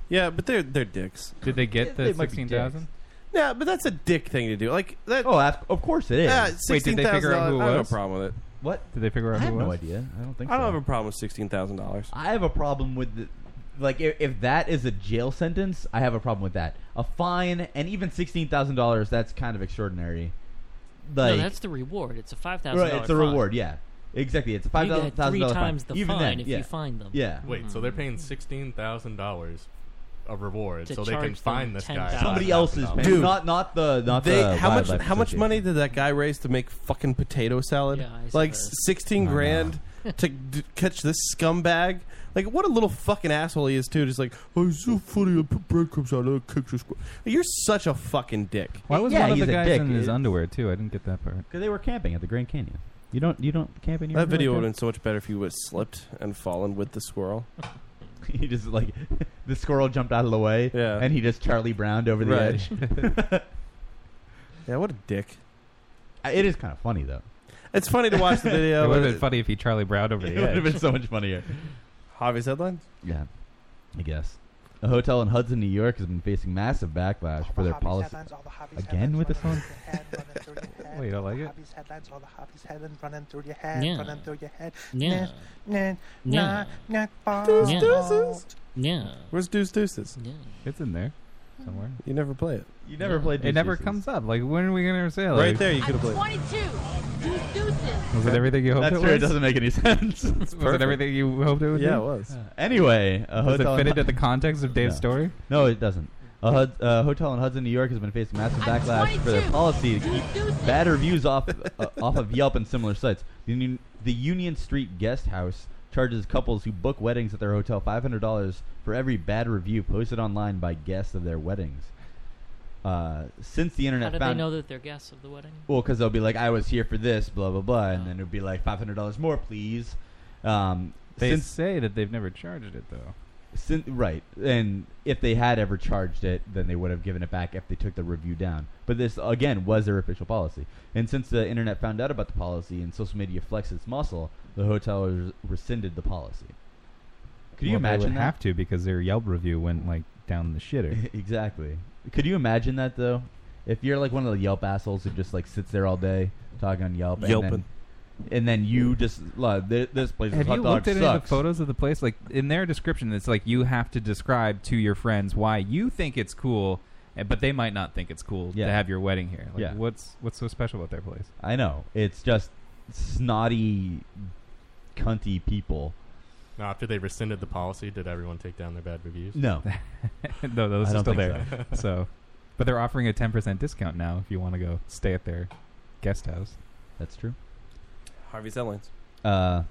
Speaker 9: Yeah, but <laughs> they're they're dicks.
Speaker 8: Did they get
Speaker 10: the They might be 16,000? dicks.
Speaker 9: Yeah, but that's a dick thing to do. Like that.
Speaker 10: Oh, of course it is.
Speaker 9: Yeah,
Speaker 8: Wait, did they figure out
Speaker 9: $16,000,
Speaker 8: who it
Speaker 9: I have
Speaker 8: was?
Speaker 9: no problem with it.
Speaker 10: What?
Speaker 8: Did they figure out
Speaker 10: I
Speaker 8: who
Speaker 10: have
Speaker 8: it
Speaker 10: no
Speaker 8: was?
Speaker 10: idea. I don't think.
Speaker 9: I
Speaker 10: so.
Speaker 9: don't have a problem with sixteen thousand dollars.
Speaker 10: I have a problem with the, like if, if that is a jail sentence, I have a problem with that. A fine and even sixteen thousand dollars, that's kind of extraordinary. Like
Speaker 6: no, that's the reward. It's a five thousand.
Speaker 10: right, it's a reward, yeah. Exactly, it's a five
Speaker 6: You get
Speaker 10: thousand dollar
Speaker 6: three
Speaker 10: fine.
Speaker 6: times the
Speaker 10: even
Speaker 6: fine
Speaker 10: then,
Speaker 6: if
Speaker 10: yeah.
Speaker 6: you find them. Mm-hmm.
Speaker 10: Yeah.
Speaker 3: Wait, so they're paying sixteen thousand dollars of reward
Speaker 10: To
Speaker 3: so they can
Speaker 10: charge them
Speaker 3: find this guy.
Speaker 10: $10,000. Somebody else is paying.
Speaker 9: Dude,
Speaker 10: Not- not the- not
Speaker 9: they,
Speaker 10: the
Speaker 9: How much?
Speaker 10: wildlife
Speaker 9: How much
Speaker 10: association.
Speaker 9: money did that guy raise to make fucking potato salad? like sixteen
Speaker 10: I know.
Speaker 9: grand to d- catch this scumbag. Like what a little fucking asshole he is too. Just like oh, he's so funny. I put breadcrumbs on it. I kicked this. squirrel." You're such a fucking dick.
Speaker 8: Why was one of the guys in his underwear too? I didn't get that part.
Speaker 10: Because they were camping at the Grand Canyon. You don't. You don't camp in your.
Speaker 9: That video would
Speaker 10: underwear,
Speaker 9: have been so much better if you would have slipped and fallen with the squirrel.
Speaker 10: Joe? <laughs> He just <laughs> like the squirrel jumped out of the way.
Speaker 9: Yeah.
Speaker 10: And he just Charlie Browned over the
Speaker 9: Right.
Speaker 10: edge.
Speaker 9: <laughs>
Speaker 10: <laughs>
Speaker 9: yeah, what a dick.
Speaker 10: It is kind of funny though.
Speaker 9: It's funny to watch
Speaker 8: <laughs>
Speaker 9: the video.
Speaker 8: it would have been funny if he Charlie Brown over the
Speaker 10: <laughs> It
Speaker 8: edge.
Speaker 10: would have been so much funnier.
Speaker 9: Javi's headlines.
Speaker 10: Yeah, I guess. A hotel in Hudson, New York has been facing massive backlash for their policy. Again with this one?
Speaker 8: Wait, I like it.
Speaker 19: Hobbies headlines, all the hobbies headlines running through your head,
Speaker 8: Yeah.
Speaker 19: running through your head.
Speaker 8: Yeah.
Speaker 19: Nah, nah,
Speaker 8: Yeah.
Speaker 19: nah, nah,
Speaker 9: Deuce
Speaker 19: nah.
Speaker 9: deuces.
Speaker 6: Yeah.
Speaker 9: Where's Deuce Deuces?
Speaker 6: Yeah.
Speaker 8: It's in there somewhere.
Speaker 9: You never play it.
Speaker 10: You
Speaker 8: never
Speaker 10: play
Speaker 8: It never comes up. Like when are we gonna say? Like,
Speaker 9: Right there, you could have played. it.
Speaker 21: 22. Deuce deuces.
Speaker 8: Was it everything you hoped
Speaker 10: That's
Speaker 8: it
Speaker 10: true,
Speaker 8: was?
Speaker 10: it doesn't make any <laughs> sense.
Speaker 8: was it
Speaker 10: perfect.
Speaker 8: everything you hoped it would
Speaker 10: Yeah,
Speaker 8: be?
Speaker 10: it was. Uh, Anyway, a
Speaker 8: Does
Speaker 10: hotel
Speaker 8: it fit
Speaker 10: in-
Speaker 8: into the context of Dave's
Speaker 10: No.
Speaker 8: story?
Speaker 10: No, it doesn't. A Hud- a hotel in Hudson, New York, has been facing massive backlash for their policy to keep bad reviews off uh, off of Yelp and similar sites. The, Union- the Union Street Guest House charges couples who book weddings at their hotel five hundred dollars for every bad review posted online by guests of their weddings. Uh, since the internet
Speaker 6: How did they
Speaker 10: found
Speaker 6: know that they're guests of the wedding?
Speaker 10: well, because they'll be like, I was here for this, blah blah blah, and then it'd be like five hundred dollars more, please. Um,
Speaker 8: They
Speaker 10: since
Speaker 8: say that they've never charged it though.
Speaker 10: since, right, and if they had ever charged it, then they would have given it back if they took the review down. But this again was their official policy, and since the internet found out about the policy and social media flexed its muscle, the hotel res- rescinded the policy. Could you
Speaker 8: Well, they
Speaker 10: imagine
Speaker 8: would
Speaker 10: that?
Speaker 8: Have to because their Yelp review went like down
Speaker 9: <laughs>
Speaker 8: the
Speaker 10: <laughs>
Speaker 8: shitter.
Speaker 10: exactly. Could you imagine that though? If you're like one of the Yelp assholes who just like sits there all day talking on Yelp,
Speaker 8: Yelping.
Speaker 10: and then, and then you just like, "Th- this place
Speaker 8: Have
Speaker 10: hot
Speaker 8: you
Speaker 10: dog
Speaker 8: looked at any of the
Speaker 10: sucks.
Speaker 8: photos of the place? Like in their description, it's like you have to describe to your friends why you think it's cool, eh, but they might not think it's cool
Speaker 10: Yeah.
Speaker 8: to have your wedding here. Like,
Speaker 10: Yeah.
Speaker 8: what's what's so special about their place?
Speaker 10: I know it's just snotty, cunty people.
Speaker 3: Now, after they rescinded the policy, did everyone take down their bad reviews?
Speaker 10: No.
Speaker 8: <laughs>
Speaker 10: <laughs>
Speaker 8: no, those
Speaker 10: I
Speaker 8: are
Speaker 10: don't
Speaker 8: still
Speaker 10: think
Speaker 8: there. <laughs> So. but they're offering a ten percent discount now if you want to go stay at their guest house.
Speaker 10: That's true.
Speaker 9: Harvey's headlines.
Speaker 10: Uh,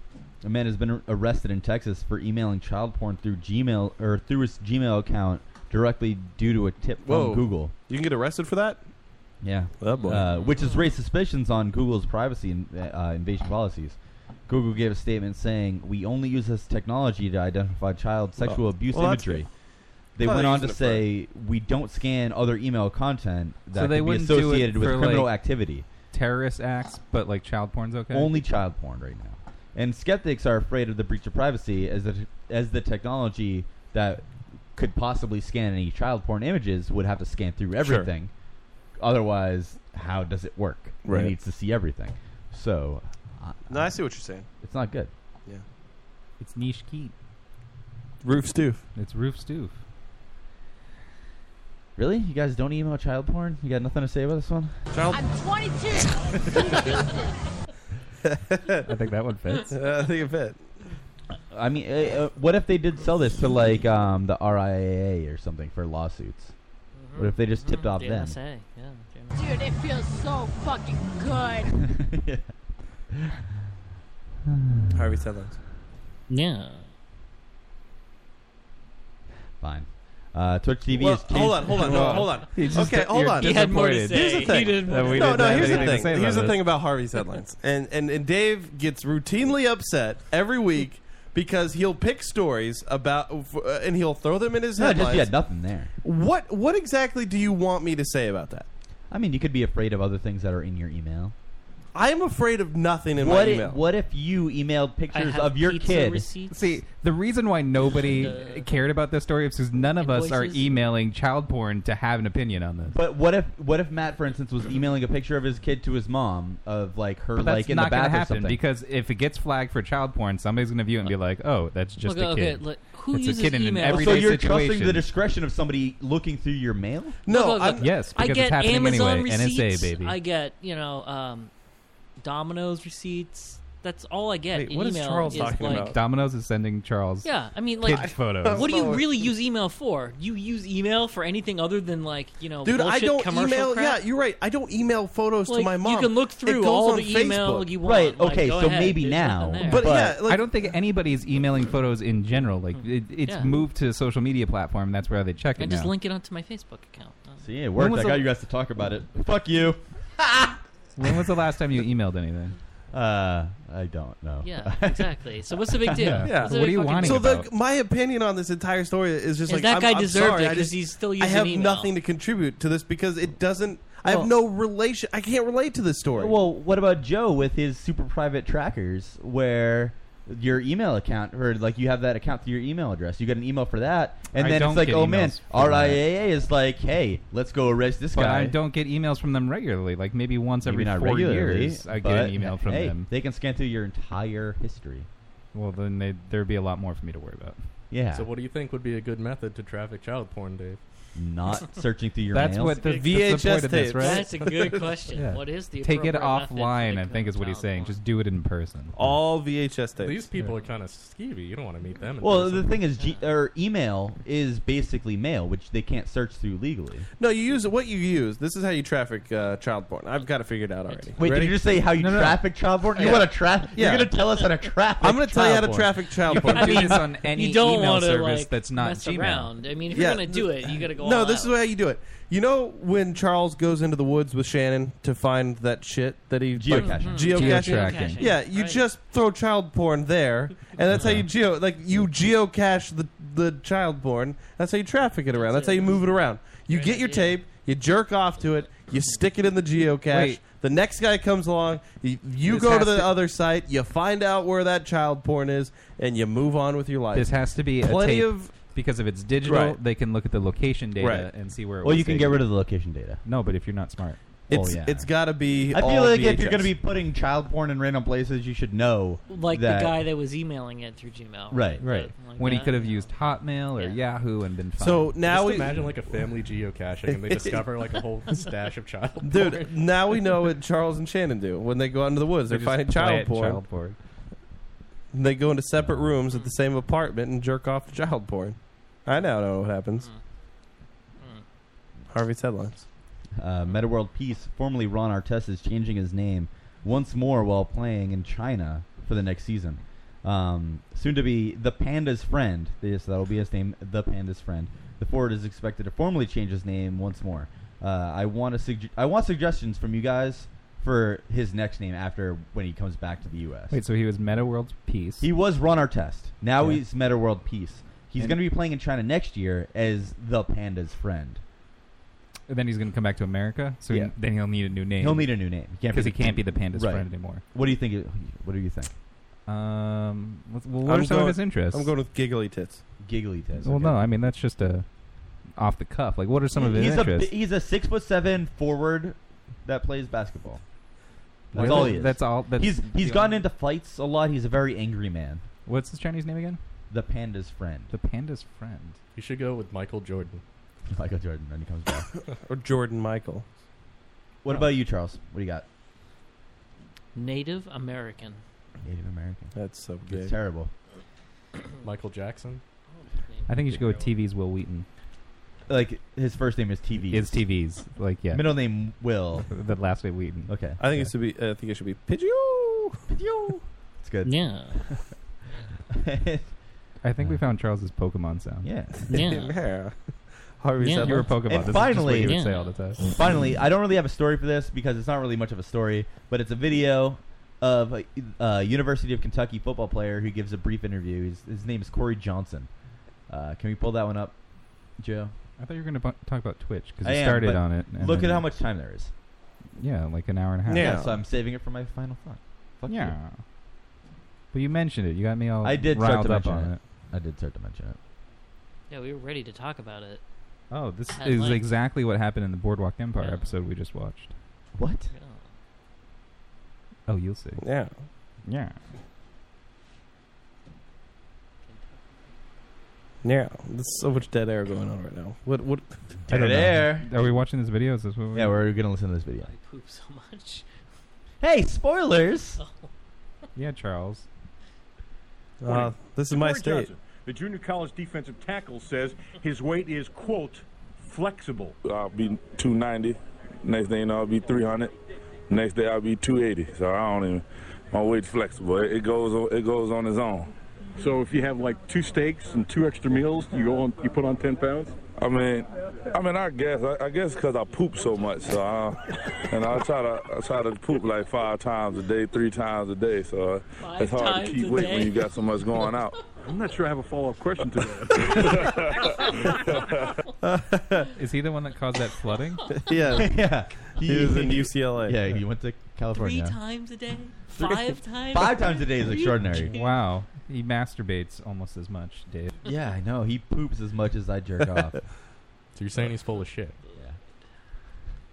Speaker 10: a man has been ar- arrested in Texas for emailing child porn through Gmail or through his Gmail account directly due to a tip
Speaker 9: Whoa.
Speaker 10: from Google.
Speaker 9: You can get arrested for that. Oh,
Speaker 10: Yeah,
Speaker 9: boy.
Speaker 10: Uh, which has raised suspicions on Google's privacy in, uh, invasion policies. Google gave a statement saying, "We only use this technology to identify child sexual
Speaker 9: Well,
Speaker 10: abuse
Speaker 9: Oh. well, that's
Speaker 10: imagery."
Speaker 9: good.
Speaker 10: They
Speaker 8: Well,
Speaker 10: went
Speaker 8: they're
Speaker 10: on to
Speaker 8: using
Speaker 10: say
Speaker 8: it
Speaker 10: we don't scan other email content that
Speaker 8: so they
Speaker 10: could be
Speaker 8: wouldn't
Speaker 10: associated
Speaker 8: do it
Speaker 10: with
Speaker 8: for,
Speaker 10: criminal
Speaker 8: like,
Speaker 10: activity.
Speaker 8: terrorist acts, but like child porn's okay.
Speaker 10: Only child porn right now. And skeptics are afraid of the breach of privacy as the as the technology that could possibly scan any child porn images would have to scan through everything. Otherwise, how does it work?
Speaker 9: Right.
Speaker 10: It needs to see everything. So I-
Speaker 9: No, I see what you're saying.
Speaker 10: it's not good.
Speaker 9: Yeah.
Speaker 8: It's niche keep.
Speaker 9: Roof stoof.
Speaker 8: It's roof stoof.
Speaker 10: Really? You guys don't email child porn? You got nothing to say about this one?
Speaker 21: I'm 22.
Speaker 8: <laughs>
Speaker 21: Deuces.
Speaker 10: I
Speaker 8: think that one
Speaker 9: <laughs>
Speaker 10: fits.
Speaker 9: I think it fit.
Speaker 10: I mean, uh, uh, what if they did sell this to like um, the RIAA or something for lawsuits? What if they just tipped off
Speaker 6: The
Speaker 10: them?
Speaker 6: NSA, Mm-hmm. yeah.
Speaker 21: Dude, it feels so fucking good.
Speaker 8: <laughs>
Speaker 9: Harvey Sutherland.
Speaker 6: Yeah.
Speaker 10: Fine. Uh, Twitch TV
Speaker 9: Well,
Speaker 10: is changed.
Speaker 9: hold on, hold on, no,
Speaker 10: <laughs>
Speaker 9: hold on. okay, hold on. Here's the thing. no, no. Here's the thing. Here's the thing about Harvey's headlines, and, and and Dave gets routinely upset every week because he'll pick stories about uh, and he'll throw them in his
Speaker 10: No,
Speaker 9: headlines.
Speaker 10: just you had nothing there.
Speaker 9: What what exactly do you want me to say about that?
Speaker 10: I mean, you could be afraid of other things that are in your email.
Speaker 9: I am afraid of nothing in
Speaker 10: what
Speaker 9: my
Speaker 10: i-
Speaker 9: email.
Speaker 10: what if you emailed pictures of your kid?
Speaker 8: See, the reason why nobody cared about this story is because none of us are
Speaker 10: Invoices.
Speaker 8: emailing child porn to have an opinion on this.
Speaker 10: But what if what if Matt, for instance, was emailing a picture of his kid to his mom of like her
Speaker 8: But that's
Speaker 10: like in
Speaker 8: not
Speaker 10: the
Speaker 8: gonna
Speaker 10: bath or
Speaker 8: happen
Speaker 10: something?
Speaker 8: because if it gets flagged for child porn, somebody's going to view it and be like, "Oh, that's just
Speaker 6: Look,
Speaker 8: a
Speaker 6: okay,
Speaker 8: kid."
Speaker 6: look, who
Speaker 8: it's
Speaker 6: uses
Speaker 8: a kid in an
Speaker 6: email?
Speaker 8: everyday
Speaker 10: so you're
Speaker 8: situation.
Speaker 10: trusting the discretion of somebody looking through your mail?
Speaker 6: Look, look, look,
Speaker 8: yes,
Speaker 6: I
Speaker 8: because
Speaker 6: get
Speaker 8: it's happening
Speaker 6: Amazon
Speaker 8: anyway.
Speaker 6: Receipts,
Speaker 8: NSA baby.
Speaker 6: I get you know um, Domino's receipts. That's all I get. in email is like,
Speaker 8: Domino's is sending Charles.
Speaker 6: Yeah, I mean, like,
Speaker 8: kid photos.
Speaker 6: What
Speaker 9: <laughs>
Speaker 6: do you really use email for? You use email for anything other than like you know,
Speaker 9: Dude, I
Speaker 6: Oh, bullshit
Speaker 9: don't
Speaker 6: commercial
Speaker 9: email.
Speaker 6: crap?
Speaker 9: Yeah, you're right. I don't email photos to
Speaker 6: Like,
Speaker 9: my
Speaker 6: you
Speaker 9: mom.
Speaker 6: can look
Speaker 9: It
Speaker 6: through
Speaker 9: goes
Speaker 6: all
Speaker 9: on
Speaker 6: the email
Speaker 9: Facebook.
Speaker 6: you want. Right, Like, okay, go so ahead, maybe there's now, nothing there.
Speaker 9: But,
Speaker 8: But,
Speaker 9: yeah, like,
Speaker 8: I don't think anybody's emailing photos in general. Like it, it's
Speaker 6: Hmm. Yeah.
Speaker 8: moved to a social media platform. That's where they check it.
Speaker 6: and just
Speaker 8: now.
Speaker 6: link it onto my Facebook account. Um,
Speaker 10: See, it
Speaker 8: When
Speaker 10: worked.
Speaker 8: was
Speaker 10: I
Speaker 8: the-
Speaker 10: got you guys to talk about it. Fuck you.
Speaker 8: <laughs> when was the last time you emailed anything?
Speaker 10: Uh, I don't know.
Speaker 8: <laughs>
Speaker 6: Yeah,
Speaker 10: <laughs>
Speaker 6: exactly. So what's the big deal?
Speaker 8: Oh. Yeah.
Speaker 6: What's the
Speaker 8: What
Speaker 6: big
Speaker 8: are you
Speaker 6: fucking
Speaker 8: whining
Speaker 6: deal?
Speaker 9: So the, my opinion on this entire story is just
Speaker 6: Is
Speaker 9: like
Speaker 6: that
Speaker 9: I'm,
Speaker 6: guy
Speaker 9: I'm
Speaker 6: deserved
Speaker 9: sorry,
Speaker 6: it
Speaker 9: I
Speaker 6: 'cause
Speaker 9: just-
Speaker 6: he's still
Speaker 9: I
Speaker 6: using
Speaker 9: have
Speaker 6: email.
Speaker 9: nothing to contribute to this because it doesn't. I have no relation. I can't relate to this story.
Speaker 10: Well, what about Joe with his super private trackers where your email account or like you have that account through your email address. You get an email for that and
Speaker 8: I
Speaker 10: then
Speaker 8: don't
Speaker 10: it's like,
Speaker 8: get
Speaker 10: "Oh man,
Speaker 8: emails for that.
Speaker 10: RIAA is like, "Hey, let's go arrest this
Speaker 8: But
Speaker 10: guy."
Speaker 8: I don't get emails from them regularly. Like maybe once
Speaker 10: Maybe
Speaker 8: every
Speaker 10: not
Speaker 8: four
Speaker 10: regularly,
Speaker 8: years, I get
Speaker 10: but
Speaker 8: an email from
Speaker 10: hey,
Speaker 8: them.
Speaker 10: They can scan through your entire history.
Speaker 8: Well, then they, there'd be a lot more for me to worry about.
Speaker 10: Yeah.
Speaker 3: So what do you think would be a good method to traffic child porn, Dave? <laughs>
Speaker 10: Not searching through your
Speaker 8: That's
Speaker 10: mails?
Speaker 8: what the
Speaker 10: Big
Speaker 8: that's the
Speaker 10: VHS
Speaker 8: point of this,
Speaker 10: tapes.
Speaker 8: right?
Speaker 6: That's a
Speaker 3: <laughs>
Speaker 6: good question. What is the
Speaker 8: take it
Speaker 6: appropriate method
Speaker 8: offline? I think is what he's saying. Just do it in person.
Speaker 9: All VHS tapes.
Speaker 3: These people are kind of skeevy. You don't want to meet them. In
Speaker 10: Well,
Speaker 3: person.
Speaker 10: the thing is, G- or email is basically mail, which they can't search through legally.
Speaker 9: No, you use what you use. This is how you traffic uh, child porn. I've got it figured out already.
Speaker 10: Wait,
Speaker 9: Ready?
Speaker 10: did you just say how you traffic child porn? You
Speaker 9: Yeah.
Speaker 10: want to traffic?
Speaker 9: Yeah.
Speaker 10: You're gonna tell us how to traffic?
Speaker 9: I'm gonna tell you how
Speaker 10: child
Speaker 9: to
Speaker 10: porn.
Speaker 9: traffic child
Speaker 10: You
Speaker 9: porn.
Speaker 10: can do
Speaker 9: I mean,
Speaker 10: this on
Speaker 6: you
Speaker 10: any
Speaker 6: don't
Speaker 10: email
Speaker 6: wanna,
Speaker 10: service
Speaker 6: like,
Speaker 10: that's not
Speaker 6: mess
Speaker 10: Gmail.
Speaker 6: around. I mean, if you're gonna do it, you gotta go.
Speaker 9: No,
Speaker 6: all
Speaker 9: this
Speaker 6: out.
Speaker 9: is how you do it. You know when Charles goes into the woods with Shannon to find that shit that he
Speaker 10: Geocaching.
Speaker 9: geocaching,
Speaker 10: Geotracking.
Speaker 9: Yeah, you just throw child porn there, and that's how you
Speaker 8: Uh-huh.
Speaker 9: geo like you geocache the the child porn. That's how you traffic it around. That's how you move it around. You get your tape, you jerk off to it, you stick it in the geocache.
Speaker 8: Wait.
Speaker 9: The next guy comes along, you, you
Speaker 8: This
Speaker 9: go to
Speaker 8: has
Speaker 9: the
Speaker 8: to-
Speaker 9: other site, you find out where that child porn is, and you move on with your life.
Speaker 8: This has to be
Speaker 9: plenty
Speaker 8: a tape
Speaker 9: of
Speaker 8: because if it's digital,
Speaker 9: Right.
Speaker 8: they can look at the location data
Speaker 9: Right.
Speaker 8: and see where. It
Speaker 10: Well,
Speaker 8: was
Speaker 10: you can
Speaker 8: taken.
Speaker 10: get rid of the location data.
Speaker 8: No, but if you're not smart, Oh,
Speaker 10: It's- Oh, yeah.
Speaker 9: It's got to be.
Speaker 10: I feel
Speaker 9: all
Speaker 10: like if you're
Speaker 9: VHS.
Speaker 10: gonna be putting child porn in random places, you should know
Speaker 6: like
Speaker 10: that
Speaker 6: the guy that was emailing it through Gmail.
Speaker 10: Right.
Speaker 8: right
Speaker 6: But, like,
Speaker 8: when he
Speaker 6: that-
Speaker 8: could have used Hotmail or Yahoo and been fine.
Speaker 3: Just imagine like a family geocaching
Speaker 10: <laughs>
Speaker 3: and they discover like a whole stash of child porn.
Speaker 9: Dude, now we know
Speaker 8: <laughs>
Speaker 9: what Charles and Shannon do when they go out into the woods.
Speaker 3: They
Speaker 9: They're
Speaker 3: just
Speaker 9: finding
Speaker 3: play
Speaker 9: child
Speaker 3: at
Speaker 9: porn.
Speaker 3: child porn.
Speaker 9: And they go into separate rooms at the same apartment and jerk off to child porn. I now know what happens. Harvey's headlines.
Speaker 10: uh, MetaWorld Peace, formerly Ron Artest, is changing his name once more while playing in China for the next season. Um, soon to be the Panda's friend. Yes, that'll be his name, the Panda's friend. The forward is expected to formally change his name once more. Uh, I want to sugge- I want suggestions from you guys for his next name after when he comes back to the U.S.
Speaker 8: Wait, so he was Meta World's Peace.
Speaker 10: He was Ron Artest. Now
Speaker 8: Yeah.
Speaker 10: he's Meta World Peace. He He's
Speaker 8: And-
Speaker 10: going to be playing in China next year as the Panda's friend.
Speaker 8: And then he's going to come back to America. So he-
Speaker 10: Yeah.
Speaker 8: then he'll need a new name.
Speaker 10: He'll need a new name. can't
Speaker 8: because
Speaker 10: be
Speaker 8: he can't be the panda's
Speaker 10: Right.
Speaker 8: friend anymore.
Speaker 10: What do you think? it- What do you think?
Speaker 8: Um, what, well, what are some of his interests?
Speaker 9: with giggly tits.
Speaker 10: Giggly tits.
Speaker 8: Well,
Speaker 10: okay.
Speaker 8: no, I mean that's just a off the cuff. Like, what are some of his
Speaker 10: he's a
Speaker 8: interests?
Speaker 10: bi- he's a six foot seven forward that plays basketball. That's
Speaker 8: Really?
Speaker 10: all he is.
Speaker 8: That's all- that's-
Speaker 10: he's
Speaker 8: that's
Speaker 10: he's
Speaker 8: the
Speaker 10: gotten into fights a lot. He's a very angry man.
Speaker 8: What's his Chinese name again?
Speaker 10: The Panda's friend.
Speaker 8: The Panda's friend.
Speaker 3: You should go with Michael Jordan.
Speaker 10: <laughs> Michael Jordan when he comes back.
Speaker 8: <laughs>
Speaker 9: or Jordan Michael.
Speaker 10: What about you, Charles? What do you got?
Speaker 6: Native American.
Speaker 10: Native American.
Speaker 9: That's so
Speaker 10: It's terrible.
Speaker 3: Michael Jackson.
Speaker 8: I think you should go with TV's Will Wheaton.
Speaker 10: Like his first name is TV.
Speaker 8: It's TV's. Like, yeah.
Speaker 10: Middle name Will.
Speaker 8: <laughs> the last name Wheaton.
Speaker 10: Okay.
Speaker 9: I think it should be. I think it should be Pidgeot.
Speaker 10: Pidgeot. It's good.
Speaker 6: Yeah.
Speaker 8: <laughs> I think we found Charles's Pokemon sound.
Speaker 10: Uh. Yeah.
Speaker 8: <laughs>
Speaker 9: Yeah. Harvey
Speaker 8: Yeah.
Speaker 9: Sattler.
Speaker 8: You're a Pokemon.
Speaker 10: And
Speaker 8: This is just what
Speaker 10: finally,
Speaker 8: you would say all the time.
Speaker 10: Finally, I don't really have a story for this because it's not really much of a story, but it's a video of a, a University of Kentucky football player who gives a brief interview. His, his name is Corey Johnson. Uh, can we pull that one up, Joe?
Speaker 8: I thought you were going to talk about Twitch because
Speaker 10: I
Speaker 8: you
Speaker 10: am,
Speaker 8: started
Speaker 10: but
Speaker 8: on it. and
Speaker 10: Look
Speaker 8: then-
Speaker 10: at how much time there is.
Speaker 8: Yeah, like an hour and a half.
Speaker 10: so I'm saving it for my final thought. Fuck you.
Speaker 8: Yeah. But you mentioned it. You got me all
Speaker 10: I did start
Speaker 8: riled
Speaker 10: to
Speaker 8: up
Speaker 10: mention
Speaker 8: on it.
Speaker 10: it. I did start to mention it.
Speaker 6: Yeah, we were ready to talk about it.
Speaker 8: Oh, this
Speaker 6: At
Speaker 8: is
Speaker 6: length.
Speaker 8: exactly what happened in the Boardwalk Empire episode we just watched.
Speaker 10: What?
Speaker 8: Oh, you'll see.
Speaker 9: Yeah.
Speaker 8: Yeah.
Speaker 9: Yeah. There's so much dead air going on right now. What? What?
Speaker 8: I don't know. Are we watching this video? Is this what we're
Speaker 10: Yeah, we're gonna listen to this video.
Speaker 6: Poop so much. Oh.
Speaker 10: Hey, spoilers!
Speaker 9: <laughs>
Speaker 8: Yeah, Charles.
Speaker 9: Uh, this is my
Speaker 1: Corey
Speaker 9: state.
Speaker 1: Johnson, the junior college defensive tackle says his weight is, quote, flexible.
Speaker 22: I'll be 290. Next thing you know, I'll be 300. Next day, I'll be 280. So I don't even. My weight's flexible. It, it goes. on- It goes on its own.
Speaker 1: So if you have like two <laughs> steaks and two extra meals, you go on, you put on 10 pounds?
Speaker 22: I mean, I mean, I guess. I, I guess because I poop so much. So I, and I try to. I try to poop like five times a day, three times a day. So it's hard
Speaker 1: times
Speaker 22: to keep
Speaker 1: a
Speaker 22: weight
Speaker 1: day?
Speaker 22: when you got so much going out.
Speaker 1: I'm not sure I have a follow-up question to that.
Speaker 8: is he the one that caused that flooding?
Speaker 9: <laughs>
Speaker 8: <laughs>
Speaker 9: yeah.
Speaker 10: yeah.
Speaker 9: He was in UCLA.
Speaker 10: Yeah, he went to California.
Speaker 6: Three times a day?
Speaker 10: Three-
Speaker 9: <laughs>
Speaker 6: Five times?
Speaker 10: Five times a day is
Speaker 6: Three-
Speaker 10: extraordinary.
Speaker 8: Wow. He masturbates almost as much, Dave.
Speaker 10: Yeah, I know. He poops as much as I
Speaker 8: <laughs>
Speaker 10: jerk off.
Speaker 8: so
Speaker 3: you're saying he's full of shit?
Speaker 10: Yeah.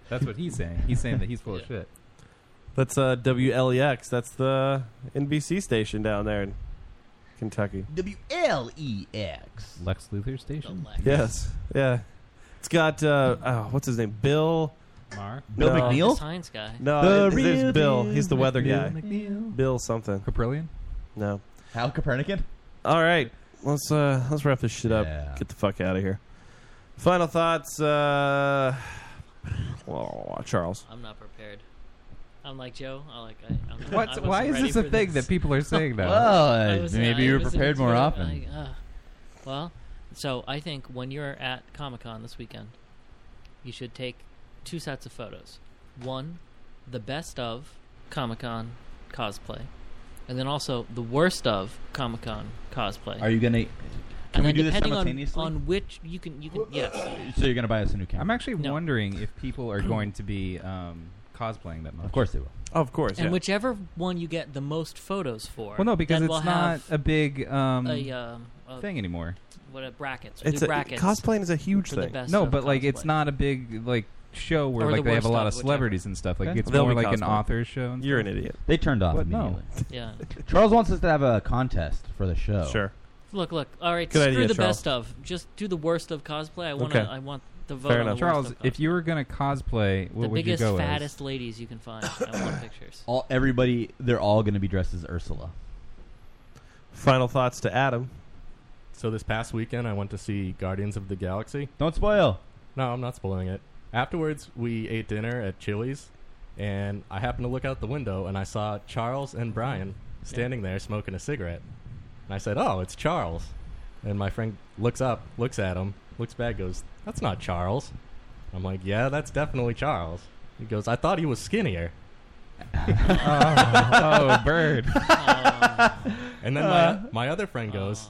Speaker 8: That's what he's saying. He's saying that he's full of shit.
Speaker 9: That's uh, WLEX. That's the NBC station down there in Kentucky.
Speaker 10: W L E X.
Speaker 8: Lex Luthor station?
Speaker 9: Yes. Yeah. It's got uh, oh, what's his name? Bill.
Speaker 8: Mark?
Speaker 6: Bill McNeil? The science guy.
Speaker 9: No, it-
Speaker 6: The real
Speaker 9: it's Bill. He's the
Speaker 6: Bill
Speaker 9: weather guy.
Speaker 6: McNeil.
Speaker 9: Bill something.
Speaker 8: Caprillion.
Speaker 9: No.
Speaker 10: Hal Copernican.
Speaker 9: All right. Let's uh let's wrap this shit up. Get the fuck out of here. Final thoughts. Uh, <sighs> oh, Charles.
Speaker 6: I'm not prepared. I'm like Joe. I like. I, I'm not,
Speaker 8: What's-
Speaker 6: I wasn't
Speaker 8: why is
Speaker 6: ready
Speaker 8: this a
Speaker 6: for
Speaker 8: thing that people are
Speaker 6: <laughs>
Speaker 8: saying now?
Speaker 10: Well,
Speaker 6: I wasn't-
Speaker 10: maybe
Speaker 6: I
Speaker 10: you were
Speaker 6: wasn't
Speaker 10: prepared more
Speaker 6: prepared.
Speaker 10: often.
Speaker 6: I- uh, well, so I think when you're at Comic Con this weekend, you should take two sets of photos. One, the best of Comic Con cosplay, and then also the worst of Comic Con cosplay.
Speaker 10: Are you gonna? Can
Speaker 6: and
Speaker 10: we
Speaker 6: then
Speaker 10: do this
Speaker 6: depending on-
Speaker 10: simultaneously?
Speaker 6: on which you can, you can yes.
Speaker 10: so you're gonna buy us a new camera?
Speaker 8: I'm actually wondering if people are going to be um, cosplaying that much. Of
Speaker 10: course they will.
Speaker 9: Of course.
Speaker 6: And whichever one you get the most photos for.
Speaker 8: Well, no, because
Speaker 6: then
Speaker 8: it's
Speaker 6: we'll
Speaker 8: not
Speaker 6: have
Speaker 8: a big um,
Speaker 6: a, um, a-
Speaker 8: thing anymore.
Speaker 6: What a brackets.
Speaker 9: It's
Speaker 6: do
Speaker 9: a-
Speaker 6: brackets.
Speaker 9: cosplaying is a huge
Speaker 6: for the
Speaker 9: thing.
Speaker 6: best
Speaker 8: No,
Speaker 6: of
Speaker 8: but like it's not a big like show where
Speaker 6: Or
Speaker 8: like
Speaker 6: the
Speaker 8: they have a
Speaker 6: worst
Speaker 8: lot
Speaker 6: of
Speaker 8: of
Speaker 6: whichever.
Speaker 8: celebrities and stuff. Like
Speaker 10: Okay.
Speaker 8: it's
Speaker 10: They'll
Speaker 8: more
Speaker 10: be
Speaker 8: like an
Speaker 10: cosplaying.
Speaker 8: author's show. And
Speaker 9: You're
Speaker 8: stuff.
Speaker 9: an idiot.
Speaker 10: They turned off
Speaker 8: What?
Speaker 10: <laughs>
Speaker 8: No.
Speaker 10: immediately.
Speaker 6: Yeah.
Speaker 10: Charles wants us to have a contest for the show.
Speaker 9: Sure.
Speaker 6: Look, look. All right,
Speaker 10: Good
Speaker 6: screw
Speaker 10: idea,
Speaker 6: the
Speaker 10: Charles.
Speaker 6: best of. Just do the worst of cosplay. I want
Speaker 10: Okay.
Speaker 6: to I want the vote on the worst
Speaker 8: Charles.
Speaker 6: of
Speaker 8: If you were gonna cosplay,
Speaker 6: cosplay.
Speaker 8: what
Speaker 6: the
Speaker 8: would you
Speaker 6: biggest,
Speaker 8: go as?
Speaker 6: fattest ladies you can
Speaker 9: <coughs>
Speaker 6: find. I want pictures.
Speaker 10: All everybody, they're all gonna be dressed as Ursula.
Speaker 9: Final thoughts to Adam.
Speaker 3: So this past weekend, I went to see Guardians of the Galaxy.
Speaker 10: Don't spoil.
Speaker 3: No, I'm not spoiling it. Afterwards, we ate dinner at Chili's, and I happened to look out the window and I saw Charles and Brian standing there smoking a cigarette. And I said, "Oh, it's Charles." And my friend looks up, looks at him, looks back, goes, "That's not Charles." I'm like, "Yeah, that's definitely Charles." He goes, "I thought he was
Speaker 10: <laughs>
Speaker 3: skinnier." <laughs>
Speaker 8: oh, Uh. bird.
Speaker 3: and then my, my other friend goes,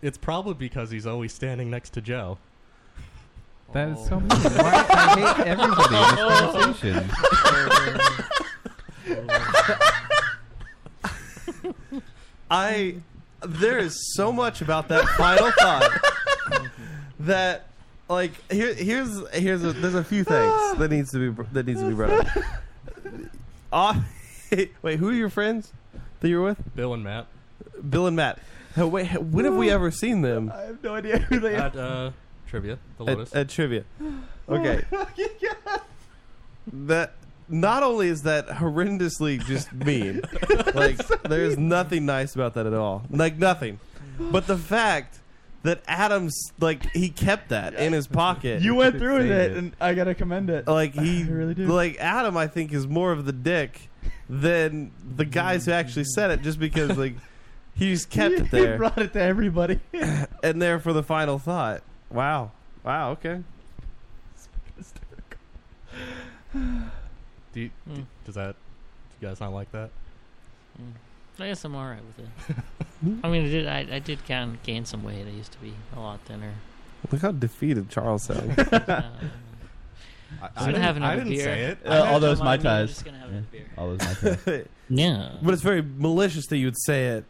Speaker 3: It's probably because he's always standing next to Joe. Oh.
Speaker 8: That is so mean. <laughs> Why- I hate everybody in this
Speaker 3: <laughs>
Speaker 8: conversation.
Speaker 1: <laughs>
Speaker 8: <laughs>
Speaker 9: I there is so much about that final thought that like here here's here's a, there's a few things that needs to be br- that needs to be brought up. Ah, <laughs> wait, who are your friends that you're with?
Speaker 3: Bill and Matt.
Speaker 9: Bill and Matt. Uh, Wait, when have we ever seen them?
Speaker 10: I have no idea who they
Speaker 3: At uh, trivia, the
Speaker 9: At,
Speaker 3: Lotus.
Speaker 9: at
Speaker 2: <sighs>
Speaker 9: trivia. Okay.
Speaker 8: Oh
Speaker 9: that not only is that horrendously just mean, like there's nothing nice about that at all. Like nothing. But the fact that Adams like he kept that in his pocket.
Speaker 10: You went through with it, and I gotta commend it.
Speaker 9: like he
Speaker 10: I really do.
Speaker 9: like Adam I think is more of the dick than the guys who actually said it just
Speaker 10: <laughs>
Speaker 9: because like he just kept
Speaker 8: <laughs>
Speaker 9: it
Speaker 10: He
Speaker 9: there.
Speaker 10: brought it to everybody.
Speaker 9: <coughs> and there for the final thought. Wow. Wow, okay.
Speaker 3: Do you, do- does that? Do you guys not like that?
Speaker 6: I guess I'm all right with it.
Speaker 8: <laughs>
Speaker 6: I mean, I did I, I did kind of gain some weight. I used to be a lot
Speaker 8: <laughs>
Speaker 6: thinner. Uh,
Speaker 9: Look how defeated Charles sounds.
Speaker 6: I I'm gonna have another beer.
Speaker 10: Uh,
Speaker 8: <laughs>
Speaker 10: those Mai
Speaker 6: my
Speaker 10: Tais. Yeah, all those Mai
Speaker 6: <laughs>
Speaker 10: Tais.
Speaker 6: Yeah.
Speaker 9: But it's very malicious that you would say it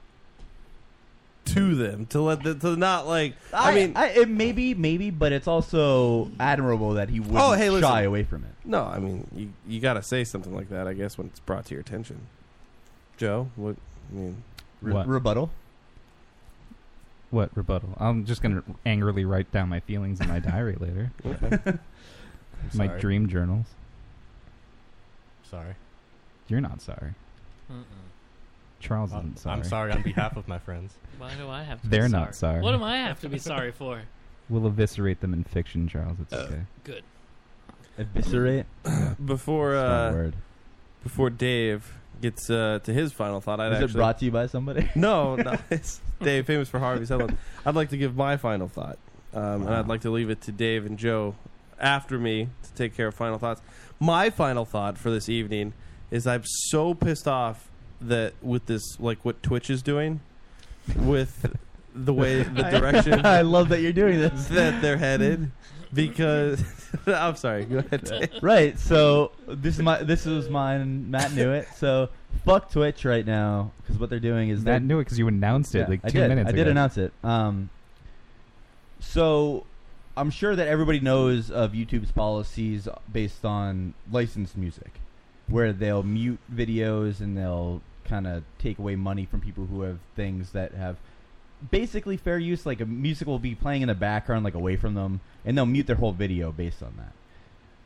Speaker 9: to them to let the, to not like I, mean
Speaker 10: I, it maybe maybe, but it's also admirable <laughs> that he wouldn't
Speaker 9: oh hey listen.
Speaker 10: shy away from it.
Speaker 9: No, I mean you you got to say something like that I guess when it's brought to your attention. Joe, what I mean
Speaker 10: Re- Rebuttal.
Speaker 8: What rebuttal? I'm just gonna angrily write down my feelings in my diary later. <laughs>
Speaker 9: Okay. I'm
Speaker 8: my
Speaker 3: sorry.
Speaker 8: dream journals.
Speaker 3: Sorry.
Speaker 8: You're not sorry.
Speaker 6: Mm-mm.
Speaker 8: Charles
Speaker 3: I'm-
Speaker 8: isn't sorry.
Speaker 3: I'm sorry on behalf of my friends.
Speaker 6: <laughs> Why do I have to?
Speaker 8: They're
Speaker 6: be
Speaker 8: not sorry.
Speaker 6: What do I have to be sorry for?
Speaker 8: We'll eviscerate them in fiction, Charles. It's
Speaker 10: Uh,
Speaker 8: okay.
Speaker 6: Good.
Speaker 10: Eviscerate.
Speaker 9: <coughs> before uh before Dave gets uh, to his final thought I'd
Speaker 10: Was
Speaker 9: actually
Speaker 10: it brought to you by somebody?
Speaker 9: <laughs> No,
Speaker 10: <laughs>
Speaker 9: no. It's Dave, famous for Harvey's Helen. I'd like to give my final thought, um, and I'd like to leave it to Dave and Joe after me to take care of final thoughts. My final thought for this evening is I'm so pissed off that with this, like what Twitch is doing, with the
Speaker 10: <laughs>
Speaker 9: way the
Speaker 10: I-
Speaker 9: direction.
Speaker 10: I love that you're doing this.
Speaker 9: That they're headed, because <laughs> I'm sorry. Go ahead. Dave.
Speaker 10: right. So this is my this was mine. and Matt knew it. So fuck Twitch right now because what they're doing is
Speaker 8: Matt
Speaker 10: that
Speaker 8: knew it because you announced it like
Speaker 10: I
Speaker 8: two
Speaker 10: did.
Speaker 8: minutes
Speaker 10: I
Speaker 8: ago.
Speaker 10: did announce it. Um, so I'm sure that everybody knows of YouTube's policies based on licensed music, where they'll mute videos and they'll kind of take away money from people who have things that have basically fair use. Like a music will be playing in the background, like away from them, and they'll mute their whole video based on that.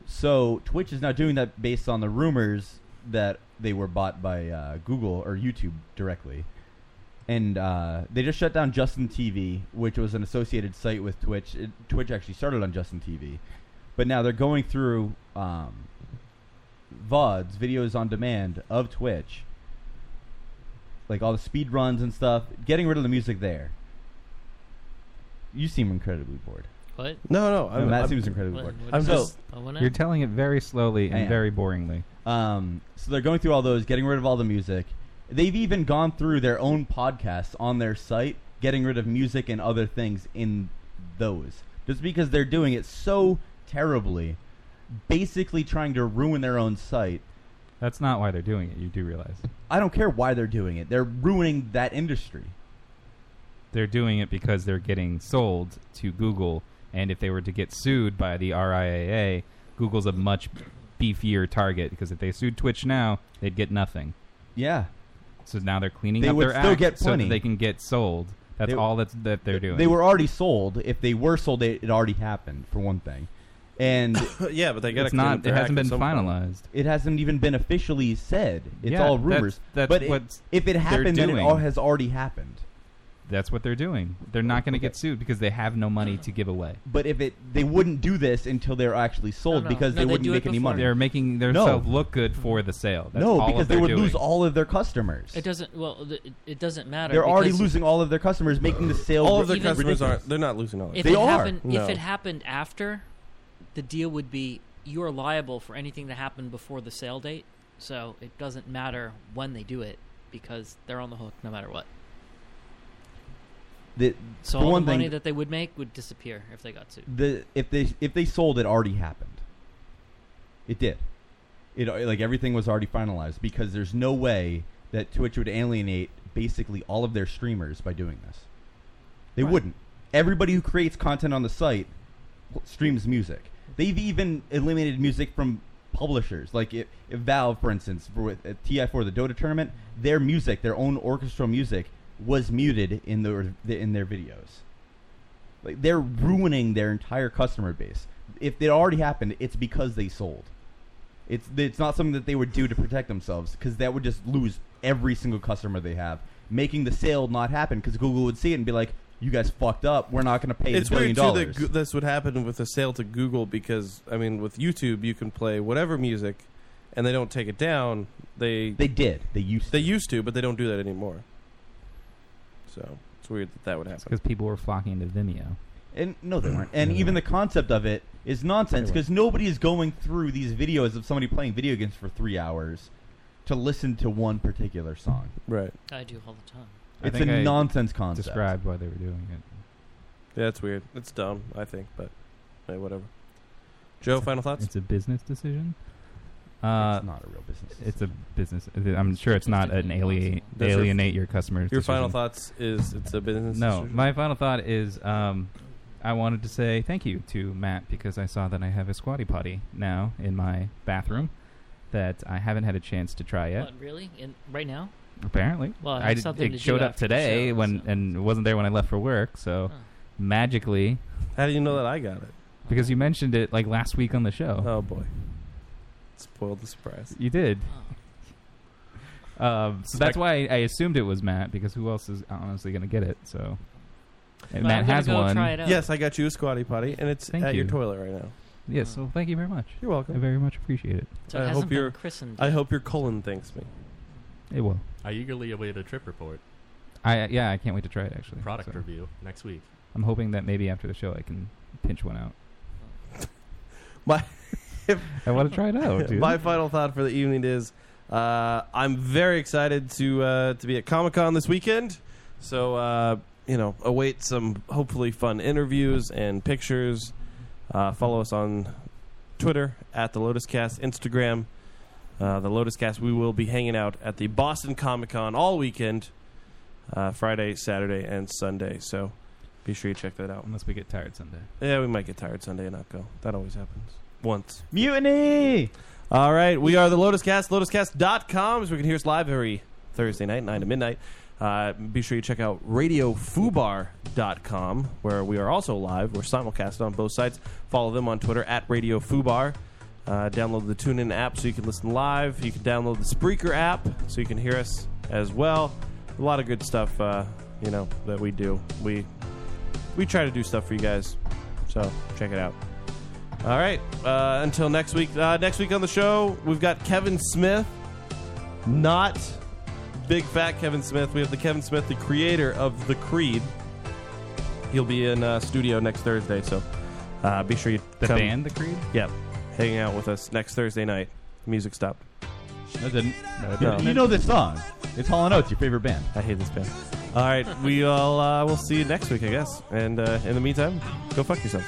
Speaker 10: So Twitch is now doing that based on the rumors that they were bought by uh, Google or YouTube directly and uh, they just shut down Justin TV, which was an associated site with Twitch. It, Twitch actually started on Justin TV, but now they're going through um, VODs, videos on demand of Twitch, like all the speed runs and stuff, getting rid of the music there. You seem incredibly bored.
Speaker 6: What?
Speaker 9: No, no.
Speaker 8: I'm-
Speaker 10: Matt
Speaker 8: I'm-
Speaker 10: seems incredibly
Speaker 6: What-
Speaker 10: bored.
Speaker 6: what is
Speaker 10: So-
Speaker 6: this? I wanna-
Speaker 8: You're telling it very slowly
Speaker 10: I
Speaker 8: and
Speaker 10: am.
Speaker 8: very boringly.
Speaker 10: Um, so they're going through all those, getting rid of all the music. They've even gone through their own podcasts on their site, getting rid of music and other things in those. Just because they're doing it so terribly, basically trying to ruin their own site.
Speaker 8: That's not why they're doing it. You do realize
Speaker 10: I don't care why they're doing it. They're ruining that industry.
Speaker 8: they're doing it because they're getting sold to Google, and if they were to get sued by the RIAA, Google's a much beefier target because if they sued Twitch now, they'd get nothing.
Speaker 10: Yeah.
Speaker 8: So now they're cleaning
Speaker 10: They
Speaker 8: up
Speaker 10: would
Speaker 8: their
Speaker 10: still
Speaker 8: act
Speaker 10: get
Speaker 8: so that
Speaker 10: plenty.
Speaker 8: they can get sold. That's
Speaker 10: They-
Speaker 8: all that's, that they're doing.
Speaker 10: They were already sold. If they were sold, it, it already happened, for one thing.
Speaker 8: <laughs>
Speaker 10: And
Speaker 9: yeah, but they gotta
Speaker 8: It's not- clean up their it hasn't act at been some point. finalized.
Speaker 10: It hasn't even been officially said. It's
Speaker 8: Yeah,
Speaker 10: all
Speaker 8: that's-
Speaker 10: rumors.
Speaker 8: that's
Speaker 10: but it-
Speaker 8: what's-
Speaker 10: if it
Speaker 8: they're
Speaker 10: happened, then it
Speaker 8: doing.
Speaker 10: all has already happened.
Speaker 8: That's what they're doing. They're not going to get sued because they have no money to give away.
Speaker 10: But if it, they wouldn't do this until they're actually sold
Speaker 8: no.
Speaker 10: because
Speaker 8: No,
Speaker 10: they
Speaker 8: they
Speaker 10: wouldn't
Speaker 8: do it
Speaker 10: make any
Speaker 8: before.
Speaker 10: money.
Speaker 8: They're making themselves look good for the sale. That's
Speaker 10: no,
Speaker 8: all
Speaker 10: because
Speaker 8: that
Speaker 10: they
Speaker 8: they're
Speaker 10: would
Speaker 8: doing.
Speaker 10: lose all of their customers.
Speaker 6: It doesn't. Well, th- it- it doesn't matter.
Speaker 10: They're already
Speaker 6: because
Speaker 10: losing all of their customers, making the sale.
Speaker 9: All of their
Speaker 10: even-
Speaker 9: customers aren't. They're not losing all. of
Speaker 6: If
Speaker 9: them.
Speaker 6: it happened, If it happened after, the deal would be you are liable for anything that happened before the sale date. So it doesn't matter when they do it because they're on the hook no matter what.
Speaker 10: the,
Speaker 6: So
Speaker 10: the
Speaker 6: all
Speaker 10: one
Speaker 6: the money
Speaker 10: thing
Speaker 6: that they would make would disappear if they got sued.
Speaker 10: the if they if they sold it already happened. It did. It like everything was already finalized because there's no way that Twitch would alienate basically all of their streamers by doing this. They
Speaker 2: Right.
Speaker 10: wouldn't. Everybody who creates content on the site streams music. They've even eliminated music from publishers. Like if, if Valve, for instance, for with uh, TI4 the Dota tournament, their music, their own orchestral music, was muted in their in their videos. Like they're ruining their entire customer base. If it already happened, it's because they sold. It's it's not something that they would do to protect themselves because that would just lose every single customer they have, making the sale not happen because Google would see it and be like, "You guys fucked up. We're not going to pay
Speaker 9: it's
Speaker 10: a billion
Speaker 9: weird too
Speaker 10: dollars."
Speaker 9: that Goo- this would happen with a sale to Google because I mean, with YouTube, you can play whatever music, and they don't take it down. They
Speaker 10: they did. They used
Speaker 9: they used to, but they don't do that anymore. So it's weird that that would happen.
Speaker 8: because people were flocking to Vimeo.
Speaker 10: And no, they weren't. And even the concept of it is nonsense
Speaker 8: Mm-hmm. They weren't.
Speaker 10: because nobody is going through these videos of somebody playing video games for three hours to listen to one particular song.
Speaker 9: Right.
Speaker 6: I do all the time.
Speaker 9: I
Speaker 10: It's
Speaker 9: think
Speaker 10: a
Speaker 9: I
Speaker 10: nonsense concept.
Speaker 8: Described why they were doing it.
Speaker 9: Yeah, it's weird. It's dumb, I think, but hey, whatever. Joe, final thoughts?
Speaker 8: It's a business decision. Uh,
Speaker 10: it's not a real business.
Speaker 8: It's a business. uh, I'm sure it's not an alienate
Speaker 9: That's your-
Speaker 8: alienate your customers.
Speaker 9: Your final
Speaker 8: decision.
Speaker 9: thoughts is it's a business.
Speaker 8: No,
Speaker 9: decision?
Speaker 8: my final thought is um, I wanted to say thank you to Matt because I saw that I have a squatty potty now in my bathroom that I haven't had a chance to try yet.
Speaker 6: What, really? In, right now?
Speaker 8: Apparently,
Speaker 6: Well, I
Speaker 8: I
Speaker 6: have
Speaker 8: did-
Speaker 6: something
Speaker 8: it
Speaker 6: to do
Speaker 8: showed up
Speaker 6: after the
Speaker 8: today
Speaker 6: show,
Speaker 8: when and it wasn't there when I left for work. So magically,
Speaker 9: how do you know that I got it?
Speaker 8: Because you mentioned it like last week on the show.
Speaker 9: Oh boy, spoiled the surprise.
Speaker 8: You did. Um, so that's
Speaker 9: Spec-
Speaker 8: why I assumed it was Matt because who else is honestly going to get it? So and
Speaker 9: Well,
Speaker 8: Matt
Speaker 9: I'm gonna
Speaker 8: has
Speaker 9: go
Speaker 8: one.
Speaker 9: try it out. Yes, I got you a squatty potty, and it's
Speaker 8: Thank
Speaker 9: at your
Speaker 8: you.
Speaker 9: toilet right now.
Speaker 8: Yes, so thank you very much.
Speaker 9: You're welcome.
Speaker 8: I very much appreciate it.
Speaker 9: I hope your I hope your colon thanks me.
Speaker 8: It will.
Speaker 3: I eagerly await a trip report,
Speaker 8: I yeah, I can't wait to try it actually.
Speaker 3: product
Speaker 8: So,
Speaker 3: review next week.
Speaker 8: I'm hoping that maybe after the show I can pinch one out.
Speaker 9: My,
Speaker 8: I want to try it
Speaker 9: <laughs>
Speaker 8: <laughs> out, dude.
Speaker 9: My final thought for the evening is uh, I'm very excited to uh, to be at Comic Con this weekend. So uh, you know, await some hopefully fun interviews and pictures. Uh, follow us on Twitter at the Lotus Cast, Instagram, uh, the Lotus Cast. We will be hanging out at the Boston Comic Con all weekend, uh, Friday, Saturday, and Sunday. So be sure you check that out.
Speaker 8: Unless we get tired Sunday.
Speaker 9: Yeah, we might get tired Sunday and not go. That always happens. Once.
Speaker 10: Mutiny!
Speaker 9: All right, we are the Lotus Cast, lotuscast.com. So we can hear us live every Thursday night, 9 to midnight. Uh, be sure you check out radiofubar.com, where we are also live. We're simulcast on both sites. Follow them on Twitter at radiofubar. Uh, download the TuneIn app so you can listen live. You can download the Spreaker app so you can hear us as well. A lot of good stuff, uh, you know, that we do. We we try to do stuff for you guys, so check it out. All right. Uh, until next week. Uh, next week on the show, we've got Kevin Smith, not big fat Kevin Smith. We have the Kevin Smith, the creator of the Creed. He'll be in uh, studio next Thursday, so uh, be sure you
Speaker 8: The
Speaker 9: come-
Speaker 8: band, The Creed?
Speaker 9: Yep, hanging out with us next Thursday night. Music stopped.
Speaker 10: No, it didn't. No,
Speaker 9: it
Speaker 10: You, you know this song. It's Hall and Oates, your favorite band.
Speaker 9: I hate this band. All right, we all uh, we'll see you next week, I guess. And uh, in the meantime, go fuck yourself.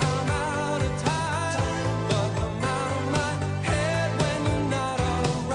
Speaker 5: I'm out of time, but I'm out of my head when the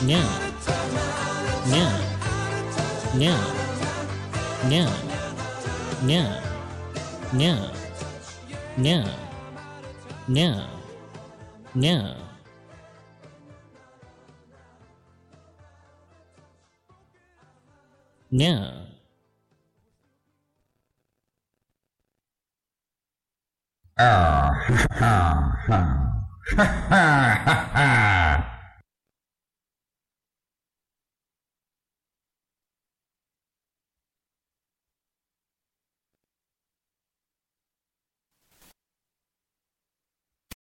Speaker 6: No. No. No. No. No. No. No. No. No. No.
Speaker 2: 啊 Oh, ha ha ha. Ha ha ha ha.